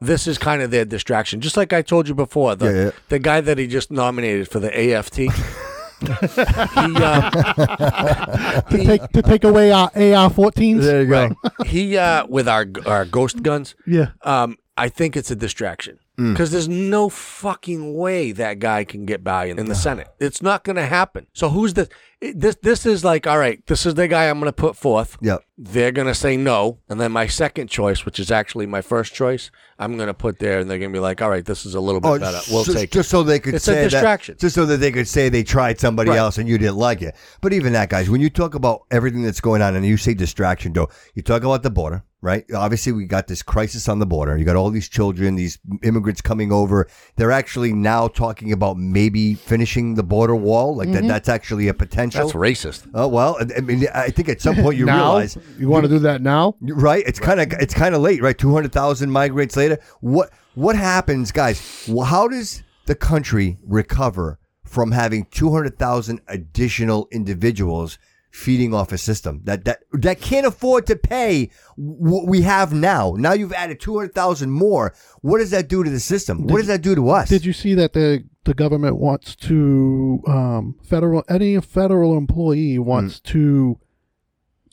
[SPEAKER 5] This is kind of their distraction, just like I told you before. The
[SPEAKER 4] Yeah, yeah.
[SPEAKER 5] the guy that he just nominated for the AFT. he, uh,
[SPEAKER 2] To take to take away our AR-14s. There
[SPEAKER 4] you go.
[SPEAKER 5] he uh with our our ghost guns
[SPEAKER 2] Yeah.
[SPEAKER 5] um i think it's a distraction
[SPEAKER 2] Mm.
[SPEAKER 5] Because there's no fucking way that guy can get by in, in the Senate. It's not going to happen. So who's the it- this? This is like all right. This is the guy I'm going to put forth.
[SPEAKER 4] Yep.
[SPEAKER 5] They're going to say no, and then my second choice, which is actually my first choice, I'm going to put there, and they're going to be like, all right, this is a little
[SPEAKER 2] Oh,
[SPEAKER 5] bit better. We'll
[SPEAKER 4] just,
[SPEAKER 5] take
[SPEAKER 4] just
[SPEAKER 5] it.
[SPEAKER 4] Oh, so they could
[SPEAKER 5] It's
[SPEAKER 4] say
[SPEAKER 5] a distraction.
[SPEAKER 4] That, just so that they could say they tried somebody
[SPEAKER 5] Right.
[SPEAKER 4] else and you didn't like it. But even that, guys, when you talk about everything that's going on and you say distraction, though, you talk about the border, right? Obviously, we got this crisis on the border. You got all these children, these immigrants coming over. They're actually now talking about maybe finishing the border wall, like
[SPEAKER 5] Mm-hmm.
[SPEAKER 4] that.
[SPEAKER 7] Mhm.
[SPEAKER 4] That's actually a potential.
[SPEAKER 5] That's racist.
[SPEAKER 4] Oh well, I- I mean, I think at some point you
[SPEAKER 7] Now?
[SPEAKER 4] realize
[SPEAKER 7] You want to do that now?
[SPEAKER 4] right? It's kind of it's kind of late, right? Two hundred thousand migrants later. What what happens, guys? Wh- How does the country recover from having two hundred thousand additional individuals feeding off a system that that that can't afford to pay what we have now? Now you've added two hundred thousand more. What does that do to the system? What does that do to us?
[SPEAKER 2] Did you see that the the government wants to um, federal any federal employee wants to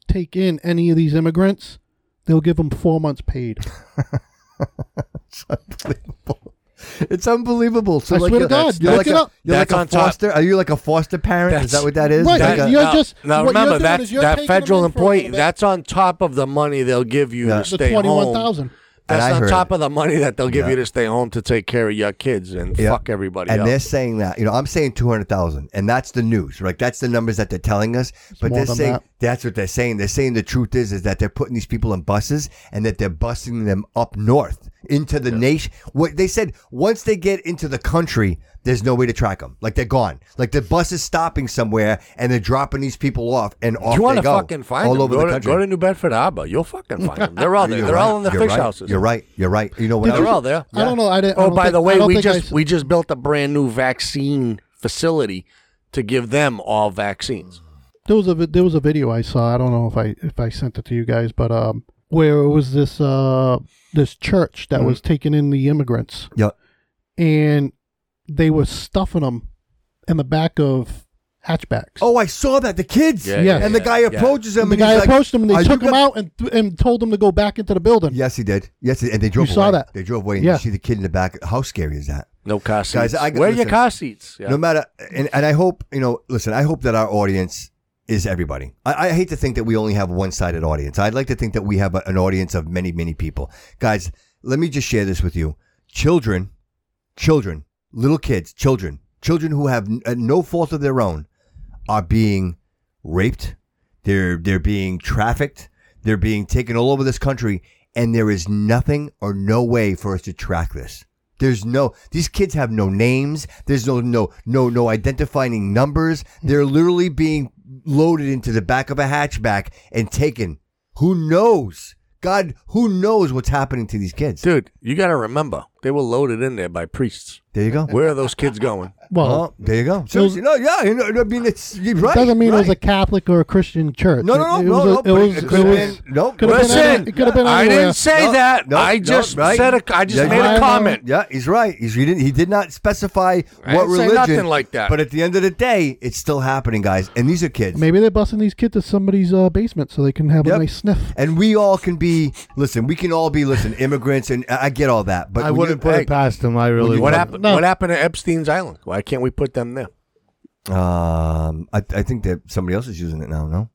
[SPEAKER 2] take in any of these immigrants? They'll give them four months paid.
[SPEAKER 4] It's unbelievable. So
[SPEAKER 2] I
[SPEAKER 4] like
[SPEAKER 2] swear to
[SPEAKER 4] you're-
[SPEAKER 2] God,
[SPEAKER 4] you're
[SPEAKER 2] look
[SPEAKER 4] like
[SPEAKER 2] it
[SPEAKER 4] a,
[SPEAKER 2] up.
[SPEAKER 4] You're
[SPEAKER 5] That's
[SPEAKER 4] like
[SPEAKER 5] on
[SPEAKER 4] a
[SPEAKER 5] top.
[SPEAKER 4] foster. Are you like a foster parent?
[SPEAKER 5] That's-
[SPEAKER 4] is that what that is?
[SPEAKER 2] Right,
[SPEAKER 4] Like a-
[SPEAKER 2] you're just-
[SPEAKER 5] now
[SPEAKER 2] what you're
[SPEAKER 5] remember
[SPEAKER 2] doing
[SPEAKER 5] that
[SPEAKER 2] is you're
[SPEAKER 5] that
[SPEAKER 2] taking them
[SPEAKER 5] federal
[SPEAKER 2] in for a
[SPEAKER 5] employee
[SPEAKER 2] little bit.
[SPEAKER 5] that's on top of the money they'll give you
[SPEAKER 4] Yeah.
[SPEAKER 5] to
[SPEAKER 4] The
[SPEAKER 5] stay home.
[SPEAKER 2] 21,000.
[SPEAKER 4] And I
[SPEAKER 5] That's on
[SPEAKER 4] heard
[SPEAKER 5] top of the money that they'll give
[SPEAKER 4] Yeah.
[SPEAKER 5] you to stay home to take care of your kids and
[SPEAKER 4] Yeah.
[SPEAKER 5] fuck everybody
[SPEAKER 4] and
[SPEAKER 5] else.
[SPEAKER 4] they're saying that you know i'm saying 200000 and that's the news right that's the numbers that they're telling us but
[SPEAKER 2] more
[SPEAKER 4] they're
[SPEAKER 2] than
[SPEAKER 4] saying
[SPEAKER 2] that.
[SPEAKER 4] that's what they're saying they're saying the truth is is that they're putting these people in buses and that they're busing them up north into the nation what they said once they get into the country there's no way to track them like they're gone like the bus is stopping somewhere and they're dropping these people off and off
[SPEAKER 5] you
[SPEAKER 4] they
[SPEAKER 5] want to
[SPEAKER 4] go
[SPEAKER 5] fucking find
[SPEAKER 4] all
[SPEAKER 5] them?
[SPEAKER 4] over
[SPEAKER 5] go
[SPEAKER 4] the
[SPEAKER 5] to,
[SPEAKER 4] country
[SPEAKER 5] Go to New Bedford Harbor. You'll fucking find them. They're all there.
[SPEAKER 4] You're
[SPEAKER 5] They're all
[SPEAKER 4] right.
[SPEAKER 5] in the
[SPEAKER 4] You're
[SPEAKER 5] fish
[SPEAKER 4] right.
[SPEAKER 5] houses.
[SPEAKER 4] You're right. You're right. You know what?
[SPEAKER 5] They're all there.
[SPEAKER 2] I don't know. I didn't. I
[SPEAKER 5] Oh,
[SPEAKER 2] don't
[SPEAKER 5] by
[SPEAKER 2] think-
[SPEAKER 5] the
[SPEAKER 2] I
[SPEAKER 5] way,
[SPEAKER 2] don't
[SPEAKER 5] we
[SPEAKER 2] think I
[SPEAKER 5] just
[SPEAKER 2] s-
[SPEAKER 5] we just built a brand new vaccine facility to give them all vaccines.
[SPEAKER 2] there was a vi- there was a video I saw. I don't know if I if I sent it to you guys, but um, where it was this uh this church that was taking in the immigrants.
[SPEAKER 4] Yep.
[SPEAKER 2] And they were stuffing them in the back of hatchbacks.
[SPEAKER 4] Oh, I saw that. The kids.
[SPEAKER 2] Yeah, yeah,
[SPEAKER 4] and the
[SPEAKER 2] yeah,
[SPEAKER 4] guy
[SPEAKER 2] yeah.
[SPEAKER 4] approaches them.
[SPEAKER 2] the
[SPEAKER 4] and he's
[SPEAKER 2] guy
[SPEAKER 4] like,
[SPEAKER 2] approached them and
[SPEAKER 4] "Are
[SPEAKER 2] they
[SPEAKER 4] you
[SPEAKER 2] took them
[SPEAKER 4] gonna-"
[SPEAKER 2] out and th- and told them to go back into the building.
[SPEAKER 4] Yes, he did. Yes, he- and they drove.
[SPEAKER 2] You saw
[SPEAKER 4] away.
[SPEAKER 2] that.
[SPEAKER 4] They drove away, and
[SPEAKER 2] Yeah.
[SPEAKER 4] you see the kid in the back. How scary is that?
[SPEAKER 5] No car
[SPEAKER 4] Guys,
[SPEAKER 5] seats.
[SPEAKER 4] I
[SPEAKER 5] Where are your
[SPEAKER 4] listen,
[SPEAKER 5] car seats? Yeah.
[SPEAKER 4] No matter, and, and I hope you know. Listen, I hope that our audience is everybody. I, I hate to think that we only have one-sided audience. I'd like to think that we have a- an audience of many, many people. Guys, let me just share this with you. Children, children, little kids, children, children who have n- uh, no fault of their own, are being raped. They're they're being trafficked. They're being taken all over this country, and there is nothing or no way for us to track this. There's no these kids have no names. There's no no no no identifying numbers. They're literally being loaded into the back of a hatchback and taken. Who knows? God, who knows what's happening to these kids?
[SPEAKER 5] Dude, you got to remember, they were loaded in there by priests.
[SPEAKER 4] There you go.
[SPEAKER 5] Where are those kids going?
[SPEAKER 2] Well-
[SPEAKER 4] Oh, there you go. Seriously, no, yeah, you know, I mean, it's you're right.
[SPEAKER 2] It doesn't mean
[SPEAKER 4] right.
[SPEAKER 2] it was a Catholic or a Christian church.
[SPEAKER 4] No, no, no,
[SPEAKER 2] It- it
[SPEAKER 4] no,
[SPEAKER 2] was a-
[SPEAKER 4] no.
[SPEAKER 2] it
[SPEAKER 4] but
[SPEAKER 2] was-
[SPEAKER 4] it could
[SPEAKER 2] it
[SPEAKER 4] have
[SPEAKER 2] was-
[SPEAKER 4] been. No,
[SPEAKER 2] could have been
[SPEAKER 5] Listen,
[SPEAKER 2] any- it could have been
[SPEAKER 5] I
[SPEAKER 2] anywhere.
[SPEAKER 5] didn't say
[SPEAKER 4] No,
[SPEAKER 5] that.
[SPEAKER 4] no,
[SPEAKER 5] I
[SPEAKER 4] no,
[SPEAKER 5] just
[SPEAKER 4] right.
[SPEAKER 5] said a, I just
[SPEAKER 4] Yeah,
[SPEAKER 5] made
[SPEAKER 4] yeah.
[SPEAKER 5] a comment.
[SPEAKER 4] Yeah, he's right. He's he didn't he did not specify
[SPEAKER 5] I
[SPEAKER 4] what
[SPEAKER 5] didn't say
[SPEAKER 4] religion.
[SPEAKER 5] nothing like that.
[SPEAKER 4] But at the end of the day, it's still happening, guys. And these are kids.
[SPEAKER 2] Maybe they're busting these kids to somebody's uh, basement so they can have
[SPEAKER 4] Yep.
[SPEAKER 2] a nice sniff.
[SPEAKER 4] And we all can be listen. We can all be listen immigrants, and I I get all that. But
[SPEAKER 7] I
[SPEAKER 4] when you-
[SPEAKER 7] wouldn't put it past him. I really.
[SPEAKER 5] What
[SPEAKER 7] wouldn't.
[SPEAKER 5] happened? What happened to Epstein's Island? Why can't we put them there?
[SPEAKER 4] Um, I, I think that somebody else is using it now. No,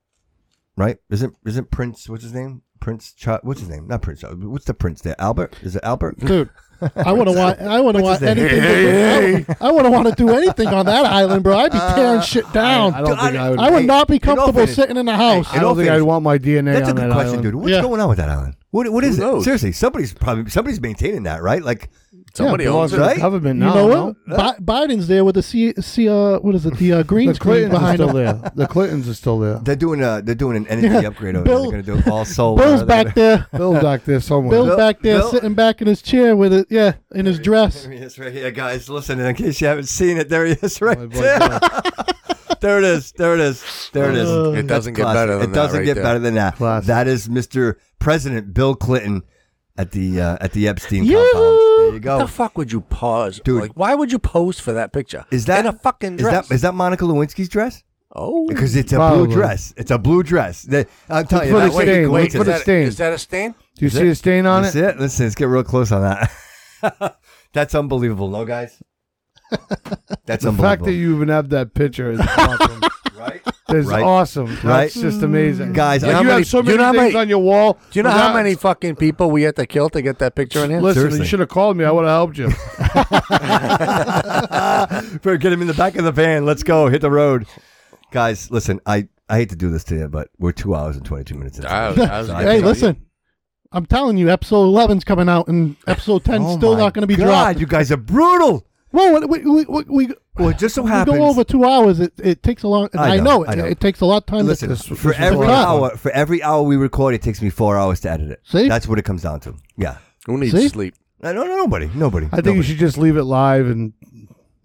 [SPEAKER 4] right? Isn't isn't Prince? What's his name? Prince? Char- what's his name? Not Prince. Char- What's the Prince there? Albert? Is it Albert?
[SPEAKER 2] Dude, I wouldn't want. I wouldn't
[SPEAKER 4] What's
[SPEAKER 2] want
[SPEAKER 4] his
[SPEAKER 2] anything.
[SPEAKER 4] name? Hey,
[SPEAKER 2] to do, I, wouldn't want to do anything on that island, bro. I'd be tearing shit down.
[SPEAKER 7] I- I don't think I would-
[SPEAKER 2] would
[SPEAKER 7] Hey,
[SPEAKER 2] not be
[SPEAKER 7] in all
[SPEAKER 2] comfortable
[SPEAKER 7] fairness-
[SPEAKER 2] sitting in the house.
[SPEAKER 7] I don't think I'd want my DNA
[SPEAKER 4] That's a
[SPEAKER 7] on
[SPEAKER 4] good
[SPEAKER 7] that
[SPEAKER 4] question,
[SPEAKER 7] island.
[SPEAKER 4] dude. What's
[SPEAKER 2] Yeah.
[SPEAKER 4] going on with that island? What what is
[SPEAKER 5] Who
[SPEAKER 4] it?
[SPEAKER 5] knows?
[SPEAKER 4] Seriously, somebody's probably somebody's maintaining that, right? Like
[SPEAKER 5] Somebody
[SPEAKER 7] it
[SPEAKER 5] owns
[SPEAKER 7] belongs to
[SPEAKER 5] it.
[SPEAKER 7] the
[SPEAKER 5] right?
[SPEAKER 7] government
[SPEAKER 2] You
[SPEAKER 7] now.
[SPEAKER 2] know
[SPEAKER 7] no?
[SPEAKER 2] what? Bi- Biden's there with the C, C uh, what is it? The uh, green
[SPEAKER 7] The
[SPEAKER 2] screen
[SPEAKER 7] Clintons are
[SPEAKER 2] behind
[SPEAKER 7] still
[SPEAKER 2] him.
[SPEAKER 7] there. The Clintons are still there.
[SPEAKER 4] they're doing a they're doing an energy
[SPEAKER 2] Yeah.
[SPEAKER 4] upgrade. Over
[SPEAKER 2] Bill-
[SPEAKER 4] there. They're going to do all solar.
[SPEAKER 2] Bill's
[SPEAKER 4] They're
[SPEAKER 2] back
[SPEAKER 4] gonna-
[SPEAKER 2] there.
[SPEAKER 7] Bill back there somewhere.
[SPEAKER 2] Bill's back there,
[SPEAKER 4] Bill-
[SPEAKER 2] sitting back in his chair with it. Yeah, in his dress.
[SPEAKER 4] There he is right here, guys. Listen, in case you haven't seen it, there he
[SPEAKER 5] Oh,
[SPEAKER 4] is right there. there it is. There it is. There it is.
[SPEAKER 5] It
[SPEAKER 4] That's
[SPEAKER 5] doesn't get
[SPEAKER 4] classic.
[SPEAKER 5] better than
[SPEAKER 4] It
[SPEAKER 5] that
[SPEAKER 4] doesn't
[SPEAKER 5] right
[SPEAKER 4] get
[SPEAKER 5] there.
[SPEAKER 4] better than that. That is Mr. President Bill Clinton at the uh, at the Epstein
[SPEAKER 5] Yeah.
[SPEAKER 4] compound. There you
[SPEAKER 5] What the
[SPEAKER 4] go.
[SPEAKER 5] fuck would you pause,
[SPEAKER 4] Dude.
[SPEAKER 5] Like, why would you pose for that picture?
[SPEAKER 4] Is that
[SPEAKER 5] in a fucking
[SPEAKER 4] Is
[SPEAKER 5] dress?
[SPEAKER 4] that is that Monica Lewinsky's dress?
[SPEAKER 5] oh,
[SPEAKER 4] Because it's a
[SPEAKER 7] Probably.
[SPEAKER 4] blue dress. It's a blue dress. That- I'm telling you,
[SPEAKER 7] for
[SPEAKER 4] that
[SPEAKER 7] the
[SPEAKER 4] way
[SPEAKER 7] stain.
[SPEAKER 4] you can
[SPEAKER 7] Wait
[SPEAKER 4] wait
[SPEAKER 7] for
[SPEAKER 4] to
[SPEAKER 7] the
[SPEAKER 4] that-
[SPEAKER 7] stain.
[SPEAKER 5] Is that a stain?
[SPEAKER 7] Do you see a stain on
[SPEAKER 4] That's
[SPEAKER 7] it?
[SPEAKER 4] Listen, let's get real close on that. That's unbelievable, no, guys? That's
[SPEAKER 7] the
[SPEAKER 4] unbelievable.
[SPEAKER 7] fact that you even have that picture is awesome.
[SPEAKER 4] right?
[SPEAKER 7] It's
[SPEAKER 4] Right?
[SPEAKER 7] awesome. That's
[SPEAKER 4] Right?
[SPEAKER 7] just amazing.
[SPEAKER 4] Guys,
[SPEAKER 7] like,
[SPEAKER 4] I-
[SPEAKER 7] you have so many things on your wall.
[SPEAKER 5] Do you know how
[SPEAKER 7] without-
[SPEAKER 5] many fucking people we had to kill to get that picture in here?
[SPEAKER 7] Listen, you should have called me. I would have helped you.
[SPEAKER 4] Better get him in the back of the van. Let's go. Hit the road. Guys, listen, I, I hate to do this to you, but we're two hours and 22 minutes into
[SPEAKER 5] I
[SPEAKER 4] it.
[SPEAKER 5] was- I was
[SPEAKER 4] So
[SPEAKER 5] gonna
[SPEAKER 4] think-
[SPEAKER 2] hey, listen. I'm telling you, episode 11's coming out, and episode 10's
[SPEAKER 4] Oh
[SPEAKER 2] still
[SPEAKER 4] my
[SPEAKER 2] not going to be
[SPEAKER 4] God,
[SPEAKER 2] dropped.
[SPEAKER 4] you guys are brutal.
[SPEAKER 2] Well, we, we, we, we,
[SPEAKER 4] well, it just so
[SPEAKER 2] we
[SPEAKER 4] happens-
[SPEAKER 2] go over two hours. It, it takes a long. and I, know, it,
[SPEAKER 4] I know.
[SPEAKER 2] It takes a lot of time.
[SPEAKER 4] Listen,
[SPEAKER 2] to,
[SPEAKER 4] for every hour, for every hour we record, it takes me four hours to edit it.
[SPEAKER 2] See?
[SPEAKER 4] That's what it comes down to. Yeah.
[SPEAKER 5] Who
[SPEAKER 7] needs See? sleep?
[SPEAKER 4] No, no, nobody. Nobody.
[SPEAKER 7] I think you should just leave it live and.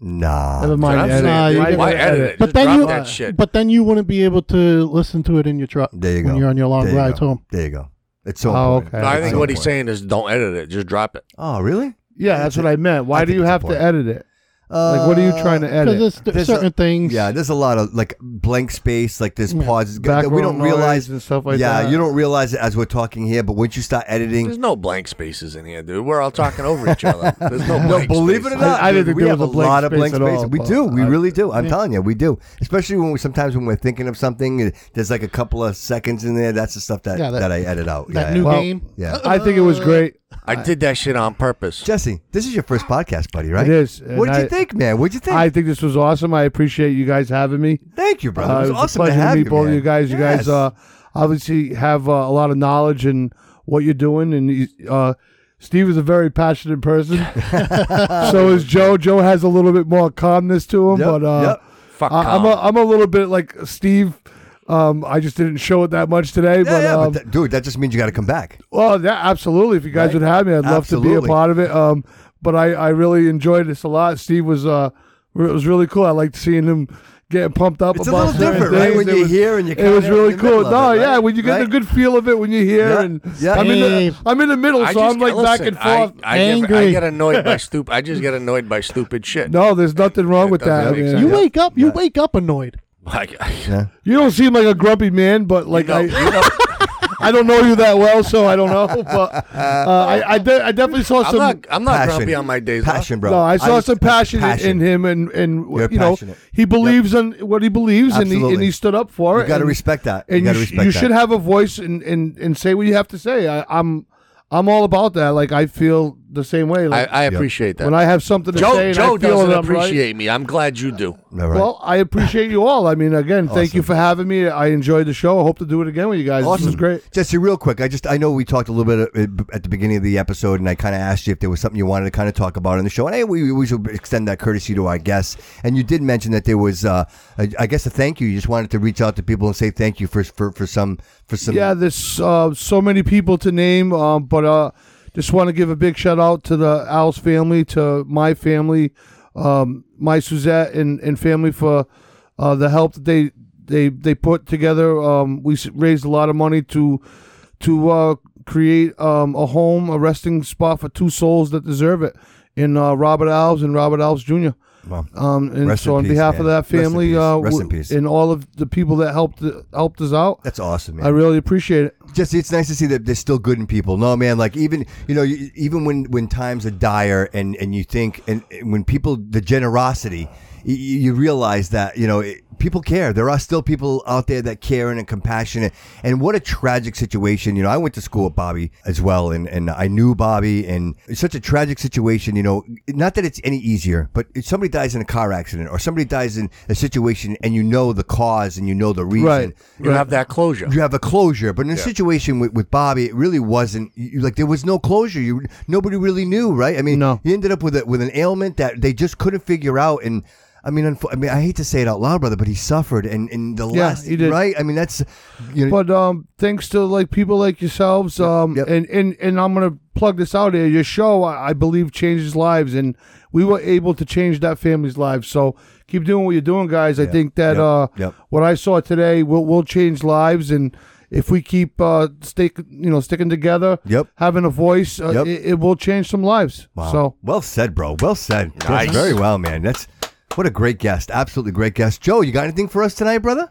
[SPEAKER 4] Nah.
[SPEAKER 7] Never mind. edit.
[SPEAKER 5] Why edit it?
[SPEAKER 2] But
[SPEAKER 5] Just
[SPEAKER 2] then
[SPEAKER 5] drop
[SPEAKER 2] you,
[SPEAKER 5] that shit.
[SPEAKER 2] but then you wouldn't be able to listen to it in your truck
[SPEAKER 4] There you
[SPEAKER 2] when
[SPEAKER 4] go.
[SPEAKER 2] you're on your long
[SPEAKER 4] There you
[SPEAKER 2] rides
[SPEAKER 4] go.
[SPEAKER 2] home.
[SPEAKER 4] There you go. It's so
[SPEAKER 7] Oh,
[SPEAKER 4] important.
[SPEAKER 7] okay.
[SPEAKER 5] No, I think
[SPEAKER 7] So
[SPEAKER 5] what he's saying is don't edit it. Just drop it.
[SPEAKER 4] Oh, really?
[SPEAKER 7] Yeah, that's what I meant. Why do you have to edit it?
[SPEAKER 4] Uh,
[SPEAKER 7] like, what are you trying to edit?
[SPEAKER 4] There's a- Uh, Yeah, there's a lot of like blank space, like there's pauses that we
[SPEAKER 7] Background
[SPEAKER 4] don't
[SPEAKER 7] noise
[SPEAKER 4] realize
[SPEAKER 7] and stuff like
[SPEAKER 4] yeah,
[SPEAKER 7] that.
[SPEAKER 4] you don't realize it as we're talking here, but once you start editing,
[SPEAKER 5] There's no blank spaces in here, dude. We're all talking over each other. There's no,
[SPEAKER 4] no,
[SPEAKER 5] blank
[SPEAKER 4] believe it
[SPEAKER 5] spaces.
[SPEAKER 4] or not,
[SPEAKER 7] I- I didn't
[SPEAKER 4] dude,
[SPEAKER 7] think
[SPEAKER 4] we
[SPEAKER 7] there
[SPEAKER 4] have
[SPEAKER 7] was
[SPEAKER 4] a
[SPEAKER 7] a blank
[SPEAKER 4] lot of
[SPEAKER 7] space
[SPEAKER 4] blank
[SPEAKER 7] at
[SPEAKER 4] space.
[SPEAKER 7] all,
[SPEAKER 4] we
[SPEAKER 7] but
[SPEAKER 4] do, we
[SPEAKER 7] I-
[SPEAKER 4] really do. I'm
[SPEAKER 7] Yeah.
[SPEAKER 4] telling you, we do. Especially when we sometimes when we're thinking of something, there's like a couple of seconds in there. That's the stuff that
[SPEAKER 2] Yeah,
[SPEAKER 4] that,
[SPEAKER 2] that-
[SPEAKER 4] I edit out.
[SPEAKER 2] that
[SPEAKER 4] yeah,
[SPEAKER 2] new
[SPEAKER 4] yeah.
[SPEAKER 2] Well, game. Uh,
[SPEAKER 4] Yeah,
[SPEAKER 7] I think it was great.
[SPEAKER 5] I did that shit on purpose.
[SPEAKER 4] Jesse, this is your first podcast, buddy, right?
[SPEAKER 7] It is. and
[SPEAKER 4] What did
[SPEAKER 7] I-
[SPEAKER 4] you think, man? What'd you think?
[SPEAKER 7] I think this was awesome. I appreciate you guys having me.
[SPEAKER 4] Thank you, brother.
[SPEAKER 7] Uh,
[SPEAKER 4] it was,
[SPEAKER 7] a
[SPEAKER 4] awesome to
[SPEAKER 7] pleasure
[SPEAKER 4] have
[SPEAKER 7] meet
[SPEAKER 4] you,
[SPEAKER 7] both
[SPEAKER 4] man.
[SPEAKER 7] you guys. You
[SPEAKER 4] Yes.
[SPEAKER 7] guys uh, obviously have uh, a lot of knowledge in what you're doing, and you, uh, Steve is a very passionate person. so is Joe. Joe has a little bit more calmness to him,
[SPEAKER 4] Yep,
[SPEAKER 7] but uh,
[SPEAKER 4] yep. Fuck
[SPEAKER 7] I- I'm a,
[SPEAKER 4] calm.
[SPEAKER 7] I'm a little bit like Steve. Um, I just didn't show it that much today,
[SPEAKER 4] yeah,
[SPEAKER 7] but,
[SPEAKER 4] yeah,
[SPEAKER 7] um,
[SPEAKER 4] but that- dude, that just means you got to come back.
[SPEAKER 7] well, Oh, yeah, absolutely. If you guys
[SPEAKER 4] Right?
[SPEAKER 7] would have me, I'd love to be
[SPEAKER 4] Absolutely.
[SPEAKER 7] a part of it. Um, but I, I really enjoyed this a lot. Steve was uh, re- it was really cool. I liked seeing him getting pumped up.
[SPEAKER 4] It's a
[SPEAKER 7] about
[SPEAKER 4] little
[SPEAKER 7] certain
[SPEAKER 4] different, right,
[SPEAKER 7] things.
[SPEAKER 4] when
[SPEAKER 7] It
[SPEAKER 4] you're
[SPEAKER 7] was-
[SPEAKER 4] here and you're
[SPEAKER 7] it was
[SPEAKER 4] kinda
[SPEAKER 7] really
[SPEAKER 4] in the middle
[SPEAKER 7] cool.
[SPEAKER 4] of
[SPEAKER 7] No,
[SPEAKER 4] it,
[SPEAKER 7] yeah,
[SPEAKER 4] right?
[SPEAKER 7] when you get
[SPEAKER 4] Right?
[SPEAKER 7] the good feel of it when you're here,
[SPEAKER 4] Yeah,
[SPEAKER 7] and
[SPEAKER 4] yeah.
[SPEAKER 7] I'm in
[SPEAKER 2] Hey.
[SPEAKER 7] the I'm in the middle,
[SPEAKER 5] I
[SPEAKER 7] so
[SPEAKER 5] just
[SPEAKER 7] I'm like
[SPEAKER 5] get-
[SPEAKER 7] back
[SPEAKER 5] listen,
[SPEAKER 7] and forth.
[SPEAKER 5] I, I, get, I
[SPEAKER 2] Angry.
[SPEAKER 5] get annoyed by stupid. I just get annoyed by stupid shit.
[SPEAKER 7] no, there's nothing wrong with that.
[SPEAKER 5] doesn't make
[SPEAKER 7] man.
[SPEAKER 5] sense.
[SPEAKER 2] You
[SPEAKER 5] Yeah.
[SPEAKER 2] wake up. You wake up annoyed.
[SPEAKER 5] Like,
[SPEAKER 7] You don't seem like a grumpy man, but like I, I don't know you that well, so I don't know. But uh, I, I, de- I definitely saw
[SPEAKER 5] I'm
[SPEAKER 7] some.
[SPEAKER 5] not. I'm not
[SPEAKER 4] Passion.
[SPEAKER 5] grumpy on my days. off.
[SPEAKER 4] Passion, bro.
[SPEAKER 7] No, I saw
[SPEAKER 4] I'm-
[SPEAKER 7] some passion, in-
[SPEAKER 4] passion.
[SPEAKER 7] in him, and and
[SPEAKER 4] You're
[SPEAKER 7] you know
[SPEAKER 4] passionate.
[SPEAKER 7] he believes in what he believes, and he and
[SPEAKER 4] Absolutely.
[SPEAKER 7] he stood up for
[SPEAKER 4] You
[SPEAKER 7] it.
[SPEAKER 4] gotta
[SPEAKER 7] and-
[SPEAKER 4] respect that. You
[SPEAKER 7] And you,
[SPEAKER 4] gotta
[SPEAKER 7] sh-
[SPEAKER 4] respect
[SPEAKER 7] you
[SPEAKER 4] that.
[SPEAKER 7] should have a voice and and and say what you have to say. I, I'm I'm all about that. Like I feel the same way.
[SPEAKER 5] I,
[SPEAKER 7] Like,
[SPEAKER 5] I appreciate that.
[SPEAKER 7] when I have something to
[SPEAKER 5] Joe,
[SPEAKER 7] say, and I
[SPEAKER 5] Joe
[SPEAKER 7] feel
[SPEAKER 5] doesn't
[SPEAKER 7] that I'm right-
[SPEAKER 5] appreciate me. I'm glad you do.
[SPEAKER 4] All right.
[SPEAKER 7] Well, I appreciate you all. I mean, again, thank you for having me. I enjoyed the show. I hope to do it again with you guys. This was
[SPEAKER 4] Awesome.
[SPEAKER 7] great.
[SPEAKER 4] Jesse, real quick, I just I know we talked a little bit uh, at- at the beginning of the episode, and I kind of asked you if there was something you wanted to kind of talk about on the show, and hey, we we should extend that courtesy to our guests. And you did mention that there was, uh, I I guess, a thank you. You just wanted to reach out to people and say thank you for for, for some for some.
[SPEAKER 7] Yeah, there's uh, so many people to name, um, but uh, just want to give a big shout out to the Al's family, to my family, um, my Suzette and, and family for uh, the help that they they they put together. Um, we s- raised a lot of money to to uh, create um, a home, a resting spot for two souls that deserve it, in uh, Robert Alves and Robert Alves Jr.
[SPEAKER 4] Wow.
[SPEAKER 7] Um, and
[SPEAKER 4] Rest
[SPEAKER 7] so
[SPEAKER 4] in
[SPEAKER 7] on
[SPEAKER 4] peace,
[SPEAKER 7] behalf
[SPEAKER 4] man.
[SPEAKER 7] of that
[SPEAKER 4] Rest in
[SPEAKER 7] family,
[SPEAKER 4] peace.
[SPEAKER 7] uh,
[SPEAKER 4] Rest in
[SPEAKER 7] w-
[SPEAKER 4] peace.
[SPEAKER 7] and all of the people that helped helped us out,
[SPEAKER 4] That's awesome, man.
[SPEAKER 7] I really appreciate it.
[SPEAKER 4] Jesse, it's nice to see that there's still good in people. No, man, like even you know, you- even when when times are dire, and and you think, and, and when people the generosity, you, you realize that you know it, people care. There are still people out there that care and are compassionate. And what a tragic situation. You know, I went to school with Bobby as well, and and I knew Bobby, and it's such a tragic situation. You know, not that it's any easier, but if somebody dies in a car accident or somebody dies in a situation, and you know the cause and you know the reason.
[SPEAKER 7] Right.
[SPEAKER 5] You have that closure.
[SPEAKER 4] You have a closure, but in a
[SPEAKER 5] Yeah.
[SPEAKER 4] situation with, with Bobby, it really wasn't you, like there was no closure. You nobody really knew, right? I mean,
[SPEAKER 7] No.
[SPEAKER 4] you ended up with a, with an ailment that they just couldn't figure out, and I mean, unf- I mean, I hate to say it out loud, brother, but he suffered, and and the
[SPEAKER 7] Yeah,
[SPEAKER 4] last,
[SPEAKER 7] he did.
[SPEAKER 4] right? I mean, that's you know,
[SPEAKER 7] but um, thanks to like people like yourselves, um, and and and I'm gonna plug this out here. Your show, I, I believe, changes lives, and we were able to change that family's lives. So keep doing what you're doing, guys. I think that
[SPEAKER 4] Yep.
[SPEAKER 7] uh,
[SPEAKER 4] Yep.
[SPEAKER 7] what I saw today will will change lives, and if we keep uh, stick, you know, sticking together,
[SPEAKER 4] Yep.
[SPEAKER 7] having a voice, uh,
[SPEAKER 4] Yep.
[SPEAKER 7] it, it will change some lives.
[SPEAKER 4] Wow.
[SPEAKER 7] So
[SPEAKER 4] well said, bro. Well said. That's
[SPEAKER 5] Nice.
[SPEAKER 4] very well, man. That's what a great guest. Absolutely great guest. Joe, you got anything for us tonight, brother?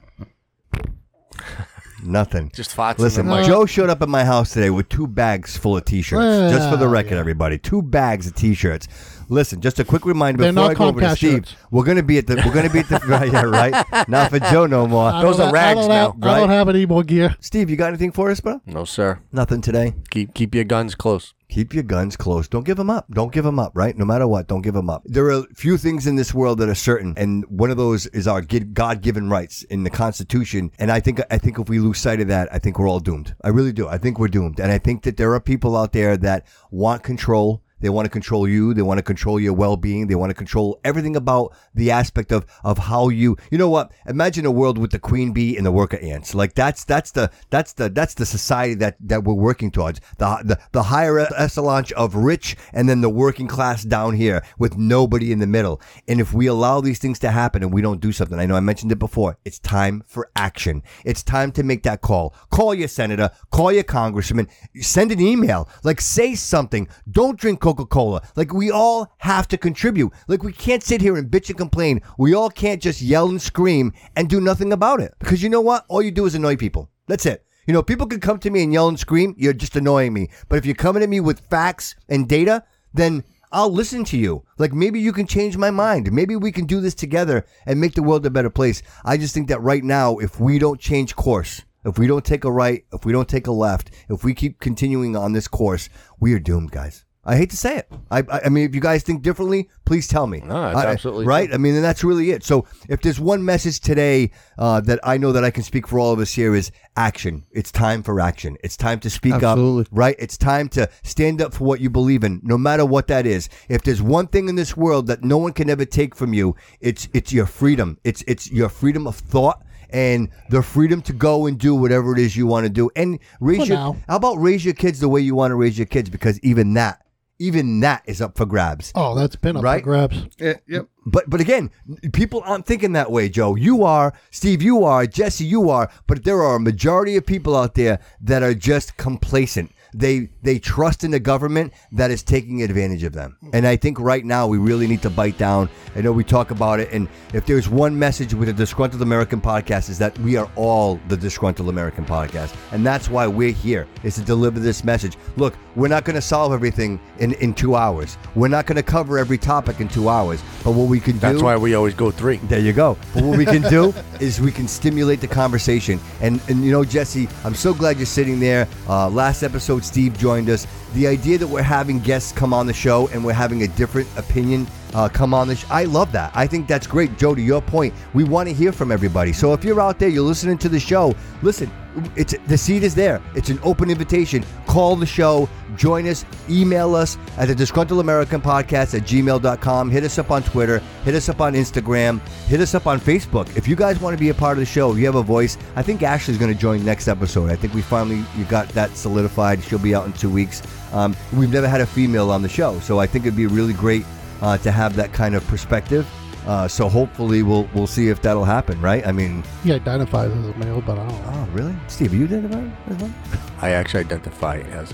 [SPEAKER 4] Nothing.
[SPEAKER 5] Just Fox.
[SPEAKER 4] Listen,
[SPEAKER 5] and the mic.
[SPEAKER 4] Joe showed up at my house today with two bags full of T-shirts.
[SPEAKER 5] Well,
[SPEAKER 4] just for the record, everybody, two bags of T-shirts. Listen, just a quick reminder
[SPEAKER 2] They're
[SPEAKER 4] before
[SPEAKER 2] not
[SPEAKER 4] I go over to
[SPEAKER 2] Comcast
[SPEAKER 4] Steve,
[SPEAKER 2] shirts.
[SPEAKER 4] we're gonna be at the we're gonna be at the right, yeah, right. Not for Joe no more.
[SPEAKER 2] I don't ha- I don't have, I don't have any more gear.
[SPEAKER 4] Steve, you got anything for us, bro?
[SPEAKER 5] No, sir.
[SPEAKER 4] Nothing today.
[SPEAKER 5] Keep keep your guns close.
[SPEAKER 4] Keep your guns close. Don't give them up. Don't give them up, right? No matter what, don't give them up. There are few things in this world that are certain, and one of those is our gi- God-given rights in the Constitution. And I think I think if we lose sight of that, I think we're all doomed. I really do. I think we're doomed. And I think that there are people out there that want control. They want to control you. They want to control your well-being. They want to control everything about the aspect of of how you. You know what? Imagine a world with the queen bee and the worker ants. Like that's that's the that's the that's the society that that we're working towards. The the, the higher e-, echelon of rich and then the working class down here with nobody in the middle. And if we allow these things to happen and we don't do something, I know I mentioned it before. It's time for action. It's time to make that call. Call your senator. Call your congressman. Send an email. Like say something. Don't drink Coca Cola. Like we all have to contribute. Like we can't sit here and bitch and complain. We all can't just yell and scream and do nothing about it. Because you know what? All you do is annoy people. That's it. You know, people can come to me and yell and scream. You're just annoying me. But if you're coming at me with facts and data, then I'll listen to you. Like maybe you can change my mind. Maybe we can do this together and make the world a better place. I just think that right now, if we don't change course, if we don't take a right, if we don't take a left, if we keep continuing on this course, we are doomed, guys. I hate to say it. I, I, I mean, if you guys think differently, please tell me. No,
[SPEAKER 5] that's absolutely
[SPEAKER 4] right. I mean, and that's really it. So, if there's one message today uh, that I know that I can speak for all of us here is action. It's time for action. It's time to speak
[SPEAKER 7] Absolutely.
[SPEAKER 4] up. Right. It's time to stand up for what you believe in, no matter what that is. If there's one thing in this world that no one can ever take from you, it's it's your freedom. It's it's your freedom of thought. And the freedom to go and do whatever it is you want to do, and raise
[SPEAKER 2] For
[SPEAKER 4] your
[SPEAKER 2] now.
[SPEAKER 4] how about raise your kids the way you want to raise your kids? Because even that, even that is up for grabs.
[SPEAKER 2] Oh, that's been up for
[SPEAKER 4] Right?
[SPEAKER 2] grabs.
[SPEAKER 7] yep.
[SPEAKER 4] But but again, people aren't thinking that way, Joe. You are, Steve. You are, Jesse. You are. But there are a majority of people out there that are just complacent. They they trust in the government that is taking advantage of them. And I think right now we really need to bite down. I know we talk about it, and if there's one message with the Disgruntled American podcast is that we are all the Disgruntled American podcast, and that's why we're here is to deliver this message. Look, we're not going to solve everything in in two hours. We're not going to cover every topic in two hours. But what we can
[SPEAKER 5] That's
[SPEAKER 4] do
[SPEAKER 5] why we always go three.
[SPEAKER 4] There you go. But what we can do is we can stimulate the conversation. And and you know, Jesse, I'm so glad you're sitting there. Uh, last episode, Steve joined us. The idea that we're having guests come on the show and we're having a different opinion uh, come on the show, I love that. I think that's great, Joe. To your point, we want to hear from everybody. So if you're out there, you're listening to the show. Listen, it's the seat is there. It's an open invitation. Call the show, join us, email us at the disgruntled American podcast at gmail.com. Hit us up on Twitter, hit us up on Instagram, hit us up on Facebook. If you guys want to be a part of the show, if you have a voice, I think Ashley's going to join next episode. I think we finally you got that solidified. She'll be out in two weeks. Um, we've never had a female on the show, so I think it'd be really great uh, to have that kind of perspective. Uh, so hopefully we'll we'll see if that'll happen, right? I mean,
[SPEAKER 2] He identifies as a male, but I don't know.
[SPEAKER 4] oh really, Steve, are you identify as one?
[SPEAKER 5] I actually identify as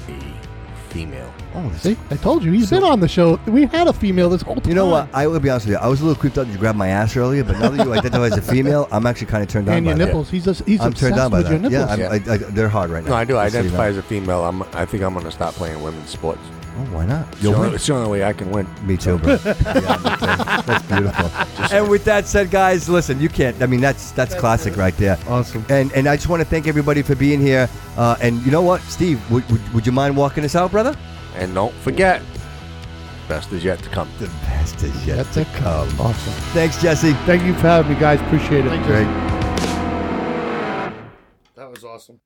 [SPEAKER 5] a female.
[SPEAKER 4] Oh,
[SPEAKER 2] See, I told you he's been on the show. We had a female this whole time.
[SPEAKER 4] You know what? I will be honest with you. I was a little creeped out that you grabbed my ass earlier, but now that you identify as a female, I'm actually kind of turned on
[SPEAKER 2] And
[SPEAKER 4] by
[SPEAKER 2] your
[SPEAKER 4] that.
[SPEAKER 2] nipples. He's just- he's
[SPEAKER 4] I'm turned
[SPEAKER 2] obsessed
[SPEAKER 4] on by
[SPEAKER 2] with
[SPEAKER 4] that.
[SPEAKER 2] your nipples.
[SPEAKER 4] Yeah, I'm, I, I, they're hard right now.
[SPEAKER 5] No, I do. I
[SPEAKER 4] Just so you
[SPEAKER 5] identify
[SPEAKER 4] know.
[SPEAKER 5] as a female. I'm, I think I'm going to stop playing women's sports.
[SPEAKER 4] Oh, why not?
[SPEAKER 5] It's the,
[SPEAKER 4] You'll
[SPEAKER 5] only,
[SPEAKER 4] win.
[SPEAKER 5] it's the only way I can win.
[SPEAKER 4] Me too, bro. That's beautiful. and with that said, guys, listen, you can't. I mean, that's that's classic right there.
[SPEAKER 7] Awesome.
[SPEAKER 4] And and I just want to thank everybody for being here. Uh, and you know what, Steve, would, would, would you mind walking us out, brother?
[SPEAKER 5] And don't forget, best is yet to come.
[SPEAKER 4] The best is yet
[SPEAKER 2] That's it.
[SPEAKER 4] come.
[SPEAKER 2] Awesome.
[SPEAKER 4] Thanks, Jesse.
[SPEAKER 7] Thank you for having me, guys. Appreciate it.
[SPEAKER 4] Great.
[SPEAKER 7] That was awesome.